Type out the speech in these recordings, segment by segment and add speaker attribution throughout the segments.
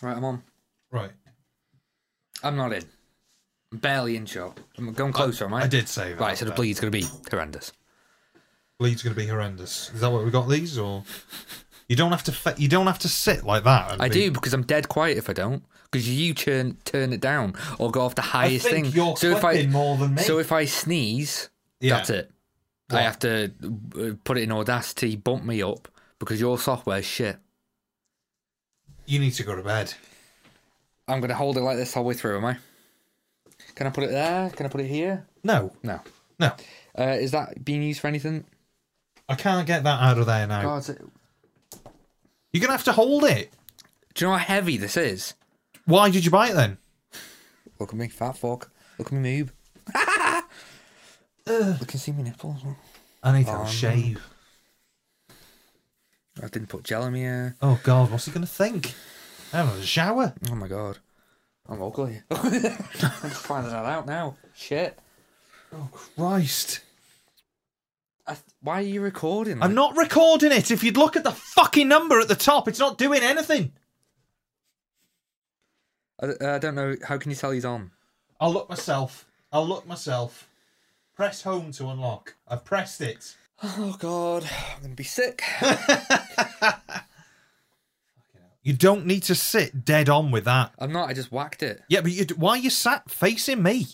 Speaker 1: Right, I'm on.
Speaker 2: Right.
Speaker 1: I'm not in. I'm barely in shot. I'm going closer, am I?
Speaker 2: I did say that.
Speaker 1: Right, so the
Speaker 2: but
Speaker 1: bleed's going to be horrendous.
Speaker 2: bleed's going to be horrendous. Is that what we got these or? You don't have to. Fa- you don't have to sit like that. and
Speaker 1: I
Speaker 2: be-
Speaker 1: do because I'm dead quiet if I don't. Because you turn turn it down or go off the highest
Speaker 2: think
Speaker 1: thing.
Speaker 2: you're clipping more than me.
Speaker 1: So if I sneeze,
Speaker 2: Yeah.
Speaker 1: that's it. I
Speaker 2: What?
Speaker 1: have to uh, put it in Audacity, bump me up because your software's shit.
Speaker 2: You need to go to bed.
Speaker 1: I'm going to hold it like this the whole way through, am I? Can I put it there? Can I put it here?
Speaker 2: No.
Speaker 1: No.
Speaker 2: No.
Speaker 1: Uh, is that being used for anything?
Speaker 2: I can't get that out of there now.
Speaker 1: God, do
Speaker 2: You're gonna have to hold it.
Speaker 1: you know how heavy this is?
Speaker 2: Why did you buy it then?
Speaker 1: Look at me, fat fuck. Look at me move. Look and see my nipples.
Speaker 2: I need to have
Speaker 1: Oh,
Speaker 2: a
Speaker 1: no.
Speaker 2: shave.
Speaker 1: I didn't put gel in my hair.
Speaker 2: Oh God, what's he gonna think? I haven't had a shower.
Speaker 1: Oh my god. I'm ugly. I'm just finding that out now. Shit.
Speaker 2: Oh Christ!
Speaker 1: I th- why are you recording?
Speaker 2: I'm not recording it. If you'd look at the fucking number at the top, it's not doing anything.
Speaker 1: I, I don't know. How can you tell he's on?
Speaker 2: I'll look myself. I'll look myself. Press home to unlock. I've pressed it.
Speaker 1: Oh god. I'm gonna be sick.
Speaker 2: You don't need to sit dead on with that.
Speaker 1: I'm not. I just whacked it.
Speaker 2: Yeah, but you, why are you sat facing me?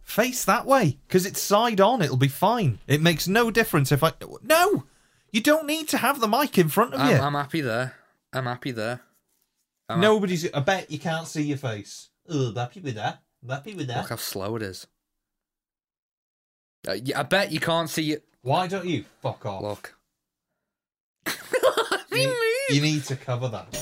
Speaker 2: Face that way, because it's side on. It'll be fine. It makes no difference if I. No, you don't need to have the mic in front of
Speaker 1: I'm,
Speaker 2: you.
Speaker 1: I'm happy there. I'm happy there. I'm
Speaker 2: Nobody's. I bet you can't see your face. Oh, happy with that. Happy with
Speaker 1: Look how slow it is. Uh, yeah, I bet you can't see it.
Speaker 2: Why don't you fuck off?
Speaker 1: Look.
Speaker 2: You, you need to cover that.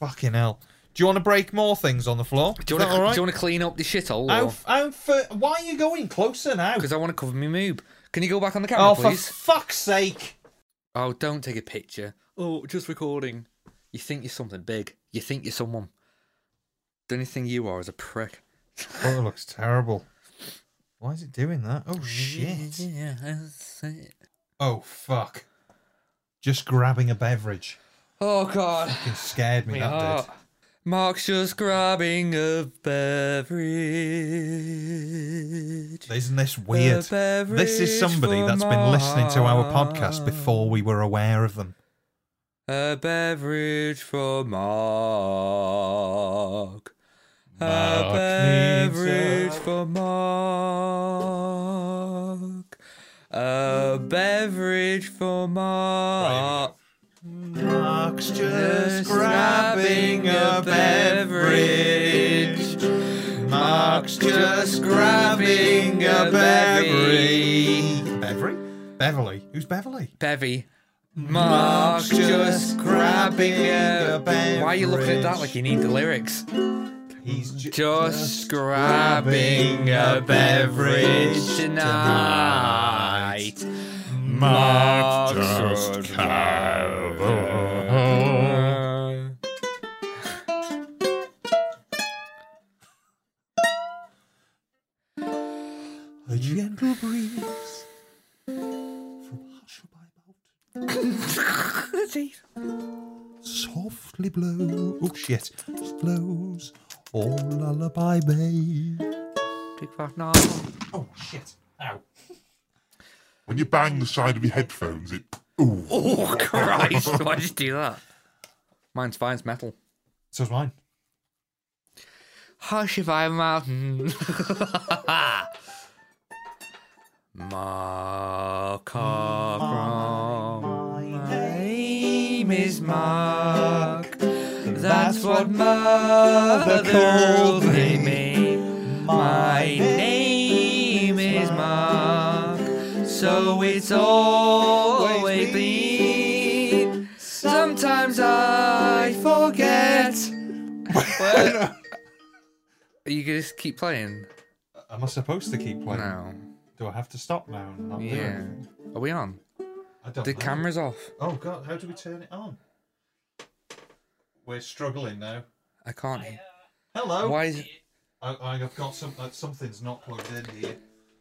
Speaker 2: Fucking hell. Do you want to break more things on the floor?
Speaker 1: Do you
Speaker 2: Is that all right?
Speaker 1: want to clean up the shithole?
Speaker 2: How, how fu- why are you going closer now?
Speaker 1: Because I want to cover my moob. Can you go back on the camera,
Speaker 2: Oh,
Speaker 1: please?
Speaker 2: for fuck's sake.
Speaker 1: Oh, don't take a picture. Oh, just recording. You think you're something big. You think you're someone. The only thing you are is a prick.
Speaker 2: Oh, it looks terrible. Why is it doing that? Oh, shit.
Speaker 1: Yeah, that's it.
Speaker 2: Oh, fuck. Just grabbing a beverage.
Speaker 1: Oh, God.
Speaker 2: Fucking scared me,
Speaker 1: My
Speaker 2: that
Speaker 1: heart. Mark's just grabbing a beverage.
Speaker 2: did. Isn't this weird? This is somebody that's been listening to our podcast before we were aware of them.
Speaker 1: A beverage for Mark.
Speaker 2: Mark
Speaker 1: a
Speaker 2: needs
Speaker 1: beverage
Speaker 2: a-
Speaker 1: for Mark. A beverage for Mark.
Speaker 2: Mark's
Speaker 1: Just grabbing a beverage. Mark's just grabbing a beverage.
Speaker 2: Beverly? Beverly? Who's Beverly?
Speaker 1: Bevy. Mark's just grabbing a.
Speaker 2: beverage.
Speaker 1: Why are you looking at that like you need the lyrics?
Speaker 2: He's ju-
Speaker 1: Just grabbing a beverage tonight.
Speaker 2: Mark's
Speaker 1: just
Speaker 2: A gentle breeze from Hushabye Mountain softly blows. Oh shit! Blows. Oh lullaby bay. Oh shit! Ow!
Speaker 3: When you bang the side of your headphones, it. Ooh.
Speaker 1: Oh Christ! Why did you do that? Mine's fine. It's metal.
Speaker 2: So's mine.
Speaker 1: Hush if I'm mountain. Mark Cockrum. Name is Mark. That's what mother called me. My name is Mark. So it's always been. Sometimes I forget. Well, you can just keep playing
Speaker 2: Am I supposed to keep playing?
Speaker 1: now.
Speaker 2: Do I have to stop now? and not do
Speaker 1: Yeah.
Speaker 2: anything?
Speaker 1: Are we on?
Speaker 2: I don't
Speaker 1: The
Speaker 2: know.
Speaker 1: camera's off.
Speaker 2: Oh god, how do we turn it on? We're struggling now.
Speaker 1: I can't.
Speaker 2: Hello.
Speaker 1: Why is it?
Speaker 2: I, I've got some. Uh, something's not plugged in here.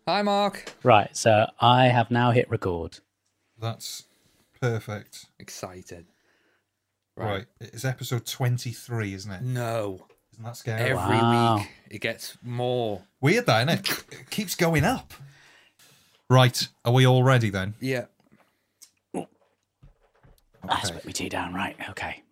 Speaker 1: Hi, Mark.
Speaker 4: Right, so I have now hit record.
Speaker 2: That's perfect.
Speaker 1: Excited.
Speaker 2: Right. It's episode 23, isn't it?
Speaker 1: No.
Speaker 2: Isn't that scary?
Speaker 1: Every
Speaker 4: Wow.
Speaker 1: week it gets more.
Speaker 2: Weird that, isn't it? It keeps going up. Right. Are we all ready then?
Speaker 1: Yeah.
Speaker 4: That's what we do down, right? Okay.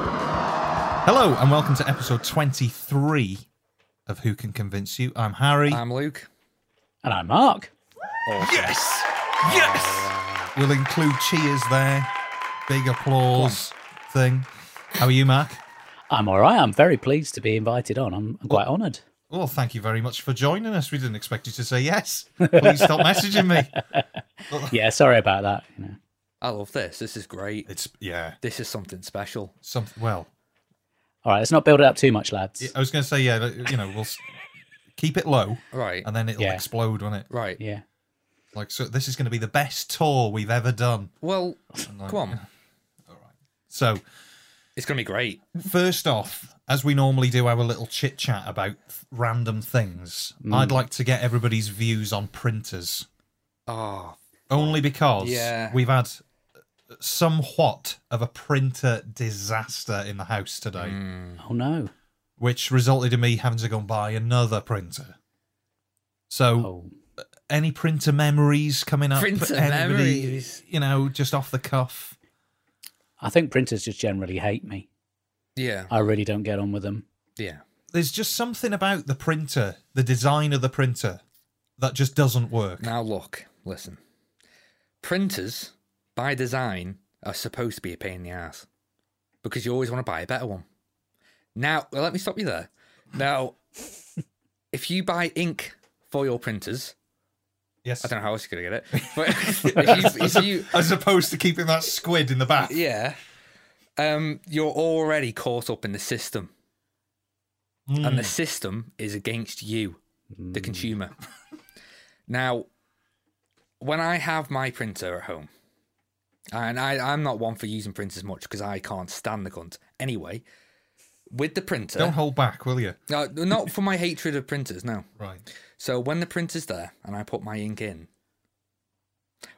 Speaker 2: Hello, and welcome to episode 23 of Who Can Convince You. I'm Harry.
Speaker 1: I'm Luke.
Speaker 4: And I'm Mark.
Speaker 2: yes! Yes! We'll include cheers there, big applause thing. How are you, Mark?
Speaker 4: I'm all right. I'm very pleased to be invited on. I'm, I'm quite honoured.
Speaker 2: Well, thank you very much for joining us. We didn't expect you to say yes. Please stop messaging me.
Speaker 4: Yeah, sorry about that. You know.
Speaker 1: I love this. This is great.
Speaker 2: It's, yeah,
Speaker 1: This is something special.
Speaker 2: something, well,
Speaker 4: All right, let's not build it up too much, lads.
Speaker 2: I was going to say, yeah, but, you know, we'll s- keep it low
Speaker 1: Right.
Speaker 2: and then it'll
Speaker 4: Yeah.
Speaker 2: explode, won't it?
Speaker 1: Right.
Speaker 4: Yeah.
Speaker 2: Like, so this is going to be the best tour we've ever done.
Speaker 1: Well,
Speaker 2: Like,
Speaker 1: come on.
Speaker 2: So,
Speaker 1: It's going to be great.
Speaker 2: first off, as we normally do our little chit chat about th- random things,
Speaker 1: Mm.
Speaker 2: I'd like to get everybody's views on printers.
Speaker 1: Ah,
Speaker 2: Only because
Speaker 1: Yeah.
Speaker 2: we've had somewhat of a printer disaster in the house today,
Speaker 1: Mm.
Speaker 4: Oh no.
Speaker 2: which resulted in me having to go and buy another printer. So,
Speaker 4: Oh.
Speaker 2: any printer memories coming up?
Speaker 1: Printer
Speaker 2: Anybody,
Speaker 1: memories.
Speaker 2: You know, just off the cuff.
Speaker 4: I think printers just generally hate me.
Speaker 1: yeah.
Speaker 4: I really don't get on with them.
Speaker 1: Yeah.
Speaker 2: There's just something about the printer, the design of the printer, that just doesn't work.
Speaker 1: Now, look, listen. Printers, by design, are supposed to be a pain in the ass because you always want to buy a better one. Now, well, let me stop you there. Now, if you buy ink for your printers,
Speaker 2: Yes.
Speaker 1: I don't know how else you're going to get it, but if you, if you
Speaker 2: As opposed to keeping that squid in the back.
Speaker 1: yeah, um, you're already caught up in the system, and the system is against you, the consumer. Now, when I have my printer at home, and I, I'm not one for using printers much because I can't stand the cunt. Anyway, with the printer,
Speaker 2: Don't hold back, will you?
Speaker 1: No, not for my hatred of printers, no.
Speaker 2: Right.
Speaker 1: So when the printer's there and I put my ink in,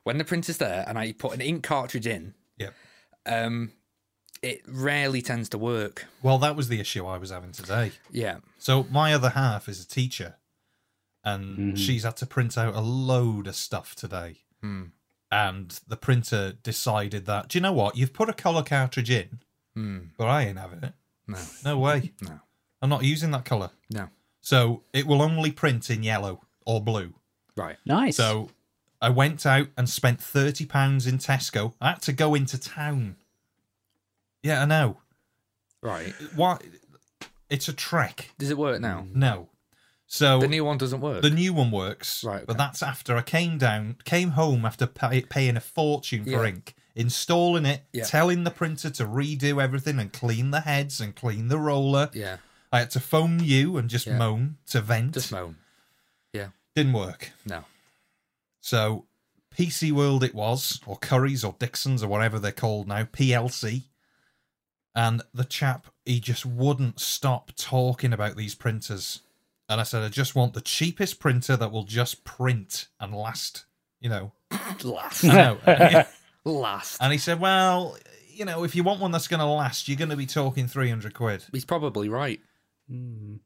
Speaker 1: when the printer's there and I put an ink cartridge in,
Speaker 2: Yep.
Speaker 1: um, it rarely tends to work.
Speaker 2: Well, that was the issue I was having today.
Speaker 1: Yeah.
Speaker 2: So my other half is a teacher, and
Speaker 1: Mm-hmm.
Speaker 2: she's had to print out a load of stuff today.
Speaker 1: Hmm.
Speaker 2: And the printer decided that, do you know what? You've put a colour cartridge in, but I ain't having it.
Speaker 1: Hmm. No.
Speaker 2: No way.
Speaker 1: No.
Speaker 2: I'm not using that colour.
Speaker 1: No.
Speaker 2: So it will only print in yellow or blue.
Speaker 1: Right.
Speaker 4: Nice.
Speaker 2: So I went out and spent thirty pounds in Tesco. I had to go into town. Yeah, I know.
Speaker 1: Right.
Speaker 2: Why? It's a trek.
Speaker 1: Does it work now?
Speaker 2: No. So
Speaker 1: The new one doesn't work.
Speaker 2: Hmm. the new one works,
Speaker 1: Right,
Speaker 2: but
Speaker 1: okay.
Speaker 2: that's after I came down, came home after pay, paying a fortune for
Speaker 1: Yeah.
Speaker 2: ink, installing it,
Speaker 1: Yeah.
Speaker 2: telling the printer to redo everything and clean the heads and clean the roller.
Speaker 1: yeah.
Speaker 2: I had to phone you and just
Speaker 1: Yeah.
Speaker 2: moan to vent.
Speaker 1: Just moan. Yeah.
Speaker 2: Didn't work.
Speaker 1: No.
Speaker 2: So PC World it was, or Curry's or Dixon's or whatever they're called now, PLC. And the chap, he just wouldn't stop talking about these printers. And I said, I just want the cheapest printer that will just print and last, you know.
Speaker 1: Last.
Speaker 2: I know.
Speaker 1: Last.
Speaker 2: and he said, Well, you know, if you want one that's going to last, you're going to be talking 300 quid.
Speaker 1: He's probably right.
Speaker 4: Mm.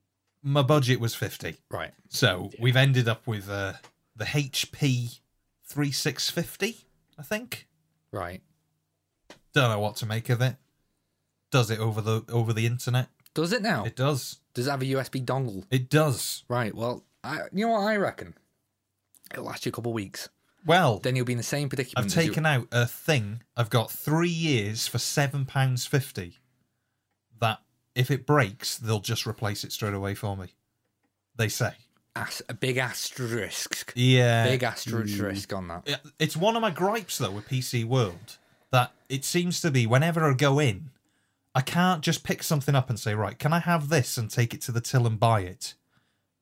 Speaker 2: My budget was 50.
Speaker 1: Right.
Speaker 2: So we've ended up with uh, the HP 3650, I think.
Speaker 1: Right.
Speaker 2: Don't know what to make of it. Does it over the over the internet?
Speaker 1: Does it now?
Speaker 2: It does.
Speaker 1: Does it have a USB dongle?
Speaker 2: It does.
Speaker 1: Right. Well, I, you know what I reckon? It'll last you a couple of weeks.
Speaker 2: Well,
Speaker 1: Then you'll be in the same predicament.
Speaker 2: I've
Speaker 1: as you-
Speaker 2: taken out a thing. I've got three years for seven pounds fifty. That if it breaks, they'll just replace it straight away for me. They say.
Speaker 1: as- a big asterisk,
Speaker 2: Yeah. Mm.
Speaker 1: big asterisk on that.
Speaker 2: Yeah, It's one of my gripes though with PC World that it seems to be whenever I go in, I can't just pick something up and say, right, can I have this and take it to the till and buy it?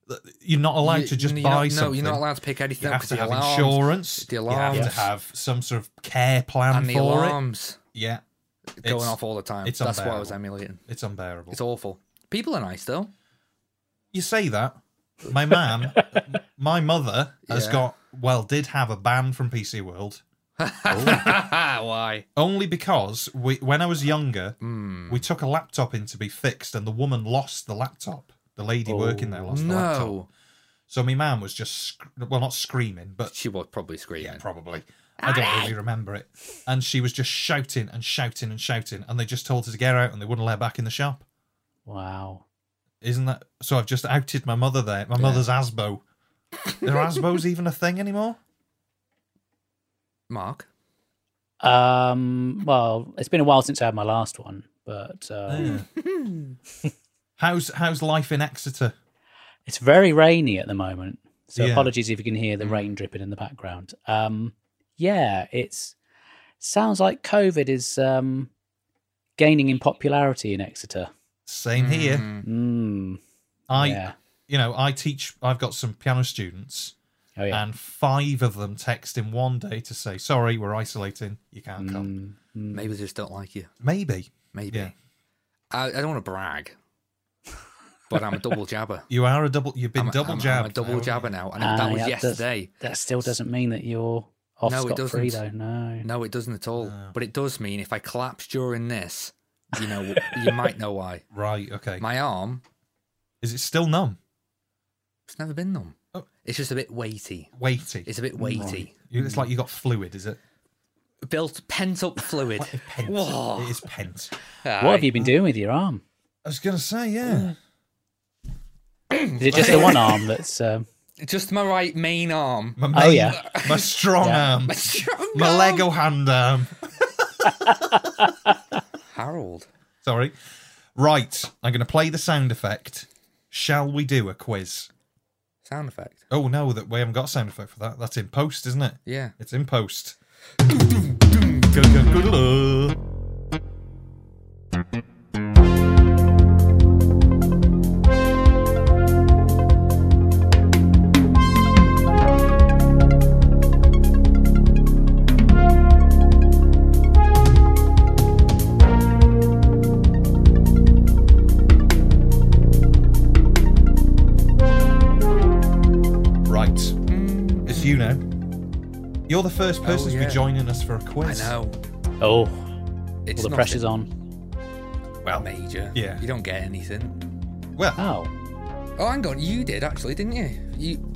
Speaker 2: Th- You're not allowed
Speaker 1: You-
Speaker 2: to just
Speaker 1: you're
Speaker 2: buy
Speaker 1: not,
Speaker 2: something.
Speaker 1: No, you're not allowed to pick
Speaker 2: You
Speaker 1: anything up
Speaker 2: have
Speaker 1: because
Speaker 2: to
Speaker 1: the
Speaker 2: have
Speaker 1: alarms
Speaker 2: insurance.
Speaker 1: the
Speaker 2: You have
Speaker 1: alarms.
Speaker 2: to have some sort of care plan
Speaker 1: and the
Speaker 2: for
Speaker 1: alarms
Speaker 2: it. Yeah,
Speaker 1: going
Speaker 2: It's-
Speaker 1: off all the time.
Speaker 2: it's
Speaker 1: That's what I was
Speaker 2: unbearable.
Speaker 1: emulating.
Speaker 2: it's unbearable.
Speaker 1: It's awful. People are nice though.
Speaker 2: you say that. My mum, my mother has
Speaker 1: Yeah.
Speaker 2: got, well, did have a ban from PC World
Speaker 1: Why?
Speaker 2: only because we, when I was younger,
Speaker 1: Hmm.
Speaker 2: we took a laptop in to be fixed, and the woman lost the laptop. The lady
Speaker 4: Oh,
Speaker 2: working there lost the laptop.
Speaker 1: No,
Speaker 2: So my mum was just, sc- well, not screaming, but
Speaker 1: she was probably screaming.
Speaker 2: yeah, probably. I don't really remember it. And she was just shouting and shouting and shouting, and they just told her to get out, and they wouldn't let her back in the shop.
Speaker 4: Wow.
Speaker 2: Isn't that so? I've just outed my mother there. My mother's Asbo. Are Asbos even a thing anymore?
Speaker 1: Mark,
Speaker 4: Um, well, it's been a while since I had my last one, but uh,
Speaker 2: how's how's life in Exeter?
Speaker 4: it's very rainy at the moment. So
Speaker 2: Yeah.
Speaker 4: apologies if you can hear the rain dripping in the background. Um, yeah, it's sounds like COVID is um, gaining in popularity in Exeter.
Speaker 2: Same here.
Speaker 1: Mm.
Speaker 4: Mm,
Speaker 2: I
Speaker 4: yeah.
Speaker 2: you know I teach. I've got some piano students,
Speaker 4: Oh yeah.
Speaker 2: and five of them text in one day to say, "Sorry, we're isolating. You can't come."
Speaker 4: Mm, mm.
Speaker 1: Maybe they just don't like you.
Speaker 2: Maybe.
Speaker 1: Maybe.
Speaker 2: Yeah.
Speaker 1: I, I don't want to brag, but I'm a double jabber.
Speaker 2: You are a double. You've been
Speaker 1: I'm a,
Speaker 2: double
Speaker 1: I'm, a-
Speaker 2: jabbed.
Speaker 1: I'm a double
Speaker 2: now,
Speaker 1: jabber
Speaker 2: haven't
Speaker 1: now, and
Speaker 4: Ah,
Speaker 1: that was
Speaker 4: yeah, that's-
Speaker 1: yesterday.
Speaker 4: That still doesn't mean that you're off
Speaker 1: No, it
Speaker 4: scot free though.
Speaker 1: doesn't.
Speaker 4: No.
Speaker 1: No, it doesn't at all. But it does mean if I collapse during this, you know, you might know why.
Speaker 2: you? Right. Okay.
Speaker 1: My arm
Speaker 2: Is it still numb?
Speaker 1: It's never been numb.
Speaker 2: Oh.
Speaker 1: It's just a bit weighty.
Speaker 2: Weighty.
Speaker 1: It's a bit weighty.
Speaker 2: You- It's like you got fluid. Is it?
Speaker 1: Built pent up fluid.
Speaker 2: Pent.
Speaker 1: Whoa.
Speaker 2: It is pent.
Speaker 4: What have you been doing with your arm?
Speaker 2: I was gonna say
Speaker 1: Mm.
Speaker 2: yeah.
Speaker 4: Is it just the one arm that's? Um,
Speaker 1: Just my right main arm.
Speaker 2: My
Speaker 4: Oh, yeah.
Speaker 2: My strong
Speaker 4: Yeah.
Speaker 2: arm.
Speaker 1: My strong
Speaker 2: My
Speaker 1: arm.
Speaker 2: Lego hand arm.
Speaker 1: Harold.
Speaker 2: Sorry. Right. I'm gonna play the sound effect. Shall we do a quiz?
Speaker 1: Sound effect.
Speaker 2: Oh no, that we haven't got a sound effect for that. That's in post, isn't it?
Speaker 1: Yeah.
Speaker 2: It's in post. That's you now. You're the first person to
Speaker 1: Oh, yeah.
Speaker 2: be joining us for a
Speaker 1: I
Speaker 2: quiz.
Speaker 1: know.
Speaker 4: oh,
Speaker 1: It's
Speaker 4: all the
Speaker 1: nothing
Speaker 4: pressure's on.
Speaker 2: Well,
Speaker 1: major.
Speaker 2: Yeah.
Speaker 1: You don't get anything.
Speaker 2: well.
Speaker 4: Oh,
Speaker 1: Oh, hang on. You did actually, didn't you? You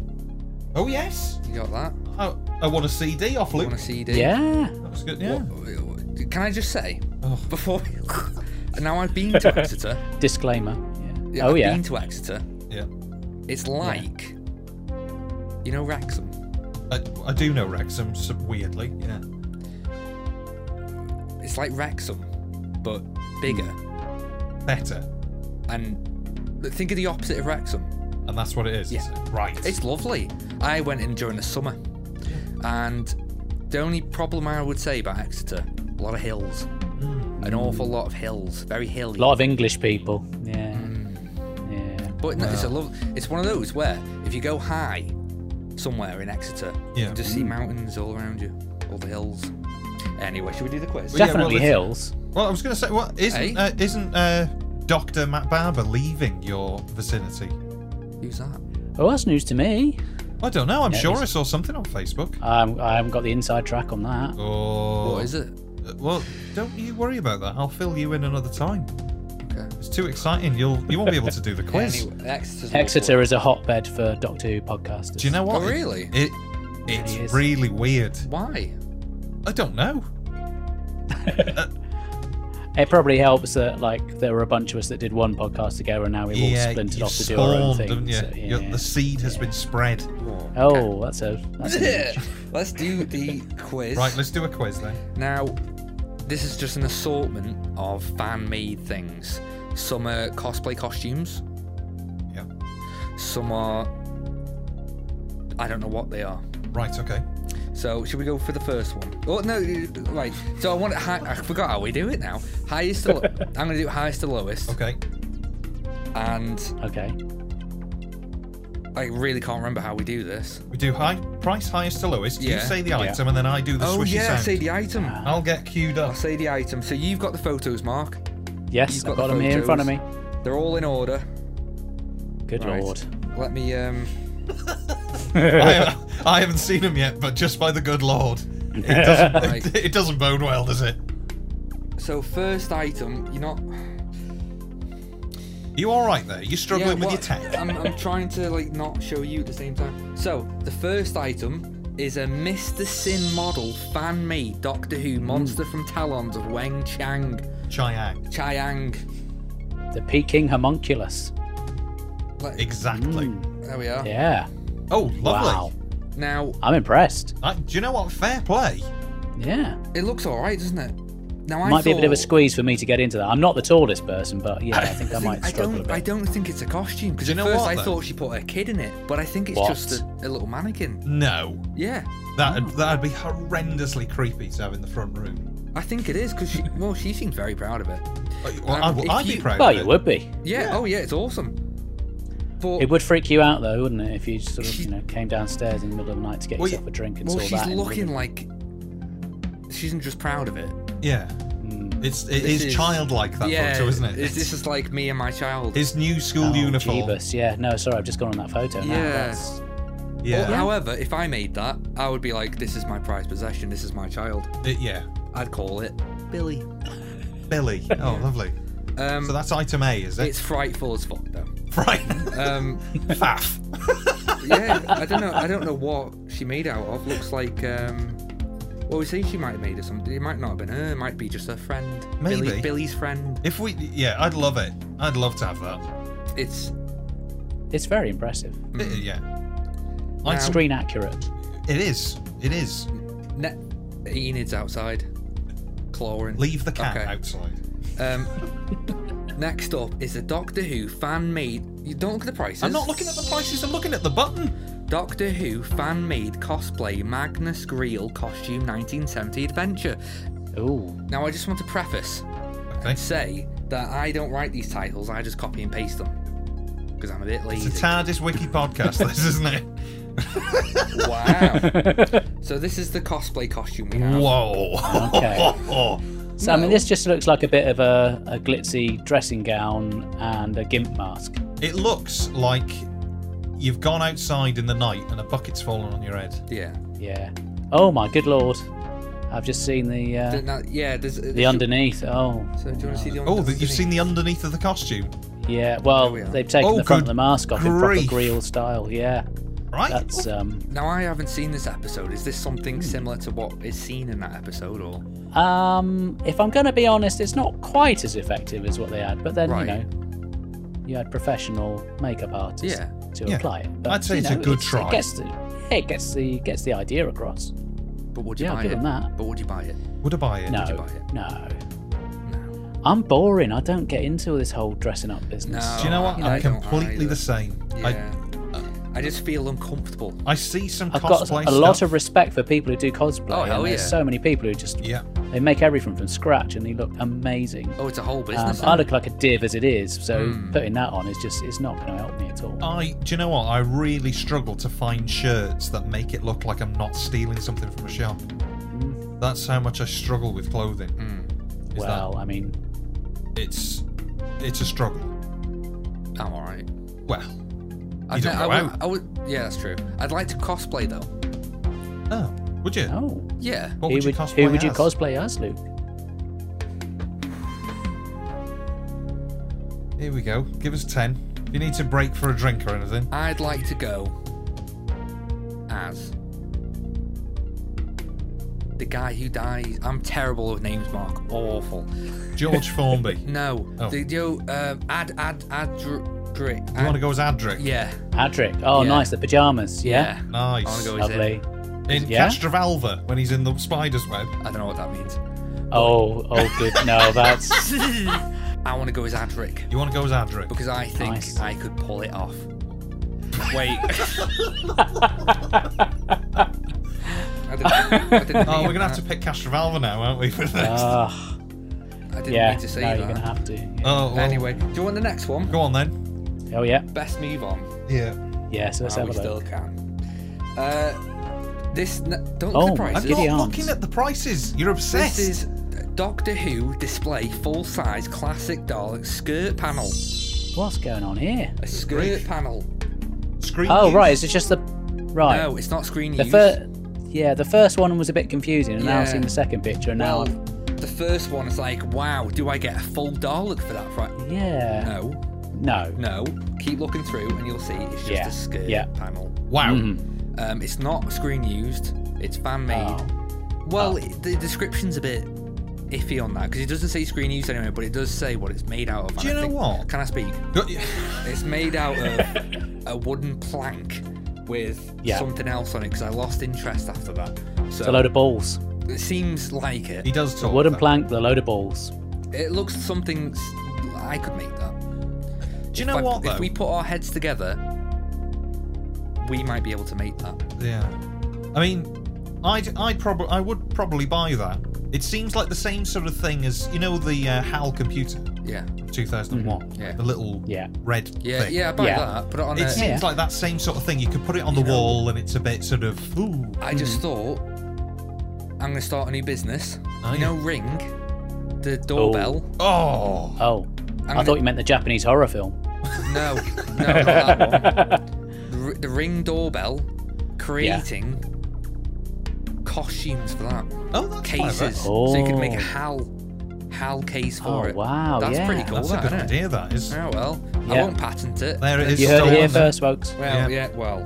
Speaker 2: Oh yes.
Speaker 1: you got that. You
Speaker 2: I, I want a CD off Luke.
Speaker 1: want a CD?
Speaker 4: yeah.
Speaker 2: That was good. Yeah.
Speaker 1: What- Oh, Can I just say
Speaker 2: Oh.
Speaker 1: before? now I've been to Exeter.
Speaker 4: Disclaimer. Yeah. oh
Speaker 1: I've
Speaker 4: yeah.
Speaker 1: Been to Exeter.
Speaker 2: Yeah.
Speaker 1: It's like, you know, Wrexham.
Speaker 2: I, I do know Wrexham so weirdly. Yeah.
Speaker 1: It's like Wrexham, but bigger.
Speaker 2: Hmm. Better.
Speaker 1: And but think of the opposite of Wrexham.
Speaker 2: And that's what it is.
Speaker 1: Yeah.
Speaker 2: is it? Right.
Speaker 1: It's lovely. I went in during the summer, and the only problem I would say about Exeter, a lot of hills,
Speaker 2: Hmm.
Speaker 1: an awful lot of hills, very hilly.
Speaker 4: A lot of English people. Yeah.
Speaker 2: Hmm.
Speaker 4: Yeah.
Speaker 1: But no, it's a love. It's one of those where if you go high somewhere in Exeter, you
Speaker 2: Yeah. Hmm.
Speaker 1: can just see mountains all around you, all the hills. Anyway, should we do the quiz?
Speaker 2: yeah, well,
Speaker 4: Definitely
Speaker 2: it's-
Speaker 4: hills.
Speaker 2: well, I was going to say, what isn't
Speaker 1: Eh?
Speaker 2: uh, isn't uh, Doctor Matt Barber leaving your vicinity?
Speaker 1: Who's that?
Speaker 4: Oh, that's news to me.
Speaker 2: I don't know. I'm
Speaker 4: Yeah,
Speaker 2: sure
Speaker 4: he's-
Speaker 2: I saw something on Facebook.
Speaker 4: Um, I haven't got the inside track on that.
Speaker 2: Oh.
Speaker 1: What is it?
Speaker 2: Uh, Well, don't you worry about that. I'll fill you in another time.
Speaker 1: Okay.
Speaker 2: It's too exciting. You'll you won't be able to do the quiz.
Speaker 1: Anyway, Exeter's
Speaker 4: Exeter is a hotbed for Doctor Who podcasters.
Speaker 2: Do you know what?
Speaker 1: Oh, really?
Speaker 2: It, it's
Speaker 4: It is.
Speaker 2: really weird.
Speaker 1: Why?
Speaker 2: I don't know.
Speaker 4: It probably helps that like there were a bunch of us that did one podcast together, and now we've all splintered
Speaker 2: you've
Speaker 4: off to do our own thing.
Speaker 2: haven't you?
Speaker 4: so,
Speaker 2: You're-
Speaker 4: yeah.
Speaker 2: The seed has been spread.
Speaker 4: Oh, that's a. That's an image.
Speaker 1: Let's do the quiz.
Speaker 2: Right, let's do a quiz then.
Speaker 1: Now, this is just an assortment of fan made things. Some are cosplay costumes,
Speaker 2: Yeah.
Speaker 1: some are I don't know what they are.
Speaker 2: Right, okay.
Speaker 1: So should we go for the first one? Oh no, right. So I want it. High, I forgot how we do it now. Highest to. Lo- I'm gonna do highest to lowest,
Speaker 2: Okay.
Speaker 1: and
Speaker 4: Okay.
Speaker 1: I really can't remember how we do this.
Speaker 2: We do high price highest to lowest. You
Speaker 1: Yeah.
Speaker 2: say the
Speaker 4: Yeah.
Speaker 2: item and then I do the
Speaker 1: Oh
Speaker 2: swishy
Speaker 1: yeah,
Speaker 2: sound.
Speaker 1: say the item.
Speaker 4: Ah.
Speaker 2: I'll get queued
Speaker 1: I'll
Speaker 2: up.
Speaker 1: say the item. So you've got the photos, Mark.
Speaker 4: Yes,
Speaker 1: You've
Speaker 4: I've
Speaker 1: got
Speaker 4: got
Speaker 1: the
Speaker 4: them here in front of me.
Speaker 1: photos. They're all in order.
Speaker 4: Good
Speaker 1: Right.
Speaker 4: lord.
Speaker 1: Let me. Um,
Speaker 2: I, I haven't seen them yet, but just by the good lord, it doesn't,
Speaker 1: Right.
Speaker 2: it, it doesn't bode well, does it?
Speaker 1: so first item, you're not.
Speaker 2: You all right there? You struggling with your
Speaker 1: what-
Speaker 2: tech?
Speaker 1: I'm, I'm trying to like not show you at the same time. So the first item is a Mr. Sin model fan-made Doctor Who monster from Talons of Wang Chang
Speaker 2: Chiang.
Speaker 1: Chiang.
Speaker 4: The Peking homunculus. Hmm.
Speaker 1: Let-
Speaker 2: Exactly.
Speaker 1: There we are.
Speaker 4: Yeah.
Speaker 2: Oh, lovely.
Speaker 4: Wow.
Speaker 1: Now
Speaker 4: I'm impressed.
Speaker 2: I, do you know what? Fair play.
Speaker 4: Yeah.
Speaker 1: it looks all right, doesn't it? Now I
Speaker 4: might be a bit of a
Speaker 1: thought-
Speaker 4: squeeze for me to get into that. I'm not the tallest person, but yeah, I think I
Speaker 1: think-
Speaker 4: might
Speaker 1: I
Speaker 4: struggle a
Speaker 1: don't.
Speaker 4: bit.
Speaker 1: I don't think it's a costume because
Speaker 2: Do
Speaker 1: at
Speaker 2: you know
Speaker 1: first
Speaker 2: what,
Speaker 1: I
Speaker 2: though?
Speaker 1: thought she put a kid in it, but I think it's
Speaker 4: What?
Speaker 1: just a, a little mannequin.
Speaker 2: No,
Speaker 1: Yeah,
Speaker 2: that'd
Speaker 1: Mm.
Speaker 2: that'd be horrendously creepy to have in the front room.
Speaker 1: I think it is because she. Well, she seems very proud of it.
Speaker 2: Uh, Well,
Speaker 1: Um,
Speaker 2: I'd,
Speaker 1: if
Speaker 2: I'd be
Speaker 1: you-
Speaker 2: proud.
Speaker 4: Well,
Speaker 2: of
Speaker 4: you
Speaker 2: it.
Speaker 4: would be.
Speaker 1: Yeah. Oh yeah, it's awesome. But
Speaker 4: It would freak you out though, wouldn't it, if you sort of
Speaker 1: She-
Speaker 4: you know came downstairs in the middle of the night to get
Speaker 2: Well,
Speaker 4: yourself a drink and
Speaker 1: well,
Speaker 4: saw
Speaker 1: she's
Speaker 4: that. and it
Speaker 1: looking
Speaker 4: would've-
Speaker 1: like she's not just proud of it.
Speaker 2: Yeah,
Speaker 4: Mm.
Speaker 2: it's it
Speaker 1: This
Speaker 2: is,
Speaker 1: is-
Speaker 2: childlike that
Speaker 1: yeah,
Speaker 2: photo, isn't it?
Speaker 1: it's- this is like me and my child.
Speaker 2: his new school
Speaker 4: Oh,
Speaker 2: uniform.
Speaker 4: Jeebus. Yeah. No, sorry, I've just gone on that photo now.
Speaker 1: Yeah.
Speaker 4: That's-
Speaker 1: But
Speaker 2: Yeah,
Speaker 1: However, if I made that, I would be like, "This is my prized possession. This is my child."
Speaker 2: It- yeah.
Speaker 1: I'd call it Billy.
Speaker 2: Billy. Oh, lovely.
Speaker 1: Um,
Speaker 2: So that's item A, is it?
Speaker 1: it's frightful as fuck, though.
Speaker 2: Right.
Speaker 1: Um,
Speaker 2: Faff.
Speaker 1: yeah, I don't know. I don't know what she made out of. Looks like um, well, we say she might have made it something. It might not have been her. It might be just her friend.
Speaker 2: Maybe.
Speaker 1: Billy, Billy's friend.
Speaker 2: If we, yeah, I'd love it. I'd love to have that.
Speaker 1: It's
Speaker 4: It's very impressive.
Speaker 2: Uh,
Speaker 1: Mm.
Speaker 2: yeah. I'd
Speaker 1: Now-
Speaker 2: sc-
Speaker 4: Screen accurate.
Speaker 2: it is. It is.
Speaker 1: ne- Enid's outside, clawing.
Speaker 2: Leave the cat
Speaker 1: Okay.
Speaker 2: outside.
Speaker 1: Um, next up is a Doctor Who fan-made. You don't look at the prices.
Speaker 2: I'm not looking at the prices. I'm looking at the button.
Speaker 1: Doctor Who fan-made cosplay Magnus Greel costume 1970 adventure.
Speaker 4: Ooh.
Speaker 1: Now, I just want to preface
Speaker 2: Okay.
Speaker 1: and say that I don't write these titles. I just copy and paste them because I'm a bit
Speaker 2: It's a
Speaker 1: lazy.
Speaker 2: TARDIS wiki podcast, this isn't it?
Speaker 1: wow. so this is the cosplay costume we have.
Speaker 2: Whoa.
Speaker 4: So I mean, this just looks like a bit of a, a glitzy dressing gown and a gimp mask.
Speaker 2: It looks like you've gone outside in the night and a bucket's fallen on your head.
Speaker 1: Yeah.
Speaker 4: Yeah. Oh my good lord! I've just seen the uh,
Speaker 1: Th- now- yeah. There's,
Speaker 4: the underneath. Oh.
Speaker 1: So do you want to see the?
Speaker 2: Oh,
Speaker 1: under-
Speaker 2: the, you've seen the underneath of the costume,
Speaker 4: Yeah. Well,
Speaker 1: There we are.
Speaker 4: they've taken
Speaker 2: Oh,
Speaker 4: the front of
Speaker 2: good
Speaker 4: the mask off in proper
Speaker 2: grief.
Speaker 4: Greel style. Yeah.
Speaker 2: right?
Speaker 4: That's um.
Speaker 1: Now I haven't seen this episode. Is this
Speaker 4: Hmm.
Speaker 1: something similar to what is seen in that episode, or
Speaker 4: Um. If I'm going to be honest, it's not quite as effective as what they had. But then
Speaker 1: Right.
Speaker 4: you know, you had professional makeup artists
Speaker 1: Yeah.
Speaker 4: to
Speaker 2: Yeah.
Speaker 4: apply it. But,
Speaker 2: I'd say
Speaker 4: you
Speaker 2: it's a
Speaker 4: know,
Speaker 2: good
Speaker 4: It
Speaker 2: try.
Speaker 4: gets the yeah, it gets the gets the idea across.
Speaker 1: but would you
Speaker 4: Yeah, I'll
Speaker 1: buy
Speaker 4: give
Speaker 1: it?
Speaker 4: them that.
Speaker 1: But would you buy it?
Speaker 2: Would I buy it?
Speaker 4: No.
Speaker 1: you buy it?
Speaker 4: No. I'm boring. I don't get into this whole dressing up business.
Speaker 1: No.
Speaker 2: Do you know what?
Speaker 1: I
Speaker 2: I'm
Speaker 1: don't
Speaker 2: completely
Speaker 1: either.
Speaker 2: the same.
Speaker 1: Yeah. I, just feel uncomfortable.
Speaker 2: I, I see some
Speaker 4: I've got
Speaker 2: cosplay
Speaker 4: a lot
Speaker 2: stuff.
Speaker 4: of respect for people who do cosplay.
Speaker 1: Oh, hell
Speaker 4: and there's
Speaker 1: yeah.
Speaker 4: so many people who just
Speaker 2: Yeah.
Speaker 4: they make everything from scratch and they look amazing.
Speaker 1: Oh, it's Hmm. a whole
Speaker 4: Um,
Speaker 1: business.
Speaker 4: I
Speaker 1: isn't it?
Speaker 4: look like a div as it is, so putting that on is just it's not going to help me at
Speaker 1: Oh,
Speaker 4: all.
Speaker 2: I do you know what? I really struggle to find shirts that make it look like I'm not stealing something from a shop. That's how much I struggle with clothing. Is
Speaker 4: Mm. well, I mean,
Speaker 2: that, it's it's a struggle.
Speaker 1: I'm all right.
Speaker 2: Well,
Speaker 1: I,
Speaker 2: You
Speaker 1: don't-
Speaker 2: don't
Speaker 1: I
Speaker 2: go
Speaker 1: would,
Speaker 2: out.
Speaker 1: I would. Yeah, that's true. I'd like to cosplay though.
Speaker 2: oh, would you?
Speaker 4: no.
Speaker 1: Yeah.
Speaker 2: What
Speaker 4: who
Speaker 2: would you
Speaker 4: would,
Speaker 2: cosplay
Speaker 4: who would you
Speaker 2: as?
Speaker 4: cosplay as, Luke?
Speaker 2: Here we go. Give us ten. If you need to break for a drink or anything,
Speaker 1: I'd like to go as the guy who dies. I'm terrible with names, Mark. Awful.
Speaker 2: George Formby. You
Speaker 1: No.
Speaker 2: Oh.
Speaker 1: The yo um, ad ad ad. Dr- Dri-
Speaker 2: want to
Speaker 1: ad
Speaker 2: go as Adric?
Speaker 1: yeah.
Speaker 4: Adric. Oh,
Speaker 1: Yeah.
Speaker 4: nice. The pajamas. Yeah.
Speaker 1: Yeah. I want
Speaker 2: Nice.
Speaker 1: to go as him.
Speaker 4: Lovely.
Speaker 2: In
Speaker 4: Yeah?
Speaker 2: Castrovalva when he's in the spider's web.
Speaker 1: I don't know what that means.
Speaker 4: Oh, oh, good. No, that's
Speaker 1: I want to go as Adric
Speaker 2: You want to go as Adric?
Speaker 1: because I think
Speaker 4: Nice.
Speaker 1: I could pull it off. Wait. I didn't, I didn't,
Speaker 2: Oh,
Speaker 1: mean
Speaker 2: we're gonna
Speaker 1: that.
Speaker 2: have to pick Castrovalva now, aren't we? For this?
Speaker 4: Ah,
Speaker 1: I didn't
Speaker 4: yeah.
Speaker 1: need to say
Speaker 4: No, you're
Speaker 1: that.
Speaker 4: gonna have to. yeah.
Speaker 2: oh, well,
Speaker 1: Anyway, do you want the next one?
Speaker 2: Go on then.
Speaker 4: oh yeah,
Speaker 1: Best move on.
Speaker 2: Yeah.
Speaker 4: yeah. So let's
Speaker 1: Oh,
Speaker 4: have
Speaker 1: we
Speaker 4: a look.
Speaker 1: still can. Uh, this n- don't look
Speaker 4: Oh,
Speaker 1: at the
Speaker 4: my
Speaker 1: prices.
Speaker 2: I'm
Speaker 4: Giddy
Speaker 2: not
Speaker 4: arms.
Speaker 2: looking at the prices. You're obsessed.
Speaker 1: This is Doctor Who display full size classic Dalek skirt panel.
Speaker 4: What's going on here?
Speaker 1: A skirt
Speaker 2: grief.
Speaker 1: panel.
Speaker 2: Screen
Speaker 4: Oh
Speaker 2: use.
Speaker 4: right, is it just the right?
Speaker 1: No, it's not screen
Speaker 4: the
Speaker 1: use.
Speaker 4: first, yeah, the first one was a bit confusing, and now I've
Speaker 1: Yeah.
Speaker 4: seen the second picture, and now
Speaker 1: Well, the first one is like, wow, do I get a full Dalek for that price?
Speaker 4: I'm yeah,
Speaker 1: No,
Speaker 4: no,
Speaker 1: no. Keep looking through, and you'll see it's just
Speaker 4: Yeah,
Speaker 1: a skirt
Speaker 4: yeah.
Speaker 1: panel.
Speaker 2: Wow.
Speaker 4: Mm-hmm.
Speaker 1: Um, it's not screen used. It's fan made.
Speaker 4: Oh,
Speaker 1: Well, it- the description's a bit iffy on that because it doesn't say screen used anyway, but it does say what it's made out of. and
Speaker 2: Do you
Speaker 1: I
Speaker 2: know
Speaker 1: think-
Speaker 2: what?
Speaker 1: Can I speak?
Speaker 2: Go- yeah.
Speaker 1: It's made out of a wooden plank with
Speaker 4: Yeah.
Speaker 1: something else on it because I lost interest after that. So
Speaker 4: it's a load of balls.
Speaker 1: it seems like it.
Speaker 2: He does talk.
Speaker 4: Wooden
Speaker 2: though.
Speaker 4: plank, with a load of balls.
Speaker 1: It looks something s- I could make that.
Speaker 2: Do you
Speaker 1: If
Speaker 2: know
Speaker 1: I-
Speaker 2: what though?
Speaker 1: If we put our heads together, we might be able to make that.
Speaker 2: Yeah. I mean, I'd, I'd probably I would probably buy that. It seems like the same sort of thing as you know the uh, HAL computer,
Speaker 1: Yeah,
Speaker 2: two thousand
Speaker 1: Mm-hmm.
Speaker 2: and one,
Speaker 1: Yeah.
Speaker 2: the little
Speaker 4: Mm-hmm. Yeah.
Speaker 2: red
Speaker 1: yeah,
Speaker 2: thing.
Speaker 1: yeah. I buy
Speaker 4: Yeah.
Speaker 1: that. Put it on.
Speaker 2: It
Speaker 1: a-
Speaker 2: seems
Speaker 4: Yeah.
Speaker 2: like that same sort of thing. You could put it on the
Speaker 1: You know-
Speaker 2: wall, and it's a bit sort of ooh.
Speaker 1: I just thought I'm gonna start a new business.
Speaker 2: Are
Speaker 1: you know, ring the doorbell.
Speaker 2: Oh,
Speaker 4: Oh, i
Speaker 1: I'm
Speaker 4: thought you meant the Japanese horror film.
Speaker 1: No, no, not that one. The, r- the ring doorbell, creating costumes for that
Speaker 2: oh, that's clever.
Speaker 1: cases, so you could make a
Speaker 4: Oh.
Speaker 1: hal hal case for
Speaker 4: Oh,
Speaker 1: it.
Speaker 4: wow,
Speaker 1: that's pretty
Speaker 4: yeah.
Speaker 1: cool.
Speaker 2: That's a
Speaker 1: that,
Speaker 2: good
Speaker 1: innit?
Speaker 2: idea. That is.
Speaker 1: Oh well, I
Speaker 4: Yeah.
Speaker 1: won't patent it.
Speaker 2: There it is.
Speaker 4: You heard it
Speaker 2: stolen.
Speaker 4: here first, folks.
Speaker 1: Well,
Speaker 2: Yeah.
Speaker 1: yeah, well.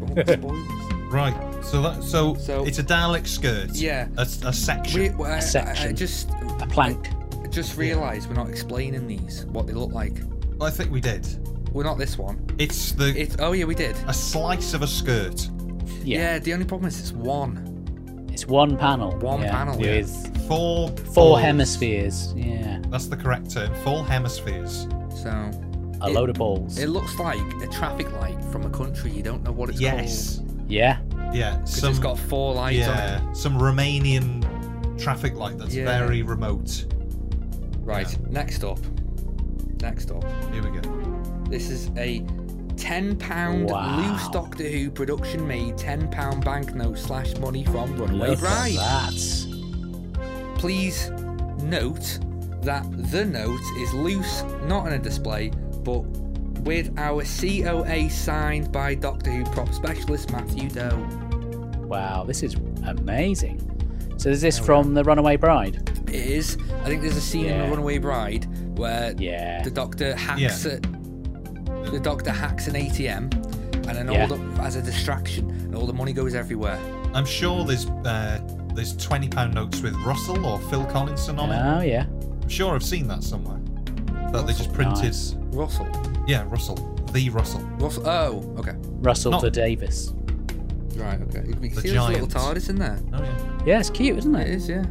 Speaker 1: Oh, spoilers.
Speaker 2: Right. So that so,
Speaker 1: So-
Speaker 2: it's a Dalek skirt.
Speaker 1: Yeah.
Speaker 2: A, a section.
Speaker 1: we, I, I, I
Speaker 4: section.
Speaker 1: just
Speaker 4: A plank.
Speaker 1: just realised we're not explaining these what they look like.
Speaker 2: I think we did.
Speaker 1: We're not this one.
Speaker 2: It's the
Speaker 1: It's oh yeah, we did.
Speaker 2: a slice of a skirt.
Speaker 1: Yeah.
Speaker 4: Yeah.
Speaker 1: the only problem is it's one.
Speaker 4: It's one panel.
Speaker 1: One
Speaker 4: yeah,
Speaker 1: panel, yeah.
Speaker 4: With
Speaker 2: Four.
Speaker 4: four
Speaker 2: balls.
Speaker 4: hemispheres. Yeah.
Speaker 2: That's the correct term. Four hemispheres.
Speaker 1: So
Speaker 4: A
Speaker 1: It-
Speaker 4: load of balls.
Speaker 1: it looks like a traffic light from a country you don't know what it's called.
Speaker 2: yes.
Speaker 4: yeah.
Speaker 2: Yeah.
Speaker 1: Because
Speaker 2: Some.
Speaker 1: it's got four lights
Speaker 2: yeah.
Speaker 1: on
Speaker 2: Some Romanian traffic light that's
Speaker 1: Yeah.
Speaker 2: very remote.
Speaker 1: it. Right, next up. Next up.
Speaker 2: Here we go.
Speaker 1: This is a ten pound
Speaker 4: Wow.
Speaker 1: loose Doctor Who production made ten pound banknote slash money from Runaway
Speaker 4: Look at
Speaker 1: Bride.
Speaker 4: that.
Speaker 1: Please note that the note is loose, not on a display, but with our COA signed by Doctor Who prop specialist Matthew Doe.
Speaker 4: Wow, this is amazing. So is
Speaker 1: Oh,
Speaker 4: this from the Runaway Bride?
Speaker 1: It is. I think there's a scene in The
Speaker 4: Yeah.
Speaker 1: Runaway Bride where
Speaker 4: Yeah.
Speaker 1: the Doctor hacks
Speaker 2: Yeah.
Speaker 1: at, the Doctor hacks an ATM, and then
Speaker 4: Yeah.
Speaker 1: all the, as a distraction, and all the money goes everywhere.
Speaker 2: I'm sure there's uh, there's twenty pound notes with Russell or Phil Collinson on it.
Speaker 4: Oh yeah.
Speaker 2: I'm sure I've seen that somewhere. That they just printed.
Speaker 4: Nice.
Speaker 1: Russell.
Speaker 2: Yeah, Russell. The Russell.
Speaker 1: Russell. Oh, okay.
Speaker 4: Russell
Speaker 2: Not-
Speaker 4: to Davis.
Speaker 1: Right. Okay. You can
Speaker 2: The
Speaker 1: see there's a little
Speaker 2: giant.
Speaker 1: TARDIS in there.
Speaker 2: Oh yeah.
Speaker 4: Yeah, it's cute, isn't
Speaker 1: It
Speaker 4: it?
Speaker 1: is. Yeah.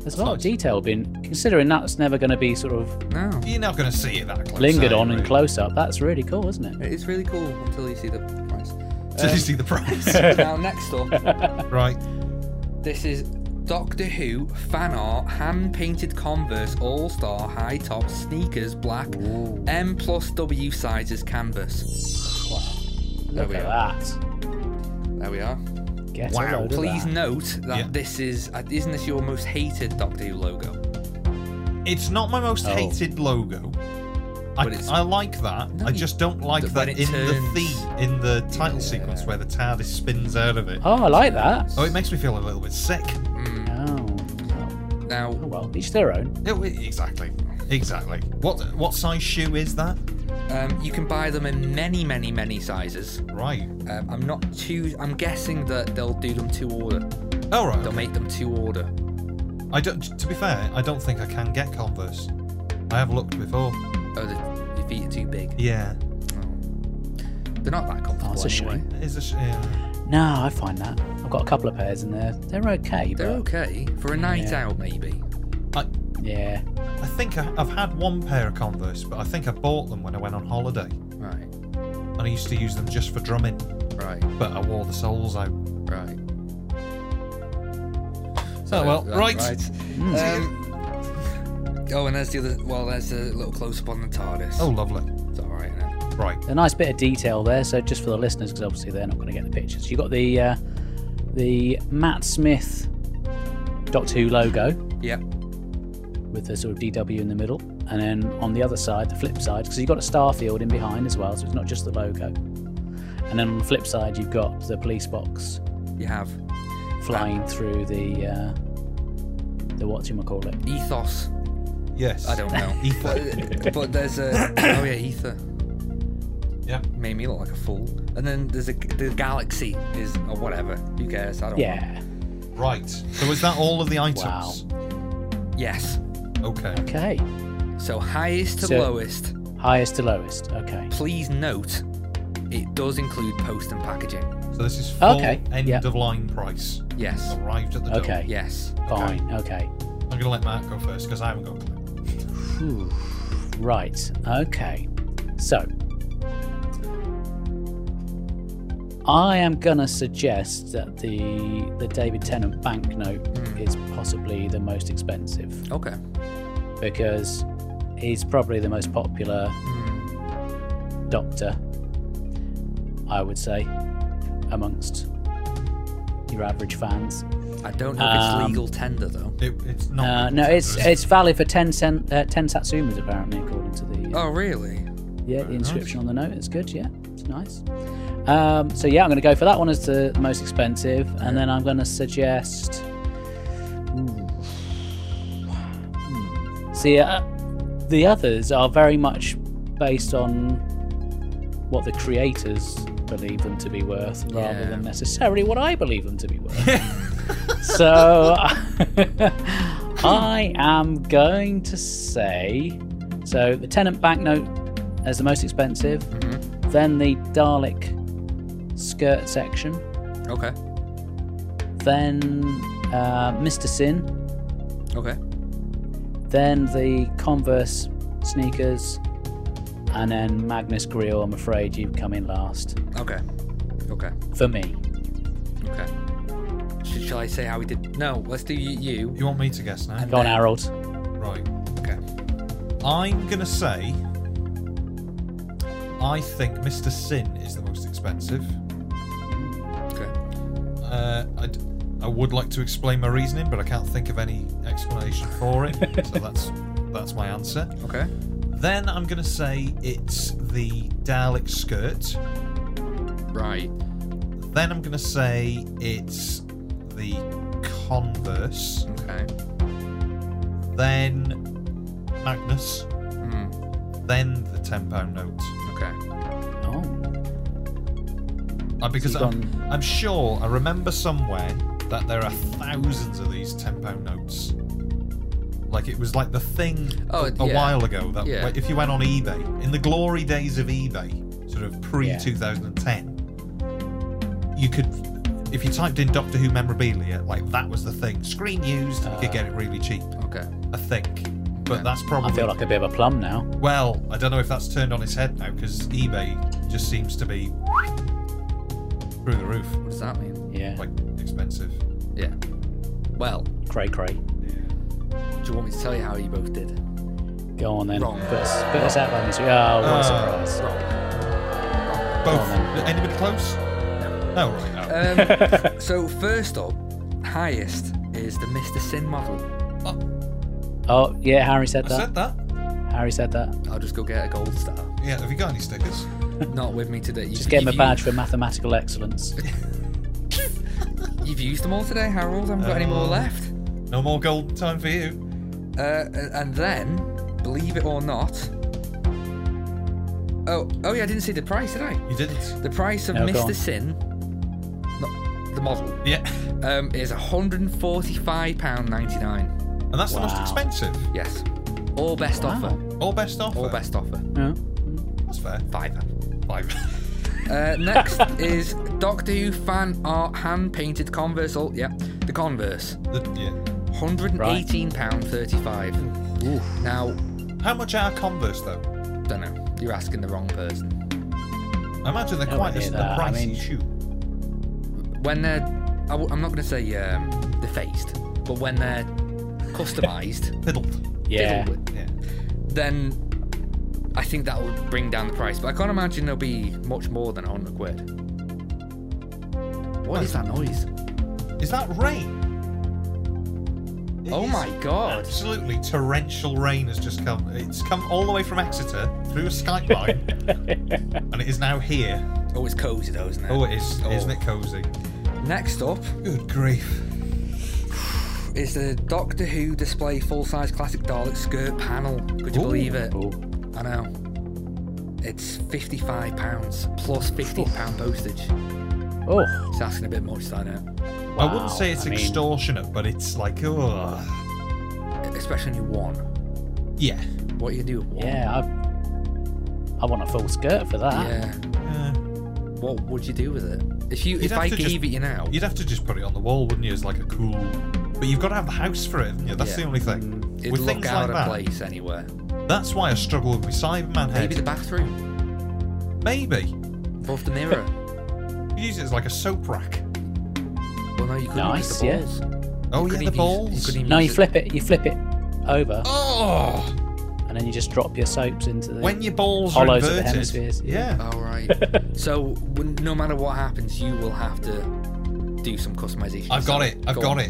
Speaker 4: There's a lot of
Speaker 2: nice.
Speaker 4: detail being considering that's never going to be sort of
Speaker 1: No.
Speaker 2: You're not going to see it that close.
Speaker 4: lingered
Speaker 2: are you,
Speaker 4: on in
Speaker 2: really?
Speaker 4: close up. That's really cool, isn't it?
Speaker 1: It is really cool until you see the price.
Speaker 2: Till you
Speaker 1: Um,
Speaker 2: see the price.
Speaker 1: now next up,
Speaker 2: right.
Speaker 1: this is Doctor Who fan art, hand painted Converse All Star high top sneakers, black M plus W sizes canvas.
Speaker 4: Wow.
Speaker 1: There
Speaker 4: Look
Speaker 1: we
Speaker 4: at that.
Speaker 1: There we are.
Speaker 4: Get
Speaker 2: Wow.
Speaker 4: a load of
Speaker 1: Please
Speaker 4: that.
Speaker 1: note that
Speaker 2: Yeah.
Speaker 1: this is uh, isn't this your most hated Doctor Who logo?
Speaker 2: It's not my most
Speaker 4: Oh.
Speaker 2: hated logo. I,
Speaker 1: But it's-
Speaker 2: I like that.
Speaker 1: No,
Speaker 2: I
Speaker 1: you-
Speaker 2: just don't like
Speaker 1: the-
Speaker 2: that
Speaker 1: when
Speaker 2: in
Speaker 1: it
Speaker 2: the
Speaker 1: turns-
Speaker 2: theme, in the title
Speaker 1: Yeah.
Speaker 2: sequence where the TARDIS spins out of it.
Speaker 4: Oh, I like that.
Speaker 2: Oh, it makes me feel a little bit sick.
Speaker 1: Mm,
Speaker 4: Oh.
Speaker 1: now
Speaker 4: oh well, each their own.
Speaker 2: It- it- exactly. Exactly. What what size shoe is that?
Speaker 1: um, you can buy them in many, many, many sizes.
Speaker 2: Right.
Speaker 1: Um, I'm not too. I'm guessing that they'll do them to order.
Speaker 2: All right.
Speaker 1: They'll make them to order.
Speaker 2: I don't. To be fair, I don't think I can get Converse. I have looked before.
Speaker 1: Oh, the, your feet are too big.
Speaker 2: Yeah.
Speaker 1: They're not that comfortable.
Speaker 4: That's a shame.
Speaker 1: anyway.
Speaker 2: It is a sh- yeah.
Speaker 4: No, I find that I've got a couple of pairs in there. They're okay, but
Speaker 1: They're okay for a night
Speaker 4: Yeah.
Speaker 1: out, maybe.
Speaker 2: I
Speaker 4: yeah.
Speaker 2: I think I, I've had one pair of Converse, but I think I bought them when I went on holiday.
Speaker 1: Right.
Speaker 2: and I used to use them just for drumming,
Speaker 1: Right,
Speaker 2: but I wore the soles out.
Speaker 1: right.
Speaker 2: So,
Speaker 4: Oh,
Speaker 2: well,
Speaker 1: Yeah,
Speaker 2: Oh, right.
Speaker 4: Hmm.
Speaker 1: Um, oh, and there's the other. Well, there's a little close up on the TARDIS.
Speaker 2: Oh, lovely.
Speaker 1: it's all right now.
Speaker 2: Right.
Speaker 4: A nice bit of detail there. So just for the listeners, because obviously they're not going to get the pictures. You got the uh, the Matt Smith Doctor Who logo
Speaker 1: Yeah,
Speaker 4: with the sort of DW in the middle, and then on the other side, the flip side, because you've got a Starfield in behind as well. So it's not just the logo. And then on the flip side, you've got the police box
Speaker 1: you have
Speaker 4: flying through the uh, the what you call it.
Speaker 1: ethos.
Speaker 2: Yes.
Speaker 1: I don't know.
Speaker 2: Ether.
Speaker 1: but, but there's a oh yeah, ether
Speaker 2: yeah.
Speaker 1: made me look like a fool. And then there's a the galaxy is or whatever. Who cares? I don't.
Speaker 4: Yeah.
Speaker 2: Right. So is that all of the
Speaker 4: Wow.
Speaker 2: items?
Speaker 1: Yes.
Speaker 2: Okay.
Speaker 4: Okay.
Speaker 1: So highest to
Speaker 4: So-
Speaker 1: lowest.
Speaker 4: Highest to lowest. Okay.
Speaker 1: Please note, it does include post and packaging.
Speaker 2: So this is full
Speaker 4: Okay,
Speaker 2: end
Speaker 4: yeah.
Speaker 2: of line price.
Speaker 1: Yes.
Speaker 2: Arrived at the door.
Speaker 4: Okay.
Speaker 1: Yes.
Speaker 4: Fine. Okay.
Speaker 2: I'm going to let Matt go first because I haven't got a clue.
Speaker 4: Phew. Right. Okay. So I am gonna suggest that the the David Tennant banknote
Speaker 1: Hmm.
Speaker 4: is possibly the most expensive
Speaker 1: Okay.
Speaker 4: because he's probably the most popular
Speaker 1: Hmm.
Speaker 4: doctor, I would say, amongst your average fans.
Speaker 1: I don't know if it's
Speaker 4: Um,
Speaker 1: legal tender though.
Speaker 2: It, it's not.
Speaker 4: Uh, no, it's it's valid for ten cent uh, ten satsumas apparently, according to the
Speaker 1: Oh really?
Speaker 4: yeah the
Speaker 2: very
Speaker 4: inscription on the note. It's good, yeah, it's nice. Um, so yeah, I'm going to go for that one as the most expensive, and then I'm going to suggest. Ooh. Hmm. See, uh, the others are very much based on what the creators believe them to be worth, rather
Speaker 1: Yeah.
Speaker 4: than necessarily what I believe them to be worth. so I am going to say so the tenant banknote as the most expensive, then the Dalek skirt section,
Speaker 1: Okay.
Speaker 4: then uh, Mr. Sin,
Speaker 1: Okay.
Speaker 4: then the Converse sneakers, and then Magnus Grill. I'm afraid you come in last
Speaker 1: Okay. Okay.
Speaker 4: for me.
Speaker 1: Okay. Should, shall I say how we did? No, let's do you. you.
Speaker 2: You want me to guess now?
Speaker 4: Go on, Harold.
Speaker 2: Right.
Speaker 1: Okay.
Speaker 2: I'm going to say. I think Mr. Sin is the most expensive.
Speaker 1: Okay.
Speaker 2: Uh, I'd, I would like to explain my reasoning, but I can't think of any explanation for it. so that's that's my answer.
Speaker 1: Okay.
Speaker 2: Then I'm going to say it's the Dalek skirt.
Speaker 1: Right.
Speaker 2: Then I'm going to say it's the Converse.
Speaker 1: Okay.
Speaker 2: Then Magnus.
Speaker 1: Hmm.
Speaker 2: Then the £10 note.
Speaker 1: Okay.
Speaker 4: Oh,
Speaker 2: Uh, because
Speaker 4: So you've
Speaker 2: I'm, I'm sure I remember somewhere that there are thousands of these ten pound notes. Like it was like the thing
Speaker 1: Oh,
Speaker 2: a,
Speaker 1: it-
Speaker 2: a
Speaker 1: yeah.
Speaker 2: while ago that
Speaker 1: Yeah.
Speaker 2: like, if you went on eBay in the glory days of eBay, sort of pre
Speaker 4: Yeah.
Speaker 2: 2010, you could if you typed in Doctor Who memorabilia, like that was the thing. Screen used, you
Speaker 4: Uh,
Speaker 2: could get it really cheap,
Speaker 1: Okay.
Speaker 2: I think. But
Speaker 1: Yeah.
Speaker 2: that's
Speaker 4: I
Speaker 2: probably
Speaker 4: feel like a bit of a plum now.
Speaker 2: well, I don't know if that's turned on its head now because eBay just seems to be through the roof
Speaker 1: What does that mean?
Speaker 4: Yeah,
Speaker 2: like expensive.
Speaker 1: Yeah. Well,
Speaker 4: cray cray.
Speaker 1: do you want me to tell you how you both did?
Speaker 4: Go on then.
Speaker 1: Wrong.
Speaker 4: Put us, put us out by mystery. Oh, what
Speaker 2: Uh,
Speaker 4: a surprise.
Speaker 2: Both.
Speaker 4: on then. Uh,
Speaker 2: Anybody close? No, right. No.
Speaker 1: Um, so first up, highest is the Mr. Sin model.
Speaker 4: Oh, yeah, Harry said
Speaker 2: I
Speaker 4: that.
Speaker 2: said that.
Speaker 4: Harry said that.
Speaker 1: I'll just go get a gold star.
Speaker 2: Yeah. Have you got any stickers?
Speaker 1: Not with me today. You,
Speaker 4: Just get him a
Speaker 1: you've
Speaker 4: badge
Speaker 1: u-
Speaker 4: for mathematical excellence.
Speaker 1: You've used them all today, Harold. I haven't got any more
Speaker 2: Um,
Speaker 1: left.
Speaker 2: No more golden time for you.
Speaker 1: Uh, and then, believe it or not. Oh, oh yeah, I didn't see the price, did I?
Speaker 2: You didn't.
Speaker 1: The price of
Speaker 4: No, go on.
Speaker 1: Mr. Sin, not the model,
Speaker 2: Yeah.
Speaker 1: um, is £145.99.
Speaker 2: And that's the most
Speaker 4: Wow.
Speaker 2: expensive.
Speaker 1: Yes. All best
Speaker 4: Wow.
Speaker 1: offer.
Speaker 2: All best offer.
Speaker 1: All best offer.
Speaker 4: Yeah.
Speaker 2: That's fair.
Speaker 1: Fiver.
Speaker 2: Five.
Speaker 1: Uh, next is Doctor Who fan art hand painted Converse. All, yeah, the Converse.
Speaker 2: The- yeah.
Speaker 1: £118.35. Now,
Speaker 2: How much are Converse though?
Speaker 1: don't know. You're asking the wrong person.
Speaker 2: I imagine they're
Speaker 4: No
Speaker 2: quite
Speaker 4: idea
Speaker 2: a,
Speaker 4: that.
Speaker 2: a
Speaker 4: I
Speaker 2: pricey
Speaker 4: mean-
Speaker 2: shoe.
Speaker 1: When they're, I w- I'm not going to say um, defaced, but when they're customized,
Speaker 2: Fiddled.
Speaker 4: Yeah.
Speaker 2: Yeah.
Speaker 1: then I think that would bring down the price. But I can't imagine there'll be much more than 100 quid. What is that noise?
Speaker 2: Is that rain? It
Speaker 1: Oh
Speaker 2: is
Speaker 1: my god.
Speaker 2: Absolutely torrential rain has just come. It's come all the way from Exeter through a Skype line, and it is now here.
Speaker 1: Oh, it's cozy though, isn't it?
Speaker 2: Oh, it is.
Speaker 1: Oh.
Speaker 2: Isn't it cozy?
Speaker 1: Next up
Speaker 2: Good grief.
Speaker 1: is the Doctor Who display full size classic Dalek skirt panel. Could you
Speaker 2: Ooh.
Speaker 1: believe it?
Speaker 4: Oh,
Speaker 1: I know. It's £55 pounds plus £15 pound postage.
Speaker 4: oh
Speaker 1: It's asking a bit much, I know.
Speaker 2: I wouldn't say it's
Speaker 4: I mean-
Speaker 2: extortionate, but it's like, oh,
Speaker 1: Especially when you one.
Speaker 2: yeah.
Speaker 1: What do you do with one?
Speaker 4: yeah. I, I want a full skirt for that.
Speaker 1: Yeah.
Speaker 2: Yeah.
Speaker 1: What would you do with it? If you
Speaker 2: You'd
Speaker 1: if
Speaker 2: have
Speaker 1: I
Speaker 2: to
Speaker 1: gave
Speaker 2: just-
Speaker 1: it you now,
Speaker 2: You'd have to just put it on the wall, wouldn't you? As like a cool. But you've got to have the house for it. haven't you? That's
Speaker 1: Yeah. Mm.
Speaker 2: the only thing.
Speaker 1: it'd
Speaker 2: with
Speaker 1: look
Speaker 2: things
Speaker 1: out
Speaker 2: like
Speaker 1: of
Speaker 2: that-
Speaker 1: place anywhere.
Speaker 2: That's why I struggle with my Cyberman
Speaker 1: Maybe the
Speaker 2: head.
Speaker 1: bathroom.
Speaker 2: Maybe.
Speaker 1: Above the mirror.
Speaker 2: You use it as like a soap rack.
Speaker 1: well no, you couldn't use
Speaker 4: Nice,
Speaker 1: the
Speaker 4: yeah.
Speaker 1: balls.
Speaker 2: Oh
Speaker 1: You
Speaker 2: yeah,
Speaker 1: couldn't
Speaker 2: the
Speaker 1: even use-
Speaker 2: balls.
Speaker 1: couldn't even
Speaker 4: No, you
Speaker 1: use it.
Speaker 4: flip it. You flip it over,
Speaker 2: oh,
Speaker 4: and then you just drop your soaps into the.
Speaker 2: when your balls are
Speaker 4: hollows of the
Speaker 2: inverted.
Speaker 4: hemispheres, yeah.
Speaker 2: yeah.
Speaker 1: All right. so when, no matter what happens, you will have to do some customization.
Speaker 2: I've got
Speaker 1: So,
Speaker 2: it. I've
Speaker 1: go
Speaker 2: got
Speaker 1: on.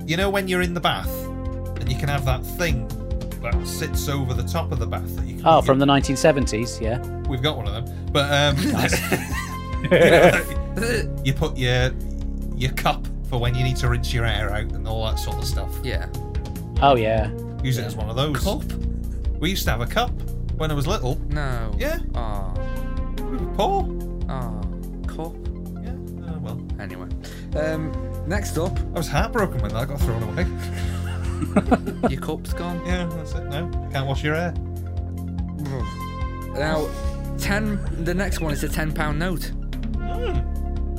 Speaker 2: it. You know when you're in the bath and you can have that thing that sits over the top of the bath that you can.
Speaker 4: oh, from the 1970s. Yeah.
Speaker 2: We've got one of them, but um, you, know, you put your your cup for when you need to rinse your hair out and all that sort of stuff.
Speaker 1: yeah.
Speaker 4: Oh yeah.
Speaker 2: Use it as one of those.
Speaker 1: Cup?
Speaker 2: We used to have a cup when I was little.
Speaker 1: No.
Speaker 2: Yeah.
Speaker 1: Ah.
Speaker 2: We were poor.
Speaker 1: Ah. Cup.
Speaker 2: Yeah. Oh, well,
Speaker 1: Anyway. Um. Next up,
Speaker 2: I was heartbroken when that got thrown away.
Speaker 1: your cup's gone.
Speaker 2: Yeah, that's it. No, can't wash your hair.
Speaker 1: Now, ten. The next one is a ten pound note.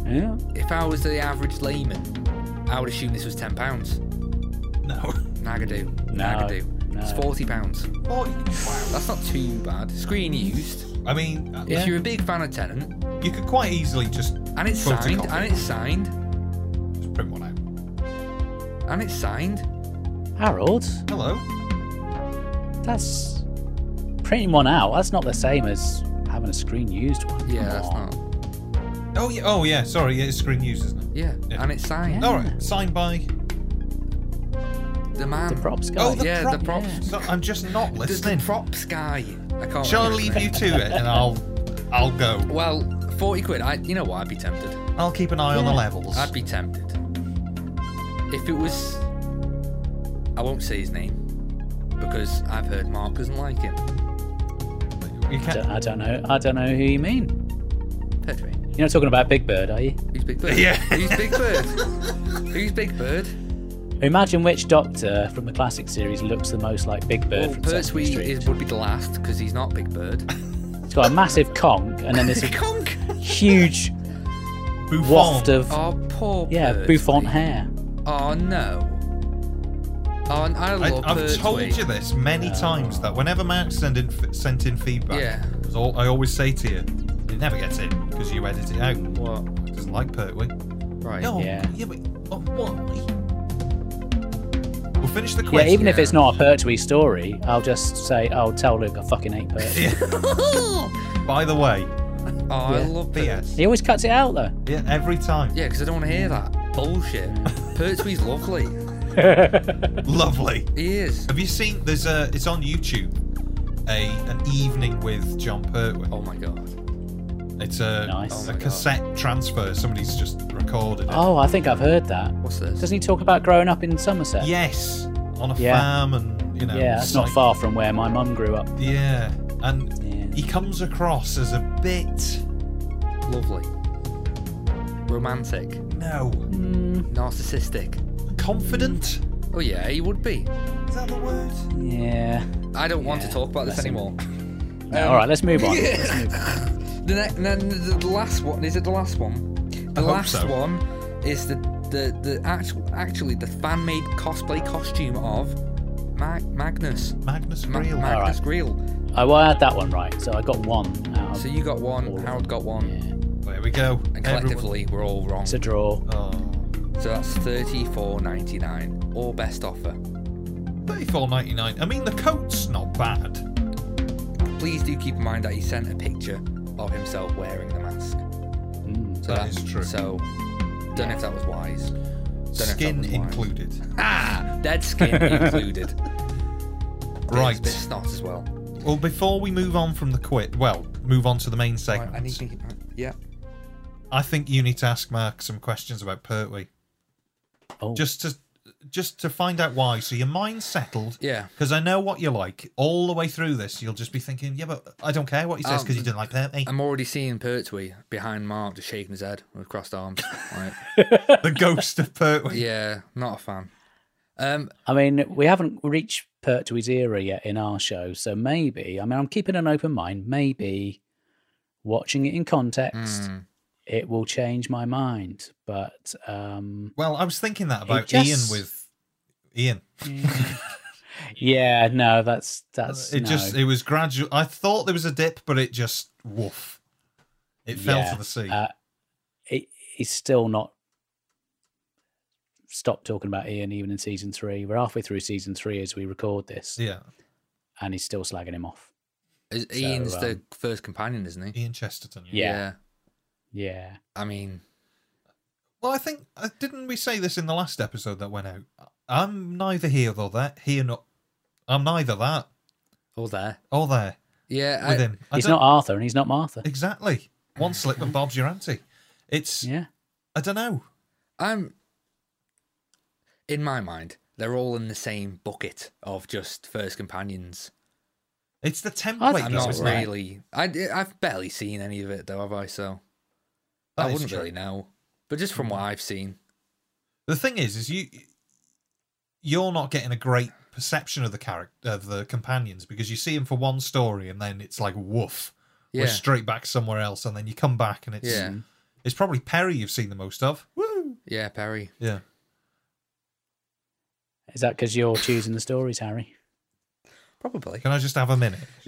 Speaker 4: Yeah.
Speaker 1: If I was the average layman, I would assume this was ten pounds.
Speaker 2: No.
Speaker 1: Nagadoo.
Speaker 4: No,
Speaker 1: Nagadoo. It's
Speaker 4: no.
Speaker 1: forty pounds.
Speaker 2: Oh,
Speaker 1: That's not too bad. Screen used.
Speaker 2: I mean, uh,
Speaker 4: Yeah.
Speaker 1: If you're a big fan of Tenant,
Speaker 2: you could quite easily just
Speaker 1: and it's signed,
Speaker 2: Photocopy.
Speaker 1: and it's signed,
Speaker 2: just print one out.
Speaker 1: and it's signed.
Speaker 4: Harold,
Speaker 2: Hello.
Speaker 4: that's printing one out. That's not the same as having a screen used one.
Speaker 1: Yeah,
Speaker 4: Come
Speaker 1: that's
Speaker 4: on.
Speaker 1: not.
Speaker 2: Oh yeah. Oh yeah. Sorry. Yeah, it's screen news, isn't it?
Speaker 1: Yeah,
Speaker 2: Yeah.
Speaker 1: and it's signed.
Speaker 4: Yeah.
Speaker 2: All right. Signed by.
Speaker 1: The man.
Speaker 4: The props guy.
Speaker 2: Oh, the
Speaker 1: yeah,
Speaker 2: prop.
Speaker 1: the props.
Speaker 2: No, I'm just not
Speaker 1: The,
Speaker 2: listening.
Speaker 1: the props guy. I can't.
Speaker 2: Shall I
Speaker 1: remember his
Speaker 2: leave you
Speaker 1: name.
Speaker 2: to it, and I'll, I'll go.
Speaker 1: Well, forty quid. I, you know what? I'd be tempted.
Speaker 2: I'll keep an eye on the
Speaker 4: Yeah.
Speaker 2: levels.
Speaker 1: I'd be tempted. If it was, I won't say his name because I've heard Mark doesn't like him.
Speaker 2: You
Speaker 4: I don't,
Speaker 2: can't.
Speaker 4: I don't know. I don't know who you mean.
Speaker 1: Petri,
Speaker 4: You're not talking about Big Bird, are you?
Speaker 1: who's Big Bird?
Speaker 2: Yeah.
Speaker 1: who's Big Bird? who's Big Bird?
Speaker 4: Imagine which Doctor from the classic series looks the most like Big Bird
Speaker 1: well,
Speaker 4: from Sesame
Speaker 1: Pertwee
Speaker 4: Street.
Speaker 1: is would be the last because he's not Big Bird.
Speaker 4: It's got a massive conch and then this
Speaker 1: Conk.
Speaker 4: huge
Speaker 2: Buffon.
Speaker 4: waft of
Speaker 1: Oh, poor.
Speaker 4: yeah
Speaker 1: Pertwee.
Speaker 4: bouffant hair.
Speaker 1: Oh no. Oh, and I
Speaker 2: I,
Speaker 1: love
Speaker 2: I've
Speaker 1: Pertwee.
Speaker 2: told you this many times that whenever Mark send in, f- sent in feedback,
Speaker 1: Yeah.
Speaker 2: it's all- I always say to you, it never gets in because you edit it out.
Speaker 1: What?
Speaker 2: Mark doesn't like Pertwee.
Speaker 1: Right.
Speaker 2: No,
Speaker 4: Yeah.
Speaker 2: yeah, but oh, why? We'll finish the
Speaker 4: Yeah,
Speaker 2: quiz.
Speaker 4: even if
Speaker 1: yeah.
Speaker 4: it's not a Pertwee story, I'll just say, I'll tell Luke I fucking hate Pertwee.
Speaker 2: By the way,
Speaker 1: Oh, I
Speaker 4: Yeah.
Speaker 1: love Pertwee. Yeah,
Speaker 2: P.S.
Speaker 4: He always cuts it out though.
Speaker 2: Yeah, every time.
Speaker 1: because I don't want to hear that bullshit. Pertwee's lovely.
Speaker 2: Lovely.
Speaker 1: He is.
Speaker 2: Have you seen? There's a. It's on YouTube. A an evening with John Pertwee.
Speaker 1: Oh my god.
Speaker 2: It's a
Speaker 4: Nice.
Speaker 1: Oh my
Speaker 2: a
Speaker 1: God.
Speaker 2: cassette transfer. Somebody's just recorded it.
Speaker 4: Oh, I think I've heard that.
Speaker 1: What's this?
Speaker 4: Doesn't he talk about growing up in Somerset?
Speaker 2: Yes, on a
Speaker 4: Yeah.
Speaker 2: farm, and you know.
Speaker 4: Yeah, that's not
Speaker 2: psych-
Speaker 4: far from where my mum grew up.
Speaker 2: Yeah, and
Speaker 4: Yeah.
Speaker 2: he comes across as a bit
Speaker 1: Lovely. Romantic.
Speaker 2: no
Speaker 4: Mm,
Speaker 1: Narcissistic.
Speaker 2: confident.
Speaker 1: Oh yeah, he would be.
Speaker 2: Is that the word?
Speaker 4: yeah.
Speaker 1: I don't want to
Speaker 4: Yeah,
Speaker 1: talk about this
Speaker 4: bless him.
Speaker 1: anymore.
Speaker 4: All right, let's move on.
Speaker 1: yeah.
Speaker 4: Let's move on.
Speaker 1: The, ne- and then the the last one is it the last one? The
Speaker 2: hope
Speaker 1: last
Speaker 2: so.
Speaker 1: one is the the the actual actually the fan made cosplay costume of Mag- Magnus.
Speaker 2: Magnus
Speaker 1: Ma-
Speaker 2: Reel.
Speaker 1: Magnus
Speaker 4: Alright.
Speaker 1: Greel.
Speaker 4: I, Oh, well, I had that one right, so I got one out.
Speaker 1: So you got one,
Speaker 4: All right.
Speaker 1: Harold got one,
Speaker 4: yeah.
Speaker 2: there we go.
Speaker 1: and
Speaker 2: Everyone-
Speaker 1: collectively we're all wrong.
Speaker 4: It's a
Speaker 1: So
Speaker 4: draw.
Speaker 2: Oh.
Speaker 1: that's thirty-four ninety-nine, or best offer.
Speaker 2: 34.99. I mean, the coat's not bad.
Speaker 1: Please do keep in mind that he sent a picture of himself wearing the mask.
Speaker 4: Mm.
Speaker 1: So
Speaker 2: That is true.
Speaker 1: So, don't know if that was wise. that
Speaker 2: Skin
Speaker 1: was wise.
Speaker 2: included.
Speaker 1: Ah, dead skin included.
Speaker 2: Right.
Speaker 1: Bit snot as well.
Speaker 2: Well, before we move on from the quit, well, move on to the main
Speaker 1: Right,
Speaker 2: segment.
Speaker 1: I need to Yeah.
Speaker 2: I think you need to ask Mark some questions about Pertwee,
Speaker 4: Oh,
Speaker 2: just to just to find out why. So your mind's settled.
Speaker 1: Yeah.
Speaker 2: Because I know what you like. All the way through this, you'll just be thinking, yeah, but I don't care what he says
Speaker 1: Um,
Speaker 2: because you didn't like eh?" Pertwee.
Speaker 1: I'm already seeing Pertwee behind Mark just shaking his head with crossed arms. Like,
Speaker 2: the ghost of Pertwee.
Speaker 1: yeah, not a fan. Um,
Speaker 4: I mean, we haven't reached Pertwee's era yet in our show, so maybe. I mean, I'm keeping an open mind. Maybe watching it in context,
Speaker 1: mm,
Speaker 4: it will change my mind. But um,
Speaker 2: Well, I was thinking that about
Speaker 4: just-
Speaker 2: Ian with Ian.
Speaker 4: yeah, no, that's that's
Speaker 2: Uh, it
Speaker 4: no.
Speaker 2: just it was gradual. I thought there was a dip, but it just woof. It fell
Speaker 4: Yeah,
Speaker 2: to the sea.
Speaker 4: uh, it, it's still not stopped talking about Ian even in season three. We're halfway through season three as we record this,
Speaker 2: yeah,
Speaker 4: and he's still slagging him off.
Speaker 1: is- Ian's the
Speaker 4: um,
Speaker 1: first companion, isn't he?
Speaker 2: Ian Chesterton.
Speaker 4: Yeah. Yeah,
Speaker 1: I mean,
Speaker 2: Well, I think uh, didn't we say this in the last episode that went out? I'm neither here nor that. Here nor I'm neither that
Speaker 1: all there.
Speaker 2: or there
Speaker 1: Yeah.
Speaker 2: with
Speaker 1: I-
Speaker 2: him. I
Speaker 4: he's
Speaker 2: don't-
Speaker 4: not Arthur and he's not Martha.
Speaker 2: exactly one slip and Bob's your auntie. It's
Speaker 4: Yeah,
Speaker 2: I don't know.
Speaker 1: I'm in my mind, they're all in the same bucket of just first companions.
Speaker 2: It's the
Speaker 4: I'm
Speaker 2: template.
Speaker 1: I'm
Speaker 2: though,
Speaker 1: not
Speaker 2: isn't it?
Speaker 4: right.
Speaker 1: really. I I've barely seen any of it though, have I? So
Speaker 2: That
Speaker 1: I
Speaker 2: is
Speaker 1: wouldn't
Speaker 2: true. Hmm.
Speaker 1: really know. But just from what I've seen,
Speaker 2: The thing is, is you you're not getting a great perception of the character of the companions because you see them for one story and then it's like woof,
Speaker 1: yeah,
Speaker 2: we're straight back somewhere else, and then you come back and it's
Speaker 1: yeah,
Speaker 2: it's probably Perry you've seen the most of. Woo!
Speaker 1: yeah, Perry.
Speaker 2: Yeah.
Speaker 4: is that because you're choosing the stories, Harry?
Speaker 1: Probably.
Speaker 2: Can I just have a minute?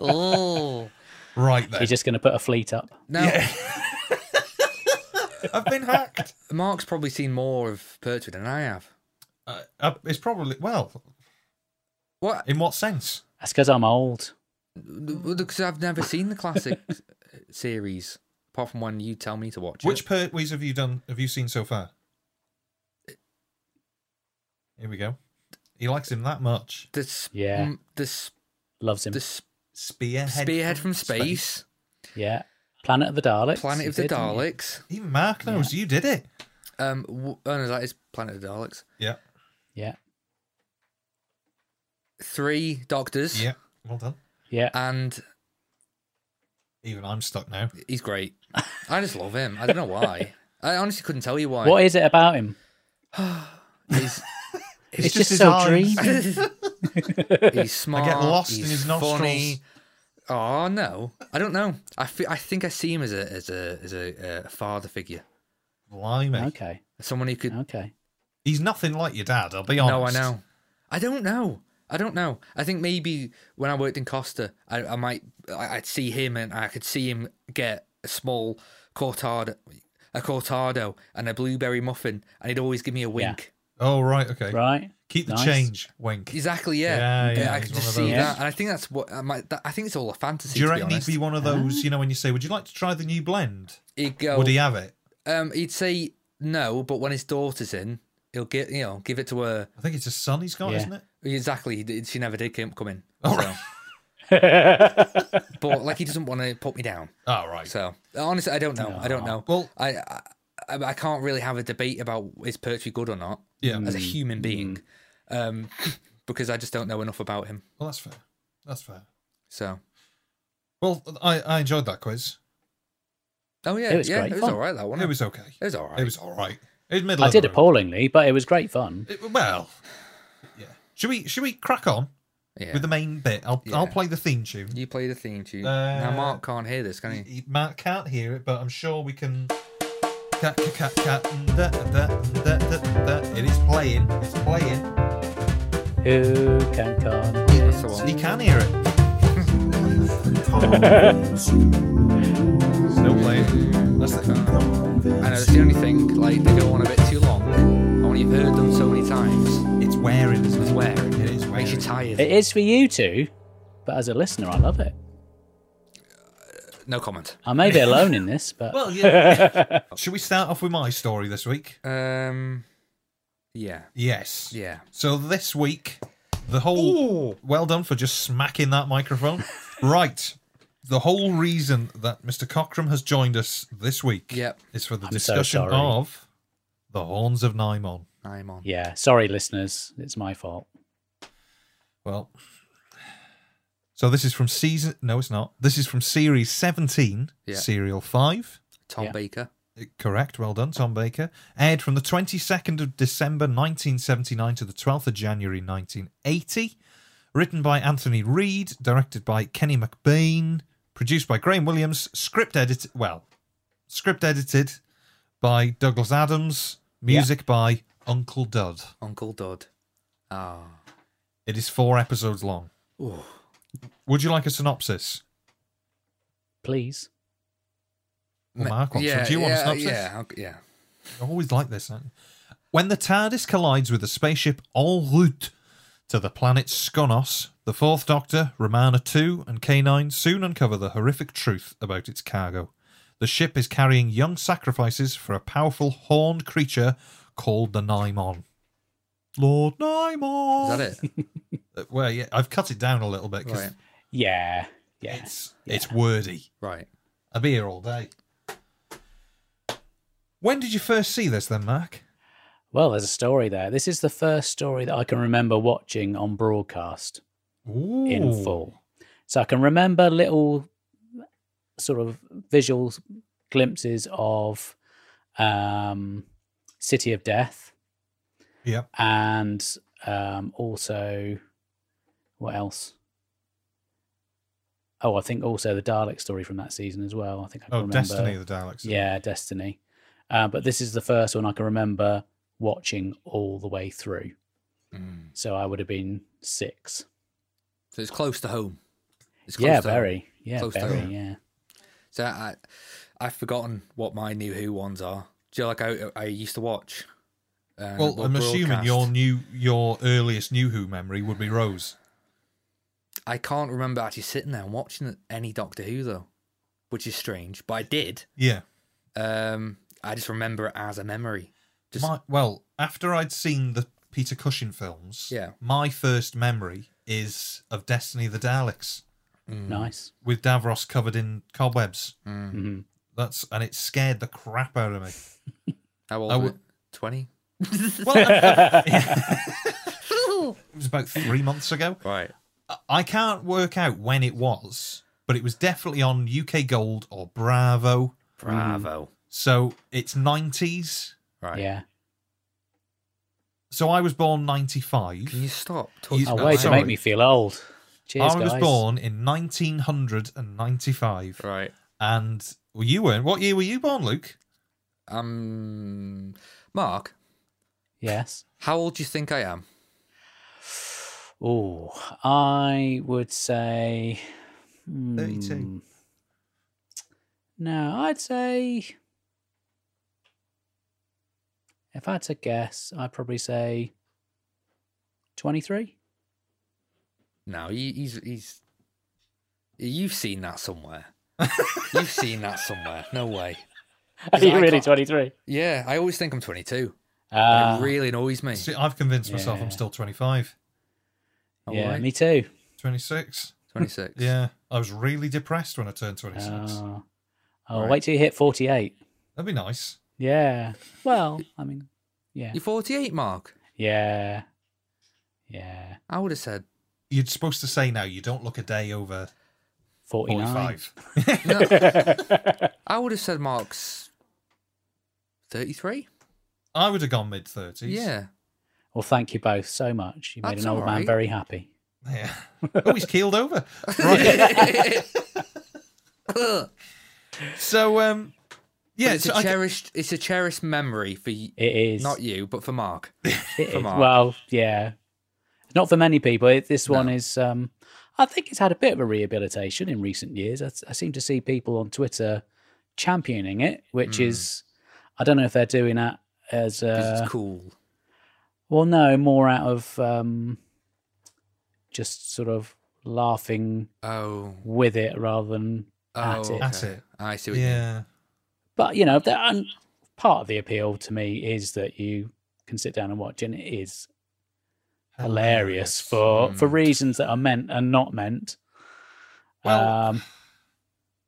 Speaker 1: oh
Speaker 2: Right then.
Speaker 4: He's just going to put a fleet up.
Speaker 1: now,
Speaker 2: Yeah. I've been hacked.
Speaker 1: Mark's probably seen more of Pertwee than I have.
Speaker 2: Uh, uh, it's probably well.
Speaker 1: What?
Speaker 2: In what sense?
Speaker 4: That's because I'm old.
Speaker 1: Because I've never seen the classic series, apart from when you tell me to watch
Speaker 2: Which
Speaker 1: it.
Speaker 2: Pertwees have you done? Have you seen so far? Here we go. He likes him that much.
Speaker 1: The sp-
Speaker 4: Yeah.
Speaker 1: m- the s-
Speaker 4: Loves him.
Speaker 1: the s-
Speaker 2: Spearhead.
Speaker 1: spearhead from space,
Speaker 4: Yeah. Planet of the Daleks.
Speaker 1: Planet
Speaker 4: you
Speaker 1: of the
Speaker 4: did, didn't you?
Speaker 1: Daleks.
Speaker 2: Even Mark knows you did it.
Speaker 1: Um, w- oh no, that is Planet of the Daleks.
Speaker 2: Yeah.
Speaker 4: Yeah.
Speaker 1: Three Doctors,
Speaker 2: Yeah. Well done.
Speaker 4: Yeah.
Speaker 1: and
Speaker 2: Even I'm stuck now.
Speaker 1: he's great. I just love him. I don't know why. I honestly couldn't tell you why.
Speaker 4: What is it about him?
Speaker 1: He's,
Speaker 4: It's,
Speaker 2: just
Speaker 4: just,
Speaker 2: his
Speaker 4: so
Speaker 2: eyes.
Speaker 4: dreamy.
Speaker 1: he's smart.
Speaker 2: lost in
Speaker 1: he's
Speaker 2: his nostrils.
Speaker 1: funny. Oh no, I don't know. I fe- I think I see him as a as a as a, uh father figure,
Speaker 2: Blimey.
Speaker 4: Okay.
Speaker 1: someone who could.
Speaker 4: Okay.
Speaker 2: He's nothing like your dad. I'll be honest.
Speaker 1: No, I know. I don't know. I don't know. I think maybe when I worked in Costa, I, I might I- I'd see him and I could see him get a small cortado, a cortado, and a blueberry muffin, and he'd always give me a wink.
Speaker 2: Oh right. Okay.
Speaker 4: Right.
Speaker 2: Keep the
Speaker 4: Nice.
Speaker 2: change. Wink.
Speaker 1: Exactly, yeah.
Speaker 2: Yeah, yeah,
Speaker 1: I
Speaker 2: he's
Speaker 1: can
Speaker 2: one
Speaker 1: just
Speaker 2: of
Speaker 1: see
Speaker 4: those.
Speaker 1: that, and I think that's what I might. That, I think it's all a fantasy.
Speaker 2: Do you
Speaker 1: to be
Speaker 2: reckon he'd
Speaker 1: honest.
Speaker 2: be one of those? You know, when you say, "Would you like to try the new blend?"
Speaker 1: He'd go.
Speaker 2: Would he have it?
Speaker 1: um, he'd say no, but when his daughter's in, he'll get you know give it to her.
Speaker 2: I think it's a son he's got,
Speaker 4: Yeah.
Speaker 2: isn't it?
Speaker 1: Exactly, he- she never did come come in.
Speaker 2: Oh,
Speaker 1: so.
Speaker 2: right.
Speaker 1: but like he doesn't want to put me down.
Speaker 2: Oh, right.
Speaker 1: So honestly, I don't know. I don't know.
Speaker 2: Well-
Speaker 1: I, I I I can't really have a debate about is Pertwee good or not
Speaker 2: yeah.
Speaker 4: Mm. Hmm.
Speaker 1: as a human being, um, because I just don't know enough about him.
Speaker 2: Well, that's fair. That's fair.
Speaker 1: So
Speaker 2: Well, I, I enjoyed that quiz.
Speaker 1: oh yeah,
Speaker 4: It was
Speaker 1: yeah,
Speaker 4: great
Speaker 1: it was
Speaker 4: fun.
Speaker 1: all right that one.
Speaker 2: It was okay.
Speaker 1: it was all right.
Speaker 2: It was all right. It was middle.
Speaker 4: I
Speaker 2: of the
Speaker 4: did
Speaker 2: road.
Speaker 4: appallingly, but it was great fun.
Speaker 2: It- well, yeah. Should we should we crack on
Speaker 1: yeah.
Speaker 2: with the main bit? I'll I'll
Speaker 1: Yeah.
Speaker 2: play the theme tune.
Speaker 1: You play the theme tune.
Speaker 2: Uh,
Speaker 1: now Mark can't hear this, can he?
Speaker 2: He- Mark can't hear it, but I'm sure we can. cat, cat, cat, da, da, da, da, da. It is playing. It's playing.
Speaker 4: Who can con?
Speaker 1: That's the one.
Speaker 2: You can hear it. Still playing. That's the.
Speaker 1: I know it's the only thing. Like they go on a bit too long. And when you've heard them so many times,
Speaker 2: It's wearing, isn't
Speaker 1: it's
Speaker 2: it?
Speaker 1: wearing.
Speaker 2: It is
Speaker 1: Makes you
Speaker 2: wearing.
Speaker 1: tired.
Speaker 4: It is for you two, but as a listener, I love it.
Speaker 1: No comment.
Speaker 4: I may be alone in this, but
Speaker 2: Well, yeah. Should we start off with my story this week?
Speaker 1: Um, yeah,
Speaker 2: Yes.
Speaker 1: yeah.
Speaker 2: So this week, the whole. Well done for just smacking that microphone. right. The whole reason that Mr. Cockram has joined us this week
Speaker 1: Yep.
Speaker 2: is for the
Speaker 4: I'm so
Speaker 2: discussion
Speaker 4: sorry.
Speaker 2: of the Horns of Nymon.
Speaker 1: I'm on.
Speaker 4: yeah. Sorry, listeners, it's my fault.
Speaker 2: Well, so this is from season. No, it's not. This is from series 17,
Speaker 1: Yeah.
Speaker 2: serial 5.
Speaker 1: Tom
Speaker 4: Yeah.
Speaker 1: Baker.
Speaker 2: Correct. Well done, Tom Baker. Aired from the 22nd of December 1979 to the 12th of January 1980. Written by Anthony Reed, directed by Kenny McBain, produced by Graham Williams, script edited, well, script edited by Douglas Adams, music by Uncle Dud.
Speaker 1: Uncle Dud. Ah.
Speaker 2: It is four episodes long.
Speaker 1: Ooh.
Speaker 2: Would you like a synopsis?
Speaker 4: Please.
Speaker 2: Well,
Speaker 1: Ma-
Speaker 2: Mark wants one.
Speaker 1: yeah,
Speaker 2: Do you want a
Speaker 1: yeah,
Speaker 2: synopsis?
Speaker 1: Yeah, I'll- yeah.
Speaker 2: I always like this. aren't you? When the TARDIS collides with a spaceship en route to the planet Skonos, the Fourth Doctor, Romana 2, and K9 soon uncover the horrific truth about its cargo. The ship is carrying young sacrifices for a powerful horned creature called the Nymon. Lord Nymon!
Speaker 1: Is that it?
Speaker 2: it? Well, yeah, I've cut it down a little bit because
Speaker 1: Right.
Speaker 4: Yeah. Yeah.
Speaker 2: it's, it's wordy.
Speaker 1: Right.
Speaker 2: I'll be here all day. When did you first see this then, Mark?
Speaker 4: Well, there's a story there. This is the first story that I can remember watching on broadcast
Speaker 2: Ooh.
Speaker 4: in full. So I can remember little sort of visual glimpses of um, City of Death
Speaker 2: Yep.
Speaker 4: and um, also what else? Oh, I think also the Dalek story from that season as well. I think I can
Speaker 2: Oh,
Speaker 4: remember.
Speaker 2: Destiny of the Daleks.
Speaker 4: Yeah, Destiny. Uh, but this is the first one I can remember watching all the way through.
Speaker 1: Mm.
Speaker 4: So I would have been six.
Speaker 1: So it's close to home. It's close
Speaker 4: Yeah,
Speaker 1: to home.
Speaker 4: very. Yeah,
Speaker 1: Close to
Speaker 4: very.
Speaker 1: home.
Speaker 4: Yeah.
Speaker 1: So I, I've forgotten what my new Who ones are. Do you know, like I, I used to watch? Um,
Speaker 2: Well,
Speaker 1: or
Speaker 2: I'm assuming
Speaker 1: broadcast?
Speaker 2: your new, your earliest New Who memory would be Rose.
Speaker 1: I can't remember actually sitting there and watching any Doctor Who though, which is strange. But I did.
Speaker 2: Yeah.
Speaker 1: Um, I just remember it as a memory. Just
Speaker 2: My, well, after I'd seen the Peter Cushing films,
Speaker 1: Yeah.
Speaker 2: my first memory is of Destiny of the Daleks
Speaker 1: Mm.
Speaker 4: Nice.
Speaker 2: with Davros covered in cobwebs.
Speaker 1: Mm.
Speaker 4: hmm
Speaker 2: That's and it scared the crap out of me.
Speaker 1: How
Speaker 2: I
Speaker 1: old?
Speaker 2: would-
Speaker 1: Twenty.
Speaker 2: Well, it was about three months ago.
Speaker 1: Right.
Speaker 2: I- I can't work out when it was, but it was definitely on UK Gold or Bravo.
Speaker 1: Bravo.
Speaker 2: So it's 90s.
Speaker 1: Right.
Speaker 4: Yeah.
Speaker 2: So I was born 95.
Speaker 1: Can you stop talking
Speaker 2: You-
Speaker 4: Oh,
Speaker 1: about
Speaker 4: way to
Speaker 2: sorry.
Speaker 4: make me feel old. Cheers,
Speaker 2: I
Speaker 4: guys.
Speaker 2: was born in 1995.
Speaker 1: Right.
Speaker 2: And well, you weren't. What year were you born, Luke?
Speaker 1: Um, Mark,
Speaker 4: Yes.
Speaker 1: how old do you think I am?
Speaker 4: Oh, I would say
Speaker 2: 32.
Speaker 4: hmm, No, I'd say if I had to guess, I'd probably say twenty-three.
Speaker 1: No, he, he's he's. You've seen that somewhere. You've seen that somewhere. No way.
Speaker 4: Are
Speaker 1: you I really can't-
Speaker 4: twenty-three?
Speaker 1: Yeah, I always think I'm 22.
Speaker 4: Uh,
Speaker 1: it really annoys me.
Speaker 2: See, I've convinced myself
Speaker 4: Yeah.
Speaker 2: I'm still 25.
Speaker 1: No
Speaker 4: yeah,
Speaker 1: way.
Speaker 4: me too.
Speaker 2: 26.
Speaker 1: 26.
Speaker 2: Yeah. I was really depressed when I turned 26.
Speaker 4: Oh, oh
Speaker 1: Right.
Speaker 4: wait till you hit forty-eight.
Speaker 2: That'd be nice.
Speaker 4: Yeah. Well, I mean, yeah,
Speaker 1: You're 48, Mark.
Speaker 4: yeah, yeah.
Speaker 1: I would have said.
Speaker 2: You're supposed to say now you don't look a day over
Speaker 4: Forty-nine.
Speaker 2: 45.
Speaker 1: No, I would have said Mark's 33.
Speaker 2: I would have gone mid 30s.
Speaker 1: Yeah.
Speaker 4: Well, thank you both so much. You made
Speaker 1: That's
Speaker 4: an old
Speaker 1: all
Speaker 4: man
Speaker 1: right.
Speaker 4: very happy.
Speaker 2: Yeah. Oh, he's keeled over. Right. so, um, Yeah,
Speaker 1: it's
Speaker 2: so
Speaker 1: a
Speaker 2: I-
Speaker 1: cherished. It's a cherished memory for y-
Speaker 4: It is
Speaker 1: not you, but for Mark.
Speaker 4: It
Speaker 1: for
Speaker 4: is.
Speaker 1: Mark.
Speaker 4: Well, yeah, not for many people. It, this one
Speaker 1: No.
Speaker 4: is. Um, I think it's had a bit of a rehabilitation in recent years. I, I seem to see people on Twitter championing it, which
Speaker 1: Mm.
Speaker 4: is, I don't know if they're doing that as
Speaker 1: 'cause
Speaker 4: uh,
Speaker 1: it's cool.
Speaker 4: well, no, more out of um, just sort of laughing
Speaker 1: Oh,
Speaker 4: with it rather than.
Speaker 1: oh,
Speaker 4: At it.
Speaker 2: At
Speaker 1: okay.
Speaker 2: it.
Speaker 1: I see. What you mean.
Speaker 2: yeah.
Speaker 4: But you know, that, um, part of the appeal to me is that you can sit down and watch, and it is
Speaker 2: Oh,
Speaker 4: hilarious for for
Speaker 1: Mm.
Speaker 4: reasons that are meant and not meant.
Speaker 2: Well-
Speaker 4: um,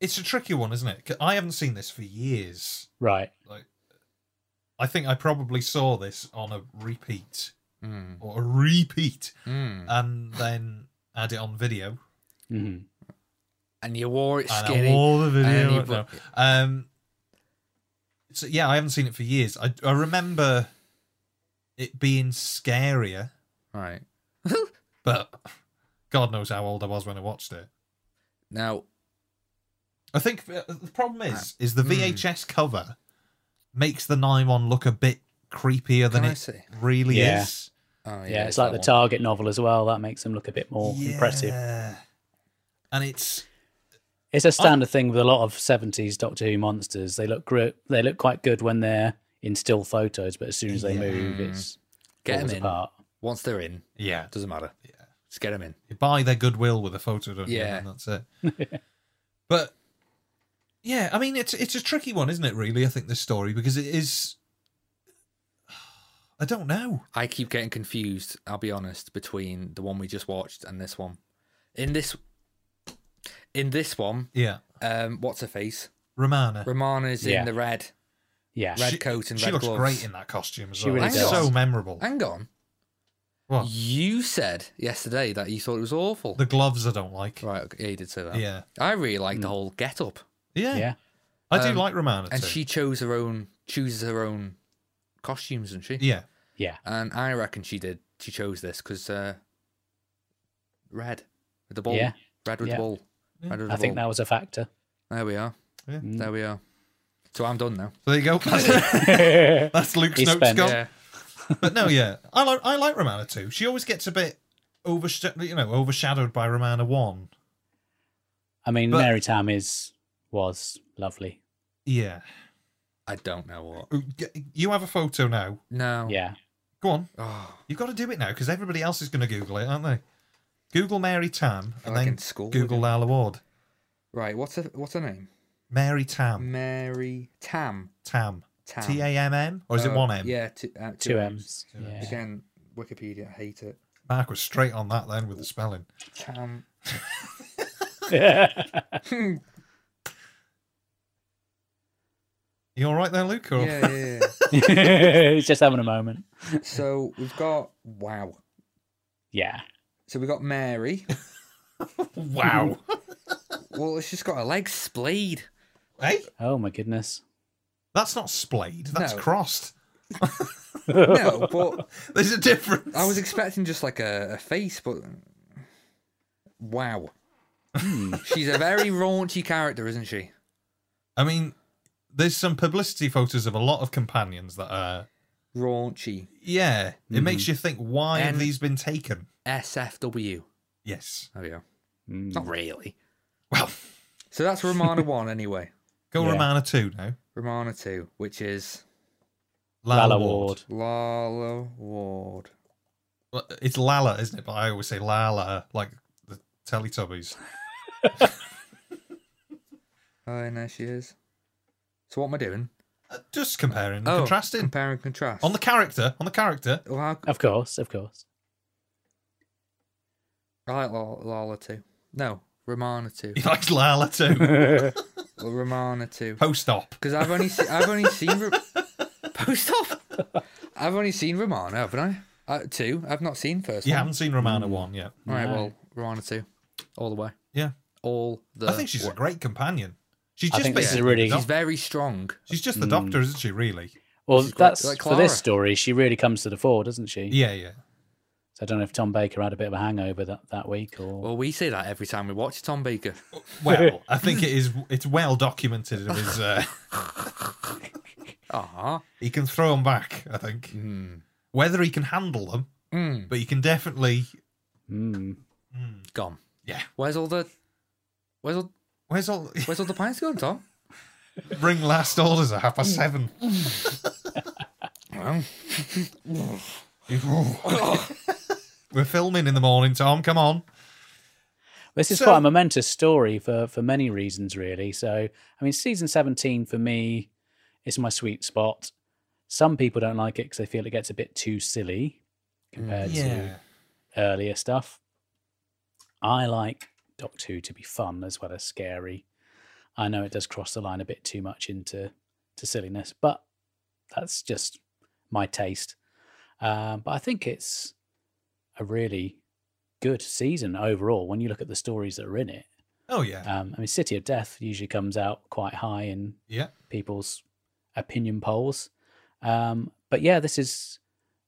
Speaker 2: It's a tricky one, isn't it? 'Cause I haven't seen this for years.
Speaker 4: right,
Speaker 2: I think I probably saw this on a repeat
Speaker 1: Mm,
Speaker 2: or a repeat,
Speaker 1: mm.
Speaker 2: and then had it on video.
Speaker 4: Mhm.
Speaker 1: And you wore it
Speaker 2: And
Speaker 1: skinny.
Speaker 2: I wore the
Speaker 1: and
Speaker 2: video.
Speaker 1: you
Speaker 2: no.
Speaker 1: put-
Speaker 2: Um. So yeah, I haven't seen it for years. I I remember it being scarier,
Speaker 1: Right
Speaker 2: but God knows how old I was when I watched it.
Speaker 1: now, oh,
Speaker 2: I think uh, the problem is is the
Speaker 1: Hmm.
Speaker 2: VHS cover makes the nine one look a bit creepier than
Speaker 1: can I
Speaker 2: it
Speaker 1: see?
Speaker 2: really
Speaker 4: Yeah.
Speaker 2: is.
Speaker 1: Oh, yeah,
Speaker 4: yeah, it's like the
Speaker 1: that one.
Speaker 4: target novel as well. That makes them look a bit more impressive.
Speaker 2: Yeah. And it's
Speaker 4: It's a standard thing with a lot of seventies Doctor Who monsters. They look gr- they look quite good when they're in still photos, but as soon as they
Speaker 2: Yeah.
Speaker 4: move, it's
Speaker 1: Get 'em
Speaker 4: falls
Speaker 1: in.
Speaker 4: apart.
Speaker 1: Once they're in,
Speaker 2: yeah,
Speaker 1: doesn't matter.
Speaker 2: Yeah.
Speaker 1: Just get them in.
Speaker 2: you buy their goodwill with a photo, don't you?
Speaker 1: Yeah.
Speaker 2: And that's it. but yeah, I mean, it's it's a tricky one, isn't it? Really, I think this story because it is. I don't know.
Speaker 1: I keep getting confused, I'll be honest, between the one we just watched and this one. In this in this one,
Speaker 2: Yeah,
Speaker 1: um, what's her face?
Speaker 2: Romana.
Speaker 1: Romana's
Speaker 4: Yeah.
Speaker 1: in the red.
Speaker 4: Yeah,
Speaker 1: Red
Speaker 2: She-
Speaker 1: coat and
Speaker 2: she
Speaker 1: red
Speaker 2: looks
Speaker 1: gloves.
Speaker 2: great in that costume as
Speaker 4: She
Speaker 2: well.
Speaker 4: really
Speaker 2: it's
Speaker 1: does.
Speaker 2: so memorable.
Speaker 1: Hang on.
Speaker 2: What?
Speaker 1: You said yesterday that you thought it was awful.
Speaker 2: The gloves I don't like.
Speaker 1: Right, okay, yeah, you did say that.
Speaker 2: Yeah.
Speaker 1: I really like
Speaker 4: Mm.
Speaker 1: the whole get up.
Speaker 2: Yeah.
Speaker 4: yeah,
Speaker 2: I do
Speaker 1: Um,
Speaker 2: like Romana
Speaker 1: And
Speaker 2: too.
Speaker 1: she chose her own chooses her own costumes, doesn't she?
Speaker 2: yeah.
Speaker 4: yeah.
Speaker 1: And I reckon she did she chose this because uh red with the ball.
Speaker 4: Yeah.
Speaker 1: Red with
Speaker 4: Yeah.
Speaker 1: the ball.
Speaker 2: Yeah.
Speaker 1: Red with
Speaker 4: I
Speaker 1: the
Speaker 4: think
Speaker 1: ball.
Speaker 4: that was a factor.
Speaker 1: There we are.
Speaker 2: Yeah.
Speaker 4: Mm.
Speaker 1: There we are. So I'm done now.
Speaker 2: So there you go. That's,
Speaker 4: yeah,
Speaker 2: that's Luke's
Speaker 4: He
Speaker 2: notes
Speaker 4: spent-
Speaker 2: gone.
Speaker 1: Yeah.
Speaker 2: But no, yeah, I like I like Romana too. She always gets a bit overshadowed, you know, overshadowed by Romana one.
Speaker 4: I mean,
Speaker 2: But-
Speaker 4: Mary Tam is was lovely.
Speaker 2: Yeah.
Speaker 1: I don't know what.
Speaker 2: Oh, g- You have a photo now.
Speaker 1: No.
Speaker 4: Yeah,
Speaker 2: Go on.
Speaker 1: Oh,
Speaker 2: You've got to do it now because everybody else is going to Google it, aren't they? Google Mary Tam
Speaker 1: I
Speaker 2: and
Speaker 1: like
Speaker 2: then
Speaker 1: in school.
Speaker 2: Google Lala Ward.
Speaker 1: Right. What's her What's her name?
Speaker 2: Mary Tam.
Speaker 1: Mary Tam.
Speaker 2: Tam.
Speaker 1: Tam.
Speaker 2: Um, T A M M? Or is it
Speaker 1: Uh,
Speaker 2: one M?
Speaker 1: Yeah. T- uh,
Speaker 4: two M's.
Speaker 2: Two Ms.
Speaker 4: Yeah.
Speaker 1: Again, Wikipedia. I hate it.
Speaker 2: Mark was straight on that then with the spelling.
Speaker 1: Tam.
Speaker 2: You all right there, Luke? Or...
Speaker 1: Yeah, yeah,
Speaker 4: He's just having a moment.
Speaker 1: yeah. so we've got wow.
Speaker 4: Yeah.
Speaker 1: So we got Mary.
Speaker 2: Wow.
Speaker 1: Well, she's got her legs splayed.
Speaker 2: hey?
Speaker 4: Oh my goodness.
Speaker 2: That's not splayed. That's
Speaker 1: No.
Speaker 2: crossed.
Speaker 1: No, but
Speaker 2: There's a difference.
Speaker 1: I was expecting just like a, a face, but wow.
Speaker 2: Hmm.
Speaker 1: She's a very raunchy character, isn't she?
Speaker 2: I mean, there's some publicity photos of a lot of companions that are.
Speaker 1: Raunchy.
Speaker 2: Yeah, it
Speaker 4: Mm-hmm.
Speaker 2: makes you think why have
Speaker 1: And-
Speaker 2: these been taken?
Speaker 1: SFW.
Speaker 2: Yes.
Speaker 1: There we go.
Speaker 4: Mm.
Speaker 1: Not really.
Speaker 2: Well,
Speaker 1: So that's Romana 1 anyway.
Speaker 2: go
Speaker 4: Yeah.
Speaker 2: Romana 2 now.
Speaker 1: Romana 2, which is
Speaker 2: Lala,
Speaker 4: Lala
Speaker 2: Ward.
Speaker 4: Ward.
Speaker 1: Lala Ward.
Speaker 2: Well, It's Lala, isn't it? But I always say Lala, like the Teletubbies.
Speaker 1: Oh, and there she is. So what am I doing?
Speaker 2: Uh, Just comparing and
Speaker 1: Oh,
Speaker 2: contrasting.
Speaker 1: Compare and contrast. Oh,
Speaker 2: on the character, on the character.
Speaker 1: Well, I,
Speaker 4: Of course, of course.
Speaker 1: I like Lala, Lala 2. No, Romana 2.
Speaker 2: He likes Lala too.
Speaker 4: Post
Speaker 1: Well, Romana 2.
Speaker 2: Post op.
Speaker 1: Because I've only se- I've only seen Ro- post off. I've only seen Romana, haven't I? Uh, two. I've not seen first
Speaker 2: You
Speaker 1: one.
Speaker 2: haven't seen Romana
Speaker 4: Mm.
Speaker 2: 1 yet.
Speaker 1: All right.
Speaker 4: No.
Speaker 1: Well, Romana two, all the way.
Speaker 2: Yeah.
Speaker 1: All the.
Speaker 2: I think she's a great companion. She's
Speaker 4: I
Speaker 2: just
Speaker 4: think this is
Speaker 2: basically
Speaker 4: a really-
Speaker 2: the
Speaker 4: Mm.
Speaker 2: doc-
Speaker 1: She's very strong.
Speaker 2: she's just the doctor, isn't she, really?
Speaker 4: Well,
Speaker 1: She's quite
Speaker 4: that's
Speaker 1: like
Speaker 4: for this
Speaker 1: Clara.
Speaker 4: story. She really comes to the fore, doesn't she?
Speaker 2: Yeah, yeah.
Speaker 4: So I don't know if Tom Baker had a bit of a hangover that, that week or.
Speaker 1: Well, we say that every time we watch Tom Baker.
Speaker 2: Well, I think it is. It's well documented. It was. Uh,
Speaker 1: Ah,
Speaker 2: he can throw them back. I think
Speaker 1: Hmm.
Speaker 2: whether he can handle them,
Speaker 1: Mm.
Speaker 2: but he can definitely.
Speaker 4: Mm.
Speaker 1: gone.
Speaker 2: Yeah.
Speaker 1: Where's all the, where's all,
Speaker 2: Where's all?
Speaker 1: where's all the pints gone, Tom?
Speaker 2: Bring last orders at half past seven.
Speaker 1: Well,
Speaker 2: We're filming in the morning, Tom. Come on.
Speaker 4: This is
Speaker 2: So-
Speaker 4: quite a momentous story for for many reasons, really. So, I mean, season seventeen for me is my sweet spot. Some people don't like it because they feel it gets a bit too silly
Speaker 2: Mm.
Speaker 4: compared to earlier stuff. I like Doctor Who to be fun as well as scary. I know it does cross the line a bit too much into to silliness, but that's just my taste. Um, but I think it's a really good season overall when you look at the stories that are in it.
Speaker 2: Oh yeah.
Speaker 4: Um, I mean, City of Death usually comes out quite high in
Speaker 2: Yeah.
Speaker 4: people's opinion polls. Um, but yeah, this is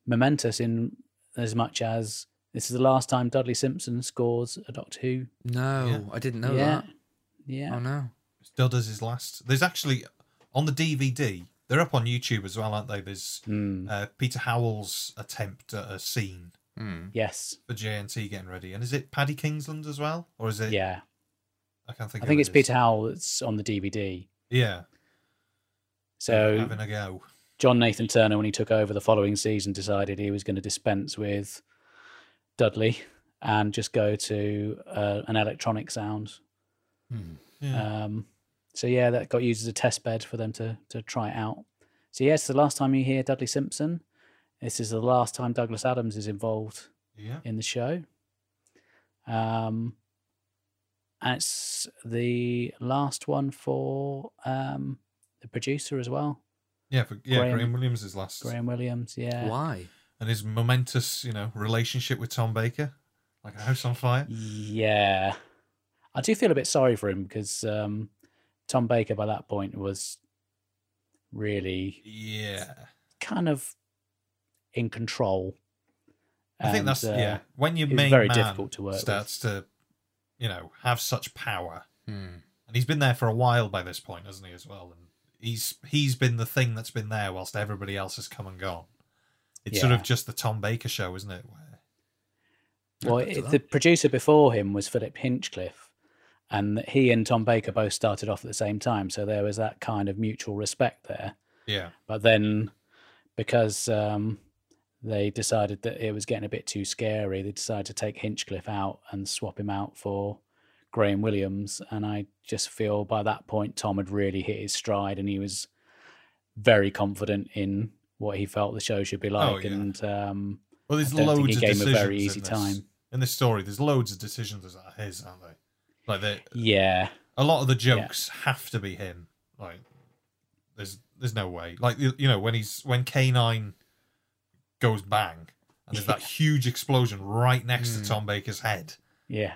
Speaker 4: momentous in as much as this is the last time Dudley Simpson scores a Doctor Who.
Speaker 1: no,
Speaker 2: Yeah.
Speaker 1: I didn't know
Speaker 4: yeah,
Speaker 1: that.
Speaker 4: yeah.
Speaker 1: Oh no.
Speaker 2: Dudders is last. There's actually on the DVD. They're up on YouTube as well, aren't they? There's
Speaker 4: Mm,
Speaker 2: uh, Peter Howell's attempt at a scene
Speaker 1: Mm.
Speaker 4: yes,
Speaker 2: for JNT getting ready, and is it Paddy Kingsland as well, or is it?
Speaker 4: yeah.
Speaker 2: Uh, I can't think.
Speaker 4: I
Speaker 2: who
Speaker 4: think
Speaker 2: it
Speaker 4: it's
Speaker 2: is.
Speaker 4: Peter Howell that's on the DVD.
Speaker 2: Yeah.
Speaker 4: So
Speaker 2: having a go.
Speaker 4: John Nathan Turner, when he took over the following season, decided he was going to dispense with Dudley and just go to uh, an electronic sound.
Speaker 1: Mm.
Speaker 2: Yeah.
Speaker 4: Um, so yeah, that got used as a test bed for them to to try it out. So yes, the last time you hear Dudley Simpson, this is the last time Douglas Adams is involved
Speaker 2: yeah.
Speaker 4: in the show. Um, and it's the last one for um, the producer as well,
Speaker 2: Yeah, for, yeah.
Speaker 4: Graham-
Speaker 2: Graham, Williams is last,
Speaker 4: Graham Williams. Yeah.
Speaker 1: Why?
Speaker 2: and his momentous, you know, relationship with Tom Baker, like a house on fire.
Speaker 4: Yeah. I do feel a bit sorry for him because um, Tom Baker by that point was really
Speaker 2: Yeah,
Speaker 4: kind of in control.
Speaker 2: I think
Speaker 4: And,
Speaker 2: that's
Speaker 4: uh,
Speaker 2: yeah. When your
Speaker 4: it was
Speaker 2: main
Speaker 4: very
Speaker 2: man
Speaker 4: difficult to work with.
Speaker 2: starts to, you know, have such power,
Speaker 1: Mm.
Speaker 2: and he's been there for a while by this point, hasn't he? As well, and he's he's been the thing that's been there whilst everybody else has come and gone. It's sort
Speaker 4: Yeah.
Speaker 2: of just the Tom Baker show, isn't it? Where-
Speaker 4: Well,
Speaker 1: Back to
Speaker 4: it,
Speaker 1: that.
Speaker 4: the producer before him was Philip Hinchcliffe, and th- he and Tom Baker both started off at the same time, so there was that kind of mutual respect there.
Speaker 2: yeah,
Speaker 4: But then, because um, they decided that it was getting a bit too scary, they decided to take Hinchcliffe out and swap him out for Graham Williams. And I just feel by that point, Tom had really hit his stride and he was very confident in what he felt the show should be like.
Speaker 2: Oh, yeah.
Speaker 4: And um,
Speaker 2: well, there's
Speaker 4: I don't
Speaker 2: loads
Speaker 4: think he
Speaker 2: of
Speaker 4: gave him
Speaker 2: decisions
Speaker 4: a very
Speaker 2: in
Speaker 4: easy
Speaker 2: this-
Speaker 4: time.
Speaker 2: in this story. There's loads of decisions that are his, aren't they? Like they,
Speaker 4: Yeah.
Speaker 2: a lot of the jokes have to be him. Like, there's there's no way. Like you you know when he's when K nine goes bang and there's that huge explosion right next
Speaker 1: Hmm.
Speaker 2: to Tom Baker's head
Speaker 4: Yeah.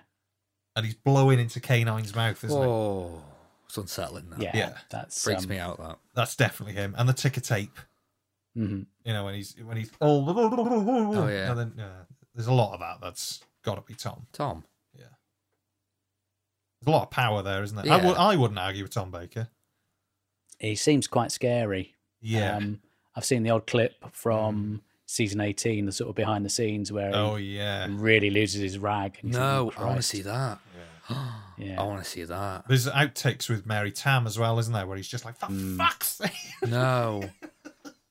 Speaker 2: and he's blowing into K 9s mouth, isn't
Speaker 4: Oh.
Speaker 2: it?
Speaker 1: Whoa, Oh, it's unsettling. That
Speaker 4: Yeah.
Speaker 2: Yeah.
Speaker 4: That's
Speaker 1: freaks
Speaker 4: um,
Speaker 1: me out. That.
Speaker 2: That's definitely him. And the ticker tape,
Speaker 4: mhm.
Speaker 2: you know, when he's when he's oh,
Speaker 1: yeah.
Speaker 2: And then yeah, there's a lot of that. That's got to be Tom.
Speaker 1: Tom.
Speaker 2: There's a lot of power there, isn't there?
Speaker 1: Yeah.
Speaker 2: I w- I wouldn't argue with Tom Baker.
Speaker 4: He seems quite scary.
Speaker 2: Yeah. Mm.
Speaker 4: Um, I've seen the odd clip from season 18, the sort of behind the scenes where he
Speaker 2: oh yeah.
Speaker 4: really loses his rag. and you
Speaker 1: No,
Speaker 4: think, "Oh,
Speaker 1: I want to
Speaker 4: Christ."
Speaker 1: see that.
Speaker 4: Yeah.
Speaker 1: I want to see that.
Speaker 2: There's outtakes with Mary Tam as well, isn't there? Where he's just like, for
Speaker 4: Mm.
Speaker 2: fuck's sake.
Speaker 1: No.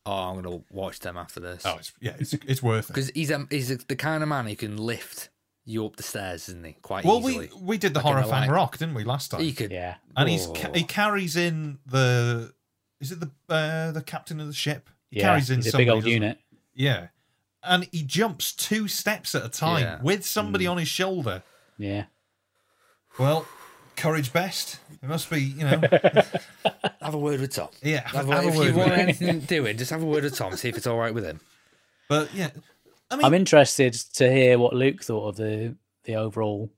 Speaker 1: oh, I'm gonna watch them after this.
Speaker 2: Oh, it's, yeah, it's, it's worth it.
Speaker 1: Because he's um, he's the kind of man who can lift you up the stairs, isn't he? Quite
Speaker 2: Well,
Speaker 1: easily.
Speaker 2: we we did the
Speaker 1: Like in
Speaker 2: horror
Speaker 1: the
Speaker 2: fan
Speaker 1: light.
Speaker 2: rock, didn't we, last time?
Speaker 1: he could.
Speaker 4: Yeah.
Speaker 2: and he's
Speaker 4: Oh.
Speaker 1: Whoa.
Speaker 2: ca- he carries in the is it the uh, the captain of the ship? He
Speaker 4: yeah.
Speaker 2: carries in
Speaker 4: He's a
Speaker 2: somebody,
Speaker 4: big old
Speaker 2: doesn't he?
Speaker 4: unit.
Speaker 2: Yeah, and he jumps two steps at a time
Speaker 1: Yeah.
Speaker 2: with
Speaker 4: Hmm.
Speaker 2: somebody on his shoulder.
Speaker 4: Yeah.
Speaker 2: Well, courage best. It must be you know
Speaker 1: Have a word with Tom.
Speaker 2: yeah.
Speaker 1: Have
Speaker 2: Have,
Speaker 1: a-
Speaker 2: a
Speaker 1: if
Speaker 2: word
Speaker 1: you
Speaker 2: with
Speaker 1: want
Speaker 2: him.
Speaker 1: anything doing, just have a word with Tom. See if it's all right with him.
Speaker 2: But yeah, I mean,
Speaker 4: I'm interested to hear what Luke thought of the, the overall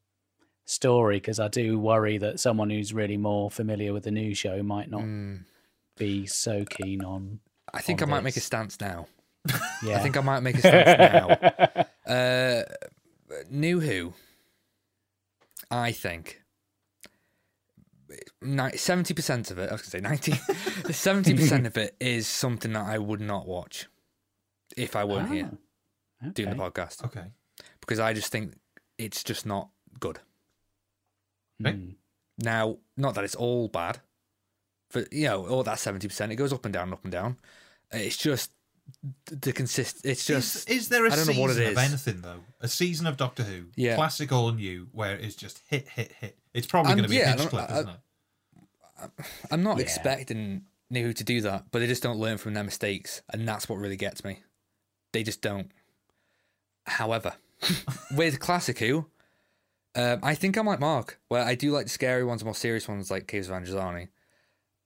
Speaker 4: story because I do worry that someone who's really more familiar with the new show might not
Speaker 2: Hmm.
Speaker 4: be so keen on.
Speaker 1: I think I
Speaker 4: On
Speaker 1: might make a
Speaker 4: this.
Speaker 1: stance now. I
Speaker 4: Yeah.
Speaker 1: think I might make a stance now. Uh, New Who, I think. ni- 70% of it, I was going to say 90, 70% of it is something that I would not watch if I weren't here
Speaker 4: Ah,
Speaker 1: doing the
Speaker 4: okay.
Speaker 1: podcast
Speaker 2: Okay.
Speaker 1: because I just think it's just not good.
Speaker 2: Okay.
Speaker 4: Mm.
Speaker 1: Now, not that it's all bad, but you know, all that 70%, it goes up and down, up and down. It's just the consist, it's just.
Speaker 2: is, is there a
Speaker 1: I don't know
Speaker 2: season
Speaker 1: what it
Speaker 2: of
Speaker 1: is.
Speaker 2: anything though? A season of Doctor Who,
Speaker 1: Yeah.
Speaker 2: classic or new, where it's just hit, hit, hit. It's probably
Speaker 1: And
Speaker 2: going to
Speaker 1: Um,
Speaker 2: be
Speaker 1: yeah,
Speaker 2: a
Speaker 1: I
Speaker 2: hitch
Speaker 1: don't-
Speaker 2: clip,
Speaker 1: I-
Speaker 2: isn't it?
Speaker 1: I'm not
Speaker 4: Yeah.
Speaker 1: expecting New to do that, but they just don't learn from their mistakes, and that's what really gets me. They just don't. However, with classic Who, um, I think I'm like Mark, where I do like the scary ones, more serious ones like Caves of Androzani.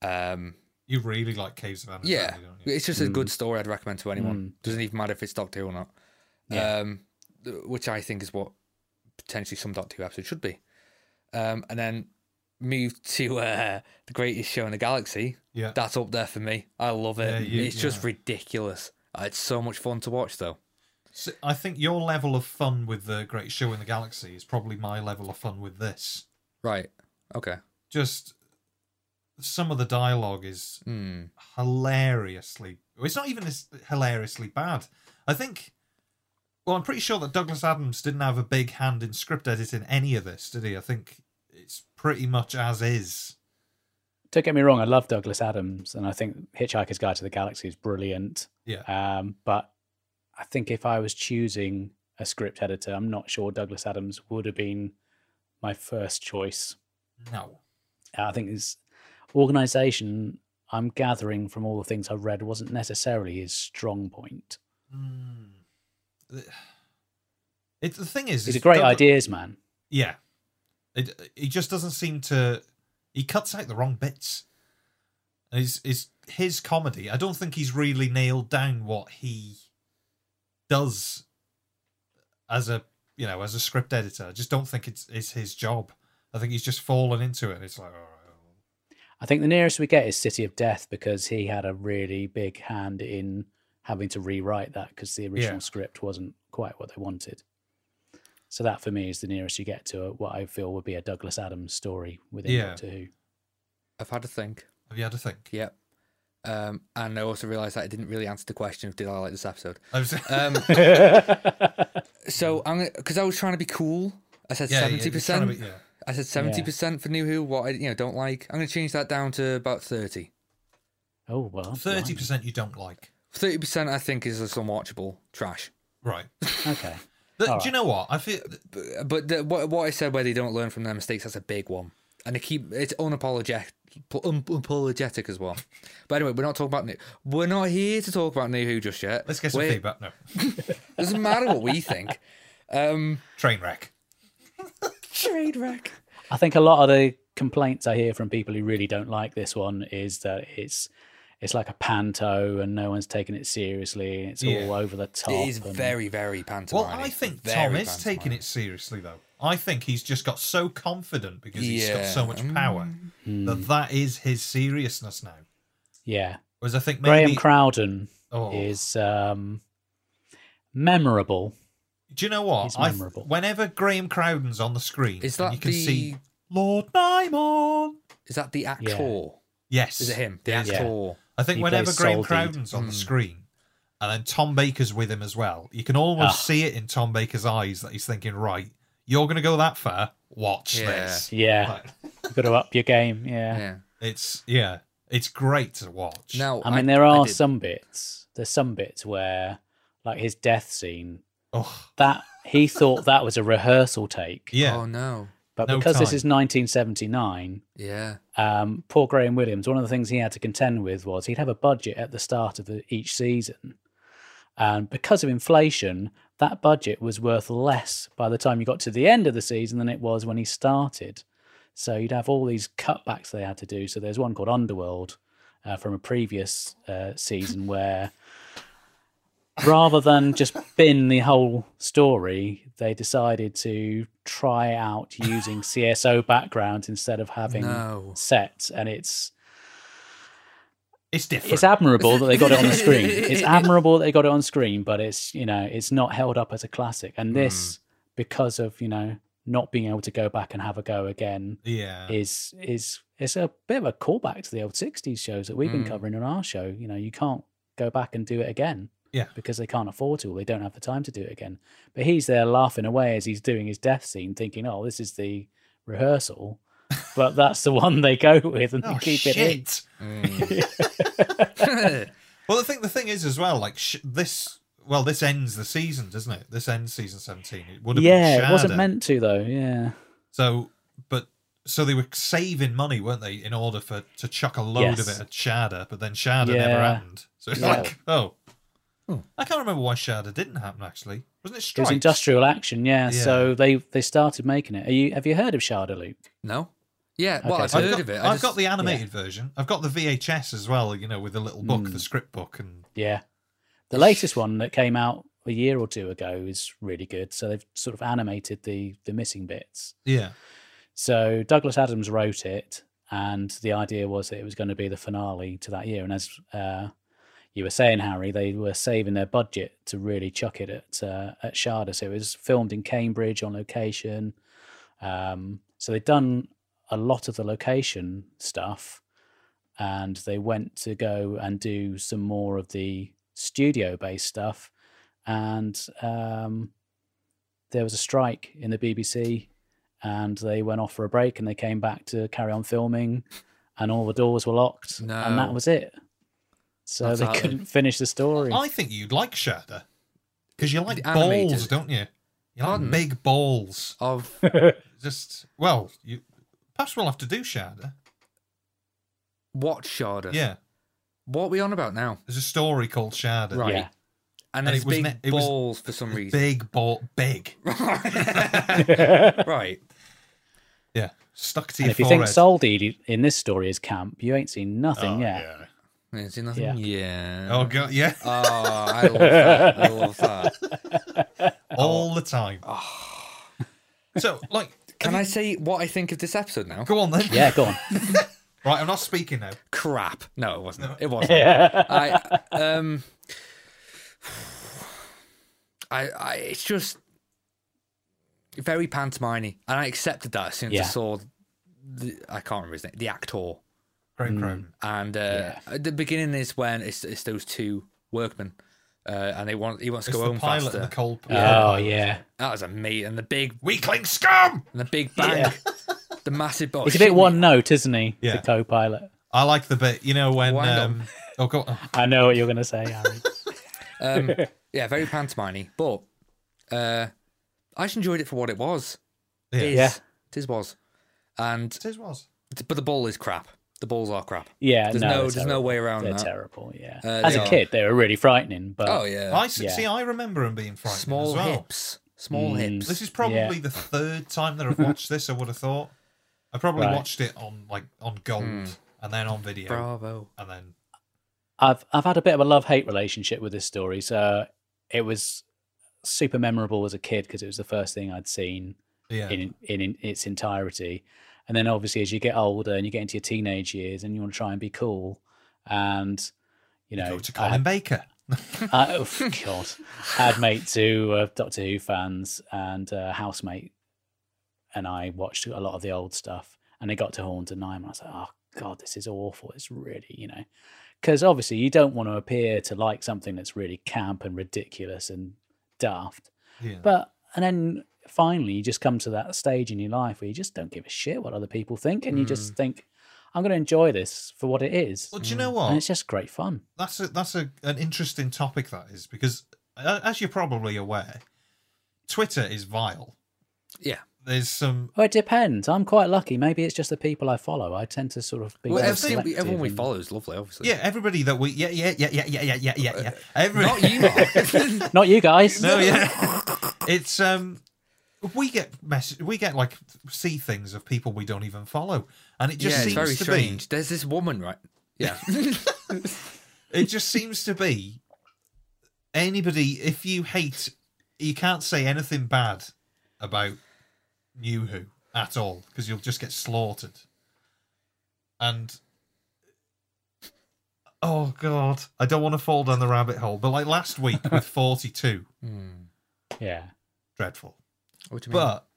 Speaker 1: Um,
Speaker 2: You really like Caves of Anarchy,
Speaker 1: yeah,
Speaker 2: don't you?
Speaker 1: it's just a
Speaker 4: Mm.
Speaker 1: good story. I'd recommend to anyone. Doesn't even matter if it's Doctor Who or not.
Speaker 4: Yeah.
Speaker 1: Um, th- which I think is what potentially some Doctor Who episodes should be. Um, and then move to uh, the greatest show in the galaxy,
Speaker 2: Yeah.
Speaker 1: that's up there for me. I love it.
Speaker 2: Yeah, you-
Speaker 1: it's just
Speaker 2: yeah.
Speaker 1: ridiculous. Uh, It's so much fun to watch, though.
Speaker 2: So I think your level of fun with the Great Show in the Galaxy is probably my level of fun with this.
Speaker 1: Right. Okay.
Speaker 2: Just some of the dialogue is
Speaker 1: Hmm.
Speaker 2: hilariously. It's not even as hilariously bad. I think. Well, I'm pretty sure that Douglas Adams didn't have a big hand in script editing any of this, did he? I think it's pretty much as is.
Speaker 4: Don't get me wrong, I love Douglas Adams, and I think Hitchhiker's Guide to the Galaxy is brilliant.
Speaker 2: Yeah.
Speaker 4: Um, but I think if I was choosing a script editor, I'm not sure Douglas Adams would have been my first choice.
Speaker 2: No.
Speaker 4: Uh, I think his organization, I'm gathering from all the things I've read, wasn't necessarily his strong point.
Speaker 2: Mm. It, the thing is,
Speaker 4: He's a
Speaker 2: it's
Speaker 4: great
Speaker 2: Doug-
Speaker 4: ideas man.
Speaker 2: Yeah. It, he just doesn't seem to. He cuts out the wrong bits. Is is his comedy? I don't think he's really nailed down what he does as a you know as a script editor. I just don't think it's it's his job. I think he's just fallen into it. And it's like, "Oh, all right,
Speaker 4: I think the nearest we get is City of Death because he had a really big hand in having to rewrite that because the original
Speaker 2: Yeah.
Speaker 4: script wasn't quite what they wanted. So that for me is the nearest you get to what I feel would be a Douglas Adams story within
Speaker 2: Yeah.
Speaker 4: Doctor Who.
Speaker 1: I've had a think.
Speaker 2: have you had a think?
Speaker 1: Yep. Um, and I also realised that I didn't really answer the question of did I like this episode.
Speaker 2: I was-
Speaker 1: Um, so I'm because I was trying to be cool. I said
Speaker 2: Yeah, yeah,
Speaker 1: seventy
Speaker 2: it's trying to be-
Speaker 1: percent.
Speaker 2: Yeah,
Speaker 1: I said seventy percent for New Who. What I you know don't like. I'm going to change that down to about thirty.
Speaker 4: oh well,
Speaker 2: thirty
Speaker 4: blimey.
Speaker 2: percent you don't like,
Speaker 1: Thirty percent I think is some watchable trash.
Speaker 2: right?
Speaker 4: Okay,
Speaker 2: But
Speaker 4: All
Speaker 2: do you know what? I feel
Speaker 1: But, but the, what what I said where they don't learn from their mistakes that's a big one, and they keep it's unapologetic un- unapologetic as well. But anyway, we're not talking about new. We're not here to talk about New Who just yet.
Speaker 2: let's get some
Speaker 1: We're-
Speaker 2: feedback. No,
Speaker 1: Doesn't matter what we think. Um,
Speaker 2: train wreck.
Speaker 1: Trade wreck.
Speaker 4: I think a lot of the complaints I hear from people who really don't like this one is that it's it's like a panto and no one's taking it seriously. It's
Speaker 2: Yeah.
Speaker 4: all over the top.
Speaker 1: It is
Speaker 4: and-
Speaker 1: very very
Speaker 2: Well,
Speaker 1: pantomime.
Speaker 2: I think Tom
Speaker 1: very
Speaker 2: is taking
Speaker 1: pantomime.
Speaker 2: it seriously, though. I think he's just got so confident because he's got so
Speaker 1: Yeah. um,
Speaker 2: much power that that is his seriousness now.
Speaker 4: hmm, yeah.
Speaker 2: Whereas I think
Speaker 4: Graham
Speaker 2: maybe
Speaker 4: Crowden
Speaker 2: oh,
Speaker 4: is um, memorable.
Speaker 2: do you know what?
Speaker 4: is
Speaker 2: I,
Speaker 4: memorable.
Speaker 2: whenever Graham Crowden's on the screen,
Speaker 1: Is
Speaker 2: and
Speaker 1: that
Speaker 2: you can
Speaker 1: the-
Speaker 2: see Lord Nymon.
Speaker 1: Is that the actor?
Speaker 2: Yes,
Speaker 1: Is it him? The
Speaker 2: Yeah.
Speaker 1: actor.
Speaker 2: I think
Speaker 4: He
Speaker 2: whenever
Speaker 4: plays
Speaker 2: Graham
Speaker 4: Sol Deed.
Speaker 2: Crowden's on the
Speaker 1: Mm.
Speaker 2: screen, and then Tom Baker's with him as well, you can almost
Speaker 4: Ah.
Speaker 2: see it in Tom Baker's eyes that he's thinking, right, you're going to go that far. Watch
Speaker 1: Yeah.
Speaker 2: this.
Speaker 4: Yeah,
Speaker 2: Like,
Speaker 4: you've got to up your game. Yeah.
Speaker 1: Yeah.
Speaker 2: it's yeah, it's great to watch.
Speaker 1: Now
Speaker 4: I mean, there are
Speaker 1: did-
Speaker 4: some bits. There's some bits where, like his death scene,
Speaker 2: Oh,
Speaker 4: that he thought that was a rehearsal take,
Speaker 2: yeah.
Speaker 1: Oh no.
Speaker 4: but
Speaker 2: no
Speaker 4: because this
Speaker 2: time.
Speaker 4: is 1979,
Speaker 1: Yeah.
Speaker 4: um, poor Graham Williams, one of the things he had to contend with was he'd have a budget at the start of the, each season. And because of inflation, that budget was worth less by the time you got to the end of the season than it was when he started. So you'd have all these cutbacks they had to do. So there's one called Underworld uh, from a previous uh, season where rather than just bin the whole story, they decided to try out using CSO backgrounds instead of having
Speaker 1: No.
Speaker 4: set and it's
Speaker 2: It's different.
Speaker 4: It's admirable that they got it on the screen. It's admirable that they got it on screen, but it's you know it's not held up as a classic.
Speaker 2: Hmm.
Speaker 4: And this, because of you know not being able to go back and have a go again,
Speaker 2: yeah.
Speaker 4: is is it's a bit of a callback to the old '60s shows that we've been
Speaker 2: Hmm.
Speaker 1: Mm.
Speaker 4: covering on our show. You know, you can't go back and do it again,
Speaker 2: Yeah.
Speaker 4: because they can't afford to, or they don't have the time to do it again. But he's there laughing away as he's doing his death scene, thinking, "Oh, this is the rehearsal," but that's the one they go with and they
Speaker 2: oh,
Speaker 4: keep
Speaker 2: shit.
Speaker 4: it in.
Speaker 1: Mm.
Speaker 2: Well, the thing the thing is as well, like sh- this. Well, this ends the season, doesn't it? This ends season seventeen. It would have been
Speaker 4: Yeah, it wasn't
Speaker 2: Shada.
Speaker 4: meant to though. Yeah,
Speaker 2: So, but so they were saving money, weren't they, in order for to chuck a load
Speaker 4: Yes.
Speaker 2: of it at Shada, but then Shada never
Speaker 4: Yeah.
Speaker 2: happened. So it's
Speaker 4: Yeah.
Speaker 2: like, oh,
Speaker 1: Hmm.
Speaker 2: I can't remember why Shada didn't happen. Actually, wasn't it
Speaker 4: it was
Speaker 2: strikes?
Speaker 4: industrial action. Yeah,
Speaker 2: Yeah.
Speaker 4: so they they started making it. Are you have you heard of Sharda Luke?
Speaker 1: no. Yeah, well,
Speaker 4: Okay.
Speaker 1: I've
Speaker 2: I've,
Speaker 1: heard
Speaker 2: got,
Speaker 1: of it. I
Speaker 2: I've
Speaker 1: just-
Speaker 2: got the animated version. I've got the VHS as well. You know, with the little book,
Speaker 1: Hmm.
Speaker 4: Mm.
Speaker 2: the script book, and
Speaker 4: Yeah. The latest one that came out a year or two ago is really good. So they've sort of animated the the missing bits.
Speaker 2: yeah,
Speaker 4: So Douglas Adams wrote it, and the idea was that it was going to be the finale to that year. And as uh, you were saying, Harry, they were saving their budget to really chuck it at uh, at Sharda. So it was filmed in Cambridge on location. Um, so they'd done a lot of the location stuff, and they went to go and do some more of the studio based stuff. And um, there was a strike in the BBC, and they went off for a break, and they came back to carry on filming, and all the doors were locked, and
Speaker 1: No.
Speaker 4: that was it. So
Speaker 1: That's
Speaker 4: they
Speaker 1: how it-
Speaker 4: couldn't finish the story.
Speaker 2: I think you'd like Shada because you like
Speaker 1: The animated.
Speaker 2: balls, don't you? You like
Speaker 1: Pardon?
Speaker 2: big balls.
Speaker 1: of
Speaker 2: Just well, you perhaps we'll have to do Shada.
Speaker 1: what Sharda?
Speaker 2: Yeah,
Speaker 1: What are we on about now?
Speaker 2: there's a story called Shada.
Speaker 1: Right.
Speaker 4: Yeah.
Speaker 1: And,
Speaker 2: And
Speaker 1: it's
Speaker 2: it was
Speaker 1: big
Speaker 2: ne- it was-
Speaker 1: balls for some reason.
Speaker 2: Big ball, big.
Speaker 1: right.
Speaker 2: Yeah, stuck to
Speaker 4: And
Speaker 2: your
Speaker 4: if you
Speaker 2: forehead.
Speaker 4: think Soldi in this story is camp, you ain't seen nothing
Speaker 2: Oh,
Speaker 4: yet.
Speaker 1: I didn't see nothing. Yeah.
Speaker 2: Oh god, yeah,
Speaker 1: Oh, I love that. I love that.
Speaker 2: all the time.
Speaker 1: Oh.
Speaker 2: so, like,
Speaker 1: Can I say what I think of this episode now?
Speaker 2: go on then.
Speaker 4: Yeah, go on.
Speaker 2: Right, I'm not speaking now.
Speaker 1: Crap. No, it wasn't. It wasn't. I um I I it's just very pantomimey. And I accepted that as soon as I
Speaker 4: Yeah.
Speaker 1: saw the I can't remember his name, the actor.
Speaker 2: Graham Cronin.
Speaker 1: And uh,
Speaker 4: Yeah.
Speaker 1: at the beginning is when it's, it's those two workmen, uh, and they want he wants to
Speaker 2: It's
Speaker 1: go
Speaker 2: the
Speaker 1: home
Speaker 2: pilot
Speaker 1: faster.
Speaker 2: and the cold.
Speaker 4: Oh yeah,
Speaker 1: that was a mate, and the big
Speaker 2: Weakling scum.
Speaker 1: and the big bang,
Speaker 4: Yeah.
Speaker 1: the massive box.
Speaker 4: he's a bit one note, isn't he?
Speaker 2: Yeah.
Speaker 4: The co-pilot.
Speaker 2: I like the bit. You know when?
Speaker 1: Wang
Speaker 2: Um, oh god, oh,
Speaker 4: I know what you're going to say, Harry.
Speaker 1: Um, yeah, very pantomimey, but uh, I just enjoyed it for what it was.
Speaker 2: Yeah.
Speaker 1: Tis,
Speaker 4: Yeah.
Speaker 1: tis was, and
Speaker 2: it was.
Speaker 1: but the ball is crap. The balls are crap.
Speaker 4: Yeah,
Speaker 1: There's
Speaker 4: no,
Speaker 1: no,
Speaker 4: they're
Speaker 1: there's no
Speaker 4: terrible.
Speaker 1: way around
Speaker 4: They're
Speaker 1: that.
Speaker 4: terrible. Yeah,
Speaker 1: Uh,
Speaker 4: as
Speaker 1: they
Speaker 4: a
Speaker 1: are.
Speaker 4: kid, they were really frightening. But
Speaker 1: Oh yeah,
Speaker 2: I s-
Speaker 4: Uh, Yeah.
Speaker 2: see. I remember him being frightened
Speaker 1: small
Speaker 2: as well.
Speaker 1: hips, small
Speaker 4: Mm.
Speaker 1: hips.
Speaker 2: This is probably
Speaker 4: Yeah.
Speaker 2: the third time that I've watched this. I would have thought. I probably
Speaker 4: Right. Hmm.
Speaker 2: watched it on like on gold and then on video
Speaker 1: Bravo.
Speaker 2: and then
Speaker 4: I've I've had a bit of a love hate relationship with this story. So it was super memorable as a kid because it was the first thing I'd seen.
Speaker 2: yeah.
Speaker 4: in, in in its entirety. And then obviously as you get older and you get into your teenage years and you want to try and be cool and you know
Speaker 2: Go to
Speaker 4: I,
Speaker 2: Colin Baker.
Speaker 4: I, oh, God, I had mates who were uh, Doctor Who fans and uh, housemate and I watched a lot of the old stuff and they got to Horns and Nine and I was like, oh God, this is awful. It's really, you know, because obviously you don't want to appear to like something that's really camp and ridiculous and daft.
Speaker 2: Yeah.
Speaker 4: But and then finally, you just come to that stage in your life where you just don't give a shit what other people think, and you
Speaker 1: Mm.
Speaker 4: just think, "I'm going to enjoy this for what it is,"
Speaker 2: well, do you know
Speaker 1: oh.
Speaker 4: and
Speaker 2: what?
Speaker 4: it's just great fun.
Speaker 2: That's a, that's a, an interesting topic that is because, uh, as you're probably aware, Twitter is vile.
Speaker 1: Yeah.
Speaker 2: There's some.
Speaker 4: Well, it depends. I'm quite lucky. Maybe it's just the people I follow. I tend to sort of be.
Speaker 1: Well,
Speaker 4: more
Speaker 1: everything, we-
Speaker 4: selective
Speaker 1: everyone we
Speaker 4: and-
Speaker 1: follow is lovely, obviously.
Speaker 2: Yeah, everybody that we. Yeah, yeah, yeah, yeah, yeah, yeah, yeah, yeah, yeah. Everybody.
Speaker 1: Not you. Mark.
Speaker 4: Not you guys.
Speaker 2: no, yeah. It's um, we get mess. We get like see things of people we don't even follow, and it just
Speaker 1: yeah, it's
Speaker 2: seems
Speaker 1: very
Speaker 2: to
Speaker 1: strange. There's this woman, right? Yeah.
Speaker 2: be. It just seems to be. Anybody, if you hate, you can't say anything bad about New Who at all because you'll just get slaughtered. And oh god, I don't want to fall down the rabbit hole. But like last week with forty-two,
Speaker 1: Hmm.
Speaker 4: Yeah.
Speaker 2: dreadful.
Speaker 1: What do you mean?
Speaker 2: But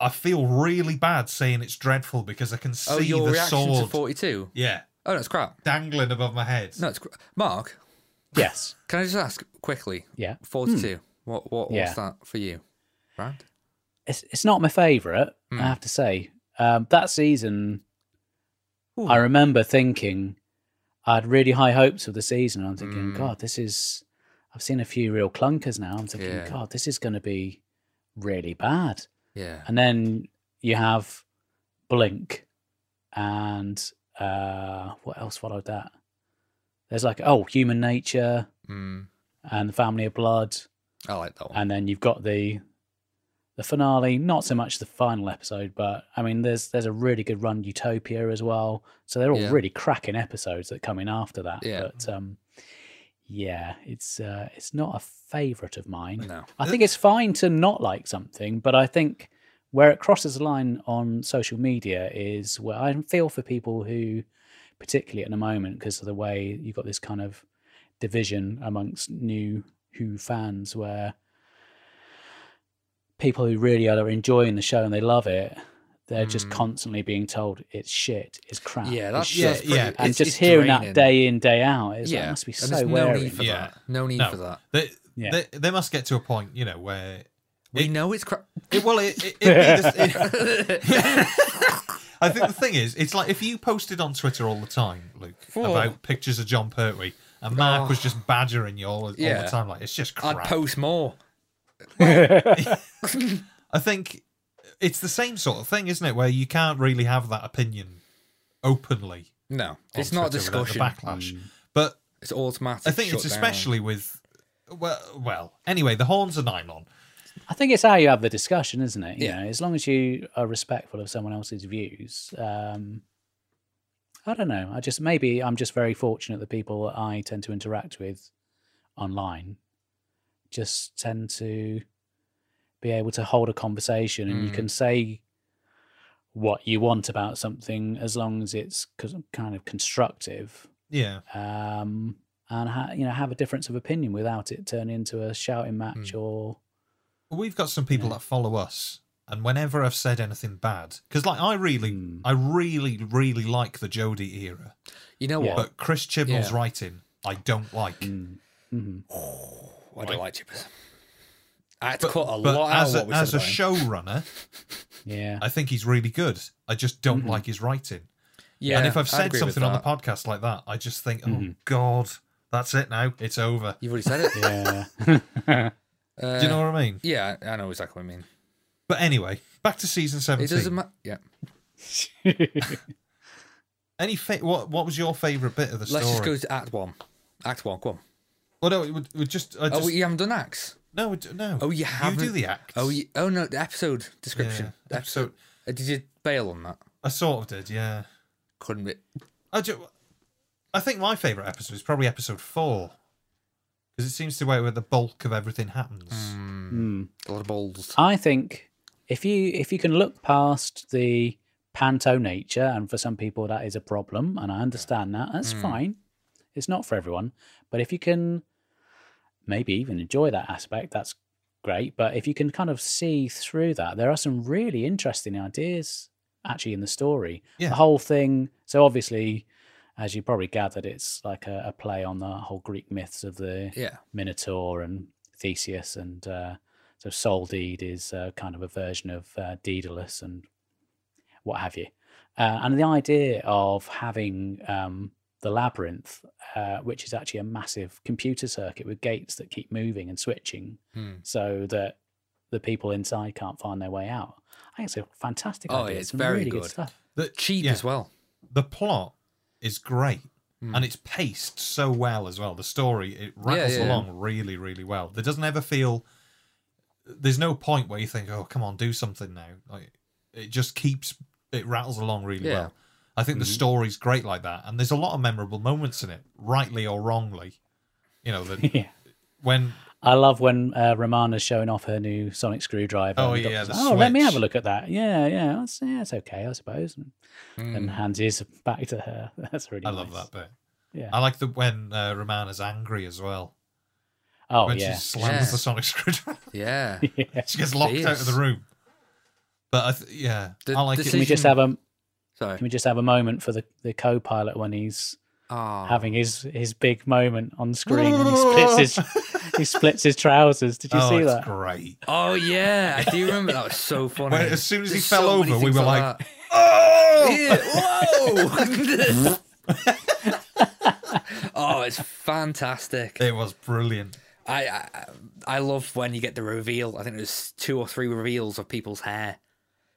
Speaker 2: I feel really bad saying it's dreadful because I can see
Speaker 1: oh, your
Speaker 2: the
Speaker 1: reaction
Speaker 2: sword.
Speaker 1: to 42?
Speaker 2: Yeah,
Speaker 1: Oh, that's crap.
Speaker 2: dangling above my head.
Speaker 1: No, it's cr- Mark.
Speaker 4: Yes.
Speaker 1: Can I just ask quickly?
Speaker 4: Yeah.
Speaker 1: 42. What what
Speaker 4: Hmm. Yeah.
Speaker 1: what's that for you? Right.
Speaker 4: It's it's not my favourite, I have to say. Um, that season, I remember thinking I had really high hopes of the season. and I'm thinking, God, this is. I've seen a few real clunkers now. I'm thinking,
Speaker 1: Yeah.
Speaker 4: God, this is going to be really bad.
Speaker 1: Yeah.
Speaker 4: And then you have Blink and uh, what else followed that? There's like, oh, Human Nature
Speaker 1: Mm.
Speaker 4: and The Family of Blood.
Speaker 1: I like that one.
Speaker 4: And then you've got the the finale, not so much the final episode, but I mean there's there's a really good run Utopia as well. So they're all
Speaker 1: Yeah.
Speaker 4: really cracking episodes that come in after that.
Speaker 1: Yeah.
Speaker 4: But um yeah, it's uh, it's not a favorite of mine.
Speaker 1: no.
Speaker 4: I think it's fine to not like something, but I think where it crosses the line on social media is where I feel for people who, particularly at the moment, because of the way you've got this kind of division amongst new Who fans, where people who really are enjoying the show and they love it, they're just constantly being told it's shit, it's crap.
Speaker 1: Mm. Yeah,
Speaker 4: it's
Speaker 1: that's,
Speaker 4: shit."
Speaker 2: yeah,
Speaker 1: that's pretty,
Speaker 2: yeah.
Speaker 4: and
Speaker 1: it's-
Speaker 4: just
Speaker 1: it's
Speaker 4: hearing
Speaker 1: draining.
Speaker 4: that day in day out, it's like,
Speaker 1: yeah.
Speaker 4: must be
Speaker 1: And
Speaker 4: so
Speaker 1: there's no
Speaker 4: wearing.
Speaker 1: need for
Speaker 2: Yeah.
Speaker 1: that. No need
Speaker 2: No.
Speaker 1: for that.
Speaker 2: They,
Speaker 4: Yeah.
Speaker 2: they, they must get to a point, you know, where
Speaker 1: We know it's crap.
Speaker 2: it, well, it, it, it'd be the- it- I think the thing is, it's like if you posted on Twitter all the time, Luke, about pictures of John Pertwee, and Mark was just badgering you all, all
Speaker 1: Oh. Yeah.
Speaker 2: the time, like it's just crap.
Speaker 1: I'd post more.
Speaker 2: I think it's the same sort of thing, isn't it? Where you can't really have that opinion openly.
Speaker 1: No,
Speaker 2: on
Speaker 1: it's not a
Speaker 2: Twitter without
Speaker 1: discussion. Mm.
Speaker 2: The backlash, but
Speaker 1: It's automatic.
Speaker 2: I think it's
Speaker 1: shut down.
Speaker 2: especially with well, well. Anyway, the horns are nylon.
Speaker 4: I think it's how you have the discussion, isn't it? You
Speaker 1: Yeah.
Speaker 4: know, as long as you are respectful of someone else's views. Um, I don't know. I just maybe I'm just very fortunate that people that I tend to interact with online just tend to be able to hold a conversation and you
Speaker 1: Mm.
Speaker 4: can say what you want about something as long as it's cos- kind of constructive
Speaker 2: Yeah,
Speaker 4: um, and ha- you know have a difference of opinion without it turning into a shouting match
Speaker 1: Mm.
Speaker 4: or
Speaker 2: we've got some people that follow us, and whenever I've said anything bad, because like I really,
Speaker 4: Hmm.
Speaker 2: I really, really like the Jodie era,
Speaker 1: You know
Speaker 4: Yeah.
Speaker 1: what?
Speaker 2: but Chris Chibnall's
Speaker 1: Yeah. Hmm.
Speaker 2: writing, I don't like.
Speaker 4: Mm. Mhm.
Speaker 1: I don't like chippers. I had to
Speaker 2: But-
Speaker 1: cut a
Speaker 2: but
Speaker 1: lot out of
Speaker 2: as a,
Speaker 1: what we
Speaker 2: as
Speaker 1: said
Speaker 2: a
Speaker 1: about him.
Speaker 2: showrunner,
Speaker 4: Yeah.
Speaker 2: I think he's really good. I just don't like his writing.
Speaker 1: Hmm. Yeah,
Speaker 2: and if I've
Speaker 1: I'd
Speaker 2: said
Speaker 1: agree with
Speaker 2: something on the
Speaker 1: that. Hmm.
Speaker 2: podcast like that, I just think, oh god, that's it now. It's over.
Speaker 1: you've already said it.
Speaker 4: Yeah.
Speaker 1: Uh,
Speaker 2: Do you know what I mean?
Speaker 1: Yeah, I know exactly what I mean.
Speaker 2: But anyway, back to season
Speaker 1: It
Speaker 2: seventeen.
Speaker 1: doesn't matter. Yeah,
Speaker 2: Any fa- what what was your favourite bit of the
Speaker 1: let's
Speaker 2: story?
Speaker 1: just go to Act One. Act One, go on.
Speaker 2: Oh no, it would, it would just, I just
Speaker 1: Oh, you haven't done acts.
Speaker 2: no it- no.
Speaker 1: Oh, you haven't.
Speaker 2: do the act.
Speaker 1: Oh, you, oh no, the episode description.
Speaker 2: Yeah,
Speaker 1: episode.
Speaker 2: episode.
Speaker 1: Uh, Did you bail on that?
Speaker 2: I sort of did. Yeah.
Speaker 1: Couldn't it?
Speaker 2: I ju- I think my favourite episode is probably episode four because it seems to be where the bulk of everything happens.
Speaker 4: Mm.
Speaker 1: A lot of balls.
Speaker 4: I think if you if you can look past the panto nature, and for some people that is a problem, and I understand that, that's fine. It's not for everyone, but if you can maybe even enjoy that aspect, that's great. But if you can kind of see through that, there are some really interesting ideas actually in the story.
Speaker 2: Yeah.
Speaker 4: The whole thing. So obviously, as you probably gathered, it's like a, a play on the whole Greek myths of the
Speaker 1: Yeah.
Speaker 4: Minotaur and Theseus, and uh, so Soul Deed is uh, kind of a version of uh, Daedalus and what have you. Uh, and the idea of having um, the labyrinth, uh, which is actually a massive computer circuit with gates that keep moving and switching,
Speaker 1: Hmm.
Speaker 4: so that the people inside can't find their way out. I think it's a fantastic
Speaker 1: Oh,
Speaker 4: idea.
Speaker 1: it's
Speaker 4: some
Speaker 1: very
Speaker 4: really
Speaker 1: good.
Speaker 4: stuff.
Speaker 2: The-
Speaker 1: Cheap
Speaker 2: yeah.
Speaker 1: as well.
Speaker 2: the plot is great and it's paced so well as well the story it rattles
Speaker 1: Hmm. yeah, yeah.
Speaker 2: along really really well there doesn't ever feel there's no point where you think oh come on do something now like it just keeps it rattles along really
Speaker 1: Yeah. Mm-hmm.
Speaker 2: well i think the story's great like that and there's a lot of memorable moments in it rightly or wrongly you know the,
Speaker 4: Yeah.
Speaker 2: when
Speaker 4: I love when uh, Romana's showing off her new sonic screwdriver.
Speaker 2: Oh,
Speaker 4: and the
Speaker 2: yeah,
Speaker 4: doctor's
Speaker 2: the
Speaker 4: like, oh, let me
Speaker 2: switch."
Speaker 4: have a look at that. Yeah, yeah,
Speaker 1: Mm.
Speaker 4: that's, yeah, it's okay, I suppose. And, and hands his back to her. That's really.
Speaker 2: Mm. i love
Speaker 4: nice.
Speaker 2: that bit
Speaker 4: Yeah.
Speaker 2: I like the when uh, Romana's angry as well.
Speaker 4: Oh
Speaker 2: when
Speaker 4: yeah.
Speaker 2: she slams
Speaker 1: Yeah.
Speaker 2: the sonic screwdriver,
Speaker 1: Yeah.
Speaker 4: yeah.
Speaker 2: she gets locked out of the
Speaker 1: is.
Speaker 2: room. But I th- yeah,
Speaker 1: The-
Speaker 2: I like
Speaker 1: the
Speaker 2: it.
Speaker 4: Can we just
Speaker 1: Decision-
Speaker 4: have a
Speaker 1: Sorry.
Speaker 4: can we just have a moment for the, the co-pilot when he's
Speaker 1: Ah.
Speaker 4: having his his big moment on screen and he splits his he splits his trousers. Did you
Speaker 2: oh,
Speaker 4: see
Speaker 2: it's
Speaker 4: that?
Speaker 2: great.
Speaker 1: Oh yeah, I do remember that was so funny.
Speaker 2: When- as soon as he
Speaker 1: There's
Speaker 2: fell
Speaker 1: so many
Speaker 2: over, we
Speaker 1: things
Speaker 2: were
Speaker 1: that. Yeah,
Speaker 2: Oh,
Speaker 1: whoa! oh, it's fantastic.
Speaker 2: it was brilliant.
Speaker 1: I, I I love when you get the reveal. I think there's two or three reveals of people's hair.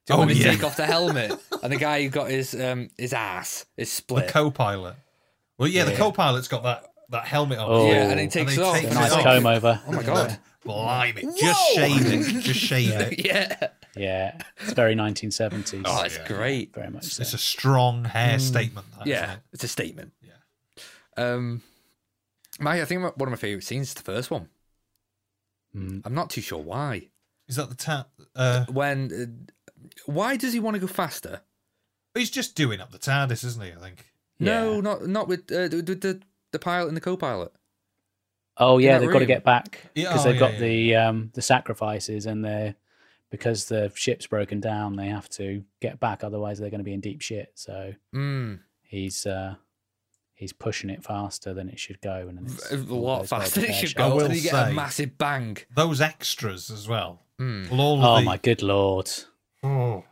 Speaker 1: Do you
Speaker 2: Oh,
Speaker 1: when they
Speaker 2: yeah.
Speaker 1: take off the helmet and the guy who got his um his ass is
Speaker 2: The
Speaker 1: split.
Speaker 2: co-pilot. Well, yeah, the co-pilot's got that that helmet on.
Speaker 4: Oh.
Speaker 1: yeah, and he
Speaker 4: And
Speaker 1: takes
Speaker 2: they
Speaker 1: it off.
Speaker 2: take
Speaker 1: and
Speaker 2: it
Speaker 1: it's
Speaker 4: Nice
Speaker 2: off.
Speaker 1: like,
Speaker 4: comb over.
Speaker 1: Oh my god!
Speaker 2: Blimey, just shave it. Just shave it.
Speaker 1: Yeah,
Speaker 4: Yeah, it's very 1970s.
Speaker 1: oh,
Speaker 2: Oh,
Speaker 1: it's
Speaker 2: yeah.
Speaker 1: great.
Speaker 4: Very much. So.
Speaker 2: It's a strong hair
Speaker 4: Mm.
Speaker 2: statement. That,
Speaker 1: yeah,
Speaker 2: isn't it?
Speaker 1: it's a statement.
Speaker 2: Yeah.
Speaker 1: Um, my I think one of my favorite scenes is the first one.
Speaker 4: Mm.
Speaker 1: I'm not too sure why.
Speaker 2: Is that the tap? Uh,
Speaker 1: When uh, why does he want to go faster?
Speaker 2: he's just doing up the TARDIS, isn't he? I think.
Speaker 1: No,
Speaker 4: Yeah.
Speaker 1: not not with uh, the, the the pilot and the co-pilot.
Speaker 4: Oh yeah,
Speaker 1: that
Speaker 4: they've got to
Speaker 1: room.
Speaker 4: get back
Speaker 2: Yeah,
Speaker 4: because
Speaker 2: oh,
Speaker 4: they've
Speaker 2: yeah,
Speaker 4: got
Speaker 2: yeah,
Speaker 4: the um, the sacrifices and they because the ship's broken down, they have to get back. Otherwise, they're going to be in deep shit. So
Speaker 2: Hmm.
Speaker 1: Mm,
Speaker 4: he's uh, he's pushing it faster than it should go, and then it's
Speaker 1: a
Speaker 4: all
Speaker 1: lot
Speaker 4: goes well
Speaker 1: faster. It
Speaker 4: prepared
Speaker 1: should
Speaker 2: I
Speaker 1: go.
Speaker 2: will
Speaker 1: And you get a
Speaker 2: say-
Speaker 1: massive bang.
Speaker 2: Those extras as well.
Speaker 1: Mm.
Speaker 2: All
Speaker 4: Oh
Speaker 2: the,
Speaker 4: my good lord!
Speaker 2: Oh.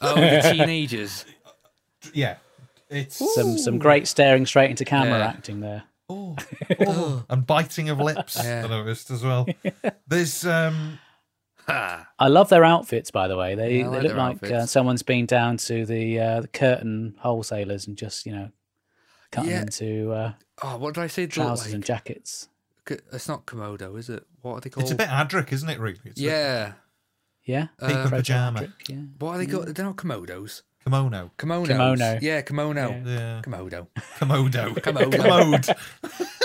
Speaker 1: Oh, the teenagers.
Speaker 2: Yeah. It's
Speaker 4: Some some great staring straight into camera
Speaker 1: Yeah.
Speaker 4: acting there.
Speaker 2: oh, oh, and biting of lips.
Speaker 1: Yeah.
Speaker 2: I noticed as well. There's um
Speaker 1: Ha.
Speaker 4: I love their outfits, by the way. They
Speaker 1: Yeah, I
Speaker 4: they
Speaker 1: like
Speaker 4: look
Speaker 1: their
Speaker 4: like uh,
Speaker 1: outfits.
Speaker 4: someone's been down to the uh, the curtain wholesalers and just you know cut
Speaker 1: Yeah.
Speaker 4: them into uh,
Speaker 1: Oh, what did I say? they look
Speaker 4: trousers and
Speaker 1: like?
Speaker 4: jackets.
Speaker 1: C- It's not Komodo, is it? What are they called?
Speaker 2: it's a bit adric, isn't it, really? It's a
Speaker 1: Oh.
Speaker 2: bit
Speaker 1: yeah.
Speaker 4: Yeah.
Speaker 1: Uh,
Speaker 2: paper pajama.
Speaker 4: Patrick, yeah.
Speaker 1: What are they
Speaker 2: Mm.
Speaker 1: called? They're not Komodos.
Speaker 2: Kimono.
Speaker 1: Kimonos.
Speaker 4: Kimono.
Speaker 1: Yeah, kimono.
Speaker 2: Yeah.
Speaker 1: Komodo.
Speaker 2: Komodo.
Speaker 1: Komodo.
Speaker 2: Commode.
Speaker 1: Um,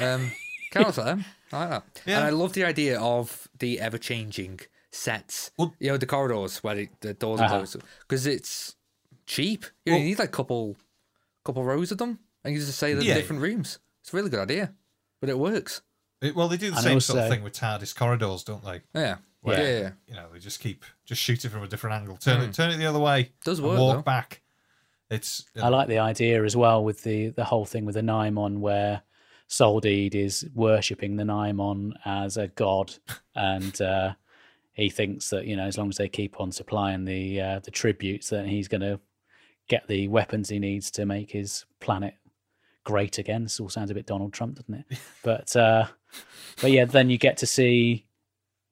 Speaker 1: can I also, um, I like that.
Speaker 2: Yeah.
Speaker 1: And I love the idea of the ever changing sets.
Speaker 2: Well-
Speaker 1: you know, the corridors where the, the doors are
Speaker 4: Uh-huh.
Speaker 1: closed because it's cheap. You, know, you need like a couple, couple rows of them, and you just say they're
Speaker 2: Yeah.
Speaker 1: different rooms. It's a really good idea, but it works.
Speaker 2: It- well, they do the
Speaker 4: And
Speaker 2: same sort of
Speaker 4: also-
Speaker 2: thing with TARDIS corridors, don't they?
Speaker 1: Yeah.
Speaker 2: Where,
Speaker 1: Yeah. yeah.
Speaker 2: You know, they just keep just shoot it from a different angle. Turn it, turn it the other way.
Speaker 1: Does
Speaker 2: and
Speaker 1: work,
Speaker 2: Walk
Speaker 1: though.
Speaker 2: back. It's
Speaker 4: I like the idea as well with the the whole thing with the Naimon where Soldeed is worshipping the Naimon as a god and uh he thinks that you know as long as they keep on supplying the uh, the tributes then he's going to get the weapons he needs to make his planet great again this all sounds a bit donald trump doesn't it but uh but yeah then you get to see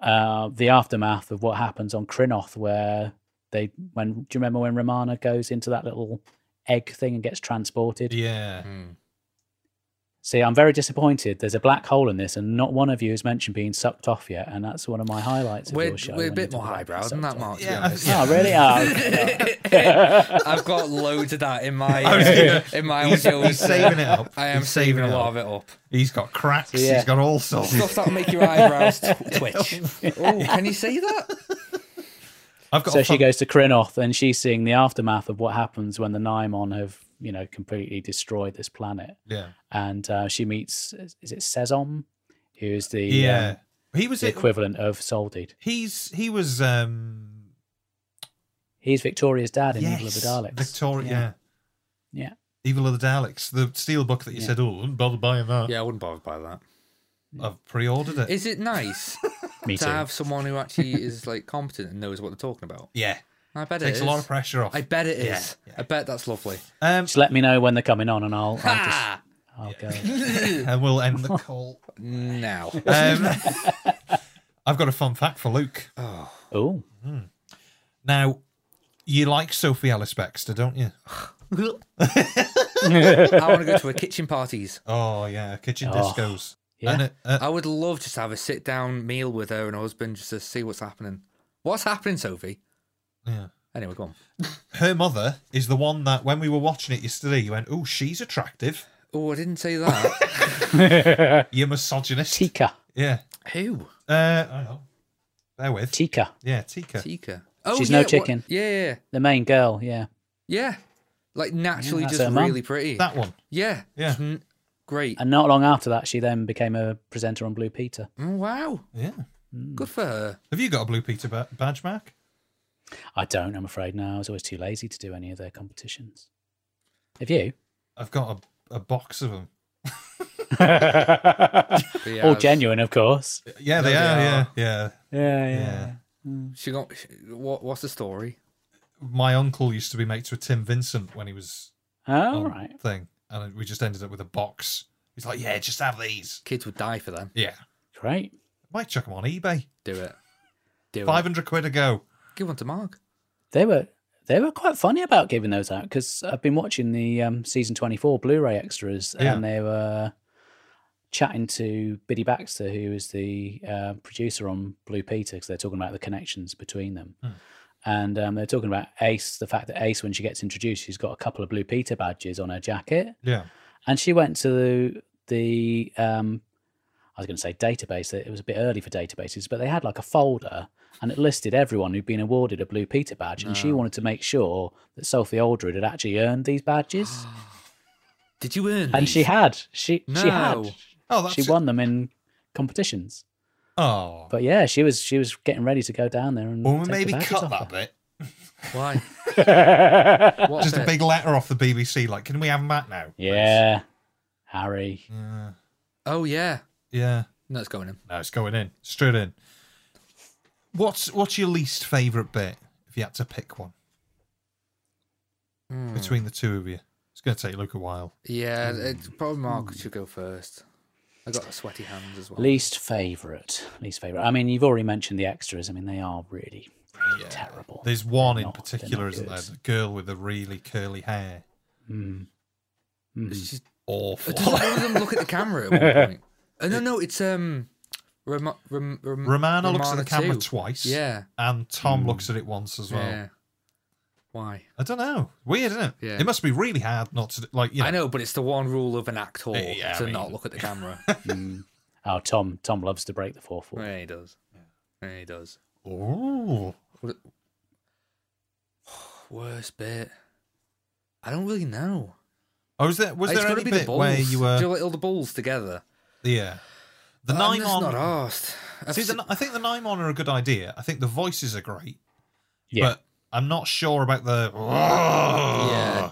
Speaker 4: uh the aftermath of what happens on Krynoth where they when do you remember when romana goes into that little egg thing and gets transported
Speaker 2: yeah.
Speaker 1: Hmm.
Speaker 4: see i'm very disappointed there's a black hole in this and not one of you has mentioned being sucked off yet and that's one of my highlights of
Speaker 1: We're,
Speaker 4: your show
Speaker 1: we're a
Speaker 4: when you
Speaker 1: bit
Speaker 4: talk
Speaker 1: more
Speaker 4: about
Speaker 1: highbrow
Speaker 4: being
Speaker 1: than that,
Speaker 4: sucked off.
Speaker 1: Mark. to be
Speaker 2: Yeah,
Speaker 1: honest.
Speaker 2: yeah.
Speaker 4: oh really oh, okay.
Speaker 1: I've got loads of that in my
Speaker 2: I was
Speaker 1: uh,
Speaker 2: gonna-
Speaker 1: in my
Speaker 2: He's,
Speaker 1: audio.
Speaker 2: he's saving it up.
Speaker 1: I am
Speaker 2: he's saving
Speaker 1: saving a
Speaker 2: it
Speaker 1: lot
Speaker 2: up.
Speaker 1: of it up.
Speaker 2: He's got cracks.
Speaker 4: yeah.
Speaker 2: He's got all sorts.
Speaker 1: Stuff that'll make your eyebrows tw- twitch. Oh, can you say that?
Speaker 2: I've got.
Speaker 4: so
Speaker 2: a
Speaker 4: she
Speaker 2: fun-
Speaker 4: goes to Krynoth and she's seeing the aftermath of what happens when the Naimon have you know completely destroyed this planet
Speaker 2: Yeah.
Speaker 4: and uh, she meets is it Sezom who is the um,
Speaker 2: Yeah. He was
Speaker 4: the
Speaker 2: it.
Speaker 4: equivalent of Soldeed
Speaker 2: He's he was um
Speaker 4: he's Victoria's dad in
Speaker 2: yes,
Speaker 4: Evil of the Daleks
Speaker 2: Victoria. Yeah.
Speaker 4: Yeah.
Speaker 2: Evil of the Daleks, the steel book that you
Speaker 4: Yeah.
Speaker 2: said, oh, I wouldn't bother buying that.
Speaker 1: Yeah, I wouldn't bother by that.
Speaker 2: I've pre-ordered it.
Speaker 1: Is it nice
Speaker 4: me
Speaker 1: to
Speaker 4: too
Speaker 1: have someone who actually is like competent and knows what they're talking about?
Speaker 2: yeah,
Speaker 1: I bet it
Speaker 2: takes
Speaker 1: is.
Speaker 2: a lot of pressure off.
Speaker 1: I bet it is.
Speaker 2: Yeah, yeah.
Speaker 1: I bet that's lovely.
Speaker 2: Um,
Speaker 4: just let me know when they're coming on and I'll, I'll just
Speaker 1: Ah,
Speaker 4: I'll go.
Speaker 2: and we'll end the call.
Speaker 1: now.
Speaker 2: Um, I've got a fun fact for Luke.
Speaker 4: Oh,
Speaker 2: Now, you like Sophie Ellis Bextor, don't you?
Speaker 1: I want to go to her kitchen parties.
Speaker 2: Oh yeah, kitchen
Speaker 4: Oh,
Speaker 2: discos.
Speaker 4: yeah.
Speaker 2: And, uh, uh,
Speaker 1: I would love just to have a sit down meal with her and her husband just to see what's happening. What's happening, Sophie?
Speaker 2: yeah.
Speaker 1: Anyway, go on.
Speaker 2: Her mother is the one that when we were watching it yesterday, you went, "Oh, she's attractive."
Speaker 1: Oh, I didn't say that.
Speaker 2: You misogynist.
Speaker 4: Tika,
Speaker 2: yeah.
Speaker 1: who?
Speaker 2: Uh, I don't know. Bear with.
Speaker 4: Tika,
Speaker 2: yeah, Tika.
Speaker 1: Tika. Oh,
Speaker 4: She's
Speaker 1: yeah,
Speaker 4: no
Speaker 1: what-
Speaker 4: chicken.
Speaker 1: Yeah, yeah,
Speaker 4: the main girl. Yeah,
Speaker 1: yeah. Like naturally,
Speaker 4: that's
Speaker 1: just
Speaker 4: her mum.
Speaker 1: really pretty.
Speaker 2: That one.
Speaker 1: yeah,
Speaker 2: Yeah.
Speaker 1: Mm, great.
Speaker 4: And not long after that, she then became a presenter on Blue Peter.
Speaker 1: Mm, wow,
Speaker 2: Yeah.
Speaker 1: good for her.
Speaker 2: Have you got a Blue Peter ba- badge, Mac?
Speaker 4: I don't, I'm afraid. Now I was always too lazy to do any of their competitions. Have you?
Speaker 2: I've got a, a box of them.
Speaker 1: But yeah,
Speaker 4: All
Speaker 1: I've-
Speaker 4: genuine, of course.
Speaker 2: Yeah, they,
Speaker 1: they
Speaker 2: are,
Speaker 1: are.
Speaker 2: Yeah, yeah.
Speaker 4: Yeah, yeah.
Speaker 2: Yeah.
Speaker 1: She got she- what? What's the story?
Speaker 2: My uncle used to be mates with Tim Vincent when he was
Speaker 4: All
Speaker 2: on
Speaker 4: right.
Speaker 2: thing, and we just ended up with a box. He's like, "Yeah, just have these."
Speaker 1: Kids would die for them.
Speaker 2: Yeah,
Speaker 4: Great.
Speaker 2: might chuck them on eBay.
Speaker 1: Do it. Do
Speaker 2: Five
Speaker 1: it.
Speaker 2: hundred quid a go.
Speaker 1: Give one to Mark.
Speaker 4: They were they were quite funny about giving those out because I've been watching the um, season twenty four Blu Ray extras
Speaker 2: Yeah.
Speaker 4: and they were chatting to Biddy Baxter, who is the uh, producer on Blue Peter, because they're talking about the connections between them. And um, they're talking about Ace, the fact that Ace, when she gets introduced, she's got a couple of Blue Peter badges on her jacket.
Speaker 2: Yeah,
Speaker 4: and she went to the um i was going to say database it was a bit early for databases but they had like a folder and it listed everyone who'd been awarded a blue peter badge and she wanted to make sure that sophie aldred had actually earned these badges
Speaker 1: Did you earn?
Speaker 4: and she
Speaker 1: these?
Speaker 4: had she she
Speaker 1: No.
Speaker 4: had
Speaker 2: Oh, that's
Speaker 4: she won them in competitions
Speaker 2: Oh,
Speaker 4: but yeah she was she was getting ready to go down there and
Speaker 2: well, we
Speaker 4: take the
Speaker 2: maybe
Speaker 4: badges
Speaker 2: cut that
Speaker 4: off her.
Speaker 2: bit.
Speaker 1: Why? What
Speaker 2: Just a
Speaker 1: bit?
Speaker 2: big letter off the BBC. Like, can we have Matt now? please?"
Speaker 4: yeah harry
Speaker 2: Yeah.
Speaker 1: Oh yeah.
Speaker 2: Yeah.
Speaker 1: No, it's going in.
Speaker 2: No, it's going in straight in. What's What's your least favourite bit? If you had to pick one
Speaker 1: Mm.
Speaker 2: between the two of you, it's going to take Luke a while.
Speaker 1: Yeah,
Speaker 4: Mm.
Speaker 1: it's probably Mark should go first. I got sweaty hands as well.
Speaker 4: least favorite least favorite i mean you've already mentioned the extras i mean they are really really terrible
Speaker 2: There's one in
Speaker 4: not- they're
Speaker 2: particular,
Speaker 4: not
Speaker 2: isn't there?
Speaker 4: good.
Speaker 2: The girl with the really curly hair.
Speaker 4: Mm. Mm.
Speaker 1: She's-
Speaker 2: Awful.
Speaker 1: Does one of them look at the camera at one point? Oh, no, no, it's um, Roma, Rom, Rom,
Speaker 2: Romana looks at the
Speaker 1: Romana
Speaker 2: camera
Speaker 1: too.
Speaker 2: twice.
Speaker 1: Yeah, Hmm.
Speaker 2: And Tom looks at it once as well.
Speaker 1: yeah. Why?
Speaker 2: I don't know. Weird, isn't it?
Speaker 1: Yeah.
Speaker 2: It must be really hard not to like. You know, Eh,
Speaker 1: I know, but it's the one rule of an actor
Speaker 2: Yeah, I
Speaker 1: to
Speaker 2: mean-
Speaker 1: not look at the camera.
Speaker 4: Mm. Oh, Tom! Tom loves to break the fourth wall.
Speaker 1: yeah, he does. Yeah, he does.
Speaker 2: Ooh.
Speaker 1: Worst bit. I don't really know.
Speaker 2: Oh, was there was
Speaker 1: it's
Speaker 2: there
Speaker 1: gotta
Speaker 2: any
Speaker 1: be
Speaker 2: bit
Speaker 1: the balls.
Speaker 2: where you were?
Speaker 1: Do like all the balls together?
Speaker 2: Yeah. The
Speaker 1: I'm
Speaker 2: nine
Speaker 1: just not
Speaker 2: on.
Speaker 1: asked. I've
Speaker 2: See, the,
Speaker 1: se-
Speaker 2: Ni- I think the nine on are a good idea. I think the voices are great,
Speaker 4: Yeah,
Speaker 2: but I'm not sure about the.
Speaker 1: Yeah.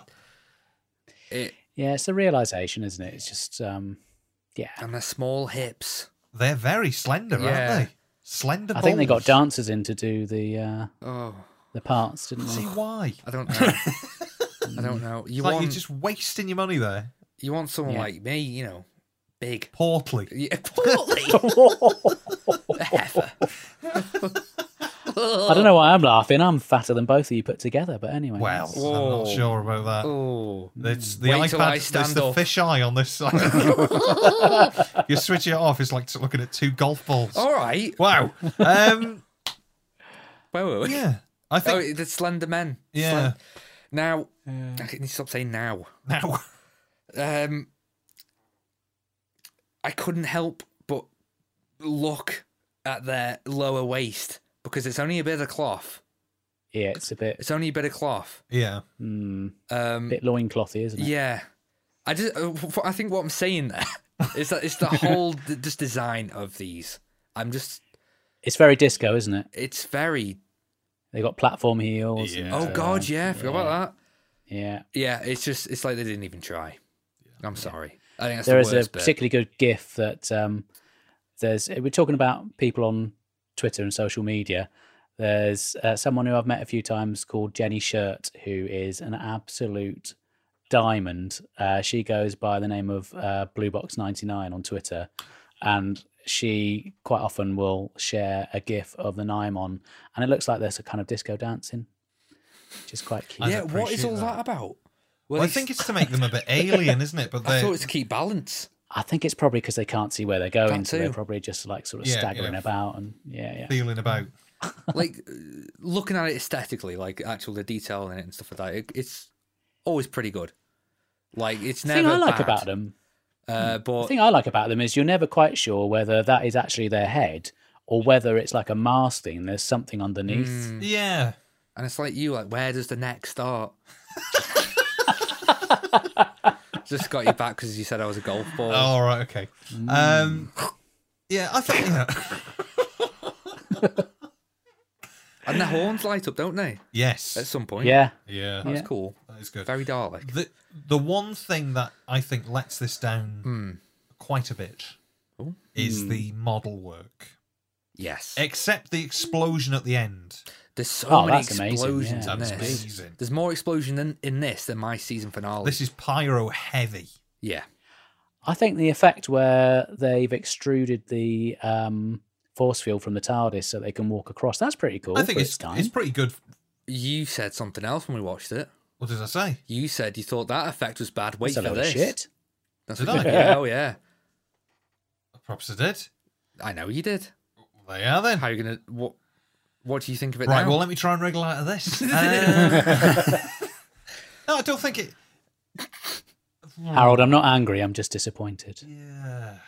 Speaker 1: it,
Speaker 4: yeah. It's the realization, isn't it? It's just, um, yeah.
Speaker 1: and the small hips.
Speaker 2: They're very slender,
Speaker 1: Yeah.
Speaker 2: aren't they? Slender.
Speaker 4: I think they got
Speaker 2: balls.
Speaker 4: dancers in to do the uh,
Speaker 1: Oh,
Speaker 4: the parts, didn't
Speaker 2: See
Speaker 4: they?
Speaker 2: why?
Speaker 1: I don't know. I don't know. You
Speaker 2: It's like
Speaker 1: want
Speaker 2: you're just wasting your money there.
Speaker 1: you want someone
Speaker 4: Yeah.
Speaker 1: like me, you know, big.
Speaker 2: Portly.
Speaker 1: Yeah, portly. heifer.
Speaker 4: I don't know why I'm laughing. I'm fatter than both of you put together. But anyway,
Speaker 2: Well,
Speaker 4: that's-
Speaker 2: I'm
Speaker 1: Whoa.
Speaker 2: not sure about that.
Speaker 1: Oh,
Speaker 2: It's the
Speaker 1: Wait till I
Speaker 2: iPad. It's
Speaker 1: stand
Speaker 2: the
Speaker 1: up.
Speaker 2: fish eye on this side. you switch it off. It's like looking at two golf balls.
Speaker 1: all right.
Speaker 2: Wow. Um,
Speaker 1: Wait, wait, wait.
Speaker 2: yeah. I think.
Speaker 1: Oh, the slender men.
Speaker 2: yeah.
Speaker 1: Slen- now, I can stop saying now.
Speaker 2: Now.
Speaker 1: Um, I couldn't help but look at their lower waist because it's only a bit of cloth.
Speaker 4: yeah, it's a bit,
Speaker 1: It's only a bit of cloth.
Speaker 2: Yeah.
Speaker 4: mm,
Speaker 1: Um,
Speaker 4: bit loinclothy, isn't it?
Speaker 1: Yeah, I just uh, wh- I think what I'm saying there is that it's the whole d- just design of these. I'm just
Speaker 4: It's very disco, isn't it?
Speaker 1: it's very
Speaker 4: They got platform heels. and,
Speaker 2: Yeah.
Speaker 1: oh
Speaker 4: uh,
Speaker 1: god yeah forgot about
Speaker 4: yeah.
Speaker 1: that yeah it's just it's like they didn't even try. I'm sorry. I think that's
Speaker 4: There
Speaker 1: the
Speaker 4: is
Speaker 1: worst
Speaker 4: a
Speaker 1: bit.
Speaker 4: particularly good GIF that um, there's. eh, We're talking about people on Twitter and social media. There's uh, someone who I've met a few times called Jenny Shirt, who is an absolute diamond. Uh, she goes by the name of uh, Blue Box ninety nine on Twitter, and she quite often will share a GIF of the Nymon, and it looks like there's a kind of disco dancing, which is quite cute.
Speaker 2: I'd
Speaker 1: yeah, what is
Speaker 2: appreciate
Speaker 1: all that,
Speaker 2: that.
Speaker 1: about?
Speaker 2: Well, I think it's to make them a bit alien, isn't it? But
Speaker 1: I
Speaker 2: they.
Speaker 1: thought it's to keep balance.
Speaker 4: I think it's probably because they can't see where they're going,
Speaker 1: That
Speaker 4: so they're
Speaker 1: too.
Speaker 4: probably just like sort of
Speaker 2: Yeah, yeah.
Speaker 4: staggering about and yeah, yeah.
Speaker 2: Feeling about.
Speaker 1: like uh, looking at it aesthetically, like actual the detail in it and stuff like that. It, it's always pretty good. Like it's
Speaker 4: The
Speaker 1: never
Speaker 4: thing I like
Speaker 1: bad,
Speaker 4: about them,
Speaker 1: Uh, but
Speaker 4: the thing I like about them is you're never quite sure whether that is actually their head or whether it's like a mask thing. There's something
Speaker 2: Mm,
Speaker 4: underneath.
Speaker 2: Yeah.
Speaker 1: and it's like you, like where does the neck start? Just got you back because you said I was a golf ball.
Speaker 2: Oh, All right, okay.
Speaker 1: Mm.
Speaker 2: Um, yeah, I think. yeah.
Speaker 1: And the horns light up, don't they? At
Speaker 2: yes.
Speaker 1: some point.
Speaker 4: Yeah.
Speaker 2: Yeah,
Speaker 1: That's
Speaker 4: Yeah.
Speaker 1: cool.
Speaker 2: that is good.
Speaker 1: Very Dalek.
Speaker 2: The the one thing that I think lets this down quite a bit
Speaker 1: Hmm. Oh.
Speaker 2: is the model work,
Speaker 1: Yes.
Speaker 2: except the explosion at the end.
Speaker 1: There's so
Speaker 4: Oh,
Speaker 1: many
Speaker 4: that's amazing,
Speaker 1: explosions
Speaker 4: yeah.
Speaker 1: in
Speaker 2: That's
Speaker 1: this.
Speaker 2: amazing.
Speaker 1: There's more explosion in, in this than my season finale.
Speaker 2: This is pyro heavy.
Speaker 1: yeah.
Speaker 4: I think the effect where they've extruded the um, force field from the TARDIS so they can walk across, that's pretty
Speaker 1: Oh,
Speaker 4: cool.
Speaker 2: I think
Speaker 4: for
Speaker 2: it's
Speaker 4: time.
Speaker 2: it's pretty good.
Speaker 1: You said something else when we watched it.
Speaker 2: What did I say?
Speaker 1: You said you thought that effect was bad. Wait
Speaker 4: That's a
Speaker 1: for
Speaker 4: load of
Speaker 1: this.
Speaker 4: shit.
Speaker 1: That's
Speaker 2: Did
Speaker 1: what you-
Speaker 4: I?
Speaker 1: yeah, oh yeah.
Speaker 2: Perhaps I did.
Speaker 1: I know you did.
Speaker 2: They are then.
Speaker 1: How are you gonna what what do you think of it
Speaker 2: Right.
Speaker 1: now?
Speaker 2: Well, let me try and wriggle out of this. Uh, no, I don't think it.
Speaker 4: Harold, I'm not angry. I'm just disappointed.
Speaker 2: Yeah.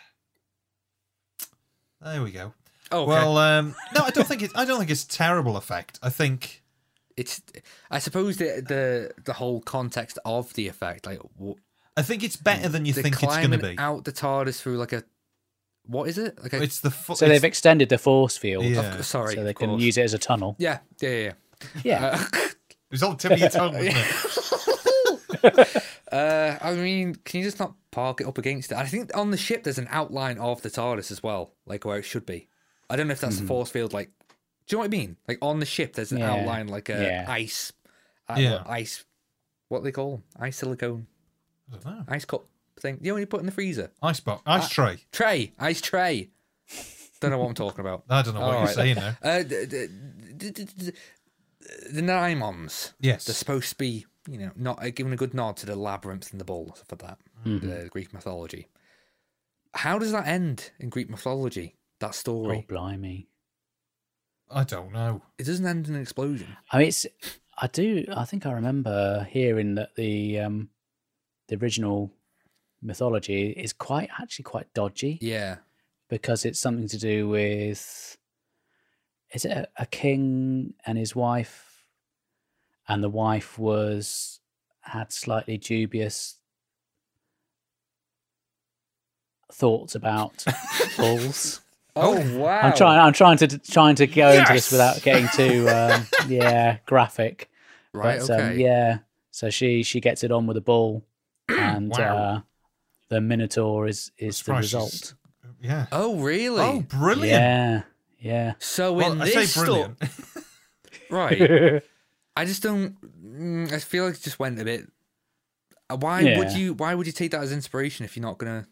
Speaker 2: There we go.
Speaker 1: oh, okay.
Speaker 2: Well, um, no, I don't think it. I don't think it's a terrible effect. I think
Speaker 1: it's I suppose the the the whole context of the effect like what
Speaker 2: I think it's better than you
Speaker 1: they're
Speaker 2: think it's going
Speaker 1: climbing
Speaker 2: to be.
Speaker 1: out the TARDIS through like a what is it? Like a
Speaker 2: It's the fu-
Speaker 4: So
Speaker 2: it's-
Speaker 4: they've extended the force field
Speaker 2: Yeah.
Speaker 1: sorry.
Speaker 4: so they
Speaker 1: of
Speaker 4: can
Speaker 1: course.
Speaker 4: use it as a tunnel.
Speaker 1: Yeah, yeah, yeah.
Speaker 4: Yeah.
Speaker 1: yeah. Uh,
Speaker 2: It was on the tip of your tongue, wasn't it?
Speaker 1: Uh, I mean, can you just not park it up against it? I think on the ship there's an outline of the TARDIS as well, like where it should be. I don't know if that's the force field. Like, do you know what I mean? Like on the ship, there's an
Speaker 4: Hmm. Yeah.
Speaker 1: outline, like a
Speaker 4: Yeah.
Speaker 1: ice, uh,
Speaker 2: Yeah.
Speaker 1: ice. What they call 'em? ice silicone,
Speaker 2: I don't know.
Speaker 1: ice cup thing. You know when you put in the freezer
Speaker 2: Ice box, ice tray.
Speaker 1: tray, ice tray. don't know what I'm talking about.
Speaker 2: I don't know what
Speaker 1: All
Speaker 2: you're
Speaker 1: right.
Speaker 2: saying there.
Speaker 1: Uh, the, the, the, the, the Nymons.
Speaker 2: Yes.
Speaker 1: They're supposed to be, you know, not uh, giving a good nod to the labyrinth and the bull for that, the Greek mythology. How does that end in Greek mythology? That
Speaker 4: Oh,
Speaker 1: story.
Speaker 4: blimey.
Speaker 2: I don't know.
Speaker 1: It doesn't end in an explosion.
Speaker 4: I mean, it's. I do. I think I remember hearing that the um, the original mythology is quite actually quite dodgy
Speaker 1: Yeah.
Speaker 4: because it's something to do with. Is it a, a king and his wife, and the wife was had slightly dubious thoughts about bulls.
Speaker 1: Oh, wow.
Speaker 4: I'm trying. I'm trying to trying to go into
Speaker 2: Yes!
Speaker 4: this without getting too um, yeah graphic.
Speaker 1: Right.
Speaker 4: But,
Speaker 1: okay.
Speaker 4: um, yeah. So she she gets it on with a ball, and
Speaker 2: Wow.
Speaker 4: uh, the Minotaur is is the
Speaker 2: Surprised she's-
Speaker 4: result.
Speaker 2: Yeah.
Speaker 1: Oh, really?
Speaker 2: Oh, brilliant.
Speaker 4: Yeah, yeah.
Speaker 1: So
Speaker 2: Well,
Speaker 1: in
Speaker 2: I
Speaker 1: this
Speaker 2: say
Speaker 1: sto-
Speaker 2: brilliant.
Speaker 1: right? I just don't. mm, I feel like it just went a bit. uh, Why would
Speaker 4: Yeah.
Speaker 1: you? Why would you take that as inspiration if you're not gonna?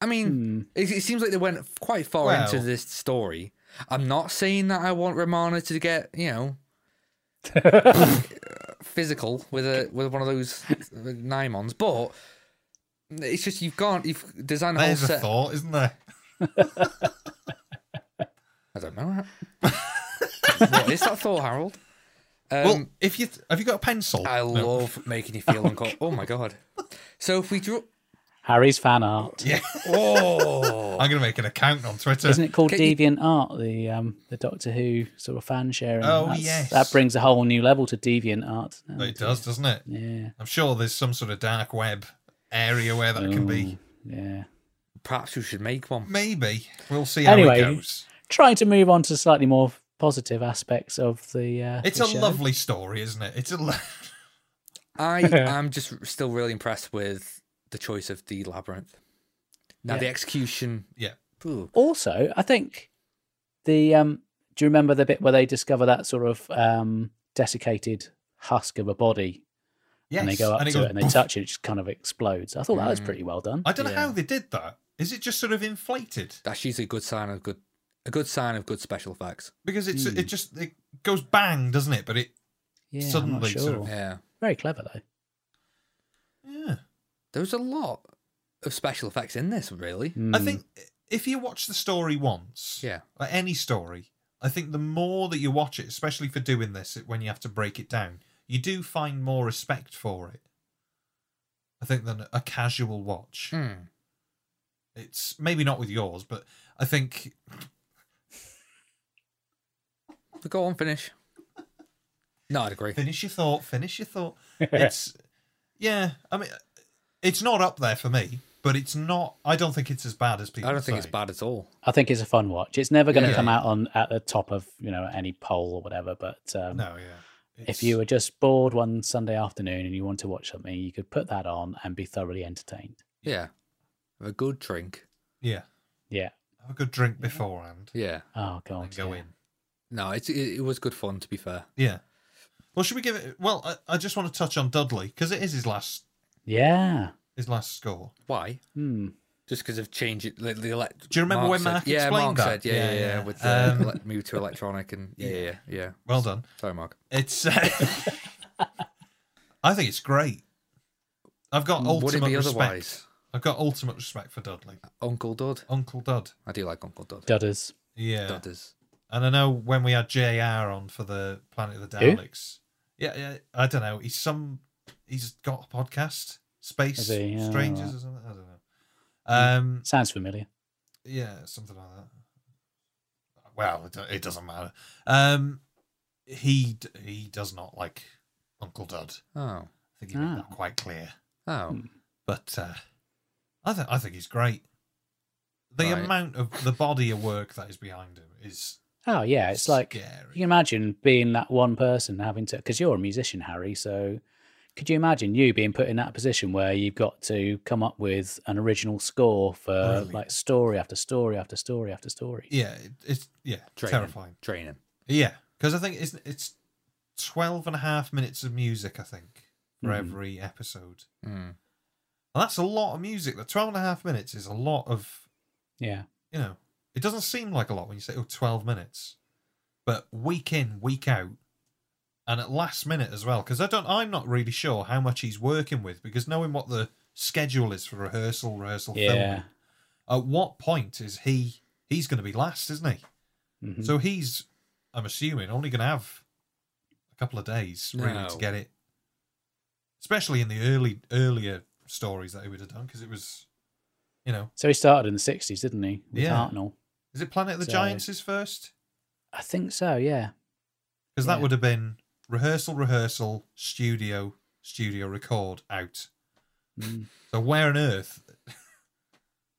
Speaker 1: I mean,
Speaker 4: Hmm.
Speaker 1: It, it seems like they went quite far into
Speaker 2: Well-
Speaker 1: this story. I'm not saying that I want Romana to get you know physical with a with one of those Nymons, but it's just you've gone you've designed a whole
Speaker 2: There's a
Speaker 1: set.
Speaker 2: thought, isn't there?
Speaker 1: I don't know. what is that thought, Harold? Um,
Speaker 2: well, if you th- have you got a pencil?
Speaker 1: I
Speaker 2: No.
Speaker 1: love making you feel uncomfortable. Oh my god! So if we draw,
Speaker 4: Harry's fan art.
Speaker 2: Yeah.
Speaker 1: oh,
Speaker 2: I'm gonna make an account on Twitter.
Speaker 4: Isn't it called
Speaker 1: Can you-
Speaker 4: Deviant Art? The um the Doctor Who sort of fan sharing.
Speaker 2: Oh,
Speaker 4: That's-
Speaker 2: yes.
Speaker 4: that brings a whole new level to Deviant Art.
Speaker 2: But It does, doesn't it?
Speaker 4: Yeah,
Speaker 2: I'm sure there's some sort of dark web area where that can
Speaker 4: Mm.
Speaker 2: be.
Speaker 4: yeah.
Speaker 1: perhaps we should make one.
Speaker 2: Maybe we'll see how
Speaker 4: Anyway,
Speaker 2: it goes.
Speaker 4: trying to move on to slightly more positive aspects of the. Uh,
Speaker 2: It's
Speaker 4: the
Speaker 2: a
Speaker 4: show.
Speaker 2: lovely story, isn't it? It's a. Lo-
Speaker 1: I am just still really impressed with the choice of the labyrinth. Now the execution.
Speaker 2: yeah.
Speaker 1: Ooh,
Speaker 4: Also, I think the um, do you remember the bit where they discover that sort of um, desiccated husk of a body
Speaker 2: Yes.
Speaker 4: and they go up
Speaker 2: it
Speaker 4: to
Speaker 2: goes
Speaker 4: it and they
Speaker 2: poof. Mm.
Speaker 4: touch it, it just kind of explodes. I thought that was pretty well done.
Speaker 2: I don't know
Speaker 1: Yeah.
Speaker 2: how they did that. Is it just sort of inflated?
Speaker 1: that's usually a good sign of good, a good sign of good special effects.
Speaker 2: Because it's
Speaker 4: Hmm.
Speaker 2: it just it goes bang, doesn't it? But it
Speaker 4: Yeah, I'm not
Speaker 2: suddenly
Speaker 4: sure.
Speaker 2: sort of-
Speaker 1: Yeah,
Speaker 4: Very clever though.
Speaker 2: yeah.
Speaker 1: there's a lot of special effects in this. Really,
Speaker 2: I
Speaker 4: Mm.
Speaker 2: think if you watch the story once,
Speaker 1: Yeah.
Speaker 2: like any story, I think the more that you watch it, especially for doing this, it- when you have to break it down, you do find more respect for it. I think than a casual watch.
Speaker 1: Hmm.
Speaker 2: It's maybe not with yours, but I think
Speaker 1: go on, finish. No, I'd agree.
Speaker 2: finish your thought. Finish your thought. It's Yeah, I mean, it's not up there for me, but it's not. I don't think it's as bad as people.
Speaker 1: I don't think
Speaker 2: say.
Speaker 1: it's bad at all.
Speaker 4: I think it's a fun watch. It's never going to
Speaker 2: Yeah.
Speaker 4: come out on at the top of you know any poll or whatever. But um,
Speaker 2: No, yeah.
Speaker 4: if you were just bored one Sunday afternoon and you want to watch something, you could put that on and be thoroughly entertained.
Speaker 1: Yeah. Have a good drink.
Speaker 2: yeah,
Speaker 4: Yeah.
Speaker 2: have a good drink beforehand
Speaker 1: Yeah.
Speaker 4: Oh god.
Speaker 2: and go
Speaker 4: yeah.
Speaker 2: in.
Speaker 1: No, it's, it, it was good fun, to be fair.
Speaker 2: Yeah. Well, should we give it? Well, I, I just want to touch on Dudley because it is his last
Speaker 4: Yeah.
Speaker 2: his last score.
Speaker 1: Why?
Speaker 4: Hmm.
Speaker 1: Just because of changing the, the elect.
Speaker 2: Do you remember when
Speaker 1: said-
Speaker 2: Mark
Speaker 1: yeah,
Speaker 2: explained
Speaker 1: Mark
Speaker 2: that?
Speaker 1: Said, yeah, yeah,
Speaker 2: Yeah,
Speaker 1: yeah,
Speaker 2: yeah.
Speaker 1: With the
Speaker 2: Um,
Speaker 1: ele- move to electronic and yeah, yeah, yeah, yeah.
Speaker 2: Well done.
Speaker 1: Sorry, Mark.
Speaker 2: It's. Uh, I think it's great. I've got
Speaker 1: Would
Speaker 2: ultimate
Speaker 1: it be
Speaker 2: respect.
Speaker 1: otherwise?
Speaker 2: I've got ultimate respect for Dudley,
Speaker 1: Uncle Dud.
Speaker 2: Uncle Dud.
Speaker 1: I do like Uncle Dud.
Speaker 4: Dudders.
Speaker 2: Yeah.
Speaker 1: Dudders.
Speaker 2: And I know when we had JR on for the Planet of the
Speaker 4: Who?
Speaker 2: Daleks. Yeah, yeah. I don't know. He's some. He's got a podcast, Space
Speaker 4: Has he? Yeah,
Speaker 2: Strangers
Speaker 4: right.
Speaker 2: or something. I don't know. Um.
Speaker 4: Sounds familiar.
Speaker 2: Yeah, something like that. Well, it, do- it doesn't matter. Um. He d- he does not like Uncle Dud.
Speaker 1: Oh.
Speaker 2: I think he made
Speaker 4: Ah.
Speaker 2: that quite clear.
Speaker 1: Oh.
Speaker 4: Hmm.
Speaker 2: But uh, I think I think he's great. The
Speaker 1: Right.
Speaker 2: amount of the body of work that is behind him is
Speaker 4: Oh yeah, it's like
Speaker 2: scary.
Speaker 4: you can imagine being that one person having to because you're a musician, Harry. So could you imagine you being put in that position where you've got to come up with an original score for
Speaker 2: Brilliant.
Speaker 4: like story after story after story after story?
Speaker 2: Yeah, it, it's yeah,
Speaker 1: Draining.
Speaker 2: terrifying.
Speaker 1: Training.
Speaker 2: Yeah, because I think it's it's 12 and a half minutes of music. I think for
Speaker 4: Mhm.
Speaker 2: every episode,
Speaker 1: Mm.
Speaker 2: and that's a lot of music. The 12 and a half minutes is a lot of
Speaker 4: Yeah.
Speaker 2: you know. It doesn't seem like a lot when you say oh 12 minutes, but week in week out, and at last minute as well. Because I don't, I'm not really sure how much he's working with because knowing what the schedule is for rehearsal, rehearsal,
Speaker 4: Yeah.
Speaker 2: filming, at what point is he? He's going to be last, isn't he?
Speaker 1: Mm-hmm.
Speaker 4: Mhm.
Speaker 2: So he's, I'm assuming, only going to have a couple of days really
Speaker 1: No.
Speaker 2: to get it. Especially in the early earlier stories that he would have done, because it was, you know,
Speaker 4: So he started in the sixties, didn't he? With
Speaker 2: Yeah.
Speaker 4: Hartnell.
Speaker 2: is it Planet of the
Speaker 4: So-
Speaker 2: Giants his first?
Speaker 4: I think so, yeah.
Speaker 2: Because that
Speaker 4: Yeah.
Speaker 2: would have been rehearsal, rehearsal, studio, studio, record, out.
Speaker 4: Mm.
Speaker 2: So where on earth?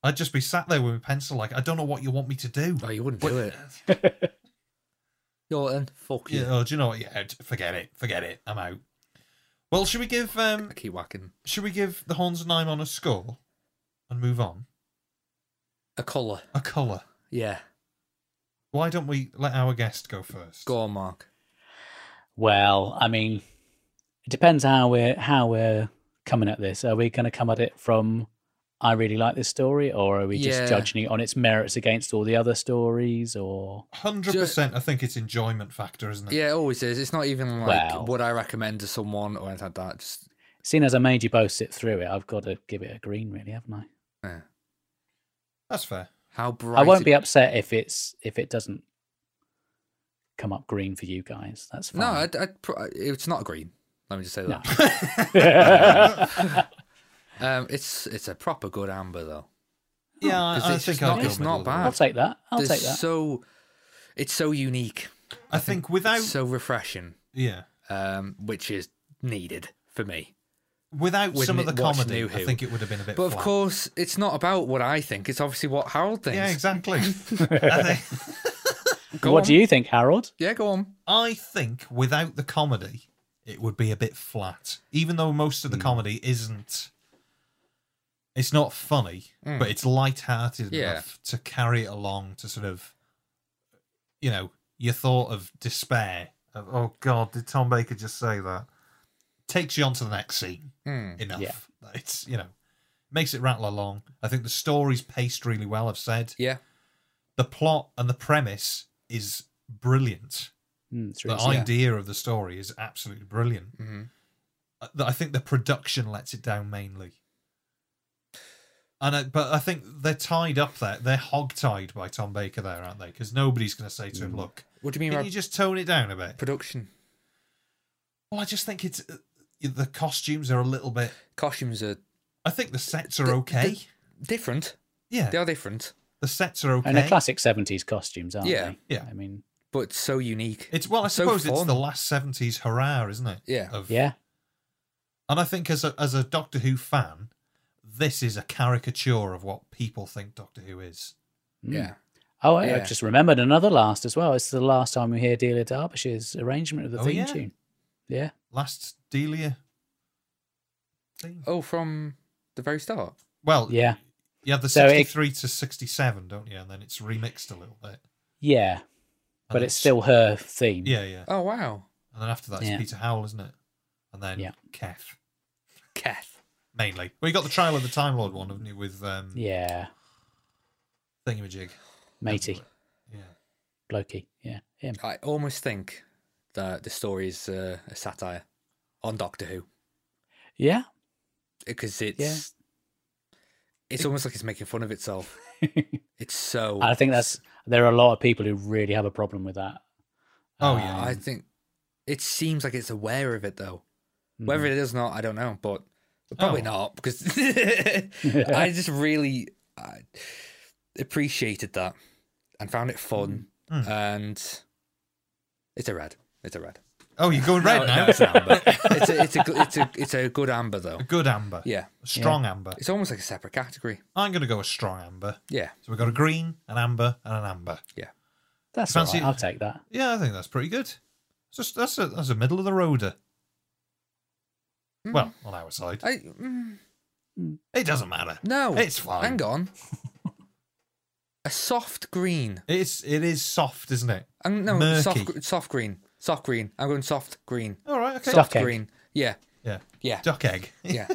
Speaker 2: I'd just be sat there with my pencil, like I don't know what you want me to do.
Speaker 1: Oh, you wouldn't do it. You're then fuck you.
Speaker 2: Yeah, oh, do you know what? Yeah, forget it, forget it. I'm out. Well, should we give um,
Speaker 1: I keep whacking
Speaker 2: Should we give the horns and I'm on a score and move on?
Speaker 1: a collar.
Speaker 2: A colour.
Speaker 1: Yeah.
Speaker 2: Why don't we let our guest go first?
Speaker 1: Go on, Mark.
Speaker 4: Well, I mean, it depends how we're how we're coming at this. Are we going to come at it from I really like this story, or are we just
Speaker 1: Yeah.
Speaker 4: judging it on its merits against all the other stories? Or
Speaker 2: 100% I think it's enjoyment factor, isn't it?
Speaker 1: Yeah, it always is. It's not even like
Speaker 4: Well.
Speaker 1: would I recommend to someone or anything like that. Just
Speaker 4: seeing as I made you both sit through it, I've got to give it a green, really, haven't I?
Speaker 1: yeah.
Speaker 2: That's fair.
Speaker 1: how bright.
Speaker 4: I won't
Speaker 1: it-
Speaker 4: be upset if it's if it doesn't come up green for you guys. That's fine.
Speaker 1: No, I'd, I'd pr- it's not a green. Let me just say that. Um, it's it's a proper good amber though.
Speaker 2: Yeah,
Speaker 1: 'Cause
Speaker 2: I, I
Speaker 1: it's
Speaker 2: think
Speaker 1: just
Speaker 2: I'll
Speaker 1: not-
Speaker 2: go
Speaker 1: it's
Speaker 2: middle
Speaker 1: not
Speaker 2: of the road.
Speaker 4: I'll
Speaker 1: bad.
Speaker 4: take that. I'll
Speaker 1: There's
Speaker 4: take that.
Speaker 1: So it's so unique,
Speaker 2: I think without
Speaker 1: so refreshing,
Speaker 2: yeah,
Speaker 1: um, which is needed for me.
Speaker 2: without
Speaker 1: With
Speaker 2: some of
Speaker 1: Nick
Speaker 2: the
Speaker 1: watching
Speaker 2: comedy,
Speaker 1: New
Speaker 2: I
Speaker 1: Who.
Speaker 2: think it would have been a bit
Speaker 1: But of
Speaker 2: flat.
Speaker 1: course, it's not about what I think. It's obviously what Harold thinks.
Speaker 2: Yeah, exactly. I, think,
Speaker 1: Go on.
Speaker 4: what do you think, Harold?
Speaker 1: Yeah, go on.
Speaker 2: I think without the comedy, it would be a bit flat. Even though most of the comedy isn't it's not funny,
Speaker 1: Mm.
Speaker 2: but it's light-hearted
Speaker 1: Yeah.
Speaker 2: enough to carry it along to sort of you know, your thought of despair of oh god, did Tom Baker just say that? Takes you on to the next scene
Speaker 1: Hmm.
Speaker 2: enough.
Speaker 4: Yeah.
Speaker 2: It's you know, makes it rattle along. I think the story's paced really well, I've said.
Speaker 1: Yeah,
Speaker 2: The plot and the premise is brilliant
Speaker 4: Mm, it's
Speaker 2: the
Speaker 4: really
Speaker 1: yeah.
Speaker 2: idea of the story is absolutely brilliant.
Speaker 1: Mhm.
Speaker 2: Uh, th- I think the production lets it down mainly. And I, but I think they're tied up there. They're hog-tied by Tom Baker there, aren't they? Because nobody's going to say
Speaker 1: Mm.
Speaker 2: to him, "Look,
Speaker 1: What do you mean
Speaker 2: can
Speaker 1: by
Speaker 2: you just tone it down a bit?"
Speaker 1: production?
Speaker 2: Well, I just think it's uh, the costumes are a little bit.
Speaker 1: Costumes are
Speaker 2: I think the sets are
Speaker 1: The-
Speaker 2: okay.
Speaker 1: different. They
Speaker 2: Yeah,
Speaker 1: are different,
Speaker 2: the sets are okay.
Speaker 4: And they're classic seventies costumes, aren't
Speaker 1: Yeah.
Speaker 4: they?
Speaker 2: Yeah.
Speaker 4: I mean,
Speaker 1: but so unique.
Speaker 2: It's well, I
Speaker 1: So
Speaker 2: suppose it's
Speaker 1: fun.
Speaker 2: the last seventies hurrah, isn't it?
Speaker 1: Yeah.
Speaker 2: Of-
Speaker 4: yeah.
Speaker 2: And I think as a as a Doctor Who fan, this is a caricature of what people think Doctor Who is.
Speaker 4: Mm.
Speaker 1: Yeah.
Speaker 4: Oh, I-
Speaker 1: Yeah.
Speaker 4: I've just remembered another last as well. It's the last time we hear Delia Derbyshire's arrangement of the
Speaker 2: Oh,
Speaker 4: theme
Speaker 2: yeah.
Speaker 4: tune. Yeah.
Speaker 2: Last Delia. thing?
Speaker 1: Oh, from the very start.
Speaker 2: Well, yeah.
Speaker 4: Yeah.
Speaker 2: you have the
Speaker 4: So it-
Speaker 2: 63 to 67, don't you? And then it's remixed a little bit. And
Speaker 4: Yeah. But
Speaker 2: then
Speaker 4: it's still her theme.
Speaker 2: Oh, Yeah, yeah.
Speaker 1: Oh wow,
Speaker 2: And then after that, it's
Speaker 4: Yeah.
Speaker 2: Peter Howell, isn't it? And then
Speaker 4: Yeah.
Speaker 2: Kef,
Speaker 1: Keth.
Speaker 2: mainly. Well, you got the Trial of the Time Lord one, haven't you, with um,
Speaker 4: Yeah.
Speaker 2: Thingamajig?
Speaker 4: Matey.
Speaker 2: Yeah.
Speaker 4: Blokey. Yeah. Him.
Speaker 1: I almost think that the story is uh, a satire on Doctor Who
Speaker 4: Yeah.
Speaker 1: because it's it's almost like it's making fun of itself. it's so.
Speaker 4: I think that's there are a lot of people who really have a problem with that.
Speaker 2: Oh,
Speaker 4: Um,
Speaker 2: yeah.
Speaker 1: I think it seems like it's aware of it though.
Speaker 4: hmm.
Speaker 1: Whether it is or not, I don't know, but probably
Speaker 2: Mm-hmm. Oh.
Speaker 1: not because I just really I appreciated that and found it fun.
Speaker 2: Mm.
Speaker 1: And it's a red. It's a red.
Speaker 2: Oh, you're going red
Speaker 1: no,
Speaker 2: now.
Speaker 1: no, it's an amber. it's a it's a gl- it's a it's a good amber though.
Speaker 2: A good amber.
Speaker 1: Yeah,
Speaker 2: A strong amber.
Speaker 1: it's almost like a separate category.
Speaker 2: I'm going to go a strong amber.
Speaker 1: Yeah,
Speaker 2: So we've got a green, an amber, and an amber.
Speaker 4: That's all
Speaker 2: Fancy-
Speaker 4: right. I'll take that.
Speaker 2: Yeah, I think that's pretty good. It's Just that's a that's a middle of the roader.
Speaker 4: Hmm.
Speaker 2: Well, on our side,
Speaker 1: I mm,
Speaker 2: it doesn't matter.
Speaker 1: no,
Speaker 2: it's fine.
Speaker 1: Hang on, a soft green.
Speaker 2: It's it is soft, isn't it?
Speaker 1: Um, no,
Speaker 2: Murky.
Speaker 1: soft gr- soft green, soft green. I'm going soft green,
Speaker 2: All right, okay.
Speaker 4: Soft
Speaker 1: soft
Speaker 4: egg.
Speaker 1: green. Yeah,
Speaker 2: Yeah,
Speaker 1: yeah,
Speaker 2: duck egg.
Speaker 1: yeah.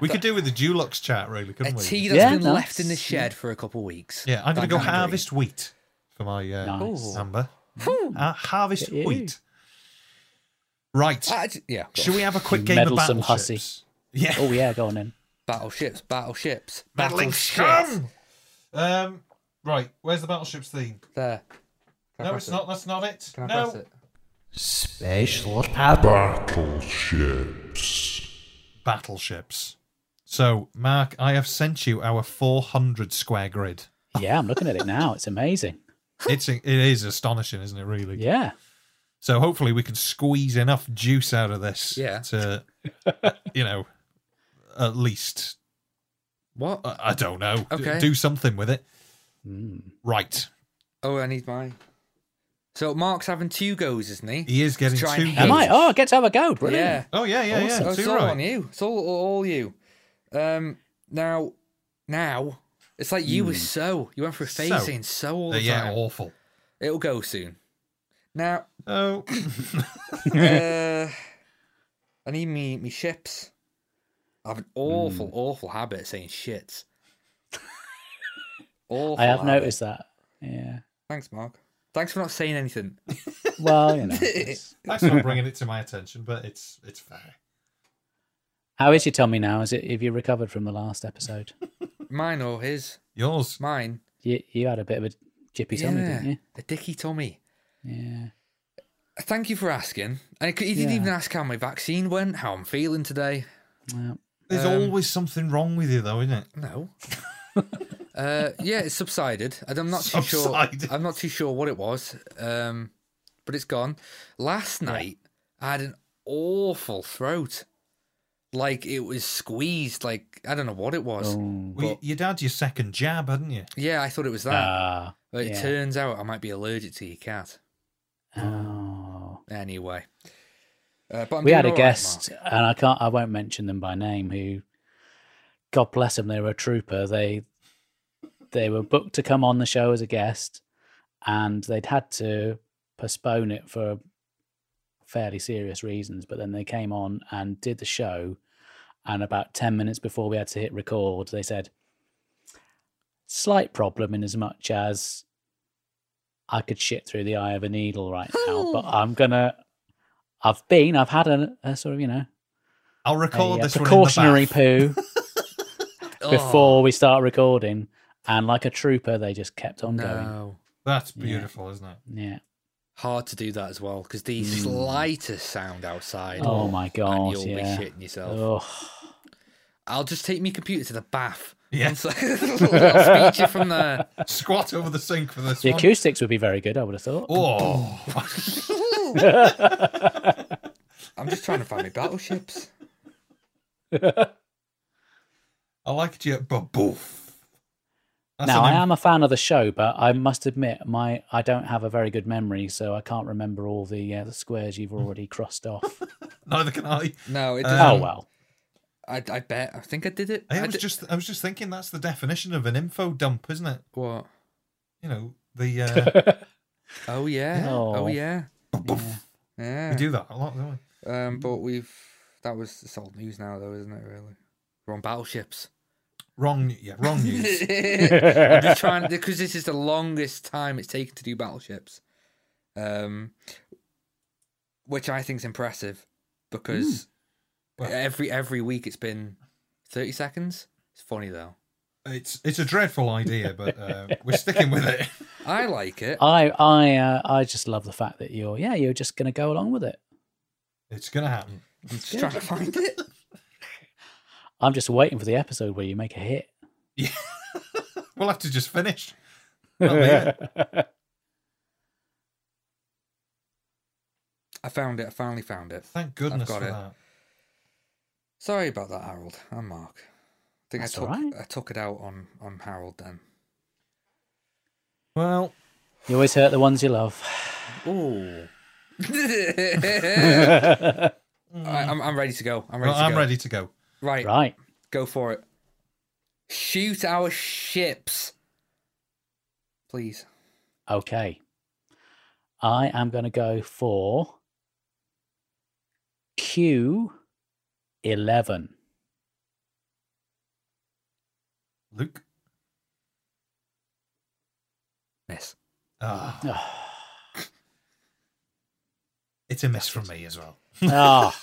Speaker 2: we could do with the Dulux chat, really,
Speaker 1: a
Speaker 2: couldn't we?
Speaker 1: tea that's
Speaker 4: Yeah,
Speaker 1: been
Speaker 4: no,
Speaker 1: left in the
Speaker 4: it's-
Speaker 1: shed for a couple of weeks.
Speaker 2: yeah, I'm gonna
Speaker 1: That
Speaker 2: go
Speaker 1: kind of
Speaker 2: harvest wheat for my uh,
Speaker 4: Nice.
Speaker 2: amber.
Speaker 1: Whew.
Speaker 2: Uh, harvest
Speaker 4: Get you. Ah.
Speaker 2: wheat. Right.
Speaker 1: I j- Ah, yeah, go
Speaker 2: Should
Speaker 1: on.
Speaker 2: we have a quick
Speaker 4: You
Speaker 2: game of
Speaker 4: meddlesome
Speaker 2: battleships?
Speaker 4: hussy.
Speaker 2: Yeah.
Speaker 4: Oh yeah, go on in.
Speaker 1: battleships, battleships,
Speaker 2: Meddling
Speaker 1: battleships.
Speaker 2: scum. Um. Right. Where's the battleships theme?
Speaker 1: There. Can I
Speaker 2: No,
Speaker 1: press
Speaker 2: it's
Speaker 1: it?
Speaker 2: not. That's not it.
Speaker 1: Can I
Speaker 2: no.
Speaker 1: press it?
Speaker 5: Special power.
Speaker 3: Battleships.
Speaker 2: Battleships. So, Mark, I have sent you our 400 square grid.
Speaker 4: Yeah, I'm looking at it now. It's amazing.
Speaker 2: It's it is astonishing, isn't it? Really.
Speaker 4: Yeah.
Speaker 2: So hopefully we can squeeze enough juice out of this.
Speaker 1: Yeah.
Speaker 2: To, you know, at least
Speaker 1: What? Uh,
Speaker 2: I I don't know. d-
Speaker 1: Okay. Hmm.
Speaker 2: Do something with it.
Speaker 4: Mm.
Speaker 2: Right.
Speaker 1: Oh, I need mine. So Mark's having two goes, isn't he?
Speaker 2: He is getting
Speaker 1: Try
Speaker 2: two.
Speaker 1: and
Speaker 4: Am
Speaker 1: Yes.
Speaker 4: I?
Speaker 2: goats.
Speaker 4: Oh, get to have a go. Brilliant.
Speaker 1: Yeah.
Speaker 2: Oh yeah, yeah,
Speaker 1: Awesome.
Speaker 2: yeah.
Speaker 1: it's
Speaker 2: Two
Speaker 1: all
Speaker 2: right.
Speaker 1: on you. It's all all you. Um, now, now it's like you were so you went for a phase
Speaker 2: Hmm. So.
Speaker 1: saying so all
Speaker 2: Uh,
Speaker 1: the
Speaker 2: yeah,
Speaker 1: time.
Speaker 2: awful.
Speaker 1: It'll go soon. Now,
Speaker 2: Oh.
Speaker 1: uh, I need me me ships. I have an awful,
Speaker 4: Hmm.
Speaker 1: awful habit of saying shits. awful.
Speaker 4: I have
Speaker 1: habit.
Speaker 4: noticed that. Yeah.
Speaker 1: Thanks, Mark. Thanks for not saying anything.
Speaker 4: Well, you know. it's-
Speaker 2: Thanks for bringing it to my attention, but it's it's fair.
Speaker 4: How is your tummy now? Is it? Have you recovered from the last episode?
Speaker 1: Mine or his?
Speaker 2: Yours.
Speaker 1: Mine.
Speaker 4: You, you had a bit of a jippy tummy, didn't you?
Speaker 1: A dicky tummy.
Speaker 4: Yeah.
Speaker 1: Thank you for asking. I, c- he didn't
Speaker 4: Yeah.
Speaker 1: even ask how my vaccine went, how I'm feeling today.
Speaker 4: Well,
Speaker 2: There's
Speaker 1: Um,
Speaker 2: always something wrong with you, though, isn't it?
Speaker 1: No. uh, yeah, it's subsided. and I'm not too
Speaker 2: Subsided.
Speaker 1: sure. I'm not too sure what it was, um, but it's gone. Last night, I had an awful throat. Like it was squeezed. Like I don't know what it was.
Speaker 4: oh.
Speaker 2: Well, you'd had your second jab, hadn't you?
Speaker 1: Yeah, I thought it was that.
Speaker 4: Ah.
Speaker 1: but it
Speaker 4: yeah.
Speaker 1: turns out I might be allergic to your cat.
Speaker 4: Oh.
Speaker 1: Anyway. Uh, but I'm
Speaker 4: we
Speaker 1: doing
Speaker 4: had a
Speaker 1: all right,
Speaker 4: guest, and I can't, I won't mention them by name. Who, God bless them, they were a trooper. They, they were booked to come on the show as a guest, and they'd had to postpone it for fairly serious reasons. But then they came on and did the show, and about ten minutes before we had to hit record, they said, "Slight problem in as much as." I could shit through the eye of a needle right now,
Speaker 1: Oh.
Speaker 4: but I'm gonna I've been, I've had a, a sort of, you know,
Speaker 2: I'll
Speaker 4: a,
Speaker 2: record
Speaker 4: uh,
Speaker 2: this one. in the
Speaker 4: precautionary
Speaker 2: bath.
Speaker 4: poo
Speaker 1: Mark.
Speaker 4: before we start recording. And like a trooper, they just kept on
Speaker 1: Oh,
Speaker 4: going.
Speaker 1: no.
Speaker 2: That's
Speaker 4: Yeah.
Speaker 2: beautiful, isn't it?
Speaker 4: Yeah.
Speaker 1: hard to do that as well because the
Speaker 4: Mm.
Speaker 1: slightest sound outside.
Speaker 4: Oh my
Speaker 1: and
Speaker 4: God.
Speaker 1: you'll
Speaker 4: Yeah.
Speaker 1: be shitting yourself.
Speaker 4: Oh,
Speaker 1: I'll just take my computer to the bath.
Speaker 2: Yeah.
Speaker 1: Once I- I'll speak you from there.
Speaker 2: Squat over the sink for this
Speaker 4: the
Speaker 2: one.
Speaker 4: acoustics would be very good, I would have thought.
Speaker 2: oh,
Speaker 1: I'm just trying to find my battleships.
Speaker 2: I liked you, but boof. That's
Speaker 4: now, I
Speaker 2: an
Speaker 4: am a fan of the show, but I must admit, my I don't have a very good memory, so I can't remember all the, uh, the squares you've already crossed off.
Speaker 2: Neither can I.
Speaker 1: No, it
Speaker 2: Um,
Speaker 1: doesn't.
Speaker 4: oh well,
Speaker 1: I, I bet. I think I did it.
Speaker 2: I was
Speaker 1: did-
Speaker 2: just, I was just thinking that's the definition of an info dump, isn't it?
Speaker 1: What?
Speaker 2: You know, the uh,
Speaker 1: Oh, yeah. Oh,
Speaker 4: Oh.
Speaker 1: yeah.
Speaker 2: boof.
Speaker 1: Yeah.
Speaker 2: We do that a lot, don't we?
Speaker 1: Um, but we've. That was it's old news now, though, isn't it, really? We're on battleships.
Speaker 2: Wrong, yeah, wrong news.
Speaker 1: I'm just trying because this is the longest time it's taken to do battleships, um, which I think is impressive because
Speaker 2: Hmm. Well-
Speaker 1: every every week it's been thirty seconds. It's funny though.
Speaker 2: it's it's a dreadful idea, but uh, we're sticking with it.
Speaker 1: I like it.
Speaker 4: I I uh, I just love the fact that you're yeah you're just going to go along with it.
Speaker 2: It's gonna happen.
Speaker 1: I'm just trying to find it.
Speaker 4: I'm just waiting for the episode where you make a hit.
Speaker 2: We'll have to just finish. That'll be it.
Speaker 1: I found it. I finally found it.
Speaker 2: Thank goodness
Speaker 1: got
Speaker 2: for
Speaker 1: it.
Speaker 2: that.
Speaker 1: Sorry about that, Harold. I'm Mark. I think
Speaker 4: That's
Speaker 1: I took
Speaker 4: alright.
Speaker 1: I took it out on on Harold then.
Speaker 2: Well,
Speaker 4: you always hurt the ones you love.
Speaker 1: Ooh. I,
Speaker 4: right.
Speaker 1: I'm, I'm ready to go. I'm ready.
Speaker 2: mm, well,
Speaker 1: to
Speaker 2: I'm
Speaker 1: go.
Speaker 2: ready to go.
Speaker 1: Right. Go for it. Shoot our ships. Please.
Speaker 4: Okay. I am going to go for Q11.
Speaker 2: Luke.
Speaker 1: Miss.
Speaker 2: Ah,
Speaker 4: Ah.
Speaker 2: it's a miss from me as well.
Speaker 4: Ah.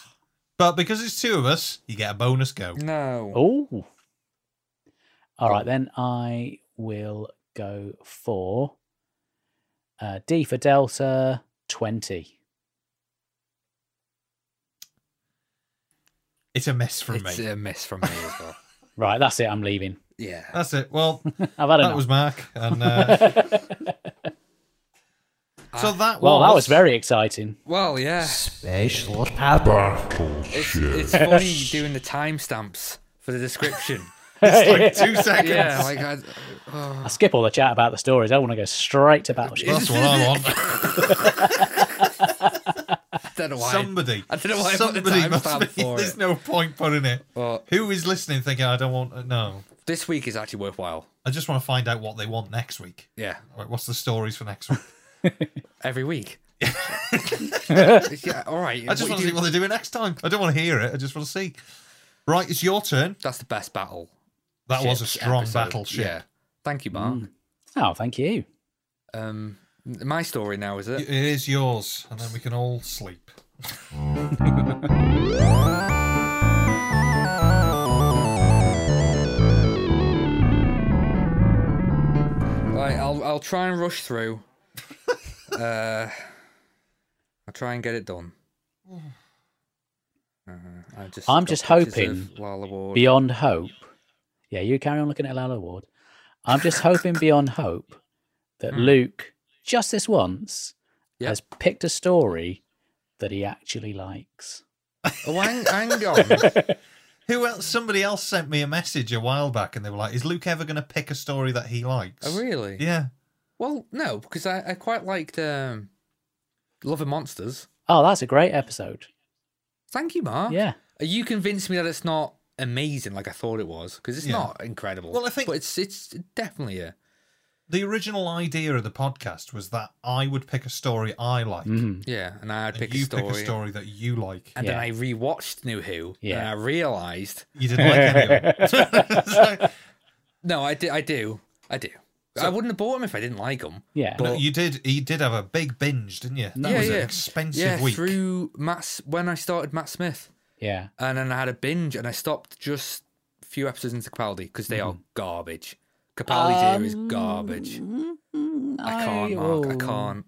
Speaker 2: But because it's two of us, you get a bonus go.
Speaker 1: No.
Speaker 4: Oh. All right, then I will go for uh, D for Delta 20.
Speaker 2: It's a miss from
Speaker 1: it's
Speaker 2: me.
Speaker 1: a miss from me as well.
Speaker 4: Right, that's it. I'm leaving.
Speaker 1: Yeah.
Speaker 2: That's it. Well,
Speaker 4: I've had
Speaker 2: that
Speaker 4: enough.
Speaker 2: was Mark, and uh, so that
Speaker 4: well,
Speaker 2: was
Speaker 4: that was very exciting.
Speaker 1: Well, yeah.
Speaker 5: Special power.
Speaker 1: It's, it's funny doing the timestamps for the description.
Speaker 2: like two seconds.
Speaker 1: yeah. Like, I, oh.
Speaker 4: I skip all the chat about the stories. I want to go straight to Battleship.
Speaker 2: That's what I want.
Speaker 1: I don't know why.
Speaker 2: Somebody,
Speaker 1: I don't know why I put the
Speaker 2: somebody must
Speaker 1: timestamp
Speaker 2: be.
Speaker 1: for
Speaker 2: There's
Speaker 1: it.
Speaker 2: no point putting it.
Speaker 1: But
Speaker 2: Who is listening? Thinking I don't want. No,
Speaker 1: this week is actually worthwhile.
Speaker 2: I just want to find out what they want next week.
Speaker 1: Yeah.
Speaker 2: Like, what's the stories for next week?
Speaker 1: Every week. yeah. All right.
Speaker 2: I
Speaker 1: What
Speaker 2: just want
Speaker 1: do
Speaker 2: to
Speaker 1: you-
Speaker 2: see what they're doing next time. I don't want to hear it. I just want to see. Right, it's your turn.
Speaker 1: That's the best battle.
Speaker 2: That was a
Speaker 1: ships
Speaker 2: strong
Speaker 1: episode.
Speaker 2: battleship.
Speaker 1: Yeah. Thank you, Mark.
Speaker 4: Oh, thank you.
Speaker 1: Um, my story now is it?
Speaker 2: It is yours, and then we can all sleep.
Speaker 1: Right, I'll I'll try and rush through. uh, I'll try and get it done. Uh, I just
Speaker 4: I'm
Speaker 1: got
Speaker 4: just
Speaker 1: pictures
Speaker 4: hoping
Speaker 1: of Lala Ward.
Speaker 4: Beyond Hope. Yeah, you carry on looking at Lala Ward. I'm just hoping Beyond Hope that Luke, just this once,
Speaker 1: Hmm. Yep.
Speaker 4: has picked a story that he actually likes.
Speaker 1: Oh, hang, hang on.
Speaker 2: Who else? Somebody else sent me a message a while back, and they were like, "Is Luke ever going to pick a story that he likes?"
Speaker 1: oh, really?
Speaker 2: Yeah.
Speaker 1: Well, no, because I, I quite liked um, Love and Monsters.
Speaker 4: Oh, that's a great episode.
Speaker 1: Thank you, Mark.
Speaker 4: Yeah.
Speaker 1: Are you convinced me that it's not amazing like I thought it was? Because it's
Speaker 2: Yeah.
Speaker 1: not incredible.
Speaker 2: Well, I think-
Speaker 1: but it's it's definitely a
Speaker 2: The original idea of the podcast was that I would pick a story I like,
Speaker 4: Mhm.
Speaker 1: yeah, and I'd
Speaker 2: and
Speaker 1: Mm-hmm. pick
Speaker 2: you
Speaker 1: a story.
Speaker 2: pick a story that you like.
Speaker 1: And then
Speaker 4: Yeah.
Speaker 1: I rewatched New Who, and
Speaker 4: Yeah.
Speaker 1: I realised
Speaker 2: You didn't like any of them. So,
Speaker 1: No, I do. I do. I do. I wouldn't have bought them if I didn't like them.
Speaker 4: Yeah.
Speaker 2: no, you did. You did have a big binge, didn't you? That
Speaker 1: Yeah,
Speaker 2: was
Speaker 1: yeah.
Speaker 2: an expensive
Speaker 1: Yeah,
Speaker 2: week.
Speaker 1: through Matt S- when I started Matt Smith,
Speaker 4: Yeah.
Speaker 1: and then I had a binge, and I stopped just a few episodes into Capaldi because they are garbage. Capaldi's era is
Speaker 4: Um,
Speaker 1: garbage. Um, I can't, Mark. I can't,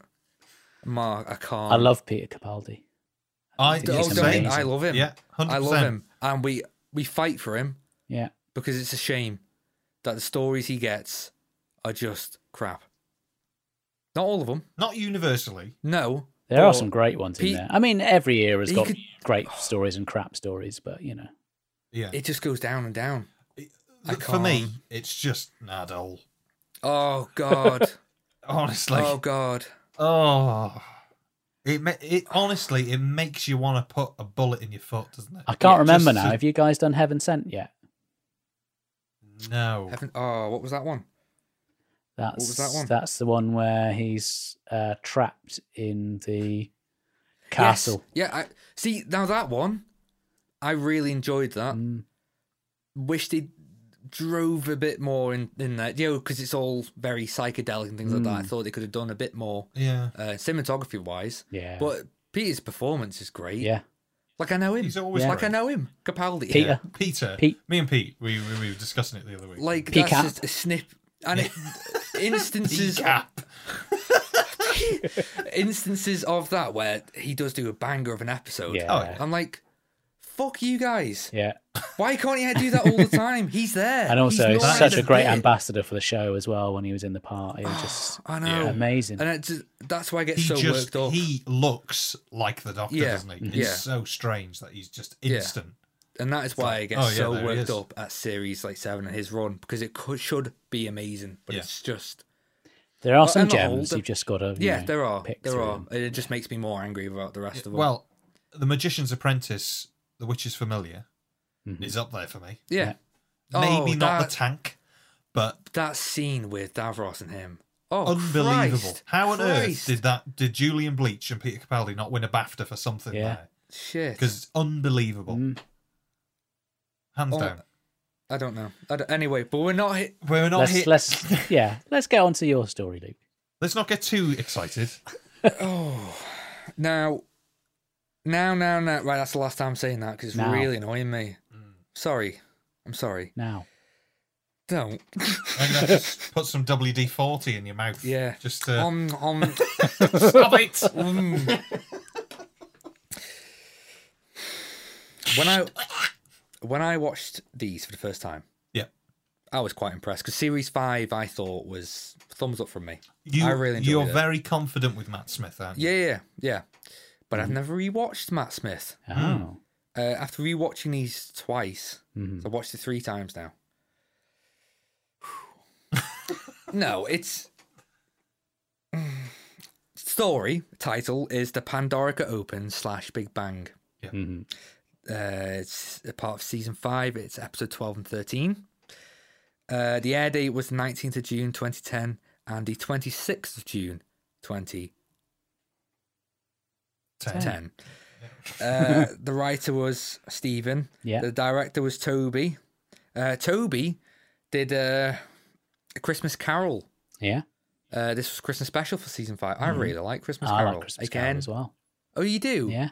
Speaker 1: Mark. I can't.
Speaker 4: I love Peter Capaldi.
Speaker 2: I,
Speaker 4: think
Speaker 1: Oh,
Speaker 4: He's
Speaker 1: don't
Speaker 2: same.
Speaker 1: you? I
Speaker 4: amazing.
Speaker 1: love him.
Speaker 2: Yeah, 100%.
Speaker 1: I love him, and we we fight for him
Speaker 4: Yeah.
Speaker 1: because it's a shame that the stories he gets are just crap. Not all of them.
Speaker 2: Not universally.
Speaker 1: No,
Speaker 4: There are
Speaker 1: but-
Speaker 4: some great ones in
Speaker 1: Pete-
Speaker 4: there. I mean, every era's
Speaker 1: he
Speaker 4: got
Speaker 1: could-
Speaker 4: great stories and crap stories, but you know,
Speaker 2: Yeah.
Speaker 1: It just goes down and down. I
Speaker 2: For me,
Speaker 1: can't.
Speaker 2: it's just Nadal.
Speaker 1: Oh god.
Speaker 2: Honestly.
Speaker 1: oh god.
Speaker 2: Oh, it ma- it honestly it makes you want to put a bullet in your foot, doesn't it?
Speaker 4: I can't
Speaker 2: Yeah,
Speaker 4: remember
Speaker 2: just
Speaker 4: now.
Speaker 2: to-
Speaker 4: Have you guys done Heaven Sent yet?
Speaker 2: No,
Speaker 1: Heaven, oh, what was that one?
Speaker 4: That's
Speaker 1: was that one?
Speaker 4: that's the one where he's uh, trapped in the castle.
Speaker 1: Yes. Yeah, I, see now that one, I really enjoyed that.
Speaker 4: Mm.
Speaker 1: Wish they drove a bit more in in that, you know, because it's all very psychedelic and things like that. I
Speaker 4: Mm.
Speaker 1: thought they could have done a bit more
Speaker 2: yeah,
Speaker 1: uh, cinematography wise.
Speaker 4: Yeah.
Speaker 1: But Peter's performance is great.
Speaker 4: yeah.
Speaker 1: like I know him.
Speaker 2: he's always
Speaker 4: Yeah.
Speaker 1: Like I
Speaker 2: great.
Speaker 1: know him, Capaldi.
Speaker 4: Peter.
Speaker 2: Peter,
Speaker 4: Pete.
Speaker 2: me and Pete, we, we we were discussing it the other week.
Speaker 1: Like
Speaker 4: Peacock.
Speaker 1: that's just a snip, and it, instances
Speaker 2: Cap.
Speaker 1: instances of that where he does do a banger of an episode.
Speaker 4: Yeah.
Speaker 2: Oh, yeah.
Speaker 1: I'm like, fuck you guys.
Speaker 4: Yeah.
Speaker 1: Why can't you do that all the time? He's there.
Speaker 4: And also,
Speaker 1: He's
Speaker 4: he's
Speaker 1: not
Speaker 4: such
Speaker 1: in
Speaker 4: a great
Speaker 1: bit.
Speaker 4: ambassador for the show as well when he was in the party. Just
Speaker 1: I know.
Speaker 2: Yeah.
Speaker 4: amazing.
Speaker 1: Ah, oh. And it just, that's why I get
Speaker 2: He
Speaker 1: so
Speaker 2: just
Speaker 1: worked up.
Speaker 2: he looks like the Doctor,
Speaker 1: Yeah.
Speaker 2: doesn't he? It's
Speaker 1: Yeah.
Speaker 2: so strange that he's just
Speaker 1: Yeah.
Speaker 2: instant.
Speaker 1: And that is why I get
Speaker 2: Oh, yeah,
Speaker 1: so
Speaker 2: there he
Speaker 1: worked
Speaker 2: is.
Speaker 1: up at series like seven and his run because it could, should be amazing, but
Speaker 2: Yeah.
Speaker 1: it's just
Speaker 4: there are
Speaker 1: Well,
Speaker 4: some
Speaker 1: and not all
Speaker 4: gems
Speaker 1: the-
Speaker 4: you've just got to.
Speaker 1: yeah, there are,
Speaker 4: pick
Speaker 1: there
Speaker 4: through
Speaker 1: are.
Speaker 4: them.
Speaker 1: And It just makes me more angry about the rest of them.
Speaker 2: Well, The Magician's Apprentice, The Witch's Familiar, is up there for me.
Speaker 1: yeah, Mm-hmm. Oh,
Speaker 2: Maybe not
Speaker 1: that-
Speaker 2: the tank, but
Speaker 1: that scene with Davros and him. Oh,
Speaker 2: unbelievable.
Speaker 1: Christ,
Speaker 2: How on
Speaker 1: Christ.
Speaker 2: earth did that? Did Julian Bleach and Peter Capaldi not win a BAFTA for something
Speaker 4: Yeah.
Speaker 2: there?
Speaker 1: shit?
Speaker 2: Because it's unbelievable.
Speaker 4: Mm.
Speaker 2: Hands
Speaker 1: Oh.
Speaker 2: down.
Speaker 1: I don't know. I don't- anyway, but we're not. Hit-
Speaker 2: We're not
Speaker 4: Let's
Speaker 2: hit-
Speaker 4: let's yeah. Let's get on to your story, Luke.
Speaker 2: Let's not get too excited.
Speaker 1: oh, now, now, now, now. Right, that's the last time I'm saying that because it's
Speaker 4: Now.
Speaker 1: really annoying me. Sorry, I'm sorry.
Speaker 4: Now,
Speaker 1: Don't.
Speaker 2: I'm gonna just put some WD forty in your mouth.
Speaker 1: Yeah.
Speaker 2: Just to
Speaker 1: Um, um,
Speaker 2: stop it.
Speaker 1: um. when I when I watched these for the first time,
Speaker 2: Yeah.
Speaker 1: I was quite impressed because series five I thought was thumbs up from me.
Speaker 2: You,
Speaker 1: I really enjoyed
Speaker 2: you're
Speaker 1: it.
Speaker 2: very confident with Matt Smith, aren't you?
Speaker 1: Yeah, yeah, yeah. But I've never rewatched Matt Smith.
Speaker 4: oh,
Speaker 1: Uh, after rewatching these twice,
Speaker 4: Mhm.
Speaker 1: so I've watched it three times now. no, it's story title is the Pandorica Open slash Big Bang.
Speaker 4: Mhm.
Speaker 1: Uh, it's a part of season five. It's episode twelve and thirteen. Uh, the air date was nineteenth of June, twenty ten, and the twenty sixth of June, twenty
Speaker 2: Ten.
Speaker 1: 10. Uh, the writer was Stephen.
Speaker 4: Yeah.
Speaker 1: The director was Toby. Uh, Toby did uh, a Christmas Carol.
Speaker 4: yeah. Mm-hmm.
Speaker 1: Uh, this was Christmas special for season five. I really like Christmas
Speaker 4: I
Speaker 1: Carol.
Speaker 4: like Christmas
Speaker 1: Again,
Speaker 4: Carol as well.
Speaker 1: oh, you do.
Speaker 4: Yeah,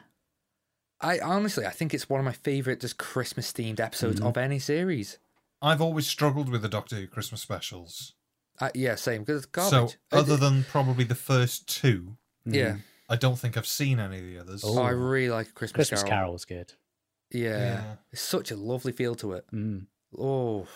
Speaker 1: I honestly, I think it's one of my favorite just Christmas themed episodes
Speaker 4: Mm-hmm.
Speaker 1: of any series.
Speaker 2: I've always struggled with the Doctor Who Christmas specials.
Speaker 1: Uh, yeah, same because it's garbage.
Speaker 2: So other than probably the first two,
Speaker 1: yeah,
Speaker 4: Mm.
Speaker 2: I don't think I've seen any of the others.
Speaker 1: oh, I really like Christmas,
Speaker 4: Christmas
Speaker 1: Carol.
Speaker 4: Carol's good.
Speaker 1: Yeah.
Speaker 2: Yeah.
Speaker 1: it's such a lovely feel to it.
Speaker 4: Mm.
Speaker 1: Oh,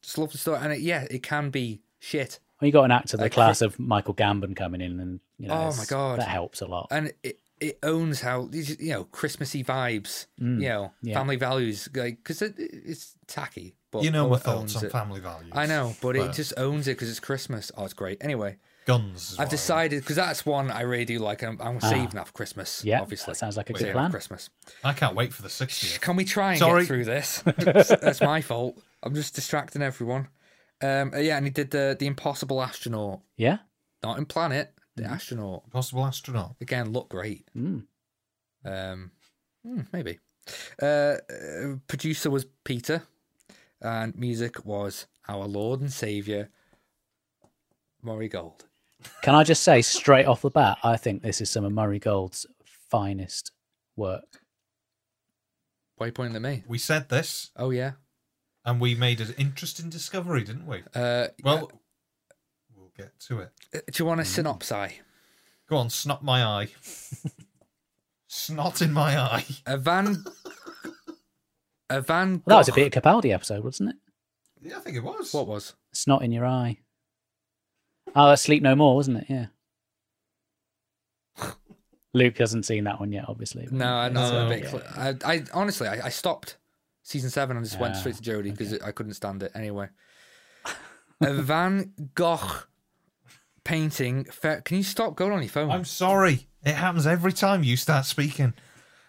Speaker 1: just lovely story, and it, yeah, it can be shit.
Speaker 4: When you got an actor the
Speaker 1: Like,
Speaker 4: class of Michael Gambon coming in, and you know,
Speaker 1: Oh my
Speaker 4: it's-
Speaker 1: God. Uh,
Speaker 4: that helps a lot.
Speaker 1: and it it owns how these, you know Christmassy vibes,
Speaker 4: Mm.
Speaker 1: you know,
Speaker 4: Hmm. yeah.
Speaker 1: family values, like because it, it's tacky. But
Speaker 2: you know
Speaker 1: it
Speaker 2: my thoughts
Speaker 1: owns
Speaker 2: on
Speaker 1: it.
Speaker 2: family values.
Speaker 1: I know, but it
Speaker 2: But-
Speaker 1: just owns it because it's Christmas. Oh, it's great. Anyway,
Speaker 2: Guns. is
Speaker 1: I've
Speaker 2: what I-
Speaker 1: decided because that's one I really do like. and I'm, I'm saving that for Christmas.
Speaker 4: Ah. Yeah,
Speaker 1: obviously.
Speaker 4: that sounds like a
Speaker 1: We're
Speaker 4: good
Speaker 1: saving
Speaker 4: plan.
Speaker 1: for Christmas.
Speaker 2: I can't wait for the 60th.
Speaker 1: Can we try and
Speaker 2: Sorry.
Speaker 1: get through this? that's my fault. I'm just distracting everyone. Um, yeah, and he did the the Impossible Astronaut,
Speaker 4: Yeah,
Speaker 1: not in Planet, the
Speaker 4: Mm-hmm.
Speaker 1: astronaut.
Speaker 2: Possible astronaut.
Speaker 1: again look great.
Speaker 4: Mm.
Speaker 1: Um, hmm, maybe. Uh, uh, producer was Peter, and music was our Lord and Savior, Murray Gold.
Speaker 4: Can I just say straight off the bat, I think this is some of Murray Gold's finest work.
Speaker 1: Why are you pointing at me?
Speaker 2: We said this,
Speaker 1: Oh yeah.
Speaker 2: and we made an interesting discovery, didn't we?
Speaker 1: Uh,
Speaker 2: Well, we'll get to it.
Speaker 1: uh, do you want a synopsis?
Speaker 2: Go on, snot my eye. snot in my eye.
Speaker 1: A van. a van.
Speaker 4: Well, that was a
Speaker 1: Gogh-
Speaker 4: Peter Capaldi episode, wasn't it?
Speaker 2: Yeah, I think it was.
Speaker 1: What was?
Speaker 4: It's not in your eye. Oh, that's Sleep No More, wasn't it? Yeah. Luke hasn't seen that one yet, obviously. but- Mm,
Speaker 1: No, I'm not
Speaker 2: No.
Speaker 1: a bit. Cl- I, I honestly, I, I stopped Season seven, I just went
Speaker 4: Ah,
Speaker 1: straight to Jodie because I couldn't stand it anyway. A Van Gogh painting. Fa- Can you stop going on your phone?
Speaker 2: I'm sorry. It happens every time you start speaking.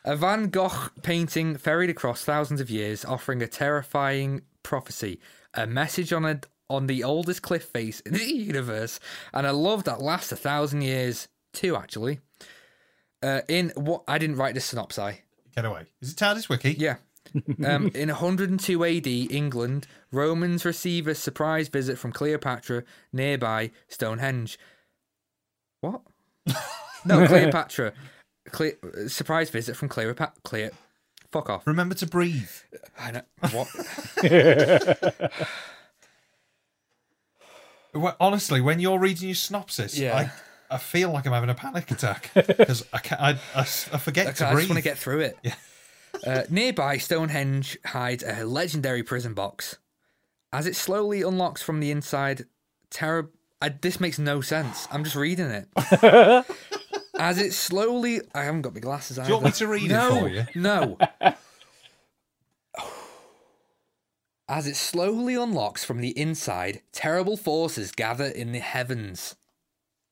Speaker 1: A Van Gogh painting ferried across thousands of years, offering a terrifying prophecy, a message on a, on the oldest cliff face in the universe, and a love that lasts a thousand years. Two, actually. Uh, in what I didn't write this synopsis.
Speaker 2: Get away. Is it TARDIS Wiki?
Speaker 1: Yeah. um, in 102 AD, England, Romans receive a surprise visit from Cleopatra nearby Stonehenge. What? no, Cleopatra. Cle- uh, surprise visit from Cleopatra. Cleop. Fuck off.
Speaker 2: Remember to breathe.
Speaker 1: I know. What?
Speaker 2: Well, honestly, when you're reading your synopsis,
Speaker 1: Yeah.
Speaker 2: I, I feel like I'm having a panic attack because I, can't- I, I, s- I forget
Speaker 1: I,
Speaker 2: to
Speaker 1: I
Speaker 2: breathe.
Speaker 1: just want to get through it. Uh, nearby, Stonehenge hides a legendary prison box. As it slowly unlocks from the inside, terror. I, this makes no sense. I'm just reading it. As it slowly. I haven't got my glasses either.
Speaker 2: Do you want me to read
Speaker 1: no,
Speaker 2: it for you?
Speaker 1: No. As it slowly unlocks from the inside, terrible forces gather in the heavens.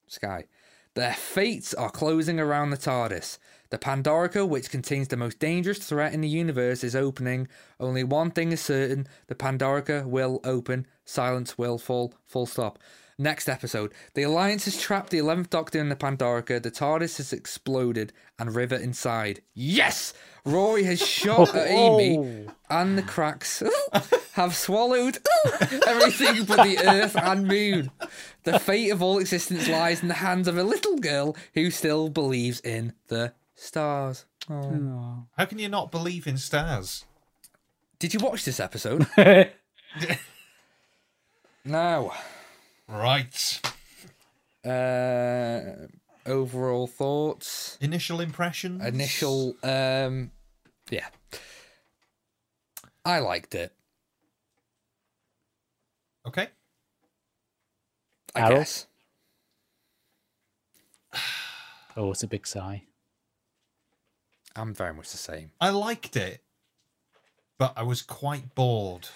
Speaker 1: Sky. Their fates are closing around the TARDIS. The Pandorica, which contains the most dangerous threat in the universe, is opening. Only one thing is certain the Pandorica will open. Silence will fall. Full stop. Next episode. The Alliance has trapped the 11th Doctor in the Pandorica. The TARDIS has exploded and River inside. Yes! Rory has shot at Amy, and the cracks have swallowed everything but the Earth and Moon. The fate of all existence lies in the hands of a little girl who still believes in the stars. Oh.
Speaker 2: How can you not believe in stars?
Speaker 1: Did you watch this episode? no.
Speaker 2: Right.
Speaker 1: Uh, overall thoughts,
Speaker 2: Initial impressions?
Speaker 1: initial. Um, yeah. I liked it.
Speaker 2: Okay.
Speaker 1: I
Speaker 4: Harold?
Speaker 1: guess.
Speaker 4: Oh, it's a big sigh.
Speaker 1: I'm very much the same.
Speaker 2: I liked it, but I was quite bored.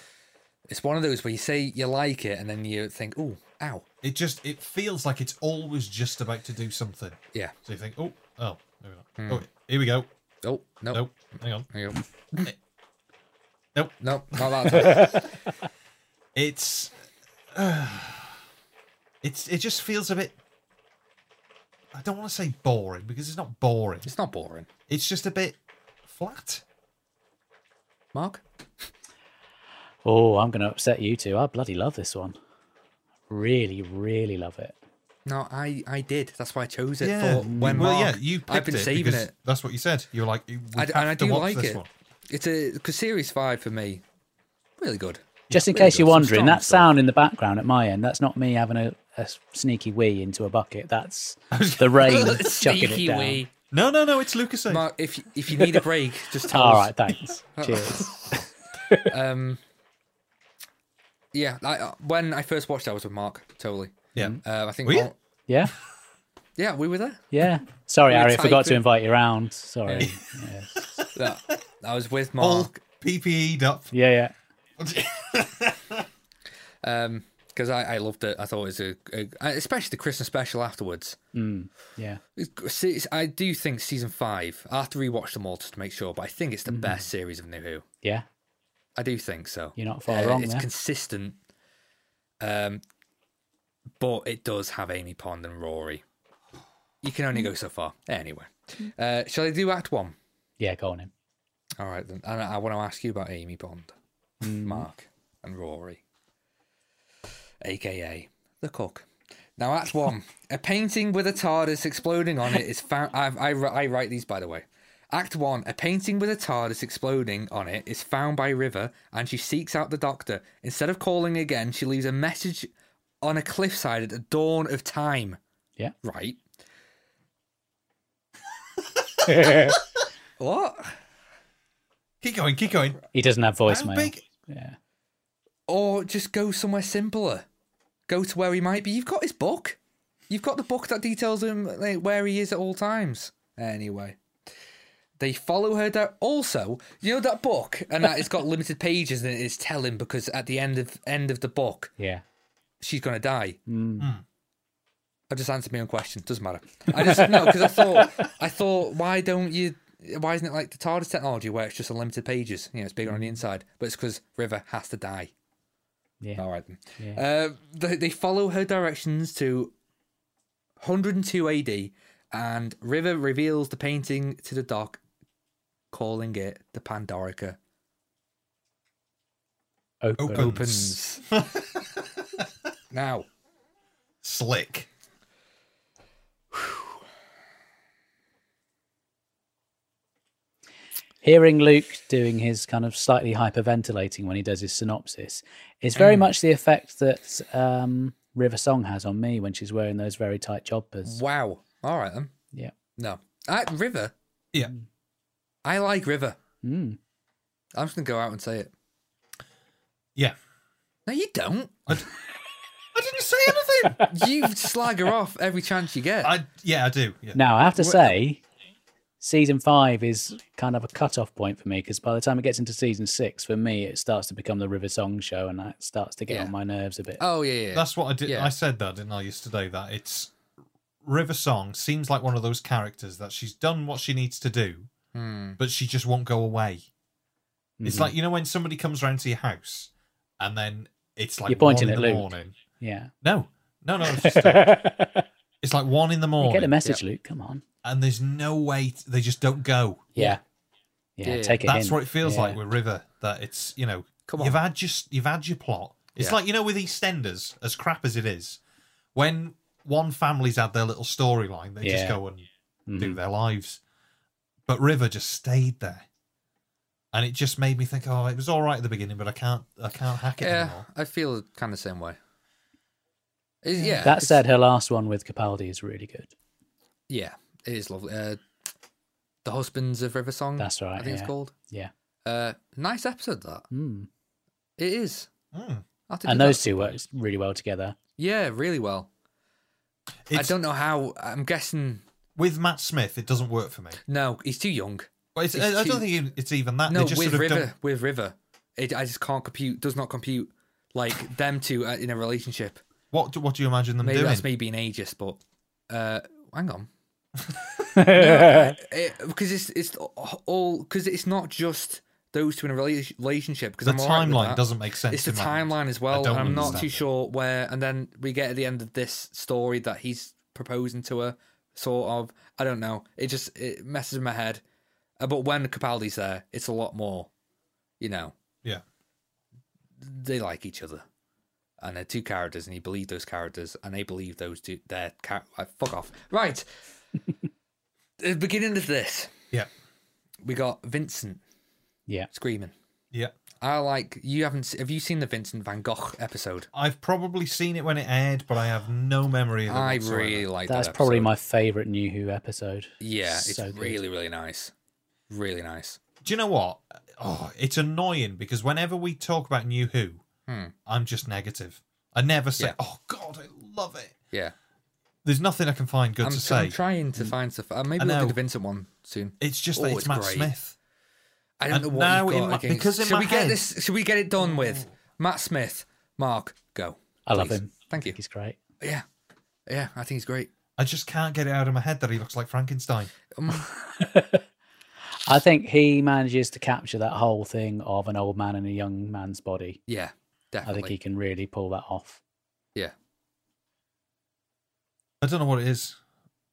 Speaker 1: It's one of those where you say you like it and then you think, "Ooh, ow."
Speaker 2: It just it feels like it's always just about to do something.
Speaker 1: Yeah.
Speaker 2: So you think, oh, oh, maybe not.
Speaker 1: Hmm.
Speaker 2: Oh, here we go.
Speaker 1: Oh, no.
Speaker 2: Nope. Hang on.
Speaker 1: Nope.
Speaker 2: Nope.
Speaker 1: Nope. Not that time.
Speaker 2: It's it's it just feels a bit. I don't want to say boring because it's not boring.
Speaker 1: it's not boring.
Speaker 2: It's just a bit flat.
Speaker 1: Mark?
Speaker 4: Oh, I'm going to upset you two. I bloody love this one. Really, really love it.
Speaker 1: No, I, I did. That's why I chose it
Speaker 2: Yeah.
Speaker 1: for when
Speaker 2: well,
Speaker 1: Mark.
Speaker 2: yeah, you picked
Speaker 1: I've been
Speaker 2: it
Speaker 1: saving
Speaker 2: because
Speaker 1: it.
Speaker 2: That's what you said. You were like, we
Speaker 1: I,
Speaker 2: have
Speaker 1: and I
Speaker 2: to
Speaker 1: do
Speaker 2: watch
Speaker 1: like
Speaker 2: this
Speaker 1: it.
Speaker 2: one.
Speaker 1: It's a cause series five for me. Really good.
Speaker 4: Just in
Speaker 1: really
Speaker 4: case you're
Speaker 1: good. Some
Speaker 4: wondering,
Speaker 1: strong
Speaker 4: that
Speaker 1: stuff.
Speaker 4: sound in the background at my end, that's not me having a, a sneaky wee into a bucket. That's the rain chucking it
Speaker 1: Sneaky
Speaker 4: down.
Speaker 1: wee.
Speaker 2: No, no, no. It's Lucas.
Speaker 1: Mark, if if you need a break, just tell
Speaker 4: All
Speaker 1: us.
Speaker 4: right, thanks. Cheers.
Speaker 1: Um, yeah, I, uh, when I first watched, it, I was with Mark. Totally.
Speaker 2: Yeah.
Speaker 1: Uh, I think.
Speaker 2: Were you?
Speaker 1: Mark-
Speaker 4: Yeah,
Speaker 1: yeah, we were there.
Speaker 4: yeah. Sorry,
Speaker 1: We were
Speaker 4: Harry, I forgot to
Speaker 1: typing.
Speaker 4: invite you round. Sorry. Yes.
Speaker 1: Yeah. I was with
Speaker 2: All E
Speaker 1: Mark.
Speaker 2: PPE'd up.
Speaker 4: Yeah, yeah.
Speaker 1: Um 'cause because I, I loved it. I thought it was a, a especially the Christmas special afterwards.
Speaker 4: Yeah.
Speaker 1: It's- it's- I do think season five. I have to rewatch them all just to make sure, but I think it's the
Speaker 4: Mm-hmm.
Speaker 1: best series of New Who.
Speaker 4: Yeah.
Speaker 1: I do think so. Uh,
Speaker 4: You're not far wrong
Speaker 1: It's
Speaker 4: there.
Speaker 1: consistent, um, but it does have Amy Pond and Rory. You can
Speaker 4: Mm.
Speaker 1: only go so far. Anyway, uh, shall I do Act One?
Speaker 4: Yeah, go on in.
Speaker 1: All right, then. And I, I want to ask you about Amy Bond, Mark, and Rory, aka the cook. Now, Act One: a painting with a TARDIS exploding on it is found. I, I, wri- I write these, by the way. Act One: a painting with a TARDIS exploding on it is found by River, and she seeks out the Doctor. Instead of calling again, she leaves a message on a cliffside at the dawn of time.
Speaker 4: Yeah.
Speaker 1: Right. What?
Speaker 2: Keep going. Keep going.
Speaker 4: he doesn't have
Speaker 2: How
Speaker 4: voicemail.
Speaker 2: big?
Speaker 4: Yeah.
Speaker 1: or just go somewhere simpler. Go to where he might be. You've got his book. You've got the book that details him like, where he is at all times. Anyway, They follow her down. Also, you know that book, and that it's got limited pages, and it's telling because at the end of end of the book,
Speaker 4: Yeah.
Speaker 1: she's gonna die.
Speaker 4: Mm.
Speaker 1: I just answered my own question. Doesn't matter. I just no because I thought I thought why don't you? Why isn't it like the TARDIS technology where it's just unlimited pages? You know, it's
Speaker 4: Mm.
Speaker 1: bigger on the inside, but it's because River has to die.
Speaker 4: Yeah.
Speaker 1: All right then. Uh, they, they follow her directions to 102 AD, and River reveals the painting to the doc, calling it the Pandorica.
Speaker 4: Open.
Speaker 2: Open.
Speaker 1: Opens. now,
Speaker 2: Slick.
Speaker 4: Hearing Luke doing his kind of slightly hyperventilating when he does his synopsis is
Speaker 1: Mm.
Speaker 4: very much the effect that um, River Song has on me when she's wearing those very tight jodhpurs.
Speaker 1: wow. All right then.
Speaker 4: Yeah.
Speaker 1: No, I, River.
Speaker 2: Yeah.
Speaker 1: I like River.
Speaker 4: Mm.
Speaker 1: I'm just gonna go out and say it.
Speaker 2: Yeah.
Speaker 1: No, you don't.
Speaker 2: I didn't say anything.
Speaker 1: You slag her off every chance you get.
Speaker 2: I yeah, I do. Yeah.
Speaker 4: Now, I have to say, season five is kind of a cut-off point for me because by the time it gets into season six, for me, it starts to become the River Song show and that starts to get
Speaker 1: Yeah.
Speaker 4: on my nerves a bit.
Speaker 1: oh yeah, yeah, yeah.
Speaker 2: That's what I did.
Speaker 1: Yeah.
Speaker 2: I said that, didn't I, yesterday? That it's River Song seems like one of those characters that she's done what she needs to do,
Speaker 1: Hmm.
Speaker 2: but she just won't go away. It's
Speaker 4: Mhm.
Speaker 2: like you know when somebody comes round to your house, and then it's like
Speaker 4: You're pointing
Speaker 2: one in
Speaker 4: at
Speaker 2: the
Speaker 4: Luke.
Speaker 2: morning.
Speaker 4: yeah.
Speaker 2: No, no, no. It's, just a-
Speaker 4: you
Speaker 2: it's like one in the morning,
Speaker 4: get the message, Luke. Come on.
Speaker 2: and there's no way t- they just don't go.
Speaker 4: Yeah. Yeah,
Speaker 1: Yeah.
Speaker 4: take it.
Speaker 2: That's what it feels
Speaker 4: Yeah.
Speaker 2: like with River. That it's you know
Speaker 1: Come
Speaker 2: you've
Speaker 1: on.
Speaker 2: had just you've had your plot. It's
Speaker 1: Yeah.
Speaker 2: like you know with EastEnders, as crap as it is, when one family's had their little storyline, they just
Speaker 4: Yeah.
Speaker 2: go and
Speaker 1: Mm-hmm.
Speaker 2: do their lives. But River just stayed there, and it just made me think, oh, it was all right at the beginning, but I can't, I can't hack it
Speaker 1: Yeah,
Speaker 2: anymore.
Speaker 1: I feel kind of the same way. It's- yeah,
Speaker 4: That
Speaker 1: it's-
Speaker 4: said, her last one with Capaldi is really good.
Speaker 1: yeah, it is lovely. Uh, the husbands of River Song.
Speaker 4: That's right,
Speaker 1: I think it's
Speaker 4: yeah.
Speaker 1: called.
Speaker 4: Yeah.
Speaker 1: Uh, nice episode that
Speaker 4: Mm.
Speaker 1: it is.
Speaker 2: Mm.
Speaker 1: I think
Speaker 4: And those two work really well together.
Speaker 1: Yeah, really well.
Speaker 2: It's-
Speaker 1: I don't know how. I'm guessing
Speaker 2: with Matt Smith, it doesn't work for me.
Speaker 1: no, he's too young.
Speaker 2: But it's,
Speaker 1: It's
Speaker 2: I, I
Speaker 1: too-
Speaker 2: don't think it's even that.
Speaker 1: No,
Speaker 2: they just
Speaker 1: with
Speaker 2: sort of
Speaker 1: River,
Speaker 2: don't-
Speaker 1: with River, it, I just can't compute. Does not compute like them two uh, in a relationship.
Speaker 2: What do, what do you imagine them
Speaker 1: Maybe
Speaker 2: doing?
Speaker 1: that's me being ageist, but uh, hang on. because it's it's all because it's not just those two in a rela- relationship. Because
Speaker 2: The
Speaker 1: I'm all right with
Speaker 2: timeline
Speaker 1: that.
Speaker 2: doesn't make sense.
Speaker 1: It's the
Speaker 2: in my head.
Speaker 1: timeline as well,
Speaker 2: don't
Speaker 1: and I'm not
Speaker 2: understand
Speaker 1: too
Speaker 2: it.
Speaker 1: sure where. And then we get at the end of this story that he's proposing to her, sort of. I don't know. It just it messes with my head. Uh, But when Capaldi's there, it's a lot more. You know,
Speaker 2: Yeah,
Speaker 1: they like each other, and they're two characters, and you believe those characters, and they believe those two. Their char- like, fuck off. Right. the beginning of this,
Speaker 2: yeah,
Speaker 1: we got Vincent
Speaker 4: Yeah.
Speaker 1: screaming.
Speaker 2: yeah.
Speaker 1: I like you haven't. se- Have you seen the Vincent Van Gogh episode?
Speaker 2: I've probably seen it when it aired, but I have no memory of it.
Speaker 1: I
Speaker 2: whatsoever.
Speaker 1: really like
Speaker 4: That's
Speaker 1: that
Speaker 4: probably
Speaker 1: episode.
Speaker 4: my favourite New Who episode.
Speaker 1: Yeah, it's
Speaker 4: so good.
Speaker 1: really really nice, really nice.
Speaker 2: Do you know what? Oh, it's annoying because whenever we talk about New Who,
Speaker 1: Hmm.
Speaker 2: I'm just negative. I never say,
Speaker 1: Yeah.
Speaker 2: "Oh God, I love it."
Speaker 1: Yeah,
Speaker 2: There's nothing I can find good
Speaker 1: I'm,
Speaker 2: to
Speaker 1: I'm
Speaker 2: say. mm,
Speaker 1: trying to find stuff. Uh, maybe
Speaker 2: I
Speaker 1: we'll do
Speaker 2: know.
Speaker 1: the Vincent one soon.
Speaker 2: it's just that
Speaker 1: Oh,
Speaker 2: it's,
Speaker 1: it's
Speaker 2: Matt
Speaker 1: great.
Speaker 2: Smith.
Speaker 1: I don't
Speaker 2: And
Speaker 1: know what
Speaker 2: now
Speaker 1: you've
Speaker 2: in
Speaker 1: got
Speaker 2: my-
Speaker 1: against-
Speaker 2: because in
Speaker 1: should
Speaker 2: my
Speaker 1: we get
Speaker 2: head-
Speaker 1: this? Should we get it done with Matt Smith? Mark, go.
Speaker 4: I love
Speaker 1: please.
Speaker 4: him.
Speaker 1: Thank you.
Speaker 4: He's great.
Speaker 1: Yeah, yeah. I think he's great.
Speaker 2: I just can't get it out of my head that he looks like Frankenstein.
Speaker 4: I think he manages to capture that whole thing of an old man in a young man's body.
Speaker 1: Yeah,
Speaker 4: I
Speaker 1: definitely.
Speaker 4: think he can really pull that off.
Speaker 1: Yeah,
Speaker 2: I don't know what it is.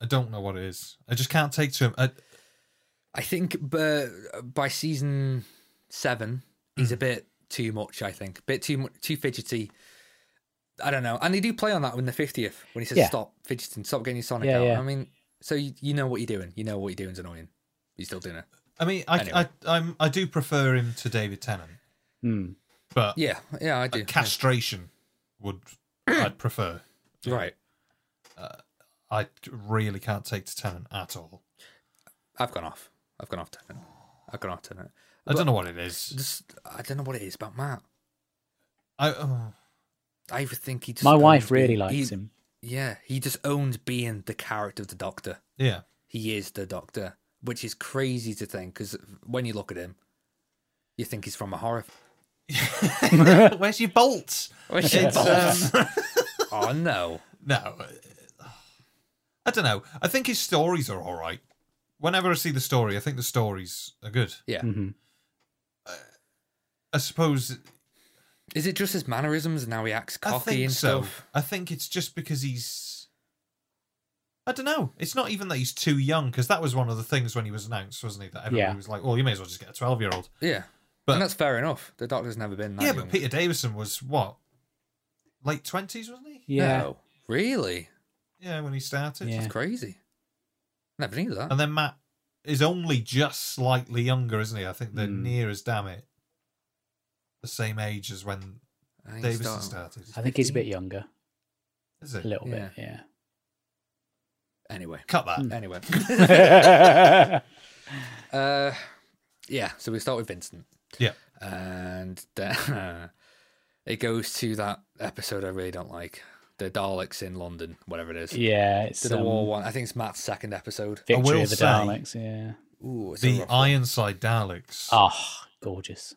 Speaker 2: I don't know what it is. I just can't take to him. I,
Speaker 1: I think uh, by season seven,
Speaker 4: Hmm.
Speaker 1: he's a bit too much. I think a bit too mu- too fidgety. I don't know, and they do play on that in the fiftieth when he says,
Speaker 4: Yeah.
Speaker 1: "Stop fidgeting, stop getting your Sonic
Speaker 4: Yeah,
Speaker 1: out."
Speaker 4: yeah.
Speaker 1: I mean, so you, you know what you're doing. You know what you're doing's annoying. You're still doing it.
Speaker 2: I mean, I,
Speaker 1: Anyway.
Speaker 2: I, I'm, I do prefer him to David Tennant,
Speaker 4: Mm.
Speaker 2: but
Speaker 1: Yeah, yeah, I
Speaker 2: a
Speaker 1: do.
Speaker 2: castration would I'd prefer.
Speaker 1: Yeah. Right,
Speaker 2: I really can't take to Tennant at all.
Speaker 1: I've gone off. I've gone off tenant. I've gone off tenant.
Speaker 2: I don't know what it is.
Speaker 1: Just, I don't know what it is about Matt.
Speaker 2: I, oh,
Speaker 1: I even think he. Just
Speaker 4: My wife
Speaker 1: owns
Speaker 4: really
Speaker 1: being-
Speaker 4: likes
Speaker 1: he-
Speaker 4: him.
Speaker 1: Yeah, he just owns being the character of the Doctor.
Speaker 2: yeah.
Speaker 1: He is the Doctor, which is crazy to think because when you look at him, you think he's from a horror. f-
Speaker 2: Where's your bolts?
Speaker 1: Which
Speaker 2: It's,
Speaker 1: is-
Speaker 2: um,
Speaker 1: oh no,
Speaker 2: no, uh, I don't know. I think his stories are all right. Whenever I see the story, I think the stories are good.
Speaker 1: yeah.
Speaker 4: Mhm.
Speaker 2: I suppose
Speaker 1: Is it just his mannerisms and how he acts cocky
Speaker 2: I think
Speaker 1: and
Speaker 2: so.
Speaker 1: stuff?
Speaker 2: I think it's just because he's. I don't know. It's not even that he's too young, because that was one of the things when he was announced, wasn't he? That everybody
Speaker 4: Yeah.
Speaker 2: was like, "Well, you may as well just get a twelve-year-old."
Speaker 1: Yeah,
Speaker 2: But-
Speaker 1: and that's fair enough. The doctor's never been that.
Speaker 2: Yeah,
Speaker 1: young.
Speaker 2: but Peter Davison was what, late twenties, wasn't he?
Speaker 4: Yeah.
Speaker 1: No, really,
Speaker 2: Yeah, when he started.
Speaker 4: Yeah.
Speaker 1: that's crazy. Never knew that.
Speaker 2: And then Matt is only just slightly younger, isn't he? I think they're
Speaker 4: Hmm.
Speaker 2: near as damn it the same age as when
Speaker 1: I think
Speaker 2: Davison
Speaker 1: start-
Speaker 2: started.
Speaker 4: I think he's a bit younger,
Speaker 2: Is it?
Speaker 4: a little
Speaker 1: Yeah.
Speaker 4: bit. Yeah.
Speaker 1: Anyway,
Speaker 2: Cut that.
Speaker 4: Hmm.
Speaker 1: anyway.
Speaker 4: yeah.
Speaker 1: Uh, yeah. So we start with Vincent.
Speaker 2: Yeah.
Speaker 1: and uh, it goes to that episode I really don't like, the Daleks in London, whatever it is.
Speaker 4: It's
Speaker 1: Did the
Speaker 4: um,
Speaker 1: war one? I think it's Matt's second episode.
Speaker 2: I will
Speaker 4: Victory of the
Speaker 2: say-
Speaker 4: Daleks. Yeah.
Speaker 1: Ooh, it's a
Speaker 2: The
Speaker 1: rough one.
Speaker 2: Ironside Daleks.
Speaker 4: Oh, gorgeous.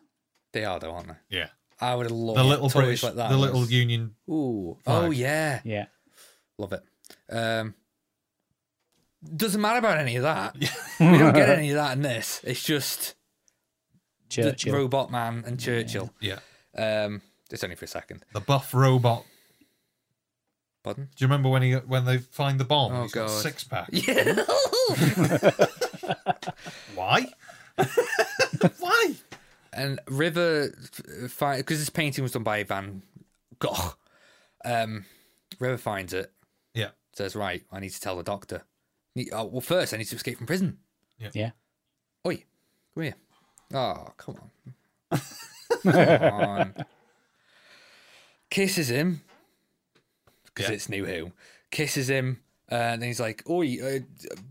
Speaker 1: They are though, aren't they?
Speaker 2: Yeah.
Speaker 1: I would love
Speaker 2: The little
Speaker 1: toys
Speaker 2: British,
Speaker 1: like that.
Speaker 2: the little
Speaker 1: Yes.
Speaker 2: Union.
Speaker 1: Ooh.
Speaker 2: flag.
Speaker 1: Oh yeah,
Speaker 4: Yeah.
Speaker 1: love it. Um, doesn't matter about any of that. we don't get any of that in this. It's just the
Speaker 4: Churchill.
Speaker 1: robot man and Churchill.
Speaker 2: Yeah.
Speaker 1: Um, it's only for a second.
Speaker 2: The buff robot.
Speaker 1: Pardon?
Speaker 2: Do you remember when he when they find the bomb?
Speaker 1: Oh,
Speaker 2: and he's got a
Speaker 1: God.
Speaker 2: six pack.
Speaker 1: Yeah.
Speaker 2: Why? Why?
Speaker 1: and River, because this painting was done by Van Gogh. Um, River finds it.
Speaker 2: Yeah.
Speaker 1: Says, right, I need to tell the doctor. Ne- Oh, well, first I need to escape from prison.
Speaker 4: Yeah.
Speaker 1: Oi, come here. Oh, come on. come on. Kisses him. Because
Speaker 2: Yeah.
Speaker 1: it's New Who. Kisses him. Uh, and he's like, Oi, uh, I'm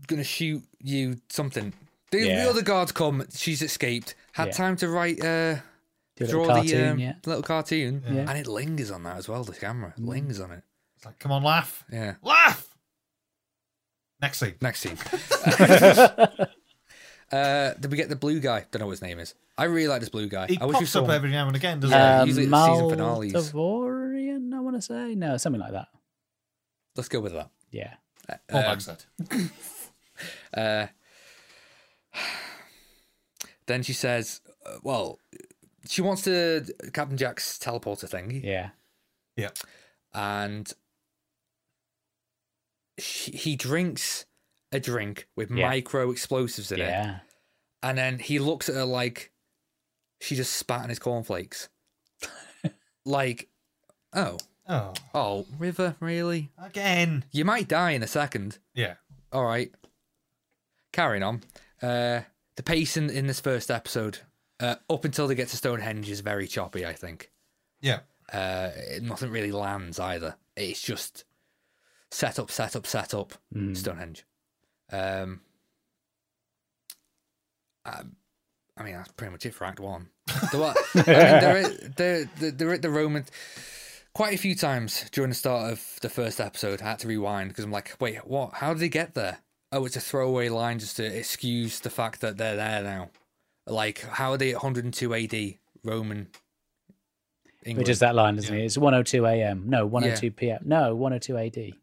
Speaker 1: going to shoot you something. The, the
Speaker 4: Yeah.
Speaker 1: other guards come. She's escaped. Had
Speaker 4: Yeah.
Speaker 1: time to write, uh,
Speaker 4: Do a little
Speaker 1: draw the
Speaker 4: cartoon.
Speaker 1: um,
Speaker 4: yeah.
Speaker 1: little cartoon.
Speaker 4: Yeah. Mm.
Speaker 1: And it lingers on that as well, the camera. Lingers on it.
Speaker 2: It's like, come on, laugh,
Speaker 1: Yeah.
Speaker 2: laugh. Next scene.
Speaker 1: Next scene. uh, did we get the blue guy? Don't know what his name is. I really like this blue guy.
Speaker 2: He
Speaker 1: I wish we
Speaker 2: pops
Speaker 1: saw
Speaker 2: up
Speaker 1: him.
Speaker 2: every now and again, doesn't
Speaker 1: Yeah,
Speaker 4: Um,
Speaker 1: usually the season finales.
Speaker 4: Maldivorian, I want to say. No, something like that.
Speaker 1: Let's go with that.
Speaker 4: Yeah. Oh,
Speaker 2: he?
Speaker 1: Um,
Speaker 2: Paul Bagstad.
Speaker 1: Uh, then she says, uh, well, she wants to Captain Jack's teleporter thingy,
Speaker 4: Yeah.
Speaker 2: Yeah.
Speaker 1: and she, he drinks a drink with
Speaker 4: Yeah.
Speaker 1: micro explosives in it,
Speaker 4: Yeah.
Speaker 1: and then he looks at her like she just spat in his cornflakes, like, oh,
Speaker 2: Oh,
Speaker 1: oh, River, really?
Speaker 2: again.
Speaker 1: You might die in a second.
Speaker 2: Yeah.
Speaker 1: All right. Carrying on. Uh, the pacing in this first episode, uh, up until they get to Stonehenge, is very choppy, I think.
Speaker 2: Yeah.
Speaker 1: Uh, nothing really lands either. It's just set up, set up, set up,
Speaker 4: Mm.
Speaker 1: Stonehenge. Um, I, I mean, that's pretty much it for Act One. There were, I mean, they're, at, they're, they're- they're at the Roman. Quite a few times during the start of the first episode, I had to rewind because I'm like, wait, what? How did they get there? Oh, it's a throwaway line just to excuse the fact that they're there now. Like, how are they at 102 AD Roman England?
Speaker 4: Which is that line, isn't it? It's 102 a.m. No, 102 p.m. No, 102 a.d.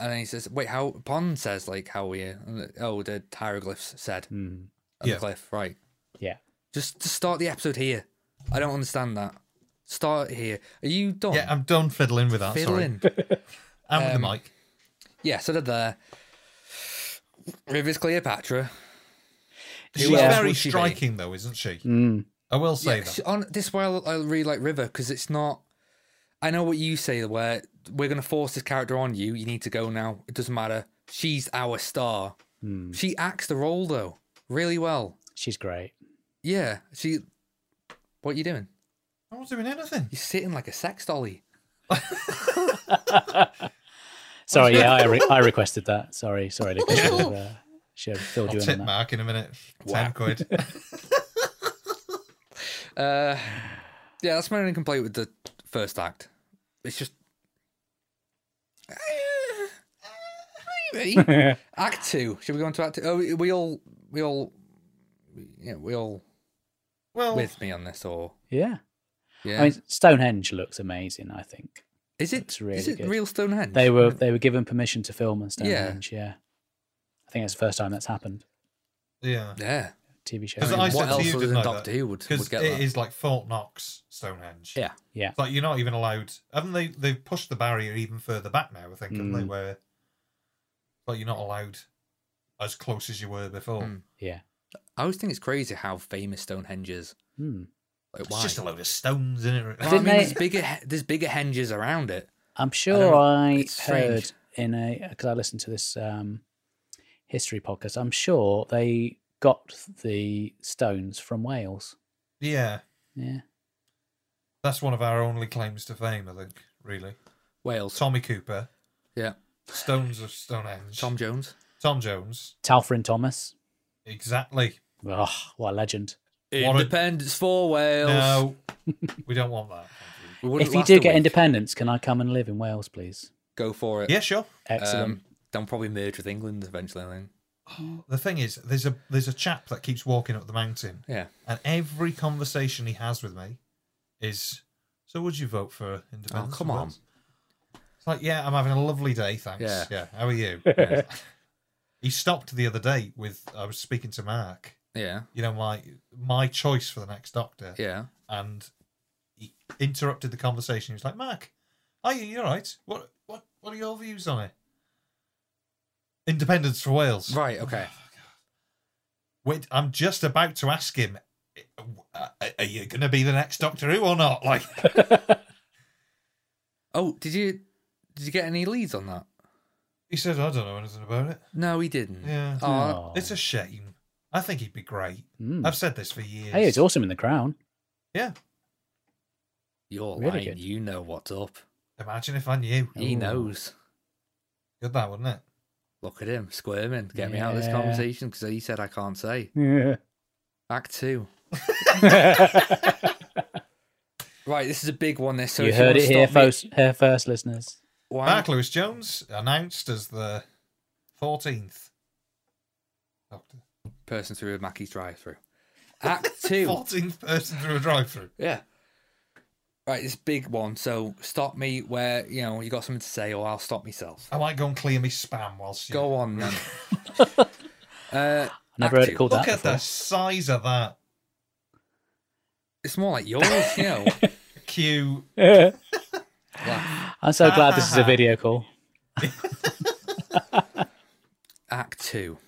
Speaker 1: And then he says, wait, how? Pond says, like, how are you? And the- oh, the hieroglyphs said.
Speaker 4: Mm.
Speaker 1: on
Speaker 2: Yeah.
Speaker 1: the cliff, right?
Speaker 4: Yeah.
Speaker 1: Just just start the episode here. I don't understand that. Start here. Are you done?
Speaker 2: Yeah, I'm done fiddling with that. Sorry.
Speaker 1: Fiddling.
Speaker 2: And with the
Speaker 1: Um,
Speaker 2: mic.
Speaker 1: yeah, so they're there. River's Cleopatra.
Speaker 2: She's
Speaker 1: else
Speaker 2: very
Speaker 1: would she be?
Speaker 2: striking, though, isn't she?
Speaker 4: Mm.
Speaker 2: I will say
Speaker 1: Yeah,
Speaker 2: that.
Speaker 1: she- on this way, I, I really like River because it's not. I know what you say, where we're going to force this character on you. You need to go now. It doesn't matter. She's our star.
Speaker 4: Mm.
Speaker 1: She acts the role though really well.
Speaker 4: She's great.
Speaker 1: Yeah, she. What you doing?
Speaker 2: I wasn't doing anything.
Speaker 1: You're sitting like a sex dolly.
Speaker 4: Sorry, yeah, I, re- I requested that. Sorry, sorry, Luke. I should have, uh, should have filled
Speaker 2: I'll
Speaker 4: you in
Speaker 2: tip
Speaker 4: on that.
Speaker 2: Mark in a minute.
Speaker 1: Wow.
Speaker 2: Ten quid.
Speaker 1: Uh, yeah, that's my only complaint with the first act. It's just. act two. Should we go on to act two? Oh, we all we all, you know, we all
Speaker 2: Well,
Speaker 1: with me on this, or
Speaker 4: Yeah.
Speaker 1: yeah,
Speaker 4: I mean, Stonehenge looks amazing. I think
Speaker 1: is it
Speaker 4: it's really
Speaker 1: is it
Speaker 4: good.
Speaker 1: real Stonehenge?
Speaker 4: they were they were given permission to film in Stonehenge. Yeah. I think it's the first time that's happened.
Speaker 2: yeah.
Speaker 1: yeah.
Speaker 4: TV show.
Speaker 2: Because
Speaker 1: mean,
Speaker 2: I
Speaker 1: what
Speaker 2: said
Speaker 1: else
Speaker 2: to you,
Speaker 1: other
Speaker 2: didn't
Speaker 1: than
Speaker 2: I,
Speaker 1: Doctor
Speaker 2: that?
Speaker 1: Who would-
Speaker 2: Because
Speaker 1: would get
Speaker 2: it
Speaker 1: that?
Speaker 2: is like Fort Knox Stonehenge.
Speaker 1: Yeah.
Speaker 4: Yeah.
Speaker 2: It's like you're not even allowed. Haven't they? They've pushed the barrier even further back now. I think, haven't they?
Speaker 4: Mm.
Speaker 2: Where, like, you're not allowed as close as you were before.
Speaker 1: Mm.
Speaker 4: Yeah.
Speaker 1: I always think it's crazy how famous Stonehenge is.
Speaker 4: Hmm.
Speaker 1: Like,
Speaker 2: It's
Speaker 1: why?
Speaker 2: just a load of stones in it.
Speaker 1: Well, I
Speaker 4: Didn't
Speaker 1: mean,
Speaker 4: they-
Speaker 1: there's bigger he- there's bigger henges around it.
Speaker 4: I'm
Speaker 1: don't
Speaker 4: sure
Speaker 1: know.
Speaker 4: I,
Speaker 1: It's strange.
Speaker 4: heard in a because I listened to this um, history podcast. I'm sure they got the stones from Wales.
Speaker 2: yeah,
Speaker 4: Yeah.
Speaker 2: that's one of our only claims to fame. I think, really.
Speaker 1: Wales,
Speaker 2: Tommy Cooper,
Speaker 1: yeah.
Speaker 2: Stones of Stonehenge,
Speaker 1: Tom Jones.
Speaker 2: Tom Jones,
Speaker 4: Talfrin Thomas.
Speaker 2: exactly.
Speaker 4: Oh, what a legend.
Speaker 2: Warren-
Speaker 1: Independence for Wales.
Speaker 2: No, we don't want that. thank
Speaker 1: We wouldn't
Speaker 4: if you
Speaker 1: last
Speaker 4: do
Speaker 1: a
Speaker 4: get
Speaker 1: week.
Speaker 4: independence, can I come and live in Wales, please?
Speaker 1: go for it.
Speaker 2: you. Yeah, sure.
Speaker 4: Excellent.
Speaker 1: Um, they'll probably merge with England eventually. I think.
Speaker 2: The thing is, there's a there's a chap that keeps walking up the mountain,
Speaker 1: Yeah.
Speaker 2: and every conversation he has with me is, "So would you vote for
Speaker 4: Oh,
Speaker 2: independence?"
Speaker 1: Oh, come
Speaker 2: of
Speaker 1: on.
Speaker 2: Wales?" It's like, yeah, I'm having a lovely day, thanks.
Speaker 1: Yeah.
Speaker 2: how are you?
Speaker 1: Yeah.
Speaker 2: he stopped the other day with I was speaking to Mark,
Speaker 1: yeah.
Speaker 2: you know my my choice for the next Doctor,
Speaker 1: Yeah.
Speaker 2: and he interrupted the conversation. He was like, "Mark, are you you all right? What what what are your views on it? Independence for Wales,
Speaker 1: Right. Okay.
Speaker 2: Wait, I'm just about to ask him, uh, are you going to be the next Doctor Who or not? Like,
Speaker 1: Oh, did you did you get any leads on that?
Speaker 2: he said, I don't know anything about it.
Speaker 1: No, he didn't.
Speaker 2: Yeah.
Speaker 1: Oh,
Speaker 4: Oh.
Speaker 2: It's a shame. I think he'd be great.
Speaker 4: Hmm.
Speaker 2: I've said this for years.
Speaker 4: Hey, it's awesome in the crown.
Speaker 2: Yeah.
Speaker 1: you're
Speaker 4: Really
Speaker 1: lying.
Speaker 4: good.
Speaker 1: You know what's up.
Speaker 2: Imagine if I knew.
Speaker 1: He
Speaker 4: Ooh.
Speaker 1: knows.
Speaker 2: Good that, wouldn't it?
Speaker 1: Look at him squirming. Get me out of this
Speaker 4: Yeah.
Speaker 1: conversation because he said I can't say.
Speaker 4: Yeah.
Speaker 1: Act two.
Speaker 4: you
Speaker 1: Right. This is a big one. This. So if
Speaker 4: heard
Speaker 1: you
Speaker 4: it
Speaker 1: wanna
Speaker 4: here,
Speaker 1: stop me-
Speaker 4: first, here first, listeners.
Speaker 1: Why?
Speaker 2: Mark Lewis Jones announced as the 14th Doctor.
Speaker 1: person through a Mackey's drive-through. Act two.
Speaker 2: 14th person through a drive through.
Speaker 1: yeah. Right, this big one. So stop me where you know you got something to say, or I'll stop myself.
Speaker 2: I might go and clear me spam whilst you.
Speaker 1: Go on then. uh,
Speaker 4: I never
Speaker 1: Act
Speaker 4: heard it
Speaker 1: two.
Speaker 4: called
Speaker 2: Look
Speaker 4: that
Speaker 2: at the
Speaker 4: before.
Speaker 2: size of that.
Speaker 1: It's more like yours, you know.
Speaker 2: Q.
Speaker 1: Laugh.
Speaker 4: I'm so glad this is a video call.
Speaker 1: Act two.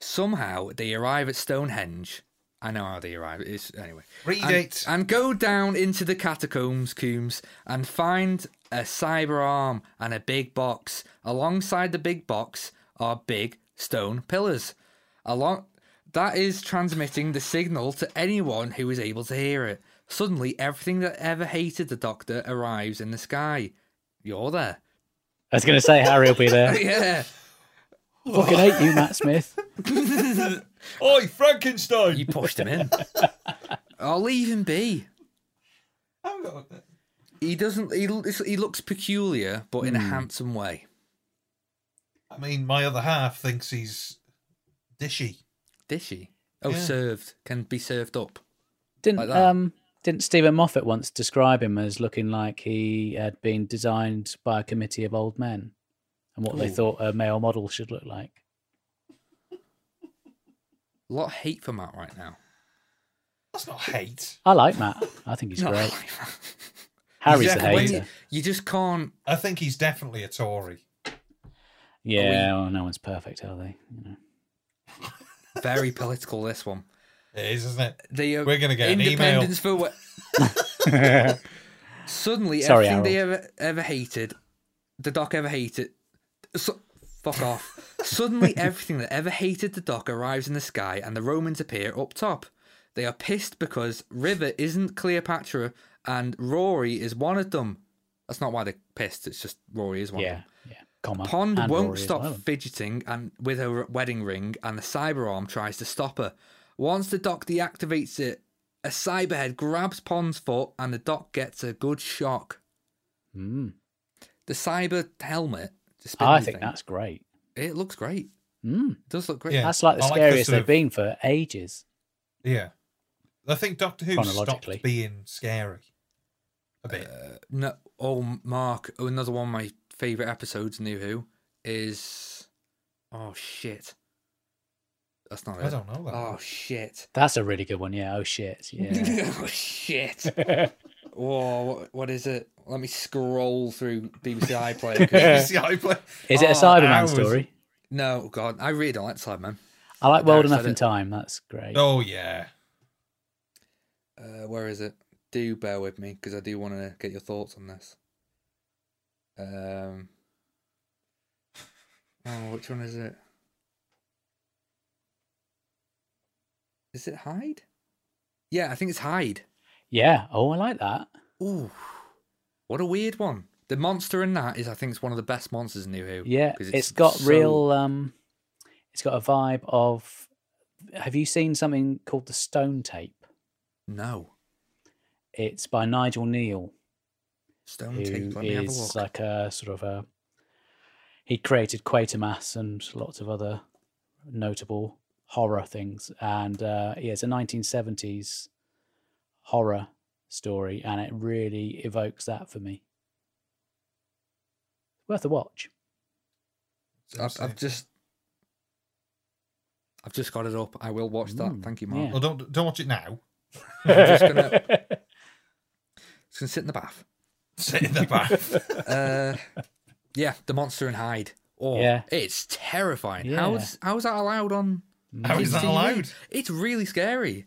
Speaker 1: Somehow they arrive at Stonehenge. I know how they arrive. It's anyway.
Speaker 2: Read
Speaker 1: and,
Speaker 2: it.
Speaker 1: and go down into the catacombs, Coombs, and find a cyber arm and a big box. Alongside the big box are big stone pillars. Along that is transmitting the signal to anyone who is able to hear it. Suddenly, everything that ever hated the Doctor arrives in the sky. You're there.
Speaker 4: I was going to say Harry will be there.
Speaker 1: yeah.
Speaker 4: Fucking hate you, Matt Smith.
Speaker 2: Oi, Frankenstein!
Speaker 1: You pushed him in. I'll leave him be.
Speaker 2: I've got a-
Speaker 1: He doesn't. He, l- he looks peculiar, but in a handsome way.
Speaker 2: I mean, my other half thinks he's dishy.
Speaker 1: Dishy. Oh,
Speaker 2: Yeah.
Speaker 1: served. Can be served up.
Speaker 4: Didn't
Speaker 1: Like that.
Speaker 4: um didn't Stephen Moffat once describe him as looking like he had been designed by a committee of old men, and what they
Speaker 1: Ooh.
Speaker 4: thought a male model should look like?
Speaker 1: A lot of hate for Matt right now.
Speaker 2: That's not hate.
Speaker 4: I like Matt. I think he's
Speaker 1: Not
Speaker 4: great.
Speaker 1: like that.
Speaker 4: Harry's the
Speaker 1: Exactly. When
Speaker 4: hater.
Speaker 1: You, you just can't.
Speaker 2: I think he's definitely a Tory.
Speaker 4: Yeah, well, no one's perfect, are they? You know.
Speaker 1: Very political. This one.
Speaker 2: It is, isn't it?
Speaker 1: The uh,
Speaker 2: We're gonna get an email.
Speaker 1: independence for what? Suddenly,
Speaker 4: Sorry,
Speaker 1: everything they ever ever hated, the doc ever hated. So, fuck off. Suddenly, everything that ever hated the doc arrives in the sky, and the Romans appear up top. They are pissed because River isn't Cleopatra, and Rory is one of them. That's not why they're pissed. It's just Rory is one. of
Speaker 4: Yeah,
Speaker 1: them.
Speaker 4: yeah. Comma.
Speaker 1: Pond
Speaker 4: and
Speaker 1: won't
Speaker 4: Rory as
Speaker 1: stop
Speaker 4: well.
Speaker 1: fidgeting and with her wedding ring, and the cyber arm tries to stop her. Once the doc deactivates it, a cyberhead grabs Pond's foot, and the doc gets a good shock.
Speaker 4: Mm.
Speaker 1: The cyber helmet. the
Speaker 4: I
Speaker 1: spindly
Speaker 4: Ah, think
Speaker 1: thing,
Speaker 4: that's great.
Speaker 1: it looks great.
Speaker 4: Mm,
Speaker 1: It does look great.
Speaker 2: Yeah.
Speaker 4: that's like the
Speaker 2: I like the
Speaker 4: scariest
Speaker 2: sort
Speaker 4: they've
Speaker 2: of-
Speaker 4: been for ages.
Speaker 2: Yeah. I think Doctor Who
Speaker 4: Chronologically.
Speaker 2: stopped being scary. A bit.
Speaker 1: Uh, no, oh, Mark, oh, another one of my favourite episodes, New Who, is. Oh, shit. That's not
Speaker 2: I
Speaker 4: Uh,
Speaker 1: it.
Speaker 2: don't know that.
Speaker 1: Oh, shit.
Speaker 4: That's a really good one. Yeah. Oh shit. Yeah.
Speaker 1: oh, shit. Whoa, what, what is it? Let me scroll through BBC iPlayer. 'cause-
Speaker 2: See how I play-
Speaker 4: Is it a
Speaker 1: Oh,
Speaker 4: Cyberman
Speaker 2: hours.
Speaker 4: story?
Speaker 1: no, God, I really don't like Sideman.
Speaker 4: I like
Speaker 1: No,
Speaker 4: World
Speaker 1: it's
Speaker 4: Enough
Speaker 1: not
Speaker 4: in
Speaker 1: it.
Speaker 4: Time. That's great.
Speaker 2: Oh yeah.
Speaker 1: Uh, where is it? Do bear with me because I do want to get your thoughts on this. Um, oh, which one is it? Is it Hyde? Yeah, I think it's Hyde.
Speaker 4: Yeah. Oh, I like that.
Speaker 1: Ooh, what a weird one. The monster in that is, I think, it's one of the best monsters in New Who.
Speaker 4: Yeah.
Speaker 1: 'cause
Speaker 4: it's got
Speaker 1: so-
Speaker 4: real. Um, it's got a vibe of. Have you seen something called the Stone Tape?
Speaker 1: No
Speaker 4: It's by Nigel Neal.
Speaker 1: stone
Speaker 4: who
Speaker 1: tape. Let me have a
Speaker 4: is
Speaker 1: look.
Speaker 4: like a sort of a he created Quatermass and lots of other notable horror things, and uh, yeah, it's a 1970s horror story, and it really evokes that for me. Worth a watch.
Speaker 1: I've, I've just, I've just got it up. I will watch that.
Speaker 4: Mm,
Speaker 1: Thank you, Mark.
Speaker 4: yeah.
Speaker 2: Well, don't don't watch it now.
Speaker 1: just gonna- It's gonna sit in the bath.
Speaker 2: Sit in the bath.
Speaker 1: uh, yeah, the monster and hide. Oh,
Speaker 4: Yeah.
Speaker 1: it's terrifying.
Speaker 4: Yeah. Mm.
Speaker 1: How's how's that allowed on?
Speaker 2: How is
Speaker 1: kids'
Speaker 2: that
Speaker 1: TV?
Speaker 2: allowed?
Speaker 1: It's really scary.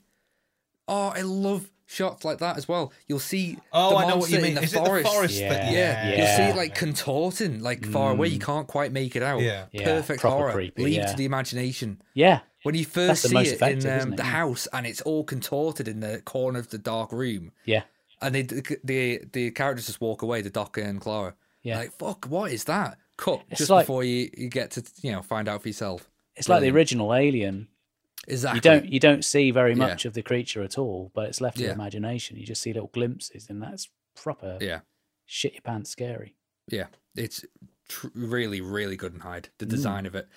Speaker 1: Oh, I love shots like that as well. You'll see.
Speaker 2: Oh,
Speaker 1: the
Speaker 2: I know what
Speaker 1: monster
Speaker 2: you mean.
Speaker 1: In the
Speaker 2: is
Speaker 1: forest.
Speaker 2: it the forest?
Speaker 4: Yeah.
Speaker 1: Yeah.
Speaker 2: That, yeah.
Speaker 1: you'll see
Speaker 4: Yeah. Mm.
Speaker 1: it like contorting, like far away. You can't quite make it out.
Speaker 2: Yeah.
Speaker 4: Yeah,
Speaker 1: perfect
Speaker 4: proper
Speaker 1: horror.
Speaker 4: creepy,
Speaker 1: Leave
Speaker 4: yeah.
Speaker 1: to the imagination.
Speaker 4: yeah,
Speaker 1: When you
Speaker 4: That's
Speaker 1: first
Speaker 4: the
Speaker 1: see
Speaker 4: most
Speaker 1: it
Speaker 4: effective,
Speaker 1: in
Speaker 4: isn't
Speaker 1: um,
Speaker 4: it?
Speaker 1: the
Speaker 4: Yeah.
Speaker 1: house and it's all contorted in the corner of the dark room,
Speaker 4: yeah,
Speaker 1: and they, the the characters just walk away, the Doc and Clara.
Speaker 4: yeah.
Speaker 1: Like, fuck, what is that? Cut
Speaker 4: It's
Speaker 1: just
Speaker 4: like-
Speaker 1: before you, you get to, you know, find out for yourself.
Speaker 4: it's like the
Speaker 1: brilliant.
Speaker 4: original Alien.
Speaker 1: Exactly.
Speaker 4: You don't you don't see very
Speaker 1: Yeah.
Speaker 4: much of the creature at all, but it's left to
Speaker 1: Yeah.
Speaker 4: your imagination. You just see little glimpses, and that's proper
Speaker 1: Yeah.
Speaker 4: shit your pants scary.
Speaker 1: Yeah. It's tr- really, really good in Hyde,
Speaker 4: Mm.
Speaker 1: the design of it.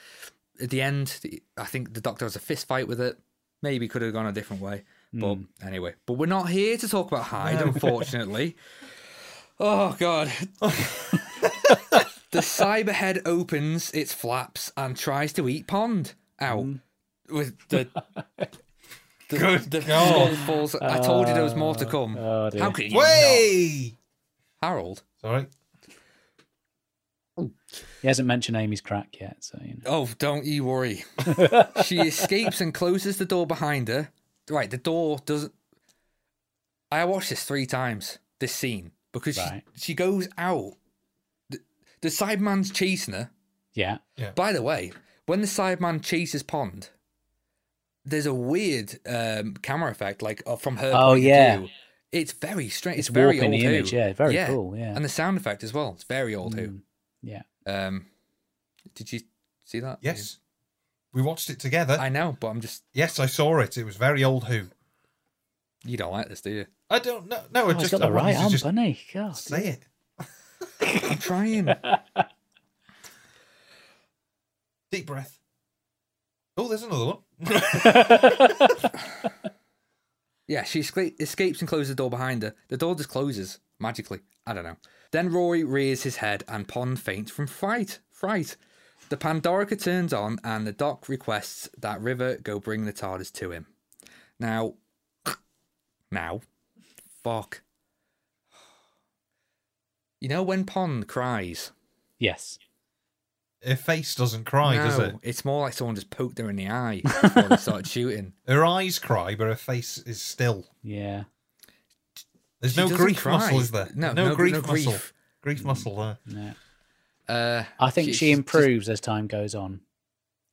Speaker 1: At the end, the- I think the doctor has a fist fight with it. Maybe could have gone a different way.
Speaker 4: Hmm.
Speaker 1: But anyway, but we're not here to talk about Hyde, unfortunately. oh, God. the cyberhead opens its flaps and tries to eat Pond out with the. Hmm. The,
Speaker 2: Good
Speaker 1: the
Speaker 2: God.
Speaker 1: skull falls. Ah, I told you there was more to come.
Speaker 4: Oh, dear.
Speaker 1: How could you
Speaker 2: Way.
Speaker 1: not? Harold?
Speaker 2: Sorry.
Speaker 4: He hasn't mentioned Amy's crack yet, so you know.
Speaker 1: Oh, don't you worry. she escapes and closes the door behind her. Right, the door doesn't. I watched this three times, this scene, because
Speaker 4: Right.
Speaker 1: she, she goes out. The, the Sideman's chasing her.
Speaker 4: Yeah.
Speaker 1: By the way, when the Sideman chases Pond, there's a weird um, camera effect, like uh, from her
Speaker 4: Oh,
Speaker 1: point of
Speaker 4: yeah.
Speaker 1: view. It's very strange. It's,
Speaker 4: It's
Speaker 1: very
Speaker 4: warping
Speaker 1: old
Speaker 4: the
Speaker 1: Who.
Speaker 4: image, yeah, very cool, yeah.
Speaker 1: and the sound effect as well. It's very old
Speaker 4: Mm, yeah.
Speaker 1: Who. Um, did you see that?
Speaker 2: Yes. We watched it together.
Speaker 1: I know, but I'm just
Speaker 2: Yes, I saw it. It was very old Who.
Speaker 1: you don't like this, do you?
Speaker 2: I don't know. No, I
Speaker 4: Oh, he's
Speaker 2: just
Speaker 4: got
Speaker 2: I
Speaker 4: the
Speaker 2: want you
Speaker 4: right
Speaker 2: to
Speaker 4: arm,
Speaker 2: just
Speaker 4: hasn't he? God.
Speaker 2: say it.
Speaker 1: I'm trying.
Speaker 2: Deep breath. Oh, there's another one.
Speaker 1: yeah, she esca- escapes and closes the door behind her. The door just closes magically. I don't know. Then Rory rears his head and Pond faints from fright. Fright. The Pandorica turns on and the doc requests that River go bring the TARDIS to him. Now, now, fuck. You know when Pond cries?
Speaker 4: Yes.
Speaker 2: Her face doesn't cry, does
Speaker 1: no,
Speaker 2: it?
Speaker 1: it's more like someone just poked her in the eye before they started shooting.
Speaker 2: Her eyes cry, but her face is still.
Speaker 4: Yeah.
Speaker 2: There's
Speaker 1: She
Speaker 2: no
Speaker 1: doesn't
Speaker 2: grief
Speaker 1: cry.
Speaker 2: muscle, is there?
Speaker 1: No,
Speaker 2: There's
Speaker 1: no-
Speaker 2: grief
Speaker 1: no grief. Mm.
Speaker 2: muscle. Grief muscle there.
Speaker 4: No.
Speaker 1: Uh,
Speaker 4: I think she,
Speaker 1: she- she's just-
Speaker 4: improves as time goes on,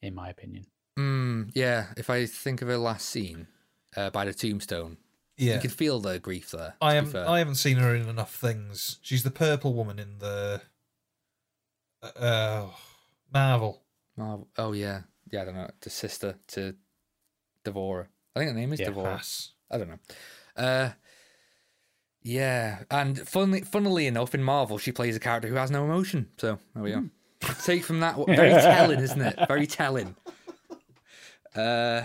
Speaker 4: in my opinion.
Speaker 1: Mm, yeah, if I think of her last scene uh, by the tombstone,
Speaker 2: Yeah.
Speaker 1: you can feel the grief there.
Speaker 2: I
Speaker 1: am.
Speaker 2: haven't, I haven't seen her in enough things. She's the purple woman in the uh, Marvel.
Speaker 1: Oh, oh, yeah, yeah. I don't know. The sister to Devora. I think her name is
Speaker 4: Yeah,
Speaker 1: Devora.
Speaker 2: Pass.
Speaker 1: I don't know. Uh, yeah, and funnily, funnily enough, in Marvel, she plays a character who has no emotion. So there we are. Take from that what very telling, isn't it? Very telling. Uh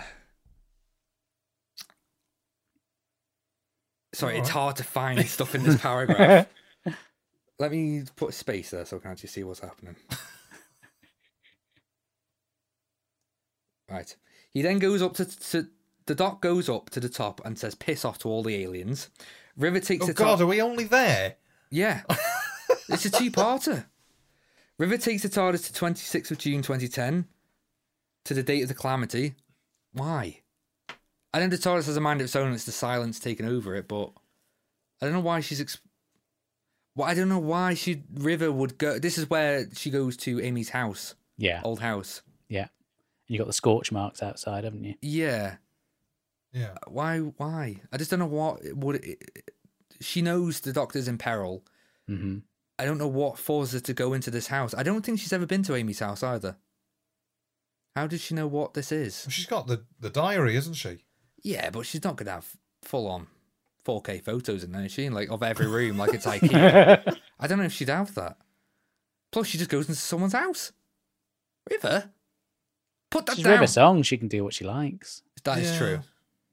Speaker 1: Sorry, it's hard to find stuff in this paragraph. Let me put a space there so I can actually see what's happening. Right. He then goes up to, to the doc goes up to the top and says piss off to all the aliens. River takes
Speaker 2: Oh
Speaker 1: the
Speaker 2: God,
Speaker 1: top.
Speaker 2: are we only there?
Speaker 1: Yeah. it's a two parter. River takes the TARDIS to 26th of June 2010 to the date of the calamity. Why? I know the TARDIS has a mind of its own and it's the silence taking over it, but I don't know why she's. Exp- well, I don't know why she River would go. This is where she goes to Amy's house,
Speaker 4: Yeah,
Speaker 1: old house.
Speaker 4: yeah. You got the scorch marks outside, haven't you?
Speaker 1: Yeah.
Speaker 2: Yeah.
Speaker 1: Why? Why? I just don't know what it would. It, she knows the doctor's in peril.
Speaker 4: hmm
Speaker 1: I don't know what forces her to go into this house. I don't think she's ever been to Amy's house either. How does she know what this is?
Speaker 2: She's got the, the diary, isn't she?
Speaker 1: Yeah, but she's not going to have full on 4K photos in there, is she? Like of every room, like it's IKEA. I don't know if she'd have that. Plus, she just goes into someone's house. River, put that
Speaker 4: She's
Speaker 1: down.
Speaker 4: River Song. She can do what she likes.
Speaker 1: That is
Speaker 2: Yeah.
Speaker 1: true.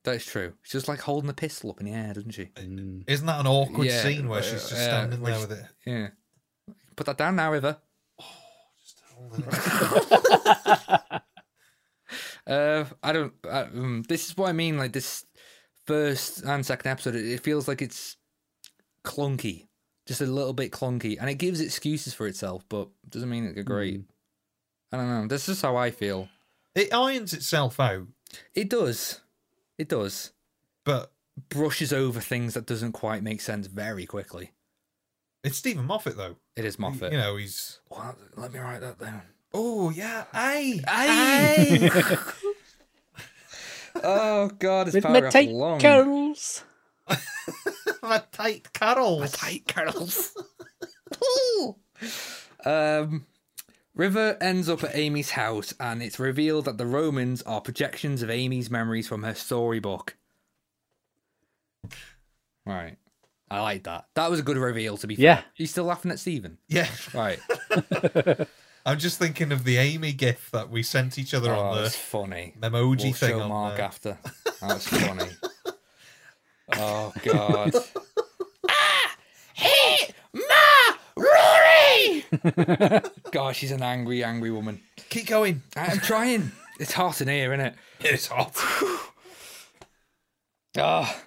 Speaker 1: That is true. She's just like holding the pistol up in the air, doesn't she?
Speaker 4: Mm.
Speaker 2: Isn't that an awkward
Speaker 1: Yeah,
Speaker 2: scene where
Speaker 1: uh,
Speaker 2: she's just
Speaker 1: yeah,
Speaker 2: standing
Speaker 1: where
Speaker 2: there
Speaker 1: she-
Speaker 2: with it?
Speaker 1: Yeah. Put that down now, River.
Speaker 2: holding it?
Speaker 1: Uh, I don't. I, um, this is what I mean. Like this first and second episode, it, it feels like it's clunky, just a little bit clunky, and it gives excuses for itself, but doesn't mean it's great. I don't know. This is how I feel.
Speaker 2: It irons itself out,
Speaker 1: It does. It does.
Speaker 2: but
Speaker 1: Brushes over things that doesn't quite make sense very quickly.
Speaker 2: it's Stephen Moffat though.
Speaker 1: It is Moffat.
Speaker 2: You know he's
Speaker 1: Well, let me write that down.
Speaker 2: oh yeah, aye,
Speaker 1: oh God, it's
Speaker 4: With my
Speaker 1: paragraph
Speaker 4: tight
Speaker 1: long.
Speaker 4: curls.
Speaker 2: my tight carols.
Speaker 1: tight curls. um, River ends up at Amy's house, and it's revealed that the Romans are projections of Amy's memories from her storybook. Right, I like that. That was a good reveal. To be fair,
Speaker 4: Yeah.
Speaker 1: you still laughing at Stephen?
Speaker 2: Yeah,
Speaker 1: Right,
Speaker 2: I'm just thinking of the Amy gif that we sent each other
Speaker 1: oh,
Speaker 2: on
Speaker 1: that's
Speaker 2: the
Speaker 1: funny.
Speaker 2: memoji
Speaker 1: We'll
Speaker 2: thing.
Speaker 1: show
Speaker 2: on
Speaker 1: Mark
Speaker 2: there.
Speaker 1: after. That was funny. oh God. Ah! Gosh, she's an angry, angry woman.
Speaker 2: Keep going.
Speaker 1: I'm trying. It's hot in here, isn't it?
Speaker 2: It's hot.
Speaker 1: Ah,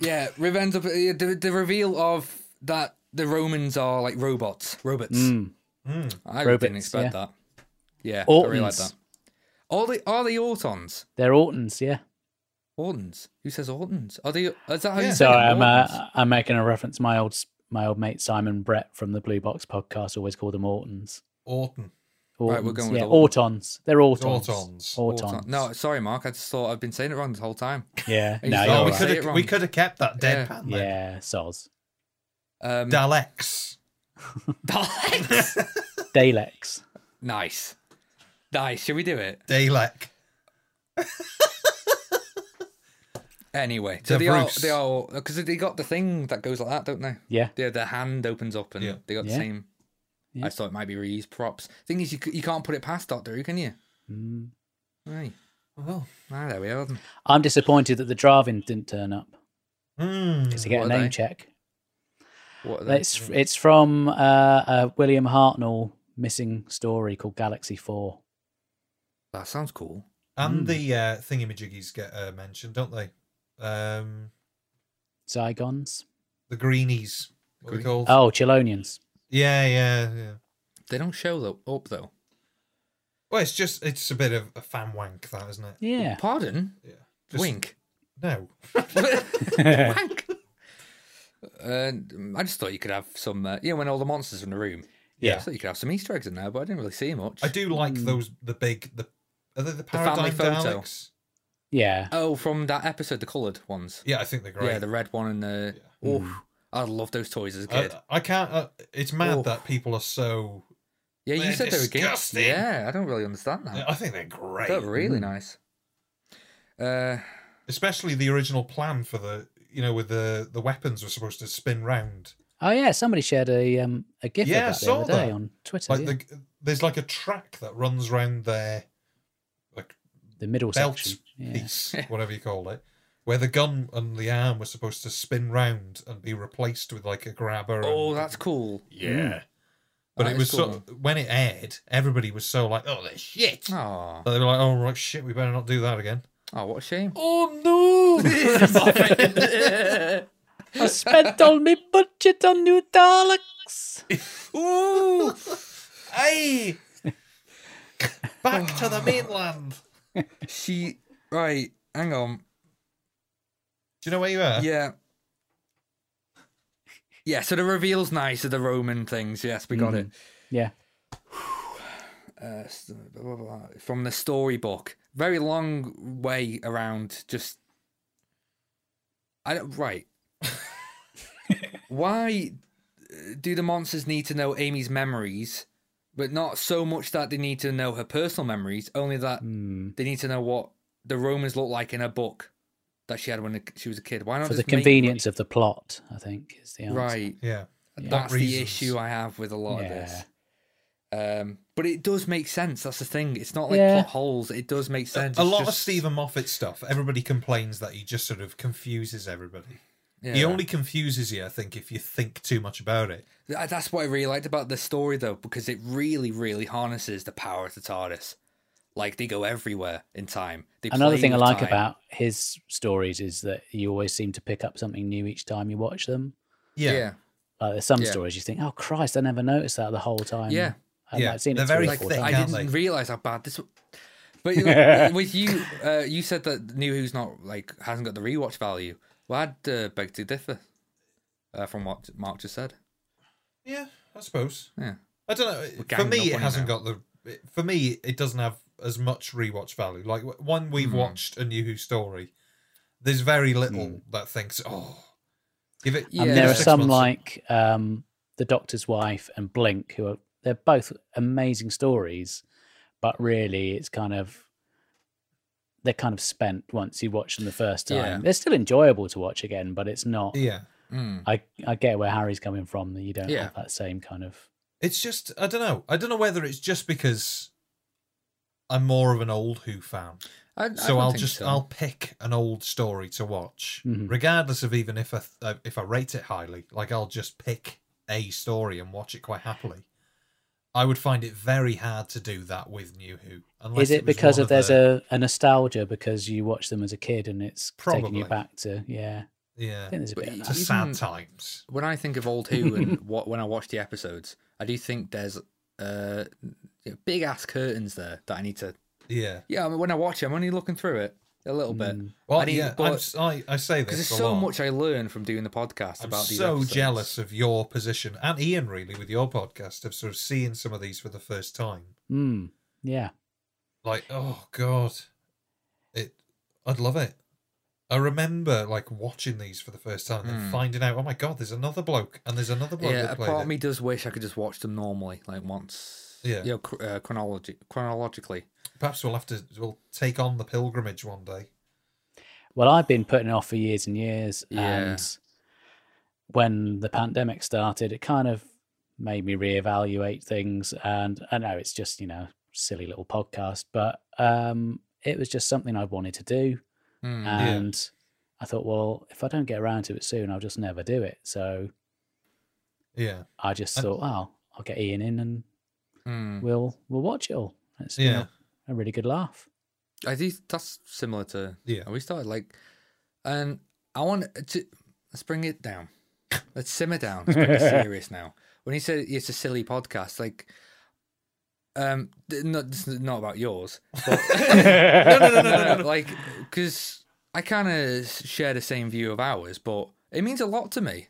Speaker 1: yeah. Revenge of the, the reveal of that the Romans are like robots, robots.
Speaker 4: Mm.
Speaker 2: Hmm.
Speaker 1: I didn't
Speaker 4: Robots,
Speaker 1: expect that. Yeah, I really like
Speaker 4: Ortons.
Speaker 1: that. Are they are they Ortons?
Speaker 4: They're Ortons, yeah.
Speaker 1: Ortons? Who says Ortons? Are they? Is that how you
Speaker 2: Yeah.
Speaker 1: say
Speaker 4: So
Speaker 1: it?
Speaker 4: I'm uh,
Speaker 1: Ortons?
Speaker 4: I'm making a reference. My old s- my old mate Simon Brett from the Blue Box podcast always called them Ortons.
Speaker 2: Orton.
Speaker 4: Ortons.
Speaker 1: Right, we're going with
Speaker 4: yeah,
Speaker 1: Orton.
Speaker 4: Ortons. They're Ortons.
Speaker 2: Ortons.
Speaker 1: Orton. No, sorry, Mark. I just thought I've been saying it wrong this whole time.
Speaker 4: Yeah.
Speaker 1: He's
Speaker 4: no,
Speaker 1: I
Speaker 2: Oh,
Speaker 1: got
Speaker 4: you're
Speaker 1: it right.
Speaker 2: we could
Speaker 1: Say it
Speaker 2: have
Speaker 1: wrong.
Speaker 2: we could have kept that
Speaker 1: Yeah.
Speaker 2: deadpan
Speaker 4: right.
Speaker 2: there.
Speaker 4: Yeah, soz.
Speaker 1: Um,
Speaker 2: Daleks.
Speaker 1: Daleks.
Speaker 4: Daleks.
Speaker 1: nice, nice. Shall we do it
Speaker 2: Dalek.
Speaker 1: anyway? So they are,
Speaker 2: Davros.
Speaker 1: they are because they got the thing that goes like that, don't they?
Speaker 4: Yeah.
Speaker 1: Yeah, their hand opens up and
Speaker 2: Yeah.
Speaker 1: they got the
Speaker 4: Yeah.
Speaker 1: same.
Speaker 4: Yeah.
Speaker 1: I thought it might be reused props. Thing is, you, c- you can't put it past Doctor Who, can you?
Speaker 4: Mm.
Speaker 1: Right.
Speaker 2: Well,
Speaker 1: Ah, there we are. then.
Speaker 4: I'm disappointed that the Dravin didn't turn up
Speaker 2: mm.
Speaker 4: to get
Speaker 1: What
Speaker 4: a
Speaker 1: are
Speaker 4: name
Speaker 1: they?
Speaker 4: check.
Speaker 1: What are they?
Speaker 4: It's f- it's from uh, a William Hartnell missing story called Galaxy Four.
Speaker 1: That sounds cool. Hmm.
Speaker 2: and the uh, thingamajiggies get uh, mentioned, don't they? Um,
Speaker 4: Zygons.
Speaker 2: the greenies. What are they
Speaker 1: Green-
Speaker 2: called?
Speaker 4: Oh, Chelonians.
Speaker 2: Yeah, yeah, yeah.
Speaker 1: They don't show though, up though.
Speaker 2: Well, it's just it's a bit of a fan wank, that isn't it?
Speaker 4: Yeah.
Speaker 1: Pardon?
Speaker 2: Yeah. Just-
Speaker 1: Wink.
Speaker 2: No.
Speaker 1: Wank. Uh, I just thought you could have some, uh, you know, when all the monsters are in the room.
Speaker 4: Yeah.
Speaker 1: I thought you could have some Easter eggs in there, but I didn't really see much.
Speaker 2: I do like
Speaker 4: Hmm.
Speaker 2: those. The big the are they the
Speaker 1: family
Speaker 2: paradigm
Speaker 1: photo.
Speaker 2: Daleks?
Speaker 4: Yeah.
Speaker 1: Oh, from that episode, the coloured ones.
Speaker 2: Yeah, I think they're great.
Speaker 1: Yeah, the red one and the. Oof. I love those toys as a
Speaker 2: I,
Speaker 1: kid.
Speaker 2: I can't. Uh, it's mad
Speaker 1: Oh.
Speaker 2: that people are so.
Speaker 1: yeah, you
Speaker 2: they're
Speaker 1: said they were good.
Speaker 2: disgusting. Mm.
Speaker 1: Yeah, I don't really understand that.
Speaker 2: I think they're great,
Speaker 1: They're really nice. Uh,
Speaker 2: especially the original plan for the you know with the the weapons were supposed to spin round.
Speaker 4: Oh yeah. Somebody shared a um a gif
Speaker 2: Yeah, I
Speaker 4: of that the
Speaker 2: saw
Speaker 4: other day
Speaker 2: that.
Speaker 4: on Twitter.
Speaker 2: Like
Speaker 4: yeah.
Speaker 2: the there's like a track that runs round their like
Speaker 4: The middle
Speaker 2: belt
Speaker 4: section. Yeah.
Speaker 2: piece, whatever you call it, where the gun and the arm were supposed to spin round and be replaced with like a grabber.
Speaker 1: Oh,
Speaker 2: and-
Speaker 1: that's cool.
Speaker 6: Yeah.
Speaker 2: But
Speaker 1: that
Speaker 2: it
Speaker 1: is
Speaker 2: was
Speaker 1: cool,
Speaker 2: sort of, when it aired, everybody was so like, "Oh, this shit!"
Speaker 1: Oh,
Speaker 2: That they were like, "Oh, right, shit, we better not do that again."
Speaker 1: oh what a shame.
Speaker 2: Oh
Speaker 4: I spent all my budget on new Daleks.
Speaker 2: no! Ooh! hey! Back to the mainland.
Speaker 1: she right, hang on.
Speaker 2: Do you know where you are?
Speaker 1: Yeah. Yeah, so the reveal's nice of the Roman things. Yes, we got it.
Speaker 4: Yeah. Mm.
Speaker 1: Uh, s- blah, blah, blah, from the storybook. Very long way around. Just, I don't right. Why uh, do the monsters need to know Amy's memories, but not so much that they need to know her personal memories? Only that
Speaker 4: Hmm.
Speaker 1: they need to know what the Romans looked like in her book that she had when she was a kid. Why not
Speaker 4: For the
Speaker 1: just make-
Speaker 4: convenience of the plot, I think is the answer.
Speaker 1: Right.
Speaker 2: Yeah.
Speaker 1: That's the
Speaker 2: reasons.
Speaker 1: issue I have with a lot of
Speaker 4: Yeah.
Speaker 1: this. Um, but it does make sense. That's the thing. It's not like
Speaker 4: Yeah.
Speaker 1: plot holes. It does make sense.
Speaker 2: a
Speaker 1: It's
Speaker 2: lot of
Speaker 1: just-
Speaker 2: Stephen Moffat stuff. Everybody complains that he just sort of confuses everybody.
Speaker 1: Yeah.
Speaker 2: He only confuses you, I think, if you think too much about it.
Speaker 1: Th- That's what I really liked about this story, though, because it really, really harnesses the power of the TARDIS. Like they go everywhere in time. They
Speaker 4: Another
Speaker 1: play
Speaker 4: thing I
Speaker 1: with
Speaker 4: like
Speaker 1: time.
Speaker 4: about his stories is that you always seem to pick up something new each time you watch them.
Speaker 1: yeah,
Speaker 2: Yeah,
Speaker 1: yeah,
Speaker 4: Like there's some
Speaker 1: Yeah.
Speaker 4: stories you think, oh Christ, I never noticed that the whole time.
Speaker 1: Yeah.
Speaker 4: I've
Speaker 2: Yeah.
Speaker 4: like, seen
Speaker 2: They're
Speaker 4: it three
Speaker 2: very
Speaker 4: or
Speaker 1: like
Speaker 4: four
Speaker 2: thick,
Speaker 1: I
Speaker 4: times.
Speaker 2: aren't
Speaker 1: didn't
Speaker 2: they?
Speaker 1: realize how bad this. was. But uh, with you, uh, you said that New Who's not like hasn't got the rewatch value. Well, I'd uh, beg to differ uh, from what Mark just said.
Speaker 2: I suppose.
Speaker 1: Yeah.
Speaker 2: I don't know.
Speaker 1: We're
Speaker 2: For
Speaker 1: ganging
Speaker 2: me,
Speaker 1: up
Speaker 2: it
Speaker 1: on you
Speaker 2: hasn't
Speaker 1: now.
Speaker 2: got the. it- For me, it doesn't have as much rewatch value. Like w- when we've
Speaker 1: Hmm.
Speaker 2: watched a New Who story, there's very little that thinks, "Oh, give it."
Speaker 1: Yeah.
Speaker 4: and Hmm. there are
Speaker 1: Six
Speaker 4: some
Speaker 2: months.
Speaker 4: like um, the Doctor's Wife and Blink, who are they're both amazing stories, but really it's kind of they're kind of spent once you watch them the first time.
Speaker 1: Yeah.
Speaker 4: They're still enjoyable to watch again, but it's not.
Speaker 2: Yeah,
Speaker 1: Mm.
Speaker 4: I I get where Harry's coming from that you don't
Speaker 1: Yeah.
Speaker 4: have that same kind of.
Speaker 2: it's just I don't know. I don't know whether it's just because I'm more of an old Who fan,
Speaker 1: I, I
Speaker 2: so
Speaker 1: don't
Speaker 2: I'll
Speaker 1: think
Speaker 2: just
Speaker 1: so. Mm-hmm.
Speaker 2: I'll pick an old story to watch,
Speaker 4: Mhm.
Speaker 2: regardless of even if I th- uh, if I rate it highly. Like I'll just pick a story and watch it quite happily. I would find it very hard to do that with New Who. Unless
Speaker 4: Is it
Speaker 2: was
Speaker 4: because
Speaker 2: one
Speaker 4: of there's
Speaker 2: the-
Speaker 4: a, a nostalgia because you watched them as a kid and it's taking
Speaker 2: Probably.
Speaker 4: you back to yeah?
Speaker 2: yeah
Speaker 4: I think there's a
Speaker 1: But
Speaker 4: bit of
Speaker 1: it-
Speaker 2: to
Speaker 4: that.
Speaker 2: sad
Speaker 1: Even-
Speaker 2: times?
Speaker 1: When I think of old Who and what when I watch the episodes, I do think there's uh big ass curtains there that I need to.
Speaker 2: Yeah.
Speaker 1: Yeah, I mean, when I watch it, I'm only looking through it a little bit
Speaker 4: Mm.
Speaker 2: Well,
Speaker 1: I need-
Speaker 2: yeah,
Speaker 1: but-
Speaker 2: I'm, si say
Speaker 1: because
Speaker 2: this
Speaker 1: there's
Speaker 2: Mm, a
Speaker 1: so
Speaker 2: lot.
Speaker 1: much I learn from doing the podcast
Speaker 2: I'm
Speaker 1: about these.
Speaker 2: so
Speaker 1: episodes.
Speaker 2: jealous of your position and Ian, really, with your podcast of sort of seeing some of these for the first time.
Speaker 4: Mm, yeah.
Speaker 2: like oh god it i'd love it i remember like watching these for the first time and then
Speaker 1: Hmm.
Speaker 2: finding out oh my god there's another bloke and there's another bloke
Speaker 1: Yeah,
Speaker 2: that
Speaker 1: a
Speaker 2: played
Speaker 1: part
Speaker 2: it.
Speaker 1: of me does wish I could just watch them normally, like once.
Speaker 2: Yeah.
Speaker 1: You know, cr- uh, chronology chronologically.
Speaker 2: perhaps we'll have to we'll take on the pilgrimage one day
Speaker 4: Well, I've been putting it off for years and years,
Speaker 1: Yeah.
Speaker 4: and when the pandemic started, it kind of made me reevaluate things. And I know it's just you know silly little podcast, but um, it was just something I wanted to do,
Speaker 2: Hmm.
Speaker 1: Mm.
Speaker 4: and I thought, well, if I don't get around to it soon, I'll just never do it. So
Speaker 2: yeah
Speaker 4: I just
Speaker 2: And-
Speaker 4: thought, wow, I'll get Ian in, and
Speaker 1: Mm.
Speaker 4: we'll we'll watch it all. It's you
Speaker 2: yeah
Speaker 4: know, a really good laugh.
Speaker 1: I think that's similar to
Speaker 2: yeah
Speaker 1: we started like, and I want to let's bring it down. Let's simmer down. Let's bring it serious now. When you said it's a silly podcast, like, um, th- not this is not about yours. But,
Speaker 2: no no no no, no,
Speaker 1: no,
Speaker 2: no, no.
Speaker 1: like, because I kind of share the same view of ours, but it means a lot to me,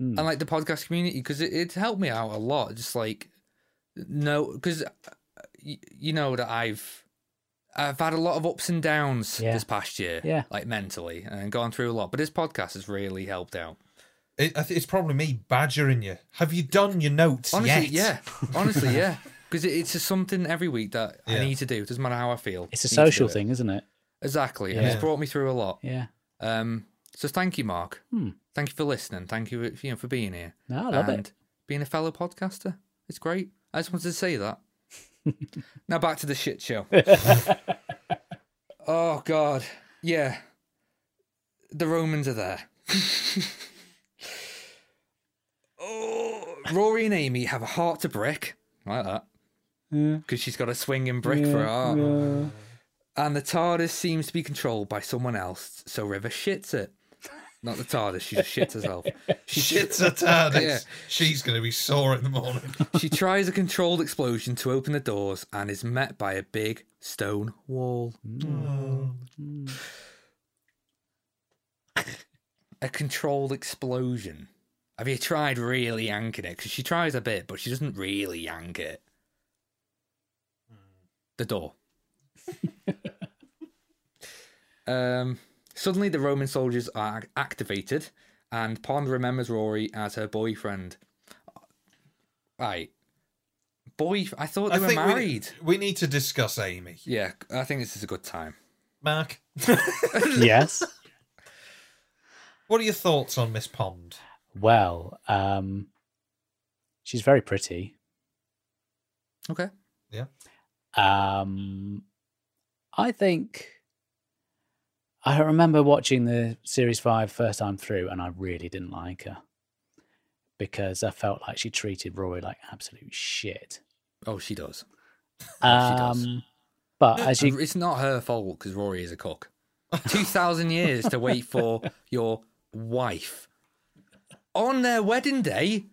Speaker 4: Mm.
Speaker 1: and like the podcast community, because it, it's helped me out a lot. Just like, no, because you know that I've I've had a lot of ups and downs
Speaker 4: Yeah.
Speaker 1: this past year,
Speaker 4: Yeah.
Speaker 1: like mentally, and gone through a lot. But this podcast has really helped out.
Speaker 2: It, I think it's probably me badgering you have you done your notes
Speaker 1: Honestly,
Speaker 2: yet?
Speaker 1: yeah, honestly, yeah, because it, it's just something every week that
Speaker 2: Yeah.
Speaker 1: I need to do. Doesn't matter how I feel.
Speaker 4: It's a
Speaker 1: need to do
Speaker 4: social
Speaker 1: it.
Speaker 4: thing, isn't it?
Speaker 1: exactly, and
Speaker 2: Yeah.
Speaker 1: it's brought me through a lot.
Speaker 4: Yeah.
Speaker 1: Um, so thank you, Mark.
Speaker 4: Hmm.
Speaker 1: Thank you for listening. Thank you, for, you know, for being here
Speaker 4: No, I love
Speaker 1: and
Speaker 4: it.
Speaker 1: being a fellow podcaster. It's great. I just wanted to say that. Now back to the shit show. oh god. Yeah. The Romans are there. oh, Rory and Amy have a heart to brick. I like that. Because she's got a swinging brick for her heart. And the TARDIS seems to be controlled by someone else, so River shits it. Not the TARDIS, she just shits herself. She
Speaker 2: Shit's a TARDIS.
Speaker 1: Yeah.
Speaker 2: She's going to be sore in the morning.
Speaker 1: she tries a controlled explosion to open the doors and is met by a big stone wall.
Speaker 4: Mm-hmm.
Speaker 1: a controlled explosion. Have you tried really yanking it? Because she tries a bit, but she doesn't really yank it. The door. um, suddenly, the Roman soldiers are ac- activated, and Pond remembers Rory as her boyfriend. Right. Boy, I thought they were
Speaker 2: we-
Speaker 1: married.
Speaker 2: We, need to discuss Amy.
Speaker 1: Yeah, I think this is a good time.
Speaker 2: Mark,
Speaker 4: yes.
Speaker 2: what are your thoughts on Miss Pond?
Speaker 4: Well, um, she's very pretty.
Speaker 1: Okay.
Speaker 4: Um, I think I remember watching the series five first time through, and I really didn't like her because I felt like she treated Rory like absolute shit.
Speaker 1: Oh, she does.
Speaker 4: Um,
Speaker 1: she does.
Speaker 4: But as you
Speaker 1: And it's not her fault because Rory is a cook. 2,000 years to wait for your wife on their wedding day.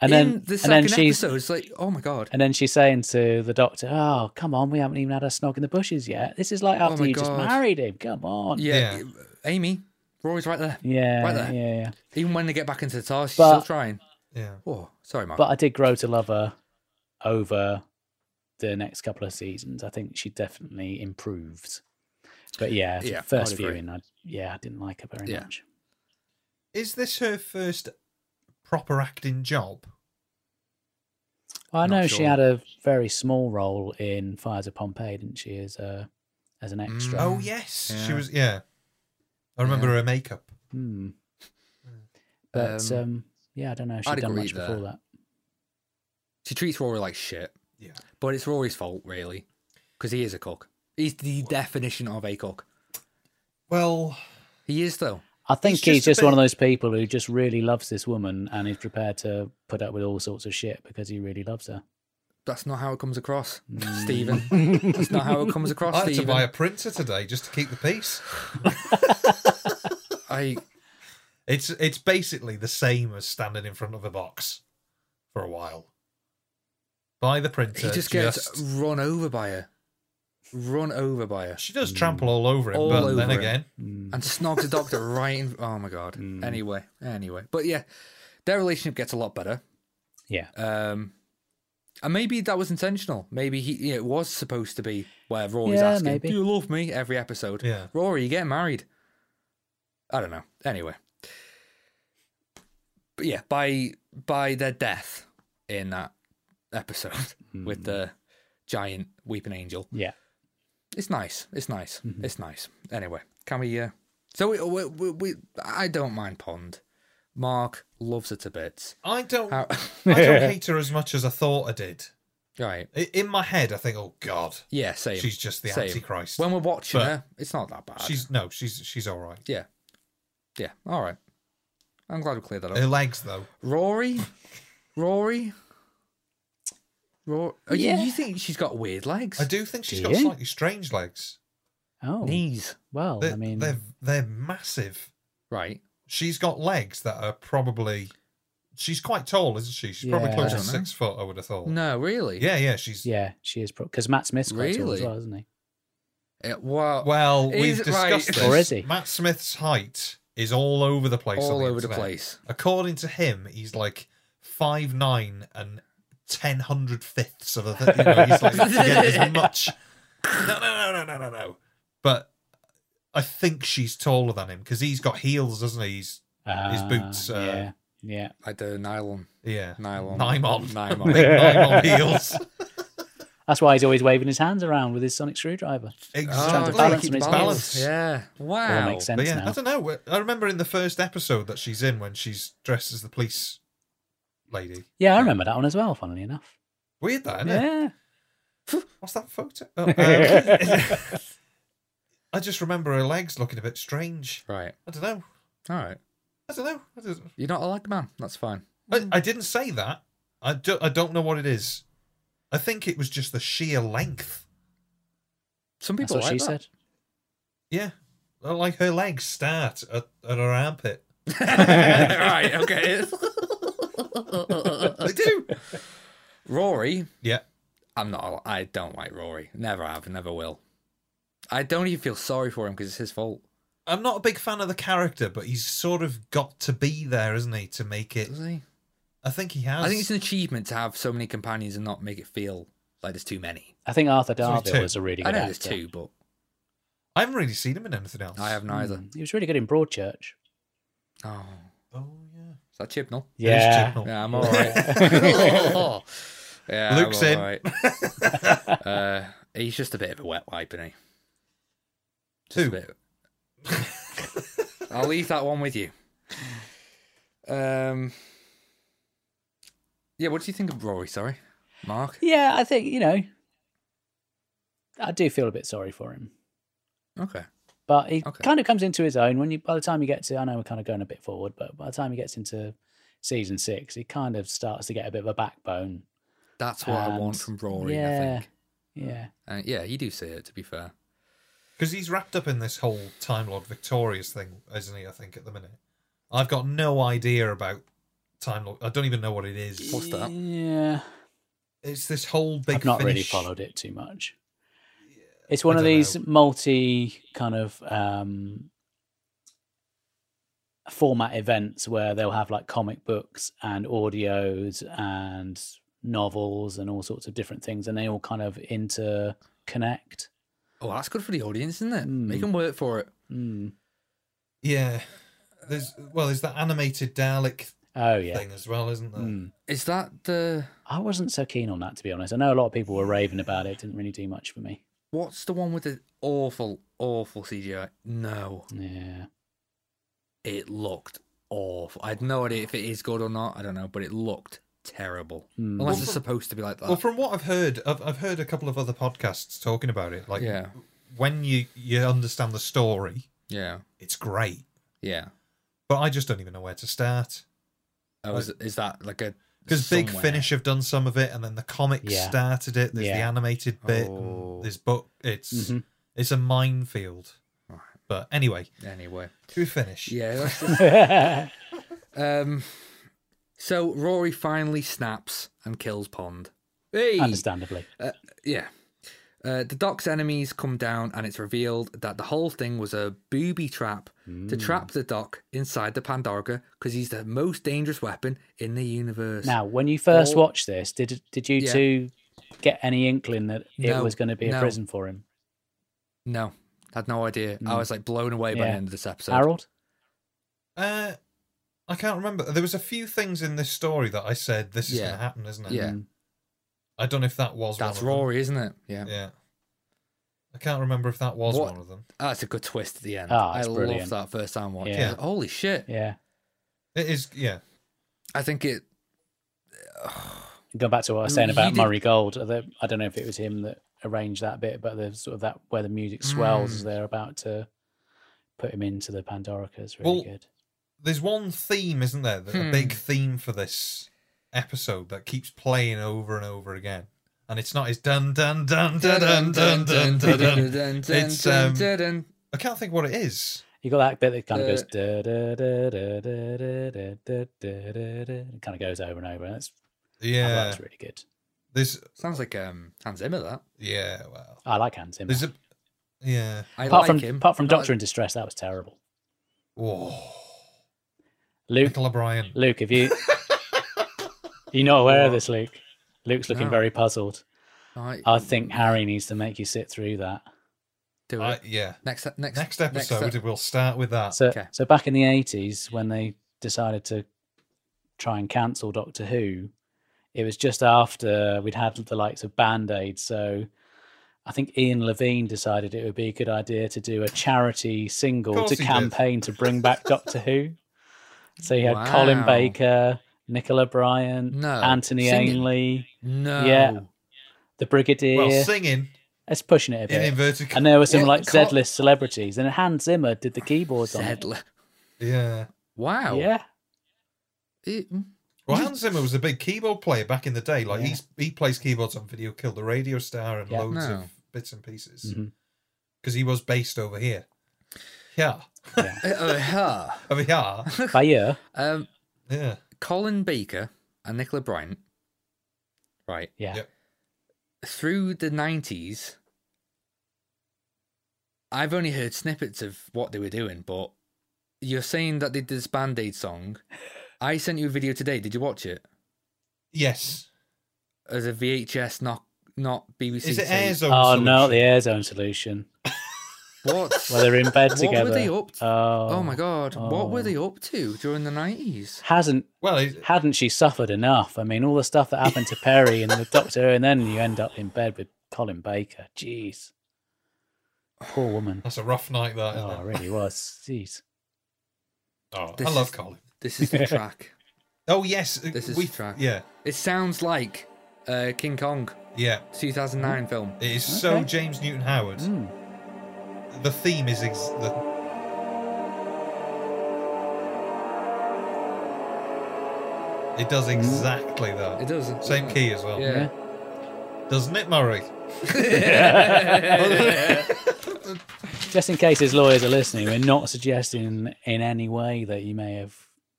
Speaker 4: and
Speaker 1: in
Speaker 4: then
Speaker 1: the
Speaker 4: and
Speaker 1: second
Speaker 4: then she's
Speaker 1: episode, it's like, oh my God.
Speaker 4: and then she's saying to the doctor, "Oh, come on, we haven't even had a snog in the bushes yet. This is like after
Speaker 1: Oh my
Speaker 4: you just
Speaker 1: God.
Speaker 4: married him. Come on."
Speaker 1: Yeah,
Speaker 2: Yeah.
Speaker 1: Amy, Rory's right there.
Speaker 4: Yeah,
Speaker 1: Right there.
Speaker 4: yeah, yeah.
Speaker 1: Even when they get back into the tar, she's
Speaker 4: But-
Speaker 1: still trying.
Speaker 2: Yeah.
Speaker 1: Oh, sorry, Mark.
Speaker 4: But I did grow to love her over the next couple of seasons. I think she definitely improved. But yeah,
Speaker 1: Yeah, I
Speaker 4: first
Speaker 1: would agree.
Speaker 4: viewing, I, yeah, I didn't like her very
Speaker 1: Yeah.
Speaker 4: much.
Speaker 2: Is this her first proper acting job?
Speaker 4: Well, I
Speaker 1: Not
Speaker 4: know she
Speaker 1: sure.
Speaker 4: had a very small role in Fires of Pompeii, didn't she, as a as an
Speaker 1: Mm.
Speaker 4: extra?
Speaker 2: Oh yes, she
Speaker 1: Yeah.
Speaker 2: was. Yeah, I remember her makeup.
Speaker 4: Hmm. But um,
Speaker 1: Um,
Speaker 4: yeah, I don't know. if She'd
Speaker 1: I'd
Speaker 4: done
Speaker 1: agree
Speaker 4: much before
Speaker 1: there.
Speaker 4: that.
Speaker 1: she treats Rory like shit.
Speaker 2: Yeah.
Speaker 1: But it's Rory's fault, really, because he is a cook. He's the definition of a cook.
Speaker 2: Well,
Speaker 1: He is, though.
Speaker 4: I think
Speaker 2: just
Speaker 4: he's
Speaker 2: a
Speaker 4: just one of
Speaker 2: bit-
Speaker 4: those people who just really loves this woman and is prepared to put up with all sorts of shit because he really loves her.
Speaker 1: That's not how it comes across, Stephen. That's not how it comes across,
Speaker 2: Mm. I had to
Speaker 1: Stephen.
Speaker 2: buy a printer today just to keep the peace.
Speaker 1: I
Speaker 2: It's it's basically the same as standing in front of a box for a while. Buy the printer.
Speaker 1: he just gets run over by her, run over by her,
Speaker 2: She does trample all over him,
Speaker 1: All
Speaker 2: but
Speaker 1: over
Speaker 2: then
Speaker 1: him.
Speaker 2: again,
Speaker 4: Mm,
Speaker 1: and snogs a doctor right in. Oh my god.
Speaker 2: Mm.
Speaker 1: Anyway, anyway, but yeah, their relationship gets a lot better.
Speaker 4: Yeah.
Speaker 1: Um, and maybe that was intentional. Maybe he yeah, it was supposed to be where Rory's
Speaker 4: Yeah,
Speaker 1: asking,
Speaker 4: maybe.
Speaker 1: "Do you love me?" Every episode.
Speaker 2: Yeah.
Speaker 1: Rory, you get married. I don't know. Anyway, but yeah, by by their death in that episode with
Speaker 2: Hmm.
Speaker 1: the giant weeping angel,
Speaker 4: Yeah.
Speaker 1: it's nice. It's nice.
Speaker 2: Mm-hmm.
Speaker 1: It's nice. Anyway, can we? Uh, so we, we, we, we, I don't mind Pond. Mark loves it a bit.
Speaker 2: I don't
Speaker 1: How,
Speaker 2: I don't hate her as much as I thought I did.
Speaker 1: right.
Speaker 2: I- In my head, I think, oh God,
Speaker 1: Yeah, same.
Speaker 2: she's just the
Speaker 1: same.
Speaker 2: Antichrist.
Speaker 1: When we're watching
Speaker 2: But-
Speaker 1: her, it's not that bad.
Speaker 2: she's no, she's she's all right.
Speaker 1: yeah, yeah. All right. I'm glad we cleared that up.
Speaker 2: Her legs though.
Speaker 1: Rory, Rory, Rory. Oh, you-
Speaker 4: Yeah.
Speaker 1: You, think she's got weird legs?
Speaker 2: I do think she's
Speaker 4: Do
Speaker 2: got
Speaker 4: you?
Speaker 2: slightly strange legs.
Speaker 4: Oh,
Speaker 1: Knees.
Speaker 4: well,
Speaker 2: They're,
Speaker 4: I mean,
Speaker 2: they're they're massive.
Speaker 1: Right.
Speaker 2: She's got legs that are probably. She's quite tall, isn't she? She's probably
Speaker 4: Yeah.
Speaker 2: close
Speaker 1: I
Speaker 2: to
Speaker 1: don't know.
Speaker 2: six foot. I would have thought.
Speaker 1: No, really.
Speaker 2: Yeah, yeah. She's
Speaker 4: yeah, she is because Matt Smith's quite tall as
Speaker 1: Really?
Speaker 4: well, isn't he?
Speaker 1: Yeah. Well,
Speaker 2: well.
Speaker 1: Is
Speaker 2: We've
Speaker 1: it
Speaker 2: discussed
Speaker 1: right?
Speaker 2: this.
Speaker 4: Or is he?
Speaker 2: Matt Smith's height is all over the place. on
Speaker 1: all over the
Speaker 2: internet.
Speaker 1: place.
Speaker 2: According to him, he's like five nine and ten hundred fifths of a. Th- you know, he's like to get as much. No, no, no, no, no, no, no. But I think she's taller than him because he's got heels, doesn't he? He's His boots,
Speaker 4: Ah, yeah,
Speaker 2: uh,
Speaker 4: yeah.
Speaker 1: Like the nylon,
Speaker 2: yeah,
Speaker 1: nylon,
Speaker 2: Nymon,
Speaker 1: nylon.
Speaker 2: big Nymon heels.
Speaker 4: Oh, That's why he's always waving his hands around with his sonic screwdriver. trying to
Speaker 2: Exactly.
Speaker 4: balance
Speaker 1: keep
Speaker 4: his
Speaker 2: balance.
Speaker 1: Yeah.
Speaker 4: It all
Speaker 1: Wow.
Speaker 4: makes sense
Speaker 2: But yeah,
Speaker 4: now.
Speaker 2: I don't know. I remember in the first episode that she's in when she's dressed as the police lady.
Speaker 4: Yeah, I remember that one as well. Funnily enough,
Speaker 2: Weird that, isn't it?
Speaker 4: yeah,
Speaker 2: What's that photo? Oh, um, I just remember her legs looking a bit strange.
Speaker 1: Right.
Speaker 2: I don't know.
Speaker 1: All right.
Speaker 2: I don't know. I, don't,
Speaker 1: You're not a leg man. That's fine.
Speaker 2: I, I didn't say that. I, do, I don't know what it is. I think it was just the sheer length.
Speaker 1: Some
Speaker 4: That's
Speaker 1: people
Speaker 4: what
Speaker 1: like
Speaker 4: she
Speaker 1: that.
Speaker 4: said.
Speaker 2: Yeah. I Like her legs start at, at her armpit.
Speaker 1: right, okay.
Speaker 2: They do.
Speaker 1: Rory,
Speaker 2: yeah.
Speaker 1: I'm not. I don't like Rory. Never have. Never will. I don't even feel sorry for him because it's his fault.
Speaker 2: I'm not a big fan of the character, but he's sort of got to be there, isn't he, to make it?
Speaker 1: Doesn't he?
Speaker 2: I think he has.
Speaker 1: I think it's an achievement to have so many companions and not make it feel like there's too many.
Speaker 4: I think Arthur
Speaker 2: There's only
Speaker 4: Darville
Speaker 2: two.
Speaker 4: was a really
Speaker 1: I
Speaker 4: good
Speaker 1: know there's
Speaker 4: actor.
Speaker 1: two, but
Speaker 2: I haven't really seen him in anything else.
Speaker 1: I have neither.
Speaker 4: Mm, He was really good in Broadchurch.
Speaker 1: Oh,
Speaker 2: Oh yeah.
Speaker 1: is that Chibnall?
Speaker 4: Yeah.
Speaker 2: It is Chibnall.
Speaker 1: Yeah, I'm all right. yeah,
Speaker 2: Luke's
Speaker 1: I'm
Speaker 2: in.
Speaker 1: all right. uh, he's just a bit of a wet wipe, isn't he? Just
Speaker 2: Who?
Speaker 1: a bit. I'll leave that one with you. Um, yeah, what do you think of Rory? Sorry, Mark.
Speaker 4: Yeah, I think, you know, I do feel a bit sorry for him.
Speaker 1: Okay.
Speaker 4: But he
Speaker 1: Okay.
Speaker 4: kind of comes into his own when you by the time you get to I know we're kind of going a bit forward, but by the time he gets into season six, he kind of starts to get a bit of a backbone.
Speaker 1: That's what I want
Speaker 4: And-
Speaker 1: from Rory,
Speaker 4: yeah.
Speaker 1: I think.
Speaker 4: Yeah.
Speaker 1: And yeah, you do see it, to be fair.
Speaker 2: Because he's wrapped up in this whole Time Lord Victorious thing, isn't he? I think at the minute, I've got no idea about Time Lord. I don't even know what it is.
Speaker 1: What's that?
Speaker 4: Yeah.
Speaker 2: It's this whole big.
Speaker 4: I've not really
Speaker 2: finish-
Speaker 4: followed it too much. It's one of
Speaker 2: don't
Speaker 4: these
Speaker 2: know.
Speaker 4: multi kind of um, format events where they'll have like comic books and audios and novels and all sorts of different things, and they all kind of interconnect.
Speaker 1: Oh, that's good for the audience, isn't it?
Speaker 4: Hmm.
Speaker 1: Make them work for it.
Speaker 2: Hmm.
Speaker 4: Mm.
Speaker 2: Yeah. There's well, there's that animated Dalek
Speaker 4: Oh yeah,
Speaker 2: thing as well, isn't there?
Speaker 4: Mm.
Speaker 1: Is that the
Speaker 4: I wasn't so keen on that to be honest. I know a lot of people were raving about it. it didn't really do much for me.
Speaker 1: what's the one with the awful, awful CGI? No,
Speaker 4: Yeah,
Speaker 1: it looked awful. I had no idea if it is good or not. I don't know, but it looked terrible.
Speaker 4: Hmm.
Speaker 1: Unless
Speaker 2: Well,
Speaker 1: it's
Speaker 2: from-
Speaker 1: supposed to be like that.
Speaker 2: Well, from what I've heard, I've, I've heard a couple of other podcasts talking about it. Like,
Speaker 1: yeah,
Speaker 2: when you you understand the story,
Speaker 1: yeah,
Speaker 2: it's great.
Speaker 1: yeah.
Speaker 2: But I just don't even know where to start.
Speaker 1: Oh, is, is that like a
Speaker 2: Because Big
Speaker 1: somewhere?
Speaker 2: Finish have done some of it, and then the comics
Speaker 4: Yeah.
Speaker 2: started it. There's the
Speaker 4: Yeah.
Speaker 2: animated bit. and
Speaker 1: Oh.
Speaker 2: There's book. It's
Speaker 1: Mm-hmm.
Speaker 4: Mhm.
Speaker 2: it's a minefield.
Speaker 1: Right.
Speaker 2: But anyway,
Speaker 1: Anyway,
Speaker 2: to finish.
Speaker 1: yeah. that's- um, so Rory finally snaps and kills Pond. Hey,
Speaker 4: understandably.
Speaker 1: Yeah. Uh, the doc's enemies come down, and it's revealed that the whole thing was a booby trap to trap the doc inside the Pandorga because he's the most dangerous weapon in the universe.
Speaker 4: Now, when you first
Speaker 1: Or-
Speaker 4: watched this, did did you
Speaker 1: Yeah.
Speaker 4: two get any inkling that
Speaker 1: No,
Speaker 4: it was going to be
Speaker 1: no.
Speaker 4: a prison for him,
Speaker 1: No, had no idea. I
Speaker 4: Mm.
Speaker 1: was like blown away by the
Speaker 4: Yeah.
Speaker 1: end of this episode.
Speaker 4: Harold?
Speaker 2: Uh, I can't remember. There was a few things in this story that I said this is
Speaker 1: Yeah.
Speaker 2: going to happen, isn't it?
Speaker 1: Yeah.
Speaker 4: Mm.
Speaker 2: I don't know if that was.
Speaker 1: That's
Speaker 2: one of them.
Speaker 1: Rory, isn't it? Yeah.
Speaker 2: Yeah. I can't remember if that was
Speaker 1: What-
Speaker 2: one of them.
Speaker 1: That's a good twist at the end.
Speaker 4: Ah,
Speaker 1: I
Speaker 4: it's
Speaker 1: love
Speaker 4: brilliant.
Speaker 1: that first time watch.
Speaker 4: Yeah.
Speaker 1: Holy shit.
Speaker 4: Yeah.
Speaker 2: It is. Yeah.
Speaker 1: I think it.
Speaker 4: Go back to what I was
Speaker 1: Mm,
Speaker 4: saying
Speaker 1: you
Speaker 4: about
Speaker 1: did-
Speaker 4: Murray Gold. uh, the- I don't know if it was him that arranged that bit, but the sort of that where the music swells
Speaker 1: Mm.
Speaker 4: as they're about to put him into the Pandorica is really
Speaker 2: Well,
Speaker 4: good.
Speaker 2: There's one theme, isn't there? That,
Speaker 1: Hmm.
Speaker 2: A big theme for this episode that keeps playing over and over again. And it's not. It's dun dun dun dun dun dun dun dun. dun. It's, um,
Speaker 1: dun.
Speaker 2: I can't think what it is.
Speaker 4: You got that bit that kind of goes
Speaker 1: Uh,
Speaker 4: da da da da da da da da da da da. It kind of goes over and over. and That's yeah.
Speaker 2: Yeah.
Speaker 4: that's really good.
Speaker 2: There's.
Speaker 1: Sounds like um, Hans Zimmer, that.
Speaker 2: Yeah. Well.
Speaker 4: I like Hans Zimmer.
Speaker 2: There's a. Yeah.
Speaker 1: I
Speaker 4: apart
Speaker 1: like
Speaker 4: from
Speaker 1: him.
Speaker 4: apart from
Speaker 1: I'm not-
Speaker 4: Doctor in Distress, that was terrible.
Speaker 2: Whoa.
Speaker 4: Luke,
Speaker 2: Michael O'Brien.
Speaker 4: Luke, have you? You're not aware of this, Luke. Luke's looking
Speaker 1: No.
Speaker 4: very puzzled.
Speaker 1: I,
Speaker 4: I think Harry needs to make you sit through that.
Speaker 1: do it.
Speaker 2: I, yeah.
Speaker 1: next, next,
Speaker 2: Next episode,
Speaker 1: ep-
Speaker 2: we'll start with that.
Speaker 4: So,
Speaker 1: Oh, okay.
Speaker 4: so back in the '80s, when they decided to try and cancel Doctor Who, it was just after we'd had the likes of Band Aid. So, I think Ian Levine decided it would be a good idea to do a charity single
Speaker 2: course
Speaker 4: to
Speaker 2: he did.
Speaker 4: campaign to bring back Doctor Who. So you had Colin
Speaker 1: Wow.
Speaker 4: Baker, Nicola Bryant,
Speaker 1: No,
Speaker 4: Anthony
Speaker 1: singing.
Speaker 4: Ainley.
Speaker 1: no.
Speaker 4: Yeah. the Brigadier.
Speaker 2: Well, singing
Speaker 4: it's pushing it a
Speaker 2: in
Speaker 4: bit.
Speaker 2: inverted
Speaker 4: and there were some
Speaker 1: Yeah,
Speaker 4: like
Speaker 1: can't-
Speaker 4: Z list celebrities, and Hans Zimmer did the keyboards on it.
Speaker 1: Zedler.
Speaker 2: Yeah.
Speaker 1: Wow.
Speaker 4: Yeah,
Speaker 1: It- mm.
Speaker 2: Well, Hans Zimmer was a big keyboard player back in the day. Like he's he plays keyboards on Video Kill the Radio Star and
Speaker 4: Yeah.
Speaker 2: loads
Speaker 1: No.
Speaker 2: of bits and pieces
Speaker 4: Mhm.
Speaker 2: because he was based over here. Yeah,
Speaker 1: Uh, uh, huh.
Speaker 2: over here.
Speaker 4: Bayer.
Speaker 1: um,
Speaker 2: Yeah,
Speaker 1: Colin Baker and Nicola Bryant, right,
Speaker 4: Yeah,
Speaker 2: Yep.
Speaker 1: through the 90s, I've only heard snippets of what they were doing, but you're saying that they did this Band Aid song. I sent you a video today. Did you watch it?
Speaker 2: yes.
Speaker 1: As a VHS, not not BBC.
Speaker 2: Is it
Speaker 1: tape.
Speaker 2: Air Zone?
Speaker 4: Oh no,
Speaker 2: Solution?
Speaker 4: the air zone solution.
Speaker 1: What?
Speaker 4: Where they're in bed
Speaker 1: What were
Speaker 4: together.
Speaker 1: they up to?
Speaker 4: Oh,
Speaker 1: oh my god, what were
Speaker 4: Oh.
Speaker 1: they up to during the 90s?
Speaker 4: Hasn't
Speaker 2: Well, it-
Speaker 4: hadn't she suffered enough? I mean, all the stuff that happened to Perry and the Doctor, and then you end up in bed with Colin Baker. Jeez, poor woman.
Speaker 2: that's a rough night, that. Isn't
Speaker 4: Oh, it
Speaker 2: it?
Speaker 4: really was. Jeez.
Speaker 2: Oh,
Speaker 1: This
Speaker 2: I love
Speaker 1: is-
Speaker 2: Colin.
Speaker 1: This is the track.
Speaker 2: Oh yes,
Speaker 1: This is
Speaker 2: we-
Speaker 1: the track.
Speaker 2: Yeah,
Speaker 1: It sounds like uh, King Kong,
Speaker 2: yeah.
Speaker 1: 2009 film.
Speaker 2: It is so
Speaker 4: Okay.
Speaker 2: James Newton Howard.
Speaker 1: Hmm.
Speaker 4: Mm.
Speaker 2: The theme is ex- the, it does exactly that.
Speaker 1: Hmm. It does. doesn't
Speaker 2: Same
Speaker 1: it?
Speaker 2: key as well,
Speaker 1: Yeah.
Speaker 2: doesn't it, Murray?
Speaker 4: Just in case his lawyers are listening, we're not suggesting in any way that you may have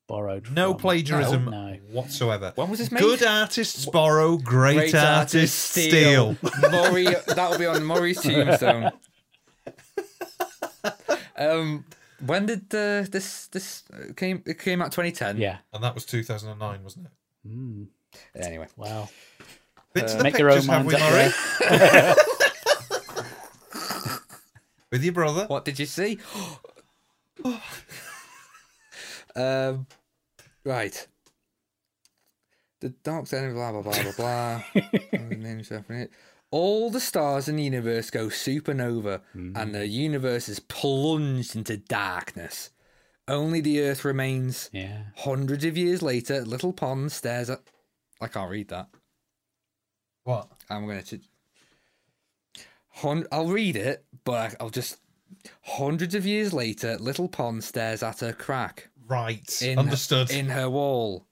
Speaker 4: borrowed.
Speaker 2: No
Speaker 4: from-
Speaker 2: plagiarism
Speaker 4: No.
Speaker 2: whatsoever.
Speaker 1: Oh, When was this made?
Speaker 2: Good artists borrow, great,
Speaker 1: Great
Speaker 2: artists, steal.
Speaker 1: Murray, that'll be on Murray's tombstone. um, when did uh, this this uh, came? It came out 2010.
Speaker 4: Yeah.
Speaker 2: and that was 2009, wasn't it?
Speaker 4: Mm.
Speaker 1: Anyway,
Speaker 4: Wow.
Speaker 1: Uh,
Speaker 2: Bits of the
Speaker 4: Make your own
Speaker 2: pictures have
Speaker 4: mind
Speaker 2: we,
Speaker 4: up
Speaker 2: Murray? With your brother.
Speaker 1: what did you see? um, right. The Dark Enemy, blah blah blah blah blah. And the name's definite. All the stars in the universe go supernova, and the universe is plunged into darkness. Only the Earth remains.
Speaker 4: Yeah.
Speaker 1: Hundreds of years later, little pond stares at. I can't read that.
Speaker 2: What?
Speaker 1: I'm going to. Hun- I'll read it, but I- I'll just. Hundreds of years later, little pond stares at her crack
Speaker 2: Right.
Speaker 1: in
Speaker 2: Understood.
Speaker 1: in her wall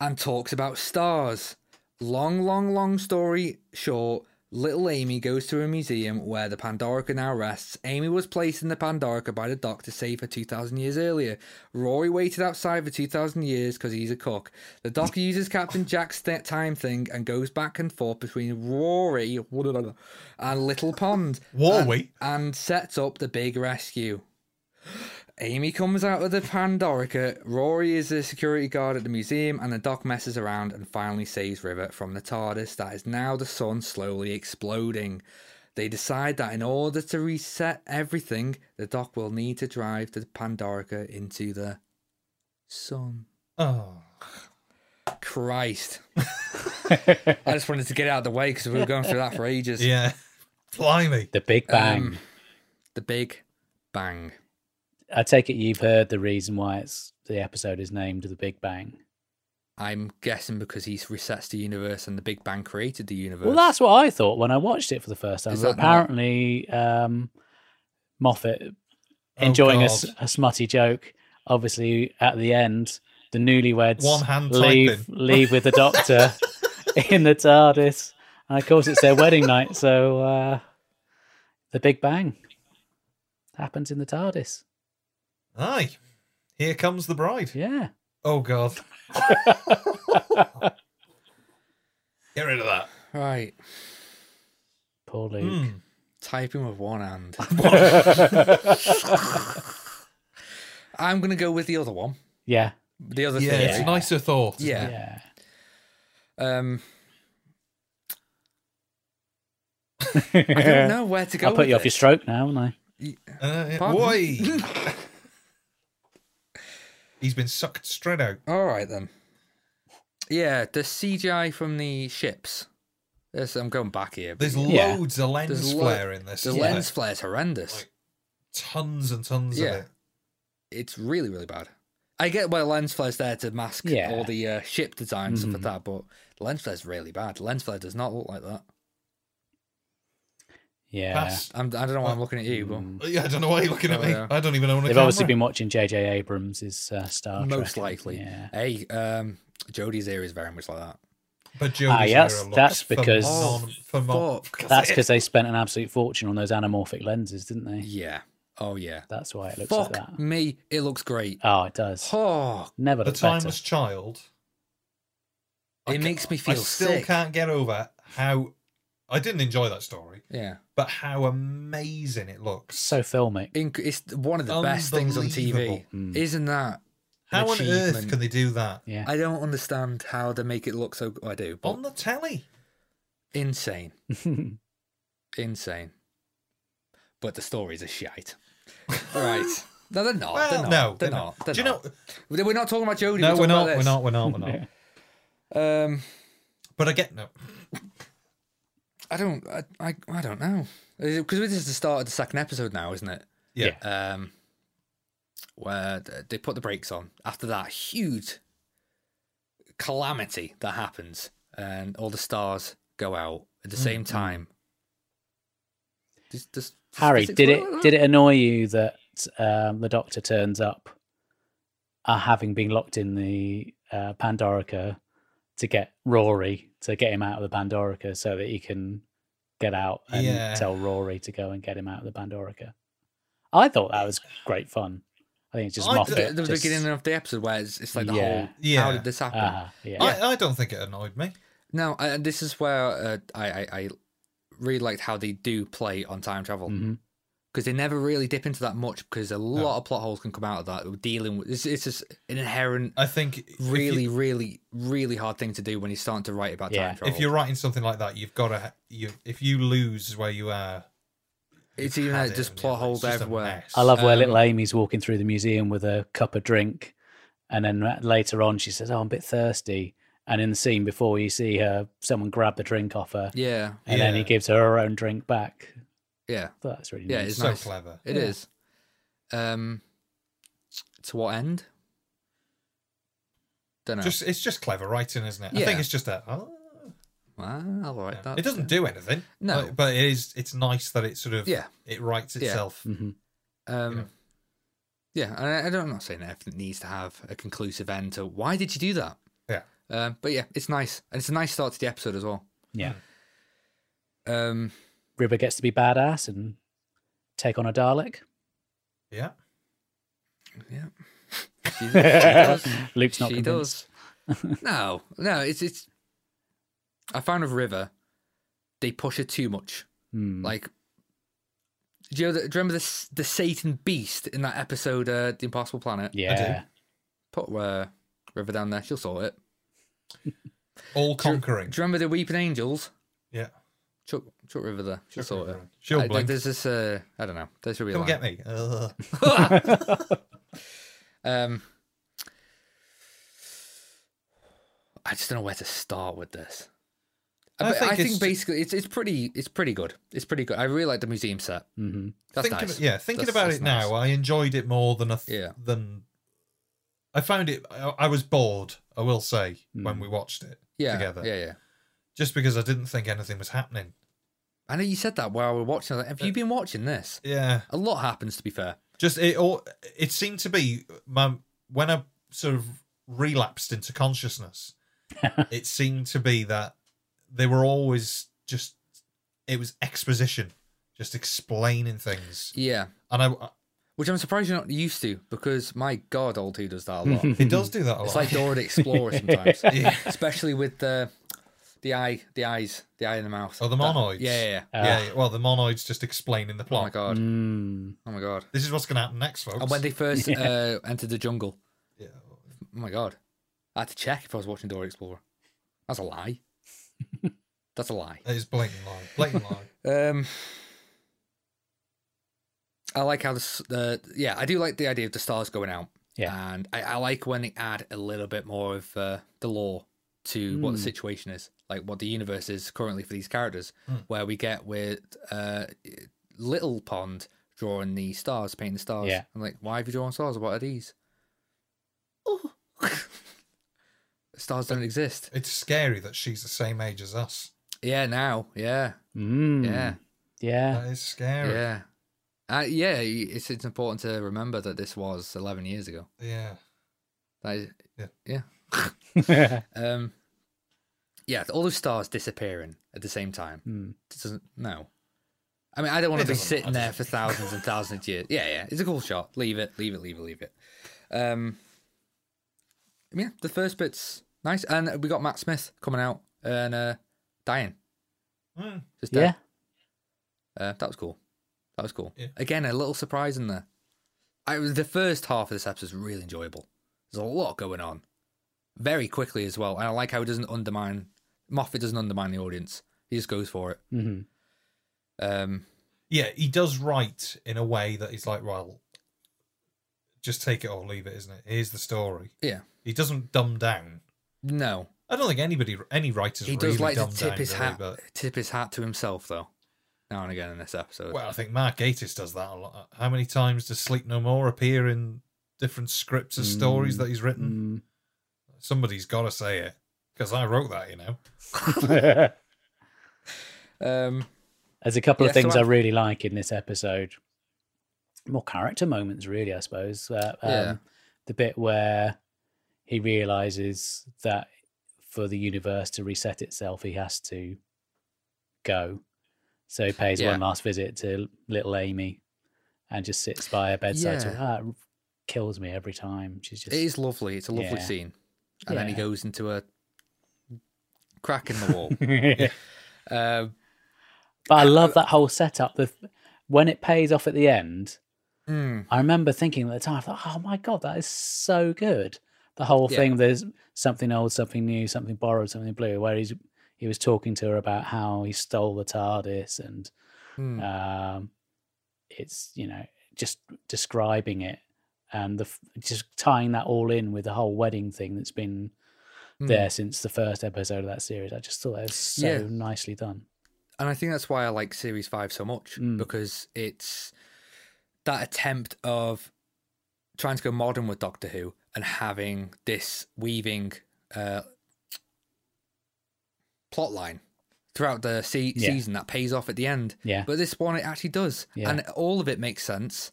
Speaker 1: and talks about stars. Long, long, long story short, little Amy goes to a museum where the Pandorica now rests. Amy was placed in the Pandorica by the doctor, save her 2,000 years earlier. Rory waited outside for 2,000 years because he's a cook. The doctor uses Captain Jack's th- time thing and goes back and forth between Rory and Little Pond
Speaker 2: Warwick.
Speaker 1: and sets up the big rescue. Amy comes out of the Pandorica, Rory is a security guard at the museum, and the doc messes around and finally saves River from the TARDIS that is now the sun slowly exploding. They decide that in order to reset everything, the doc will need to drive the Pandorica into the sun.
Speaker 2: Oh.
Speaker 1: Christ. I just wanted to get it out of the way because we were going through that for ages.
Speaker 2: Yeah. Blimey.
Speaker 4: The Big Bang.
Speaker 1: Um, the Big Bang.
Speaker 4: I take it you've heard the reason why it's the episode is named The Big Bang.
Speaker 1: I'm guessing because he resets the universe and the Big Bang created the universe.
Speaker 4: Well, that's what I thought when I watched it for the first time.
Speaker 1: Is
Speaker 4: But
Speaker 1: that not-
Speaker 4: apparently, um, Moffat
Speaker 2: Oh,
Speaker 4: enjoying a, s-
Speaker 2: God.
Speaker 4: a smutty joke. Obviously, at the end, the newlyweds
Speaker 2: One hand typing.
Speaker 4: leave leave with the doctor in the TARDIS, and of course, it's their wedding night. So uh, the Big Bang happens in the TARDIS.
Speaker 2: Aye. Here comes the bride.
Speaker 4: Yeah,
Speaker 2: Oh, God. Get rid of that.
Speaker 1: right.
Speaker 4: poor Luke.
Speaker 2: Hmm.
Speaker 1: Typing with one hand. I'm going to go with the other one.
Speaker 4: Yeah,
Speaker 1: The other
Speaker 2: Yeah,
Speaker 1: thing.
Speaker 2: it's nicer thought. isn't
Speaker 1: Yeah.
Speaker 2: it?
Speaker 4: yeah.
Speaker 1: Um, I don't know where to go.
Speaker 4: I'll put you
Speaker 1: with
Speaker 4: off your
Speaker 1: it.
Speaker 4: stroke now, haven't I?
Speaker 2: Uh, yeah.
Speaker 1: Pardon?
Speaker 2: Why? He's been sucked straight out.
Speaker 1: All right then. Yeah, the CGI from the ships. There's, I'm going back here. but
Speaker 2: There's
Speaker 4: Yeah.
Speaker 2: loads of lens
Speaker 1: There's lo-
Speaker 2: flare in this.
Speaker 1: the
Speaker 2: isn't
Speaker 1: lens
Speaker 2: there?
Speaker 1: flare's horrendous.
Speaker 2: Like, tons and tons
Speaker 1: Yeah.
Speaker 2: of it.
Speaker 1: it's really really bad I get why lens flare's there to mask
Speaker 4: Yeah. Hmm.
Speaker 1: all the uh, ship design and stuff like that, but lens flare's really bad. Lens flare does not look like that.
Speaker 4: Yeah. Mm.
Speaker 2: Pass.
Speaker 1: I'm, I don't know why I'm looking at you, but
Speaker 2: Yeah, I don't know why you're looking at me.
Speaker 1: Yeah.
Speaker 2: I don't even own a
Speaker 4: They've
Speaker 2: camera.
Speaker 4: obviously been watching J.J. Abrams' uh, Star Trek.
Speaker 1: most likely.
Speaker 4: Yeah.
Speaker 1: Hey, um, Jodie's ear is very much like that.
Speaker 2: But Jodie's
Speaker 4: Ah, yes,
Speaker 2: era looks
Speaker 4: that's because-
Speaker 2: phenom- phenom-
Speaker 1: Fuck.
Speaker 4: That's because they spent an absolute fortune on those anamorphic lenses, didn't they?
Speaker 1: Yeah. Oh yeah.
Speaker 4: That's why it looks
Speaker 1: Fuck
Speaker 4: like that.
Speaker 1: me. It looks great.
Speaker 4: Oh, it does.
Speaker 1: Oh,
Speaker 4: Never
Speaker 2: the
Speaker 4: looks better.
Speaker 2: timeless child. I
Speaker 1: it
Speaker 2: ca-
Speaker 1: makes me feel
Speaker 2: I still
Speaker 1: sick.
Speaker 2: can't get over how I didn't enjoy that story,
Speaker 1: Yeah.
Speaker 2: but how amazing it looks.
Speaker 4: So filmic.
Speaker 1: Inc- it's one of the best things on TV.
Speaker 2: Unbelievable.
Speaker 4: Mm.
Speaker 1: Isn't that? an
Speaker 2: How on earth
Speaker 1: achievement?
Speaker 2: can they do that
Speaker 4: Yeah.
Speaker 1: I don't understand how they make it look so. I do, but
Speaker 2: on the telly?
Speaker 1: insane,
Speaker 4: Hmm.
Speaker 1: insane. But the stories are shite. right? No, they're not.
Speaker 2: Well,
Speaker 1: Oh, they're not.
Speaker 2: no,
Speaker 1: they're,
Speaker 2: they're
Speaker 1: not. They're
Speaker 2: Do you know?
Speaker 1: not. We're not talking about Jodie.
Speaker 2: No,
Speaker 1: we're,
Speaker 2: we're
Speaker 1: talking
Speaker 2: not.
Speaker 1: about
Speaker 2: We're
Speaker 1: this.
Speaker 2: not. We're not. We're not.
Speaker 1: Um,
Speaker 2: But I get no.
Speaker 1: I don't. I. I, I don't know. Because this is the start of the second episode now, isn't it?
Speaker 2: Yeah.
Speaker 4: Yeah.
Speaker 1: um, where th- they put the brakes on after that huge calamity that happens, and all the stars go out at the
Speaker 2: Mm,
Speaker 1: same time. Does- does- does
Speaker 4: Harry,
Speaker 1: physics
Speaker 4: did
Speaker 1: work
Speaker 4: it
Speaker 1: like that?
Speaker 4: did it annoy you that um, the doctor turns up, uh, having been locked in the uh, Pandorica, to get Rory to get him out of the Pandorica so that he can get out and
Speaker 2: Yeah.
Speaker 4: tell Rory to go and get him out of the Pandorica? I thought that was great fun. I think it's just
Speaker 2: I d-
Speaker 4: Moffat.
Speaker 1: The, the
Speaker 4: just-
Speaker 1: beginning of the episode where it's, it's like the
Speaker 4: Yeah.
Speaker 1: whole how
Speaker 2: Yeah.
Speaker 1: did this happen?
Speaker 4: Ah, yeah.
Speaker 2: I, I don't think it annoyed me.
Speaker 1: No, I- and this is where uh, I, I I really liked how they do play on time travel.
Speaker 4: Mhm.
Speaker 1: because they never really dip into that much because a lot of plot holes can come out of that. We're dealing with it's, it's just an inherent,
Speaker 2: I think Uh, if you-
Speaker 1: really, really, really hard thing to do when you're starting to write about
Speaker 4: Yeah.
Speaker 1: time
Speaker 4: If
Speaker 1: travel.
Speaker 2: if you're writing something like that, you've got to. You if you lose where you are,
Speaker 1: it's
Speaker 2: you've
Speaker 1: even
Speaker 2: had
Speaker 1: like
Speaker 2: it,
Speaker 1: just
Speaker 2: haven't you?
Speaker 1: plot
Speaker 2: It's
Speaker 1: holes
Speaker 2: just a
Speaker 1: everywhere.
Speaker 2: mess.
Speaker 4: I love where
Speaker 1: Um,
Speaker 4: little Amy's walking through the museum with a cup of drink, and then ra- later on she says, "Oh, I'm a bit thirsty." And in the scene before, you see her someone grab the drink off her,
Speaker 1: Yeah,
Speaker 4: and then he
Speaker 2: Yeah.
Speaker 4: gives her her own drink back.
Speaker 1: yeah,
Speaker 4: That's really
Speaker 1: Yeah,
Speaker 4: nice.
Speaker 1: it's
Speaker 2: so
Speaker 1: nice.
Speaker 2: clever.
Speaker 1: It
Speaker 4: Yeah.
Speaker 1: is. Um, to what end? Don't know.
Speaker 2: Just it's just clever writing, isn't it? I
Speaker 1: Yeah.
Speaker 2: think it's just that. Oh,
Speaker 1: well, I'll write that.
Speaker 2: it doesn't do anything.
Speaker 1: No.
Speaker 2: like, but it is. It's nice that it sort of.
Speaker 1: Yeah.
Speaker 2: It writes
Speaker 1: Yeah. Mm.
Speaker 2: itself.
Speaker 4: Mhm.
Speaker 1: Um,
Speaker 2: know.
Speaker 1: Yeah, and I, I don't, I'm not saying that everything needs to have a conclusive end to why did you do that?
Speaker 2: Yeah.
Speaker 1: Um, but yeah, it's nice. And it's a nice start to the episode as well.
Speaker 4: Yeah,
Speaker 1: Um,
Speaker 4: River gets to be badass and take on a Dalek.
Speaker 2: Yeah.
Speaker 1: yeah. She, she does.
Speaker 4: Luke's not
Speaker 1: she
Speaker 4: convinced.
Speaker 1: does. no, no, it's, it's. I found with River, they push her too much.
Speaker 4: Hmm.
Speaker 1: Like, do you, know the, do you remember the, s- the Satan beast in that episode, uh, The Impossible Planet?
Speaker 4: yeah,
Speaker 1: Put uh, River down there, she'll sort it.
Speaker 2: All
Speaker 1: Do you-
Speaker 2: conquering.
Speaker 1: Do you remember the Weeping Angels?
Speaker 2: Yeah.
Speaker 1: Chuck, Chuck River there. Chuck sort it.
Speaker 2: She'll
Speaker 1: I-
Speaker 2: blink.
Speaker 1: there's this. Uh, I don't know. There's a real.
Speaker 2: Come get me. Ugh.
Speaker 1: Um, I just don't know where to start with this. I,
Speaker 2: I
Speaker 1: but
Speaker 2: think
Speaker 1: I think
Speaker 2: it's-
Speaker 1: basically it's it's pretty it's pretty good. It's pretty good. I really like the museum set.
Speaker 4: Mhm.
Speaker 1: That's
Speaker 2: thinking,
Speaker 1: nice.
Speaker 2: Yeah, thinking
Speaker 1: That's-
Speaker 2: about
Speaker 1: that's
Speaker 2: it
Speaker 1: nice.
Speaker 2: now, I enjoyed it more than a th-
Speaker 1: Yeah.
Speaker 2: than I found it. I, I was bored. I will say
Speaker 1: Mm.
Speaker 2: when we watched it
Speaker 1: Yeah,
Speaker 2: together,
Speaker 1: yeah, yeah.
Speaker 2: just because I didn't think anything was happening.
Speaker 1: I know you said that while we were watching. I was like, Have you been watching this?
Speaker 2: Yeah,
Speaker 1: A lot happens, to be fair.
Speaker 2: just it all. It seemed to be my when I sort of relapsed into consciousness. it seemed to be that they were always just it was exposition, just explaining things,
Speaker 1: Yeah,
Speaker 2: and I
Speaker 1: which I'm surprised you're not used to because my god, old who does that a lot.
Speaker 2: it does do that a lot.
Speaker 1: It's like Dora the Explorer sometimes,
Speaker 2: Yeah.
Speaker 1: especially with the the eye, the eyes, the eye and the mouth.
Speaker 2: Oh, the
Speaker 1: That-
Speaker 2: monoids. Uh,
Speaker 1: yeah, yeah, yeah.
Speaker 2: yeah, yeah, well, the monoids just explaining the
Speaker 1: Oh
Speaker 2: plot.
Speaker 1: my god.
Speaker 4: Mm.
Speaker 1: Oh my god.
Speaker 2: This is what's going to happen next, folks.
Speaker 1: And when they first uh, entered the jungle,
Speaker 2: Yeah.
Speaker 1: oh my god, I had to check if I was watching Dora Explorer. That's a lie. That's a lie.
Speaker 2: That is blatant lie. Blatant lie.
Speaker 1: Um, I like how this. Uh, yeah, I do like the idea of the stars going out.
Speaker 4: Yeah.
Speaker 1: and I, I like when they add a little bit more of uh, the lore to what the
Speaker 4: Mm.
Speaker 1: situation is, like what the universe is currently for these characters.
Speaker 4: Hmm.
Speaker 1: Where we get with uh, Little Pond drawing the stars, painting the stars.
Speaker 4: Yeah.
Speaker 1: I'm like, why have you drawn stars? What are these? Stars don't exist.
Speaker 2: It's scary that she's the same age as us.
Speaker 1: Yeah, now. Yeah.
Speaker 4: Mm.
Speaker 1: Yeah.
Speaker 4: Yeah.
Speaker 2: That is scary.
Speaker 1: Yeah.
Speaker 2: Yeah.
Speaker 1: Uh, yeah, it's, it's important to remember that this was 11 years ago. That is,
Speaker 2: Yeah.
Speaker 1: Yeah. Um, yeah, all those stars disappearing at the same time.
Speaker 4: Hmm.
Speaker 1: It doesn't, no. I mean, I don't want
Speaker 2: It
Speaker 1: to be
Speaker 2: doesn't
Speaker 1: sitting
Speaker 2: matter.
Speaker 1: there for thousands and thousands of years. Yeah, yeah. It's a cool shot. Leave it, leave it, leave it, leave it. Um, yeah, the first bit's nice. And we got Matt Smith coming out and uh, dying.
Speaker 2: Mm.
Speaker 1: Just dead.
Speaker 4: yeah.
Speaker 1: Uh, that was cool. That was cool.
Speaker 2: Yeah.
Speaker 1: Again, a little surprise in there. I was the first half of this episode was really enjoyable. There's a lot going on, very quickly as well, and I like how he doesn't undermine Moffat doesn't undermine the audience. He just goes for it.
Speaker 4: hmm
Speaker 1: Um,
Speaker 2: Yeah, he does write in a way that he's like, well, just take it or leave it, isn't it? Here's the story.
Speaker 1: Yeah.
Speaker 2: He doesn't dumb down.
Speaker 1: no,
Speaker 2: I don't think anybody, any writers,
Speaker 1: he
Speaker 2: really
Speaker 1: does like
Speaker 2: dumb
Speaker 1: to tip
Speaker 2: down,
Speaker 1: his
Speaker 2: do they?
Speaker 1: hat,
Speaker 2: But,
Speaker 1: tip his hat to himself though, now and again in this episode.
Speaker 2: well, I think Mark Gatiss does that a lot. How many times does Sleep No More appear in different scripts of stories
Speaker 4: Mm.
Speaker 2: that he's written?
Speaker 4: Mm.
Speaker 2: Somebody's got to say it because I wrote that, you know.
Speaker 4: There's
Speaker 1: um,
Speaker 4: a couple
Speaker 1: Yeah,
Speaker 4: of things
Speaker 1: so
Speaker 4: I
Speaker 1: I-
Speaker 4: really like in this episode. More character moments, really, I suppose. Uh, um,
Speaker 1: Yeah.
Speaker 4: The bit where he realizes that for the universe to reset itself, he has to go. So he pays one last visit to little Amy and just sits by her bedside. So,
Speaker 1: Yeah.
Speaker 4: ah, it r- kills me every time. She's just.
Speaker 1: it is lovely. It's a lovely
Speaker 4: Yeah.
Speaker 1: scene, and then he
Speaker 4: Yeah.
Speaker 1: goes into a crack in the wall. um,
Speaker 4: But I love that whole setup. The when it pays off at the end,
Speaker 1: mm,
Speaker 4: I remember thinking at the time, I thought, "Oh my god, that is so good." The whole
Speaker 1: Yeah.
Speaker 4: thing, there's something old, something new, something borrowed, something blue. Where he's he was talking to her about how he stole the TARDIS, and
Speaker 1: mm.
Speaker 4: um, it's you know just describing it and the f- just tying that all in with the whole wedding thing that's been
Speaker 1: Mm.
Speaker 4: there since the first episode of that series. I just thought that was so
Speaker 1: Yeah.
Speaker 4: nicely done.
Speaker 1: And I think that's why I like Series 5 so much
Speaker 4: Mm.
Speaker 1: because it's that attempt of trying to go modern with Doctor Who and having this weaving uh, plot line throughout the se-
Speaker 4: Yeah.
Speaker 1: season that pays off at the end.
Speaker 4: Yeah.
Speaker 1: But this one, it actually does.
Speaker 4: Yeah.
Speaker 1: And all of it makes sense.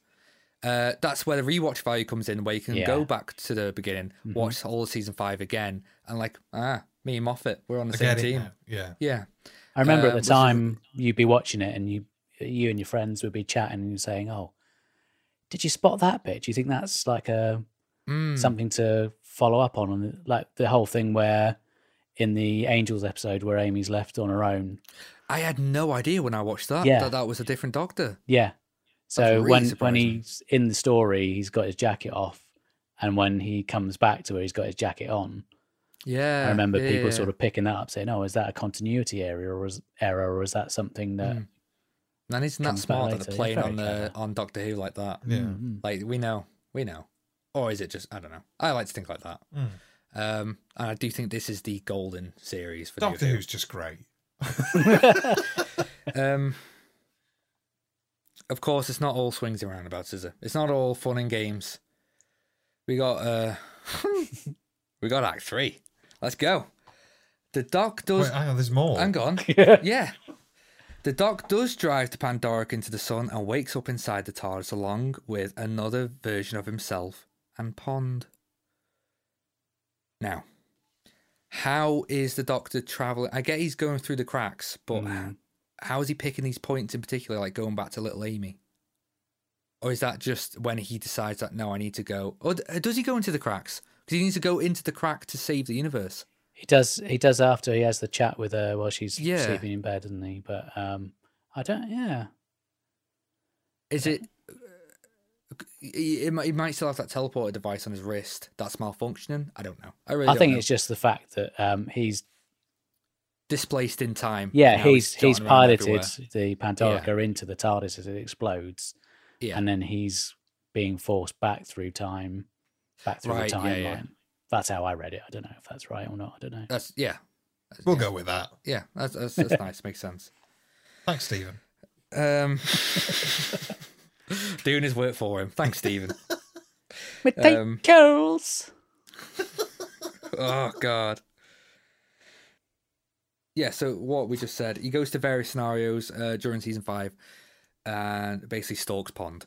Speaker 1: Uh, that's where the rewatch value comes in, where you can
Speaker 4: Yeah.
Speaker 1: go back to the beginning,
Speaker 4: Mhm.
Speaker 1: watch all of season five again, and like, ah, me and Moffat, we're on the
Speaker 2: I
Speaker 1: same
Speaker 2: get it
Speaker 1: team.
Speaker 2: now. Yeah.
Speaker 1: Yeah.
Speaker 4: I remember
Speaker 1: Um,
Speaker 4: at
Speaker 1: which
Speaker 4: the
Speaker 1: is-
Speaker 4: time you'd be watching it and you you and your friends would be chatting and saying, "Oh, did you spot that bit? Do you think that's like a
Speaker 1: Mm.
Speaker 4: something to follow up on?" And like the whole thing where in the Angels episode where Amy's left on her own.
Speaker 1: I had no idea when I watched that
Speaker 4: Yeah.
Speaker 1: that that was a different doctor.
Speaker 4: Yeah. So
Speaker 1: really
Speaker 4: when when
Speaker 1: surprising.
Speaker 4: he's in the story, he's got his jacket off, and when he comes back to her, he's got his jacket on.
Speaker 1: Yeah,
Speaker 4: I remember
Speaker 1: Ah, yeah,
Speaker 4: people
Speaker 1: yeah.
Speaker 4: sort of picking that up, saying, "Oh, is that a continuity area or is error or is that something that?"
Speaker 1: Mm. And isn't that
Speaker 4: comes back
Speaker 1: smart that
Speaker 4: later.
Speaker 1: they're
Speaker 4: It's
Speaker 1: playing
Speaker 4: very
Speaker 1: on the
Speaker 4: clever.
Speaker 1: on Doctor Who like that?
Speaker 2: Yeah.
Speaker 4: Mm,
Speaker 1: Like we know, we know, or is it just I don't know? I like to think like that.
Speaker 2: Mm.
Speaker 1: Um, and I do think this is the golden series for
Speaker 2: Doctor
Speaker 1: New
Speaker 2: Who's just great.
Speaker 4: mm.
Speaker 1: Who. Um, of course, it's not all swings and roundabouts, is it? It's not all fun and games. We got uh, we got Act Three. Let's go. The Doc does.
Speaker 2: Wait, hang on, there's more.
Speaker 1: hang on. Yeah. The Doc does drive the Pandoric into the sun and wakes up inside the TARDIS along with another version of himself and Pond. Now, how is the Doctor traveling? I get he's going through the cracks, but
Speaker 4: Mm.
Speaker 1: how is he picking these points in particular, like going back to Little Amy? Or is that just when he decides that, no, I need to go? Or d- does he go into the cracks? Because he needs to go into the crack to save the universe.
Speaker 4: He does. He does after he has the chat with her while she's
Speaker 1: Yeah.
Speaker 4: sleeping in bed, doesn't he? But um, I don't. Yeah.
Speaker 1: Is it? uh, He, he might, he might still have that teleporter device on his wrist that's malfunctioning. I don't know. I really.
Speaker 4: I
Speaker 1: don't
Speaker 4: think
Speaker 1: know.
Speaker 4: it's just the fact that um, he's
Speaker 1: displaced in time.
Speaker 4: yeah
Speaker 1: Now
Speaker 4: he's he's
Speaker 1: jotting around
Speaker 4: piloted
Speaker 1: everywhere.
Speaker 4: the Pandorica into the TARDIS as it explodes,
Speaker 1: Yeah.
Speaker 4: and then he's being forced back through time, back through
Speaker 1: Right,
Speaker 4: the
Speaker 1: yeah,
Speaker 4: timeline.
Speaker 1: yeah.
Speaker 4: That's how I read it. I don't know if that's right or not. I don't know.
Speaker 1: That's yeah.
Speaker 2: We'll go with that.
Speaker 1: Yeah, that's that's, that's nice. Makes sense.
Speaker 2: Thanks, Stephen.
Speaker 1: Um, doing his work for him. Thanks, Stephen.
Speaker 4: Midday
Speaker 1: um,
Speaker 4: carols.
Speaker 1: oh god. Yeah, so what we just said, he goes to various scenarios uh, during season five, and basically stalks Pond.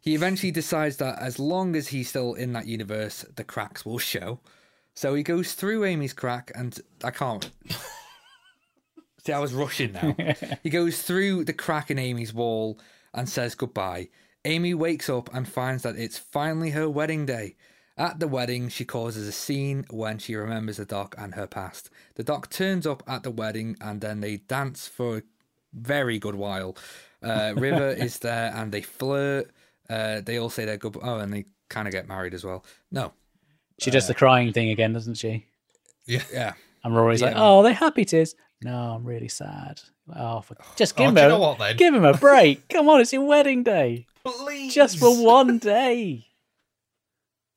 Speaker 1: He eventually decides that as long as he's still in that universe, the cracks will show. So he goes through Amy's crack, and I can't. See, I was rushing now. he goes through the crack in Amy's wall and says goodbye. Amy wakes up and finds that it's finally her wedding day. At the wedding, she causes a scene when she remembers the doc and her past. The doc turns up at the wedding and then they dance for a very good while. Uh, River is there and they flirt. Uh, they all say they're good. Oh, and they kind of get married as well. No.
Speaker 4: She does the
Speaker 1: uh,
Speaker 4: crying thing again, doesn't she?
Speaker 1: Yeah.
Speaker 4: And Rory's like,
Speaker 1: Yeah.
Speaker 4: "Oh, they happy tis." No, I'm really sad. Oh, for, just
Speaker 2: Oh,
Speaker 4: give
Speaker 2: do you
Speaker 4: him
Speaker 2: know
Speaker 4: a
Speaker 2: what then?
Speaker 4: give him a break. Come on, it's your wedding day,
Speaker 2: Please.
Speaker 4: just for one day.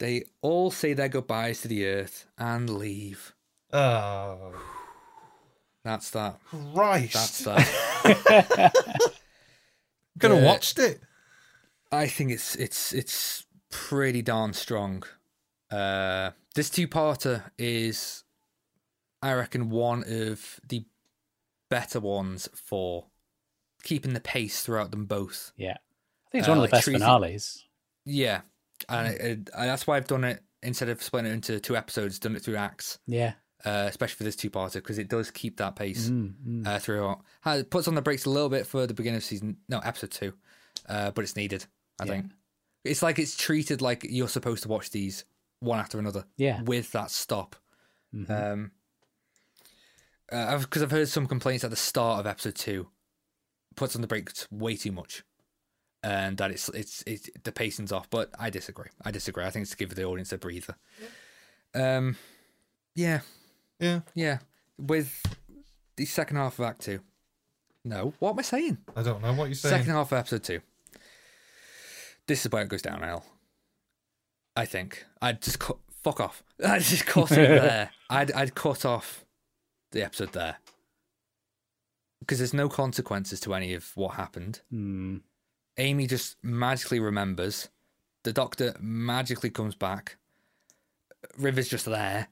Speaker 1: They all say their goodbyes to the earth and leave.
Speaker 2: Oh,
Speaker 1: That's that.
Speaker 2: Christ.
Speaker 1: That's that.
Speaker 2: Could have
Speaker 1: Yeah.
Speaker 2: watched it.
Speaker 1: I think it's it's it's pretty darn strong. Uh, this two-parter is, I reckon, one of the better ones for keeping the pace throughout them both.
Speaker 4: Yeah, I think it's
Speaker 1: Uh,
Speaker 4: one of the
Speaker 1: like
Speaker 4: best
Speaker 1: treason-
Speaker 4: finales.
Speaker 1: Yeah, and it, I that's why I've done it instead of splitting it into two episodes, done it through acts,
Speaker 4: Yeah,
Speaker 1: uh, especially for this two-parter because it does keep that pace.
Speaker 4: Mm, mm.
Speaker 1: uh, throughout. Ha- It puts on the brakes a little bit for the beginning of season, no, episode two, uh, but it's needed, I
Speaker 4: Yeah.
Speaker 1: think. It's like it's treated like you're supposed to watch these one after another
Speaker 4: yeah.
Speaker 1: with that stop.
Speaker 4: Mhm.
Speaker 1: Um, uh, I've because I've heard some complaints at the start of episode two, puts on the brakes way too much, and that it's it's it the pacing's off. But I disagree. I disagree. I think it's to give the audience a breather. Um, yeah,
Speaker 2: Yeah.
Speaker 1: yeah. With the second half of Act Two, no, what am I saying?
Speaker 2: I don't know what you're saying.
Speaker 4: uh,
Speaker 1: Second half of episode two. This is where it goes downhill. I think I'd just cut. Fuck off. I'd just cut it there. I'd I'd cut off the episode there because there's no consequences to any of what happened.
Speaker 4: Mm.
Speaker 1: Amy just magically remembers. The doctor magically comes back. River's just there.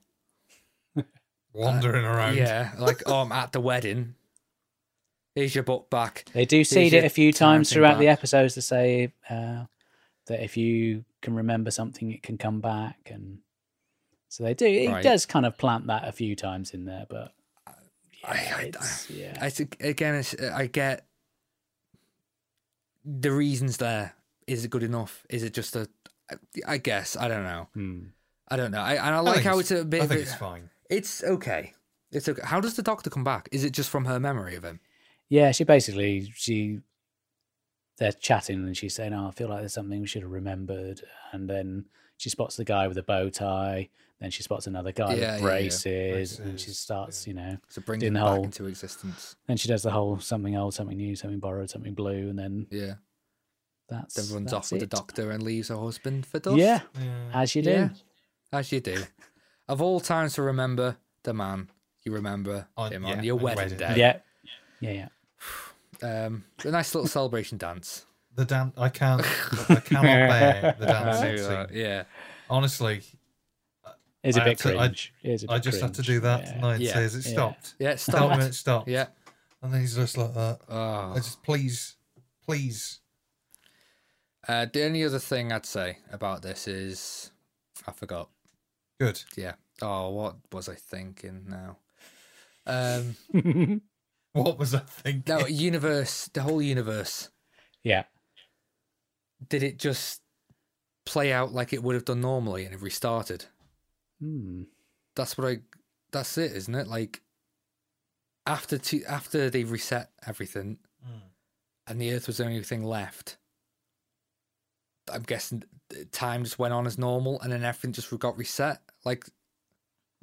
Speaker 2: Wandering around.
Speaker 1: Yeah, like oh, I'm at the wedding. Here's your book back.
Speaker 4: They do seed it
Speaker 1: your
Speaker 4: a few times
Speaker 1: parenting
Speaker 4: throughout the
Speaker 1: back.
Speaker 4: episodes to say uh, that if you can remember something, it can come back, and so they do. It
Speaker 1: Right.
Speaker 4: does kind of plant that a few times in there, but yeah,
Speaker 1: I- I-
Speaker 4: it's, yeah.
Speaker 1: I think again, it's, uh, I get the reasons there. Is it good enough? Is it just a? I guess I don't know.
Speaker 4: Hmm.
Speaker 1: I don't know. I and I
Speaker 2: I
Speaker 1: like
Speaker 2: think
Speaker 1: how it's a bit.
Speaker 2: I
Speaker 1: of
Speaker 2: think
Speaker 1: a-
Speaker 2: it's fine.
Speaker 1: it's okay. It's okay. How does the doctor come back? Is it just from her memory of him?
Speaker 4: Yeah, she basically she they're chatting and she's saying, "Oh, I feel like there's something we should have remembered." And then she spots the guy with a bow tie. Then she spots another guy
Speaker 1: Yeah, yeah, yeah.
Speaker 4: with braces, and she
Speaker 2: Braces,
Speaker 4: starts, you know.
Speaker 1: So bring
Speaker 4: In
Speaker 1: him
Speaker 4: the
Speaker 1: back
Speaker 4: whole-
Speaker 1: into existence.
Speaker 4: Then she does the whole something old, something new, something borrowed, something blue, and then
Speaker 1: Yeah.
Speaker 4: that's
Speaker 1: Then runs
Speaker 4: that's
Speaker 1: off with
Speaker 4: it.
Speaker 1: the doctor and leaves her husband for dust.
Speaker 4: Yeah,
Speaker 2: Yeah.
Speaker 4: as you do.
Speaker 1: Yeah. As you do. of all times to remember the man, you remember
Speaker 2: On-
Speaker 1: him
Speaker 2: yeah,
Speaker 1: on your
Speaker 2: on your
Speaker 1: wedding,
Speaker 2: wedding
Speaker 1: day.
Speaker 4: Yeah. Yeah, yeah.
Speaker 1: Um, a nice little celebration dance.
Speaker 2: The dan- I can't. I cannot bear the
Speaker 1: I
Speaker 2: dancing
Speaker 1: knew
Speaker 2: scene.
Speaker 1: that, Yeah.
Speaker 2: Honestly,
Speaker 4: It's a
Speaker 2: I
Speaker 4: bit
Speaker 2: had to- I-
Speaker 4: cringe. It is a bit
Speaker 2: I just had to
Speaker 4: cringe.
Speaker 2: do that
Speaker 4: Yeah.
Speaker 2: tonight.
Speaker 1: Yeah.
Speaker 2: Yeah. Says it
Speaker 4: Yeah.
Speaker 2: stopped.
Speaker 1: Yeah,
Speaker 2: Tell
Speaker 1: stop.
Speaker 2: me it stopped.
Speaker 1: Yeah.
Speaker 2: And then he's just like that.
Speaker 1: Oh.
Speaker 2: I just please, please.
Speaker 1: Uh, the only other thing I'd say about this is I forgot.
Speaker 2: Good.
Speaker 1: Yeah. Oh, what was I thinking now? Um,
Speaker 2: What was I thinking?
Speaker 1: no, universe, the whole universe.
Speaker 4: Yeah.
Speaker 1: Did it just play out like it would have done normally and it restarted?
Speaker 4: Hmm.
Speaker 1: That's what I. That's it, isn't it? Like after two, after they reset everything,
Speaker 2: Mm.
Speaker 1: and the Earth was the only thing left. I'm guessing th- time just went on as normal, and then everything just got reset. Like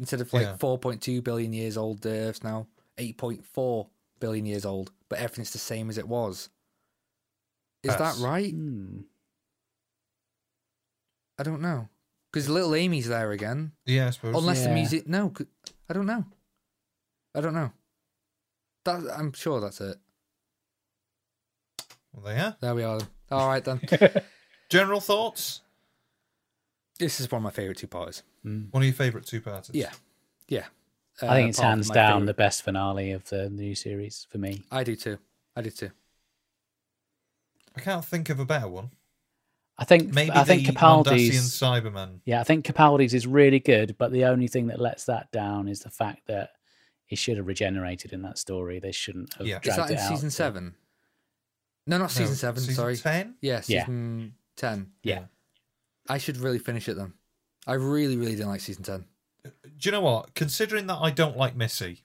Speaker 1: instead of like
Speaker 2: Yeah.
Speaker 1: 4.2 billion years old, the Earth's now 8.4 billion years old, but everything's the same as it was. Is
Speaker 2: Pass.
Speaker 1: that right?
Speaker 4: Hmm.
Speaker 1: I don't know. Because little Amy's there again,
Speaker 2: Yeah, I suppose.
Speaker 1: unless the
Speaker 4: Yeah.
Speaker 1: music. No, c- I don't know. I don't know. That I'm sure that's it.
Speaker 2: Well, they are.
Speaker 1: There we are. All right then.
Speaker 2: General thoughts.
Speaker 1: this is one of my favorite two parts. Uh,
Speaker 2: One of your favourite two parties.
Speaker 1: Yeah. Yeah. Uh,
Speaker 4: I think it's
Speaker 1: apart from
Speaker 4: hands
Speaker 1: my
Speaker 4: down
Speaker 1: favourite-
Speaker 4: the best finale of the new series for me.
Speaker 1: I do too. I do too.
Speaker 2: I can't think of a better one.
Speaker 4: I think
Speaker 2: Maybe
Speaker 4: I think
Speaker 2: the
Speaker 4: Capaldi's
Speaker 2: Mondasian Cyberman.
Speaker 4: Yeah, I think Capaldi's is really good, but the only thing that lets that down is the fact that he should have regenerated in that story. They shouldn't have
Speaker 2: Yeah. Is
Speaker 1: Is
Speaker 4: dragged
Speaker 1: that in
Speaker 4: it out.
Speaker 1: season
Speaker 4: to-
Speaker 1: seven? No, not season
Speaker 2: No,
Speaker 1: seven.
Speaker 2: season
Speaker 1: sorry.
Speaker 2: ten.
Speaker 1: Yeah,
Speaker 4: Yeah.
Speaker 1: season ten.
Speaker 4: Yeah.
Speaker 1: I should really finish it then. I really, really didn't like season ten.
Speaker 2: Do you know what? Considering that I don't like Missy,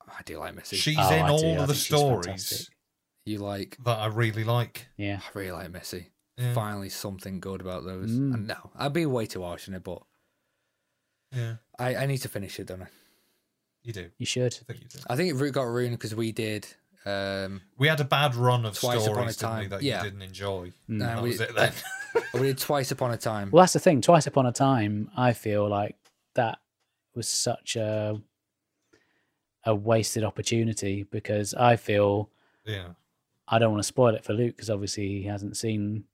Speaker 1: I do like Missy.
Speaker 2: she's
Speaker 4: Oh,
Speaker 2: in
Speaker 4: I do.
Speaker 2: all
Speaker 4: I
Speaker 2: of the
Speaker 4: think she's
Speaker 2: stories
Speaker 4: fantastic.
Speaker 1: you like?
Speaker 2: that I really like.
Speaker 4: Yeah.
Speaker 1: I really like Missy.
Speaker 2: Yeah,
Speaker 1: Finally, something good about those.
Speaker 4: Mm.
Speaker 1: And no, I'd be way too harsh on it, but
Speaker 2: yeah,
Speaker 1: I, I need to finish it, don't I?
Speaker 2: you do.
Speaker 4: You should.
Speaker 2: I think you do.
Speaker 1: I think it ru- got ruined because we did. Um,
Speaker 2: We had a bad run of
Speaker 1: Twice Upon
Speaker 2: stories,
Speaker 1: a
Speaker 2: didn't we,
Speaker 1: Time.
Speaker 2: that
Speaker 1: Yeah.
Speaker 2: you didn't enjoy.
Speaker 4: Mm.
Speaker 1: uh,
Speaker 2: That
Speaker 1: we,
Speaker 2: was it then.
Speaker 1: we did twice upon a time.
Speaker 4: Well, that's the thing. Twice upon a time, I feel like that was such a a wasted opportunity because I feel
Speaker 2: yeah.
Speaker 4: I don't want to spoil it for Luke because obviously he hasn't seen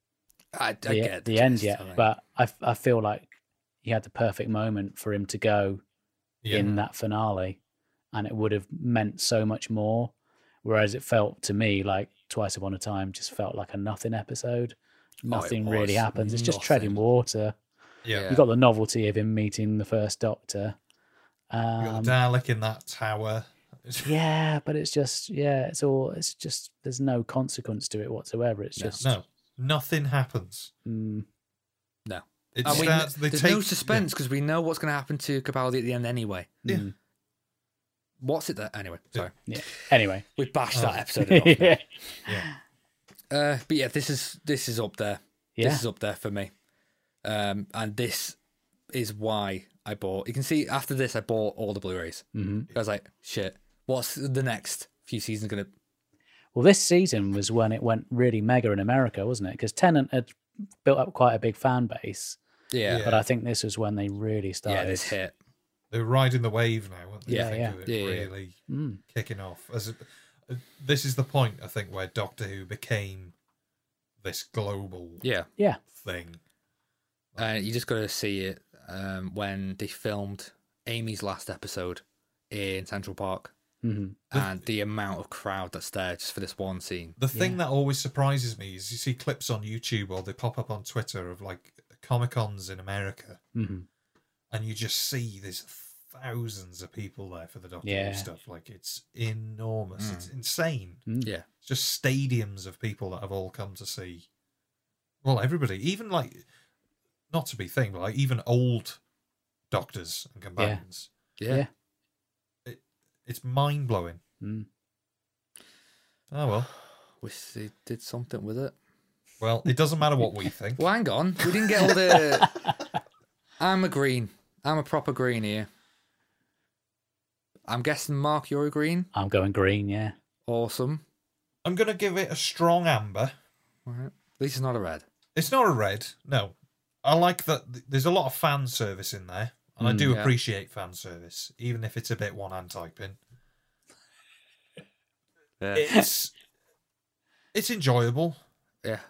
Speaker 1: I, I
Speaker 4: the,
Speaker 1: get
Speaker 4: the end
Speaker 1: gist,
Speaker 4: yet.
Speaker 1: I think.
Speaker 4: But I, f- I feel like he had the perfect moment for him to go
Speaker 2: Yeah.
Speaker 4: in that finale, and it would have meant so much more. Whereas it felt to me like Twice Upon a Time just felt like a nothing episode. Nothing really
Speaker 1: was
Speaker 4: happens. It's just treading
Speaker 1: nothing.
Speaker 4: water.
Speaker 2: yeah.
Speaker 1: Yeah.
Speaker 4: You've got the novelty of him meeting the first Doctor.
Speaker 2: You got
Speaker 4: Um,
Speaker 2: the Dalek in that tower. It's-
Speaker 4: yeah, but it's just yeah, it's all it's just there's no consequence to it whatsoever. It's
Speaker 1: No.
Speaker 4: just
Speaker 2: No, nothing happens.
Speaker 4: mm,
Speaker 2: It
Speaker 1: And we,
Speaker 2: starts. They
Speaker 1: there's
Speaker 2: take
Speaker 1: no suspense because we know what's going to happen to Capaldi at the end anyway.
Speaker 2: Yeah.
Speaker 4: mm.
Speaker 1: What's it that anyway? Sorry,
Speaker 4: Anyway,
Speaker 1: we bashed
Speaker 2: Oh.
Speaker 1: that episode. enough now.
Speaker 4: yeah,
Speaker 1: uh, but yeah, this is this is up there. This is up there for me, um, and this is why I bought. You can see after this, I bought all the Blu-rays.
Speaker 4: hmm
Speaker 1: I was like, shit, what's the next few seasons going to?
Speaker 4: Well, this season was when it went really mega in America, wasn't it? Because Tennant had built up quite a big fan base,
Speaker 1: Yeah, yeah,
Speaker 4: but I think this was when they really started.
Speaker 1: this hit.
Speaker 2: They're riding the wave now, aren't they?
Speaker 1: Yeah,
Speaker 2: I think
Speaker 4: yeah.
Speaker 2: of it
Speaker 1: Yeah, yeah.
Speaker 2: really
Speaker 4: Mm,
Speaker 2: kicking off. As it- this is the point, I think, where Doctor Who became this global
Speaker 1: Yeah,
Speaker 4: yeah,
Speaker 2: thing.
Speaker 1: uh, you just got to see it um, when they filmed Amy's last episode in Central Park.
Speaker 4: hmm
Speaker 1: and the amount of crowd that's there just for this one scene.
Speaker 2: The thing
Speaker 4: Yeah.
Speaker 2: that always surprises me is you see clips on YouTube or they pop up on Twitter of like Comic Cons in America,
Speaker 4: hmm
Speaker 2: and you just see there's thousands of people there for the Doctor
Speaker 4: Yeah.
Speaker 2: Who stuff. Like it's enormous.
Speaker 1: Mm.
Speaker 2: It's insane.
Speaker 4: Mm.
Speaker 1: Yeah.
Speaker 2: It's just stadiums of people that have all come to see. Well, everybody, even like, not to be thing, but like even old doctors and companions.
Speaker 1: Yeah.
Speaker 4: Yeah.
Speaker 2: It's mind blowing.
Speaker 4: Mm.
Speaker 2: Oh well.
Speaker 1: Wish they did something with it.
Speaker 2: Well, it doesn't matter what we think.
Speaker 1: Well, hang on. We didn't get all the. I'm a green. I'm a proper green here. I'm guessing, Mark, you're a green.
Speaker 4: I'm going green. Yeah,
Speaker 1: Awesome.
Speaker 2: I'm gonna give it a strong amber.
Speaker 1: All right. At least it's not a red.
Speaker 2: It's not a red. No, I like that. th- There's a lot of fan service in there, and I
Speaker 4: Mm,
Speaker 2: do
Speaker 1: yeah.
Speaker 2: appreciate fan service, even if it's a bit one hand typing.
Speaker 1: Yeah.
Speaker 2: It's it's enjoyable.
Speaker 1: yeah.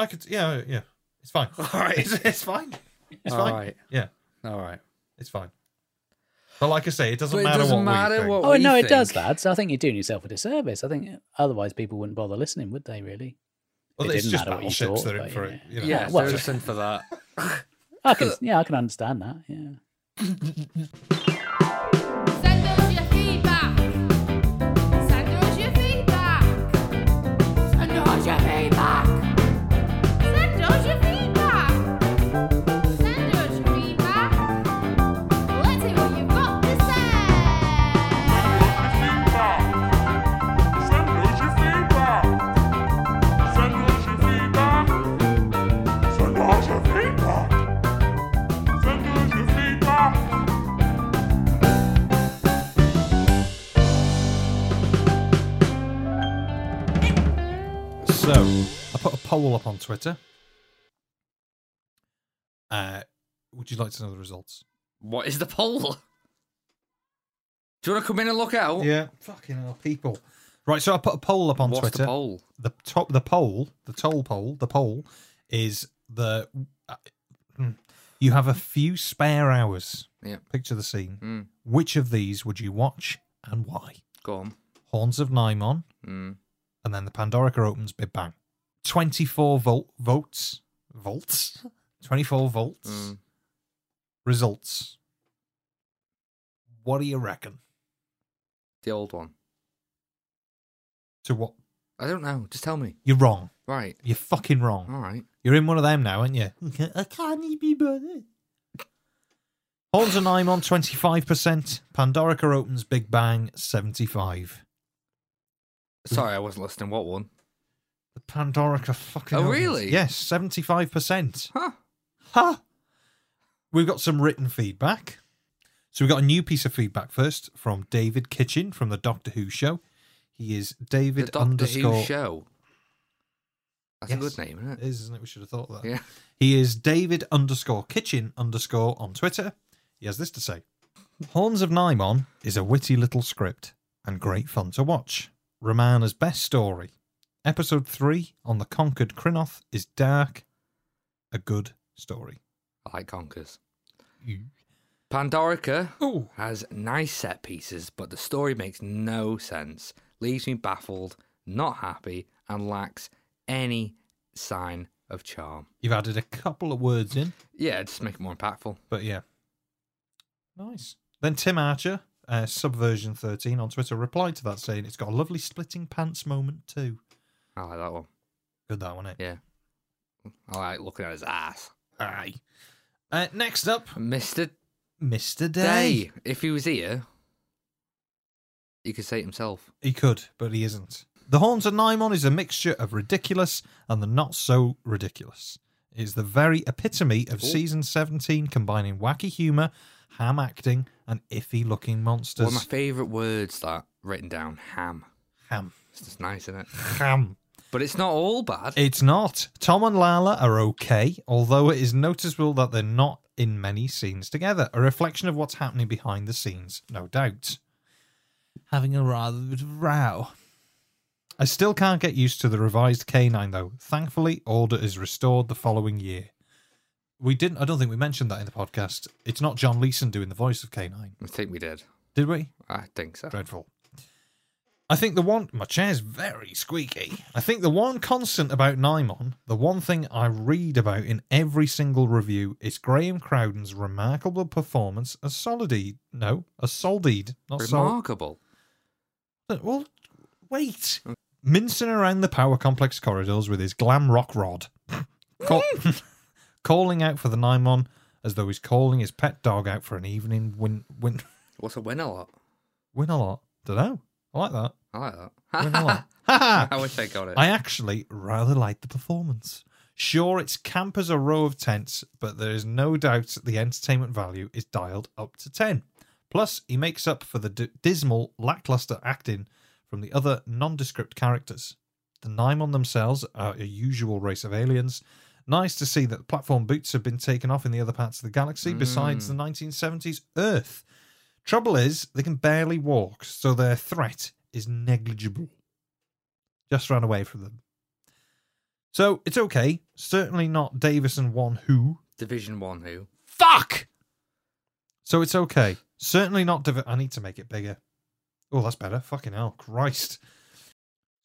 Speaker 2: I could, yeah, yeah. It's fine.
Speaker 1: All right.
Speaker 2: It's, it's fine. It's
Speaker 1: All
Speaker 2: fine.
Speaker 1: right.
Speaker 2: Yeah.
Speaker 1: All right.
Speaker 2: It's fine. But like I say, it doesn't
Speaker 1: But it
Speaker 2: matter
Speaker 1: doesn't
Speaker 2: what
Speaker 1: matter
Speaker 2: we think.
Speaker 1: what-
Speaker 4: Oh
Speaker 1: do
Speaker 4: no,
Speaker 1: you
Speaker 4: it does,
Speaker 1: think?
Speaker 4: lads. I think you're doing yourself a disservice. I think otherwise people wouldn't bother listening, would they? Really?
Speaker 2: Well,
Speaker 4: it
Speaker 2: it's
Speaker 4: didn't
Speaker 2: just
Speaker 4: matter what you
Speaker 2: battleships
Speaker 4: thought,
Speaker 2: that are
Speaker 4: but
Speaker 2: in for it.
Speaker 4: yeah.
Speaker 2: You know.
Speaker 1: Yeah.
Speaker 4: well-
Speaker 1: so just in for that.
Speaker 4: I can, yeah, I can understand that. Yeah.
Speaker 6: Send us your feedback. Send us your feedback. Send us your feedback. Send us your feedback. Send us your feedback. Let's hear what you've got to say.
Speaker 2: So I put a poll up on Twitter. Uh, would you like to know the results?
Speaker 1: What is the poll? Do you want to come in and look out?
Speaker 2: Yeah, fucking hell, people. Right, so I put a poll up on
Speaker 1: What's
Speaker 2: Twitter.
Speaker 1: the poll?
Speaker 2: the top the poll the toll poll the poll uh, hmm, is the you have a few spare hours
Speaker 1: Yeah.
Speaker 2: Picture the scene.
Speaker 1: Mm.
Speaker 2: Which of these would you watch and why?
Speaker 1: Go on.
Speaker 2: Horns of Nymon,
Speaker 1: Mm.
Speaker 2: and then the Pandorica opens Big Bang. 24 volt, volts. Volts? 24 volts.
Speaker 1: Mm.
Speaker 2: Results. What do you reckon?
Speaker 1: The old one.
Speaker 2: To what?
Speaker 1: I don't know. Just tell me.
Speaker 2: You're wrong.
Speaker 1: Right.
Speaker 2: You're fucking wrong.
Speaker 1: All right.
Speaker 2: You're in one of them now, aren't you? I can't be bothered. Horns and I'm on 25%. Pandorica opens Big Bang 75.
Speaker 1: Sorry, I wasn't listening. What one?
Speaker 2: The Pandorica fucking
Speaker 1: Oh,
Speaker 2: opens-
Speaker 1: really?
Speaker 2: Yes, 75%.
Speaker 1: Huh.
Speaker 2: Ha! We've got some written feedback. So we've got a new piece of feedback first from David Kitchen from the Doctor Who show. He is
Speaker 1: The
Speaker 2: David
Speaker 1: Doctor
Speaker 2: underscore.
Speaker 1: Who show. That's a
Speaker 2: Yes.
Speaker 1: good name, isn't
Speaker 2: It
Speaker 1: it?
Speaker 2: is, isn't it? We should have thought of that.
Speaker 1: Yeah.
Speaker 2: He is David underscore kitchen underscore on Twitter. He has this to say Horns of Nymon is a witty little script and great fun to watch. Romana's best story, episode 3 on the conquered Krynoth, is dark, a good story.
Speaker 1: I like Conkers. Pandorica has nice set pieces, but the story makes no sense, leaves me baffled, not happy, and lacks any sign of charm.
Speaker 2: You've added a couple of words in,
Speaker 1: Yeah, just make it more impactful.
Speaker 2: but yeah. Nice. Then Tim Archer, uh, Subversion13 on Twitter, replied to that saying it's got a lovely splitting pants moment too.
Speaker 1: I like that one.
Speaker 2: Good that one, eh?
Speaker 1: Yeah. I like looking at his ass.
Speaker 2: Aye. Uh, next up,
Speaker 1: Mr.
Speaker 2: Mr. Day.
Speaker 1: Day. If he was here, he could say it himself.
Speaker 2: He could, but he isn't. The Horns of Nymon is a mixture of ridiculous and the not so ridiculous. It is the very epitome of
Speaker 1: Ooh.
Speaker 2: season 17, combining wacky humour, ham acting, and iffy looking monsters.
Speaker 1: One of my favourite words that written down ham.
Speaker 2: ham.
Speaker 1: It's just nice, isn't it?
Speaker 2: Ham.
Speaker 1: But it's not all bad.
Speaker 2: It's not. Tom and Lala are okay, although it is noticeable that they're not in many scenes together, a reflection of what's happening behind the scenes, no doubt. Having a rather bit of row. I still can't get used to the revised canine though. Thankfully, order is restored the following year. We didn't I don't think we mentioned that in the podcast. It's not John Leeson doing the voice of canine,
Speaker 1: I think we did.
Speaker 2: did we?
Speaker 1: I think so.
Speaker 2: Dreadful. I think the one my chair's very squeaky. I think the one constant about Nymon, the one thing I read about in every single review, is Graham Crowden's remarkable performance as Solidee. No, as Soldeed, not Sol.
Speaker 1: Remarkable.
Speaker 2: Well, wait. Mincing around the power complex corridors with his glam rock rod, Call- calling out for the Nymon as though he's calling his pet dog out for an evening win win
Speaker 1: What's a win a lot?
Speaker 2: win a lot. Don't know. I like that.
Speaker 1: I like that.
Speaker 2: Win a lot. Ha
Speaker 1: I
Speaker 2: ha.
Speaker 1: wish I got it.
Speaker 2: I actually rather like the performance. Sure, it's camp as a row of tents, but there is no doubt the entertainment value is dialed up to 10. Plus, he makes up for the d- dismal, lackluster acting from the other nondescript characters. The Nymon themselves are a usual race of aliens. Nice to see that platform boots have been taken off in the other parts of the galaxy besides
Speaker 1: Mm.
Speaker 2: the 1970s Earth. Trouble is, they can barely walk, so their threat is negligible. Just ran away from them. So it's okay. Certainly not Davison one who.
Speaker 1: Division One who?
Speaker 2: Fuck! So it's okay. Certainly not Div- I need to make it bigger. Oh, that's better. Fucking hell. Christ.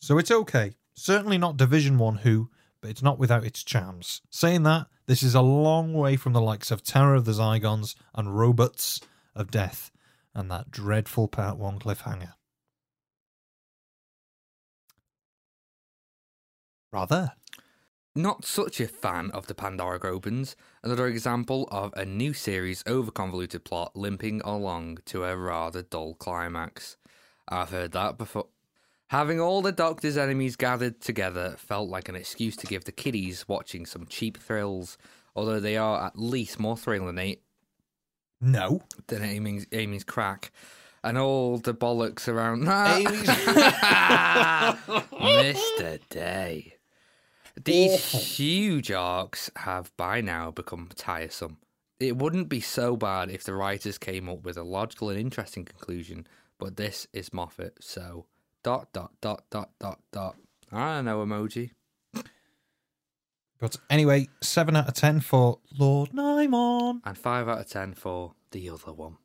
Speaker 2: So it's okay. Certainly not Division 1 Who, but it's not without its charms. Saying that, this is a long way from the likes of Terror of the Zygons and Robots of Death and that dreadful Part 1 cliffhanger. Rather.
Speaker 1: Not such a fan of the Pandora Grobans, another example of a new series over convoluted plot limping along to a rather dull climax. I've heard that before. Having all the Doctor's enemies gathered together felt like an excuse to give the kiddies watching some cheap thrills, although they are at least more thrilling than eight
Speaker 2: No.
Speaker 1: than Amy's, Amy's crack. And all the bollocks around
Speaker 2: Amy's-
Speaker 1: Mr. Day. These huge arcs have by now become tiresome. It wouldn't be so bad if the writers came up with a logical and interesting conclusion, but this is Moffat, so dot dot dot dot dot dot. I don't know emoji.
Speaker 2: But anyway, 7 out of 10 for Lord Nymon.
Speaker 1: And five out of ten for the other one.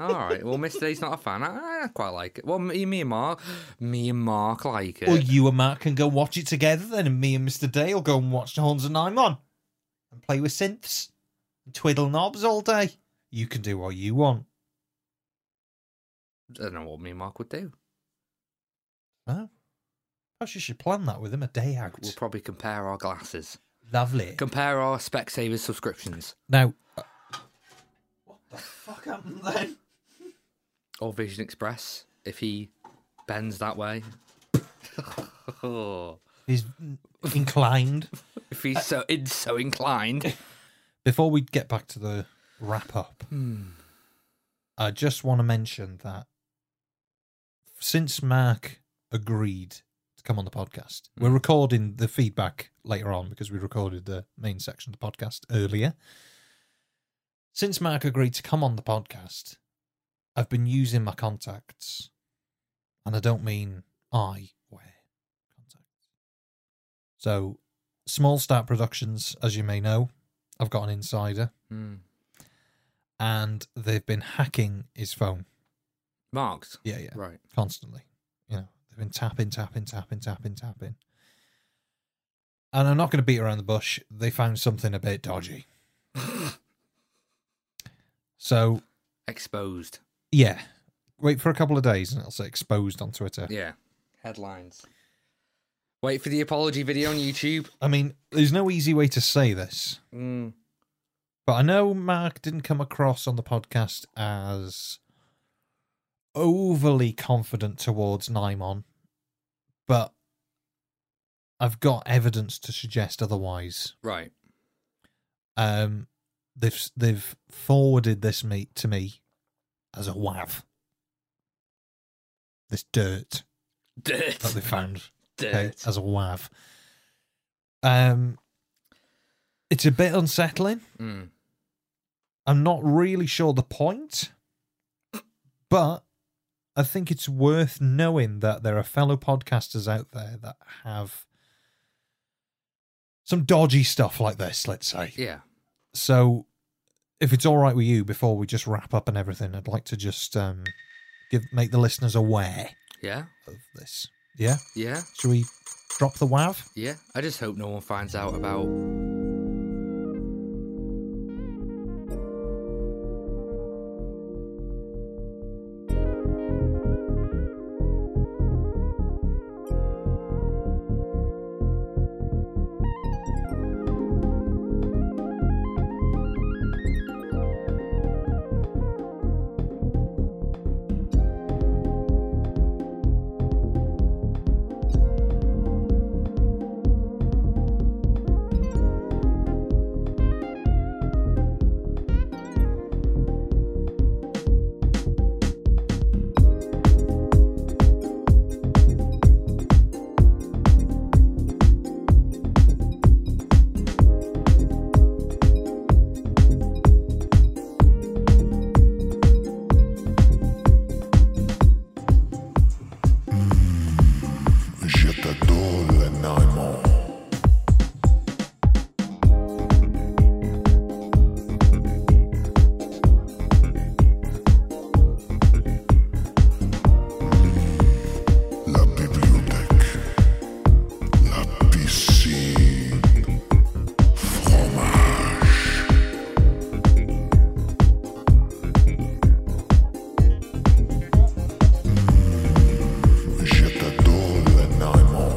Speaker 1: All right. Well, Mister D's not a fan. I, I quite like it. Well, me, me and Mark, me and Mark like it.
Speaker 2: Well, you and Mark can go watch it together then, and me and Mr. Day will go and watch Horns and Nine One and play with synths and twiddle knobs all day. You can do what you want.
Speaker 1: I don't know what me and Mark would do.
Speaker 2: No? Perhaps you should plan that with him a day out.
Speaker 1: We'll probably compare our glasses,
Speaker 2: Lovely.
Speaker 1: compare our Specsavers subscriptions
Speaker 2: now. uh, What the fuck happened then?
Speaker 1: or Vision Express if he bends that way.
Speaker 2: He's inclined.
Speaker 1: if he's so in, so inclined.
Speaker 2: Before we get back to the wrap up, I just want to mention that since Mark agreed to come on the podcast, we're recording the feedback later on because we recorded the main section of the podcast earlier. Since Mark agreed to come on the podcast, I've been using my contacts. And I don't mean I wear contacts. So, Small Start Productions, as you may know, I've got an insider
Speaker 1: Hmm.
Speaker 2: and they've been hacking his phone.
Speaker 1: Mark's
Speaker 2: Yeah, yeah.
Speaker 1: right.
Speaker 2: Constantly. You know, they've been tapping, tapping, tapping, tapping, tapping. And I'm not going to beat around the bush. They found something a bit dodgy. so,
Speaker 1: Exposed.
Speaker 2: yeah. Wait for a couple of days and it'll say exposed on Twitter.
Speaker 1: Yeah. Headlines. Wait for the apology video on YouTube.
Speaker 2: I mean, there's no easy way to say this,
Speaker 1: Mm.
Speaker 2: but I know Mark didn't come across on the podcast as overly confident towards Nymon, but I've got evidence to suggest otherwise.
Speaker 1: Right.
Speaker 2: Um, they've they've forwarded this meat to me as a wav. This dirt
Speaker 1: Dirt.
Speaker 2: that they found
Speaker 1: Dirt.
Speaker 2: okay, as a wav. Um, it's a bit unsettling.
Speaker 1: Mm.
Speaker 2: I'm not really sure the point, but I think it's worth knowing that there are fellow podcasters out there that have some dodgy stuff like this, let's say.
Speaker 1: Yeah.
Speaker 2: So, if it's all right with you, before we just wrap up and everything, I'd like to just um, give make the listeners aware
Speaker 1: Yeah.
Speaker 2: of this. Yeah?
Speaker 1: Yeah.
Speaker 2: Should we drop the wav?
Speaker 1: Yeah. I just hope no one finds out about
Speaker 3: Je t'adore, Naimon. La bibliothèque, la piscine, fromage. Je t'adore, Naimon.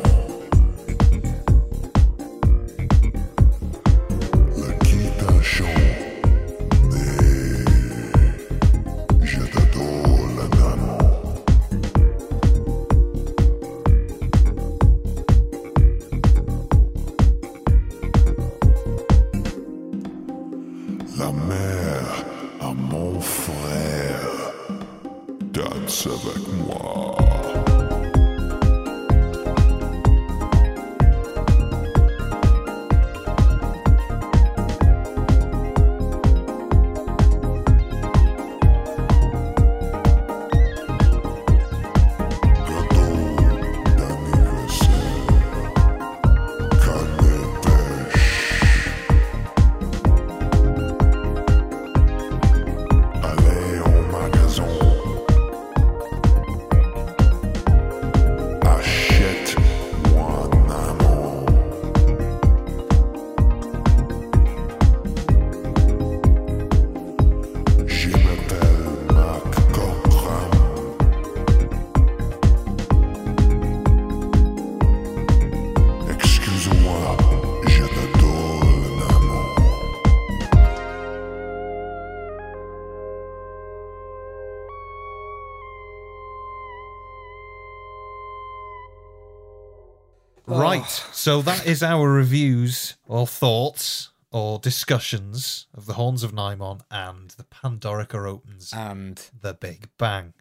Speaker 2: Right.
Speaker 1: Oh.
Speaker 2: So that is our reviews or thoughts or discussions of the Horns of Nymon and the Pandorica opens
Speaker 1: And
Speaker 2: the Big Bang.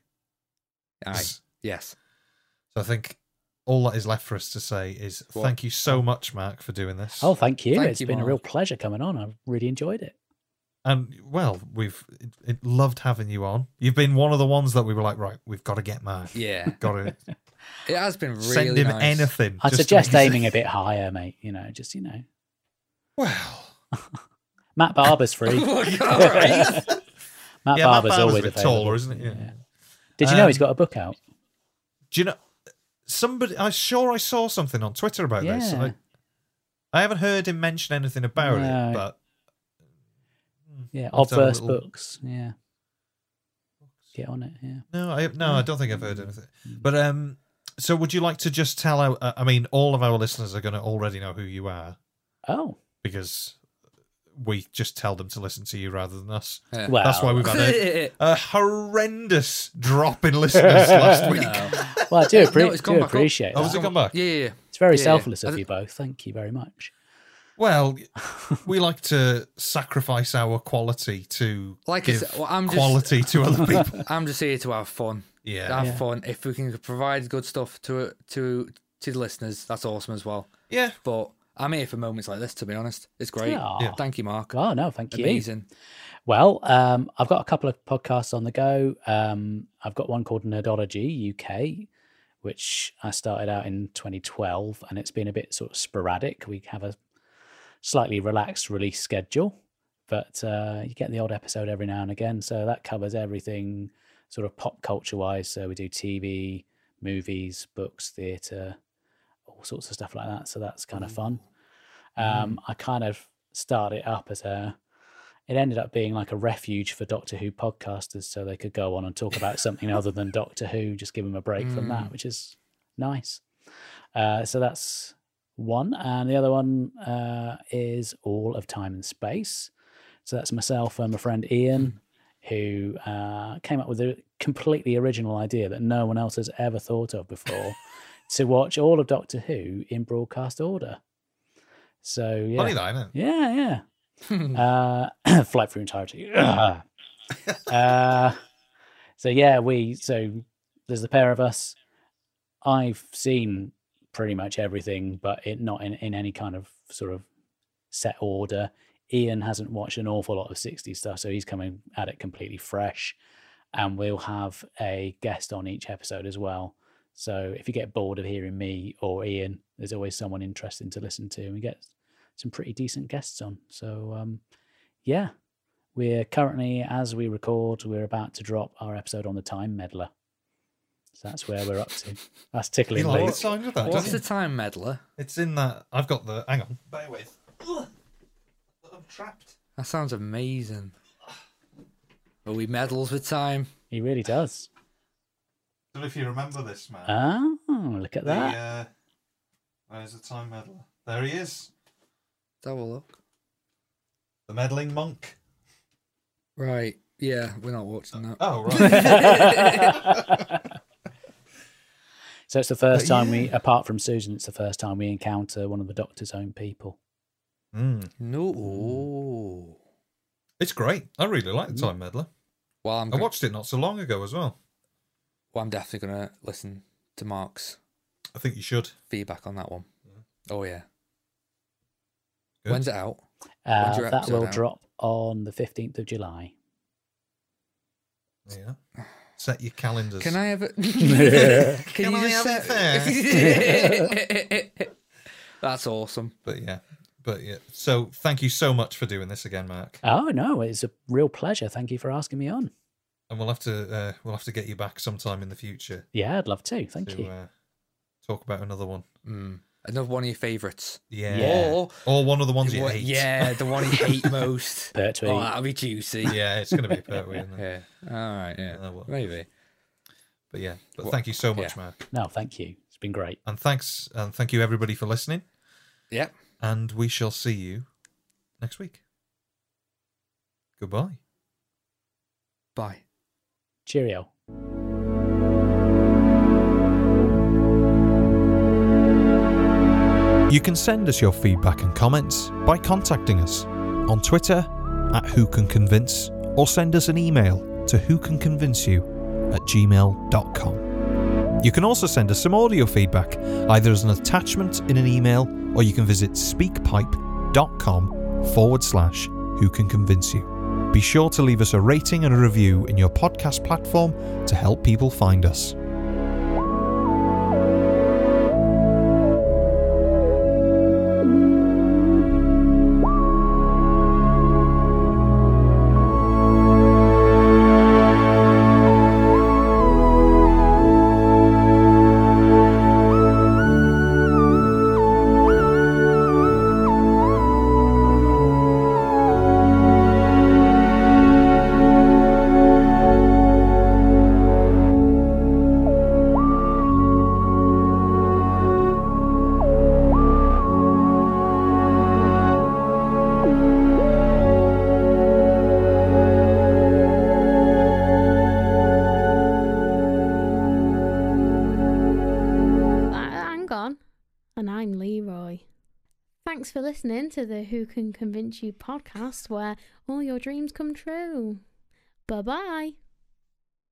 Speaker 1: Ah. aye, yes.
Speaker 2: So I think all that is left for us to say is
Speaker 1: What?
Speaker 2: thank you so much, Mark, for doing this.
Speaker 4: Oh, thank you.
Speaker 1: Thank
Speaker 4: It's
Speaker 1: you,
Speaker 4: been a real
Speaker 1: Mark.
Speaker 4: pleasure coming on. I've really enjoyed it.
Speaker 2: and well, we've it, it loved having you on. You've been one of the ones that we were like, right, we've got to get Mark.
Speaker 1: Yeah.
Speaker 2: Got to
Speaker 1: It has been really
Speaker 2: send him
Speaker 1: nice.
Speaker 2: anything.
Speaker 4: I
Speaker 2: just to
Speaker 4: suggest
Speaker 2: make us-
Speaker 4: aiming a bit higher, mate. You know, just you know,
Speaker 2: Well,
Speaker 4: Matt Barber's free.
Speaker 1: Look, all right.
Speaker 4: Matt
Speaker 2: yeah, Matt
Speaker 4: Barber's
Speaker 2: Barber's
Speaker 4: always
Speaker 2: a bit
Speaker 4: available.
Speaker 2: taller, isn't it? Yeah.
Speaker 4: Did you know he's
Speaker 2: Um,
Speaker 4: got a book out?
Speaker 2: Do you know somebody? I'm sure I saw something on Twitter about this.
Speaker 4: Yeah.
Speaker 2: I, I haven't heard him mention anything about
Speaker 4: No.
Speaker 2: it, but
Speaker 4: Yeah,
Speaker 2: I've done a
Speaker 4: obverse
Speaker 2: little-
Speaker 4: books. Yeah, get on it. Yeah.
Speaker 2: no, I no, I don't think I've heard anything.
Speaker 4: Mm.
Speaker 2: But um, so would you like to just tell? Our, uh, I mean, all of our listeners are going to already know who you are
Speaker 4: Oh,
Speaker 2: because we just tell them to listen to you rather than us.
Speaker 1: Yeah.
Speaker 4: well,
Speaker 2: That's why we've had a, a horrendous drop in listeners last week.
Speaker 1: No.
Speaker 4: Well, I do, appre-
Speaker 1: it's gone
Speaker 4: do
Speaker 1: back up.
Speaker 4: appreciate
Speaker 2: Oh,
Speaker 4: that.
Speaker 2: has it gone back?
Speaker 1: Yeah, yeah, yeah.
Speaker 4: It's very
Speaker 1: Yeah, yeah.
Speaker 4: selfless
Speaker 1: I
Speaker 4: of
Speaker 1: d-
Speaker 4: you both. Thank you very much.
Speaker 2: Well, we like to sacrifice our quality to
Speaker 1: Like I
Speaker 2: give
Speaker 1: said, well, I'm just-
Speaker 2: quality to other people.
Speaker 1: I'm just here to have fun.
Speaker 2: Yeah,
Speaker 1: Have
Speaker 4: Yeah.
Speaker 1: fun. If we can provide good stuff to to to the listeners, that's awesome as well.
Speaker 2: yeah.
Speaker 1: But I'm here for moments like this. To be honest, it's great.
Speaker 4: Yeah.
Speaker 1: Thank you, Mark.
Speaker 4: Oh no, thank you.
Speaker 1: Amazing.
Speaker 4: Well, um, I've got a couple of podcasts on the go. Um, I've got one called Nerdology UK, which I started out in 2012, and it's been a bit sort of sporadic. We have a slightly relaxed release schedule, but uh, you get the odd episode every now and again. So that covers everything sort of pop culture wise. So we do TV, movies, books, theatre, all sorts of stuff like that. So that's kind of fun. Um, I kind of started it up as a it ended up being like a refuge for Doctor Who podcasters so they could go on and talk about something other than Doctor Who, just give them a break from that, which is nice. Uh, so that's one. And the other one uh, is All of Time and Space. So that's myself and my friend Ian, who uh, came up with a completely original idea that no one else has ever thought of before to watch all of Doctor Who in broadcast order. So, yeah.
Speaker 2: Funny that, isn't it?
Speaker 4: Yeah, yeah. uh, flight through entirety. uh, so yeah, we so there's the pair of us. I've seen pretty much everything, but it not in, in any kind of sort of set order. Ian hasn't watched an awful lot of 60s stuff, so he's coming at it completely fresh. And we'll have a guest on each episode as well. So if you get bored of hearing me or Ian, there's always someone interesting to listen to. And we get some pretty decent guests on. So um, yeah, we're currently as we record, we're about to drop our episode on the time meddler. So that's where we're up to. That's tickling
Speaker 2: You like
Speaker 4: Luke.
Speaker 2: the sound of that,
Speaker 1: What's
Speaker 2: don't
Speaker 1: the
Speaker 2: you?
Speaker 1: time meddler?
Speaker 2: It's in that. I've got the. Hang on. Bear with. Ugh. I'm trapped.
Speaker 1: That sounds amazing. Are we medals with time?
Speaker 4: He really does.
Speaker 2: I don't know if you remember this, man.
Speaker 4: Oh, look at
Speaker 2: the,
Speaker 4: that.
Speaker 2: uh, where's the time meddler? There he is.
Speaker 1: Let's have a look.
Speaker 2: The meddling monk.
Speaker 1: Right. Yeah, we're not watching that.
Speaker 2: Oh, right.
Speaker 4: So it's the first
Speaker 2: But
Speaker 4: time we, apart from Susan, it's the first time we encounter one of the Doctor's own people.
Speaker 2: Mm.
Speaker 1: No.
Speaker 2: It's great. I really like the time meddler.
Speaker 1: Well, I'm
Speaker 2: I
Speaker 1: go-
Speaker 2: watched it not so long ago as well.
Speaker 1: well, I'm definitely gonna listen to Mark's
Speaker 2: I think you should.
Speaker 1: feedback on that one. Oh yeah.
Speaker 2: Good.
Speaker 1: When's it out? When's
Speaker 4: Uh,
Speaker 1: your
Speaker 4: that
Speaker 1: episode
Speaker 4: will
Speaker 1: out?
Speaker 4: drop on the 15th of July.
Speaker 2: Yeah. Set your calendars.
Speaker 1: Can I have it?
Speaker 2: Can I have
Speaker 1: it there? That's awesome.
Speaker 2: But yeah. But yeah. So thank you so much for doing this again, Mark.
Speaker 4: Oh, no, it's a real pleasure. Thank you for asking me on.
Speaker 2: And we'll have to uh, we'll have to get you back sometime in the future
Speaker 4: Yeah, I'd love to. Thank
Speaker 2: to
Speaker 4: you.
Speaker 2: uh, talk about another one.
Speaker 1: Mm. Another one of your favourites.
Speaker 2: Yeah.
Speaker 4: Yeah.
Speaker 1: Or
Speaker 2: Or one of the ones you
Speaker 1: What-
Speaker 2: hate.
Speaker 1: Yeah, the one you hate most.
Speaker 4: Pertwee.
Speaker 1: Oh, that'll be juicy.
Speaker 2: Yeah, it's going to be a pertwee, isn't it?
Speaker 1: Yeah. All right. Yeah.
Speaker 2: Yeah, well.
Speaker 1: Maybe.
Speaker 2: But yeah, but thank you so much,
Speaker 1: yeah.
Speaker 2: Mark,
Speaker 4: No, thank you. It's been great.
Speaker 2: and thanks, and thank you everybody for listening.
Speaker 1: Yep.
Speaker 2: And we shall see you next week. Goodbye.
Speaker 1: Bye.
Speaker 4: Cheerio.
Speaker 6: Sandwich
Speaker 2: You can send us your feedback and comments by contacting us on Twitter at Who Can Convince or send us an email to Who Can Convince You at gmail.com. You can also send us some audio feedback either as an attachment in an email or you can visit speakpipe.com forward slash Who Can Convince You. Be sure to leave us a rating and a review in your podcast platform to help people find us.
Speaker 7: Uh, hang on. And I'm Leroy. Thanks for listening to the Who Can Convince You podcast where all your dreams come true. Bye bye.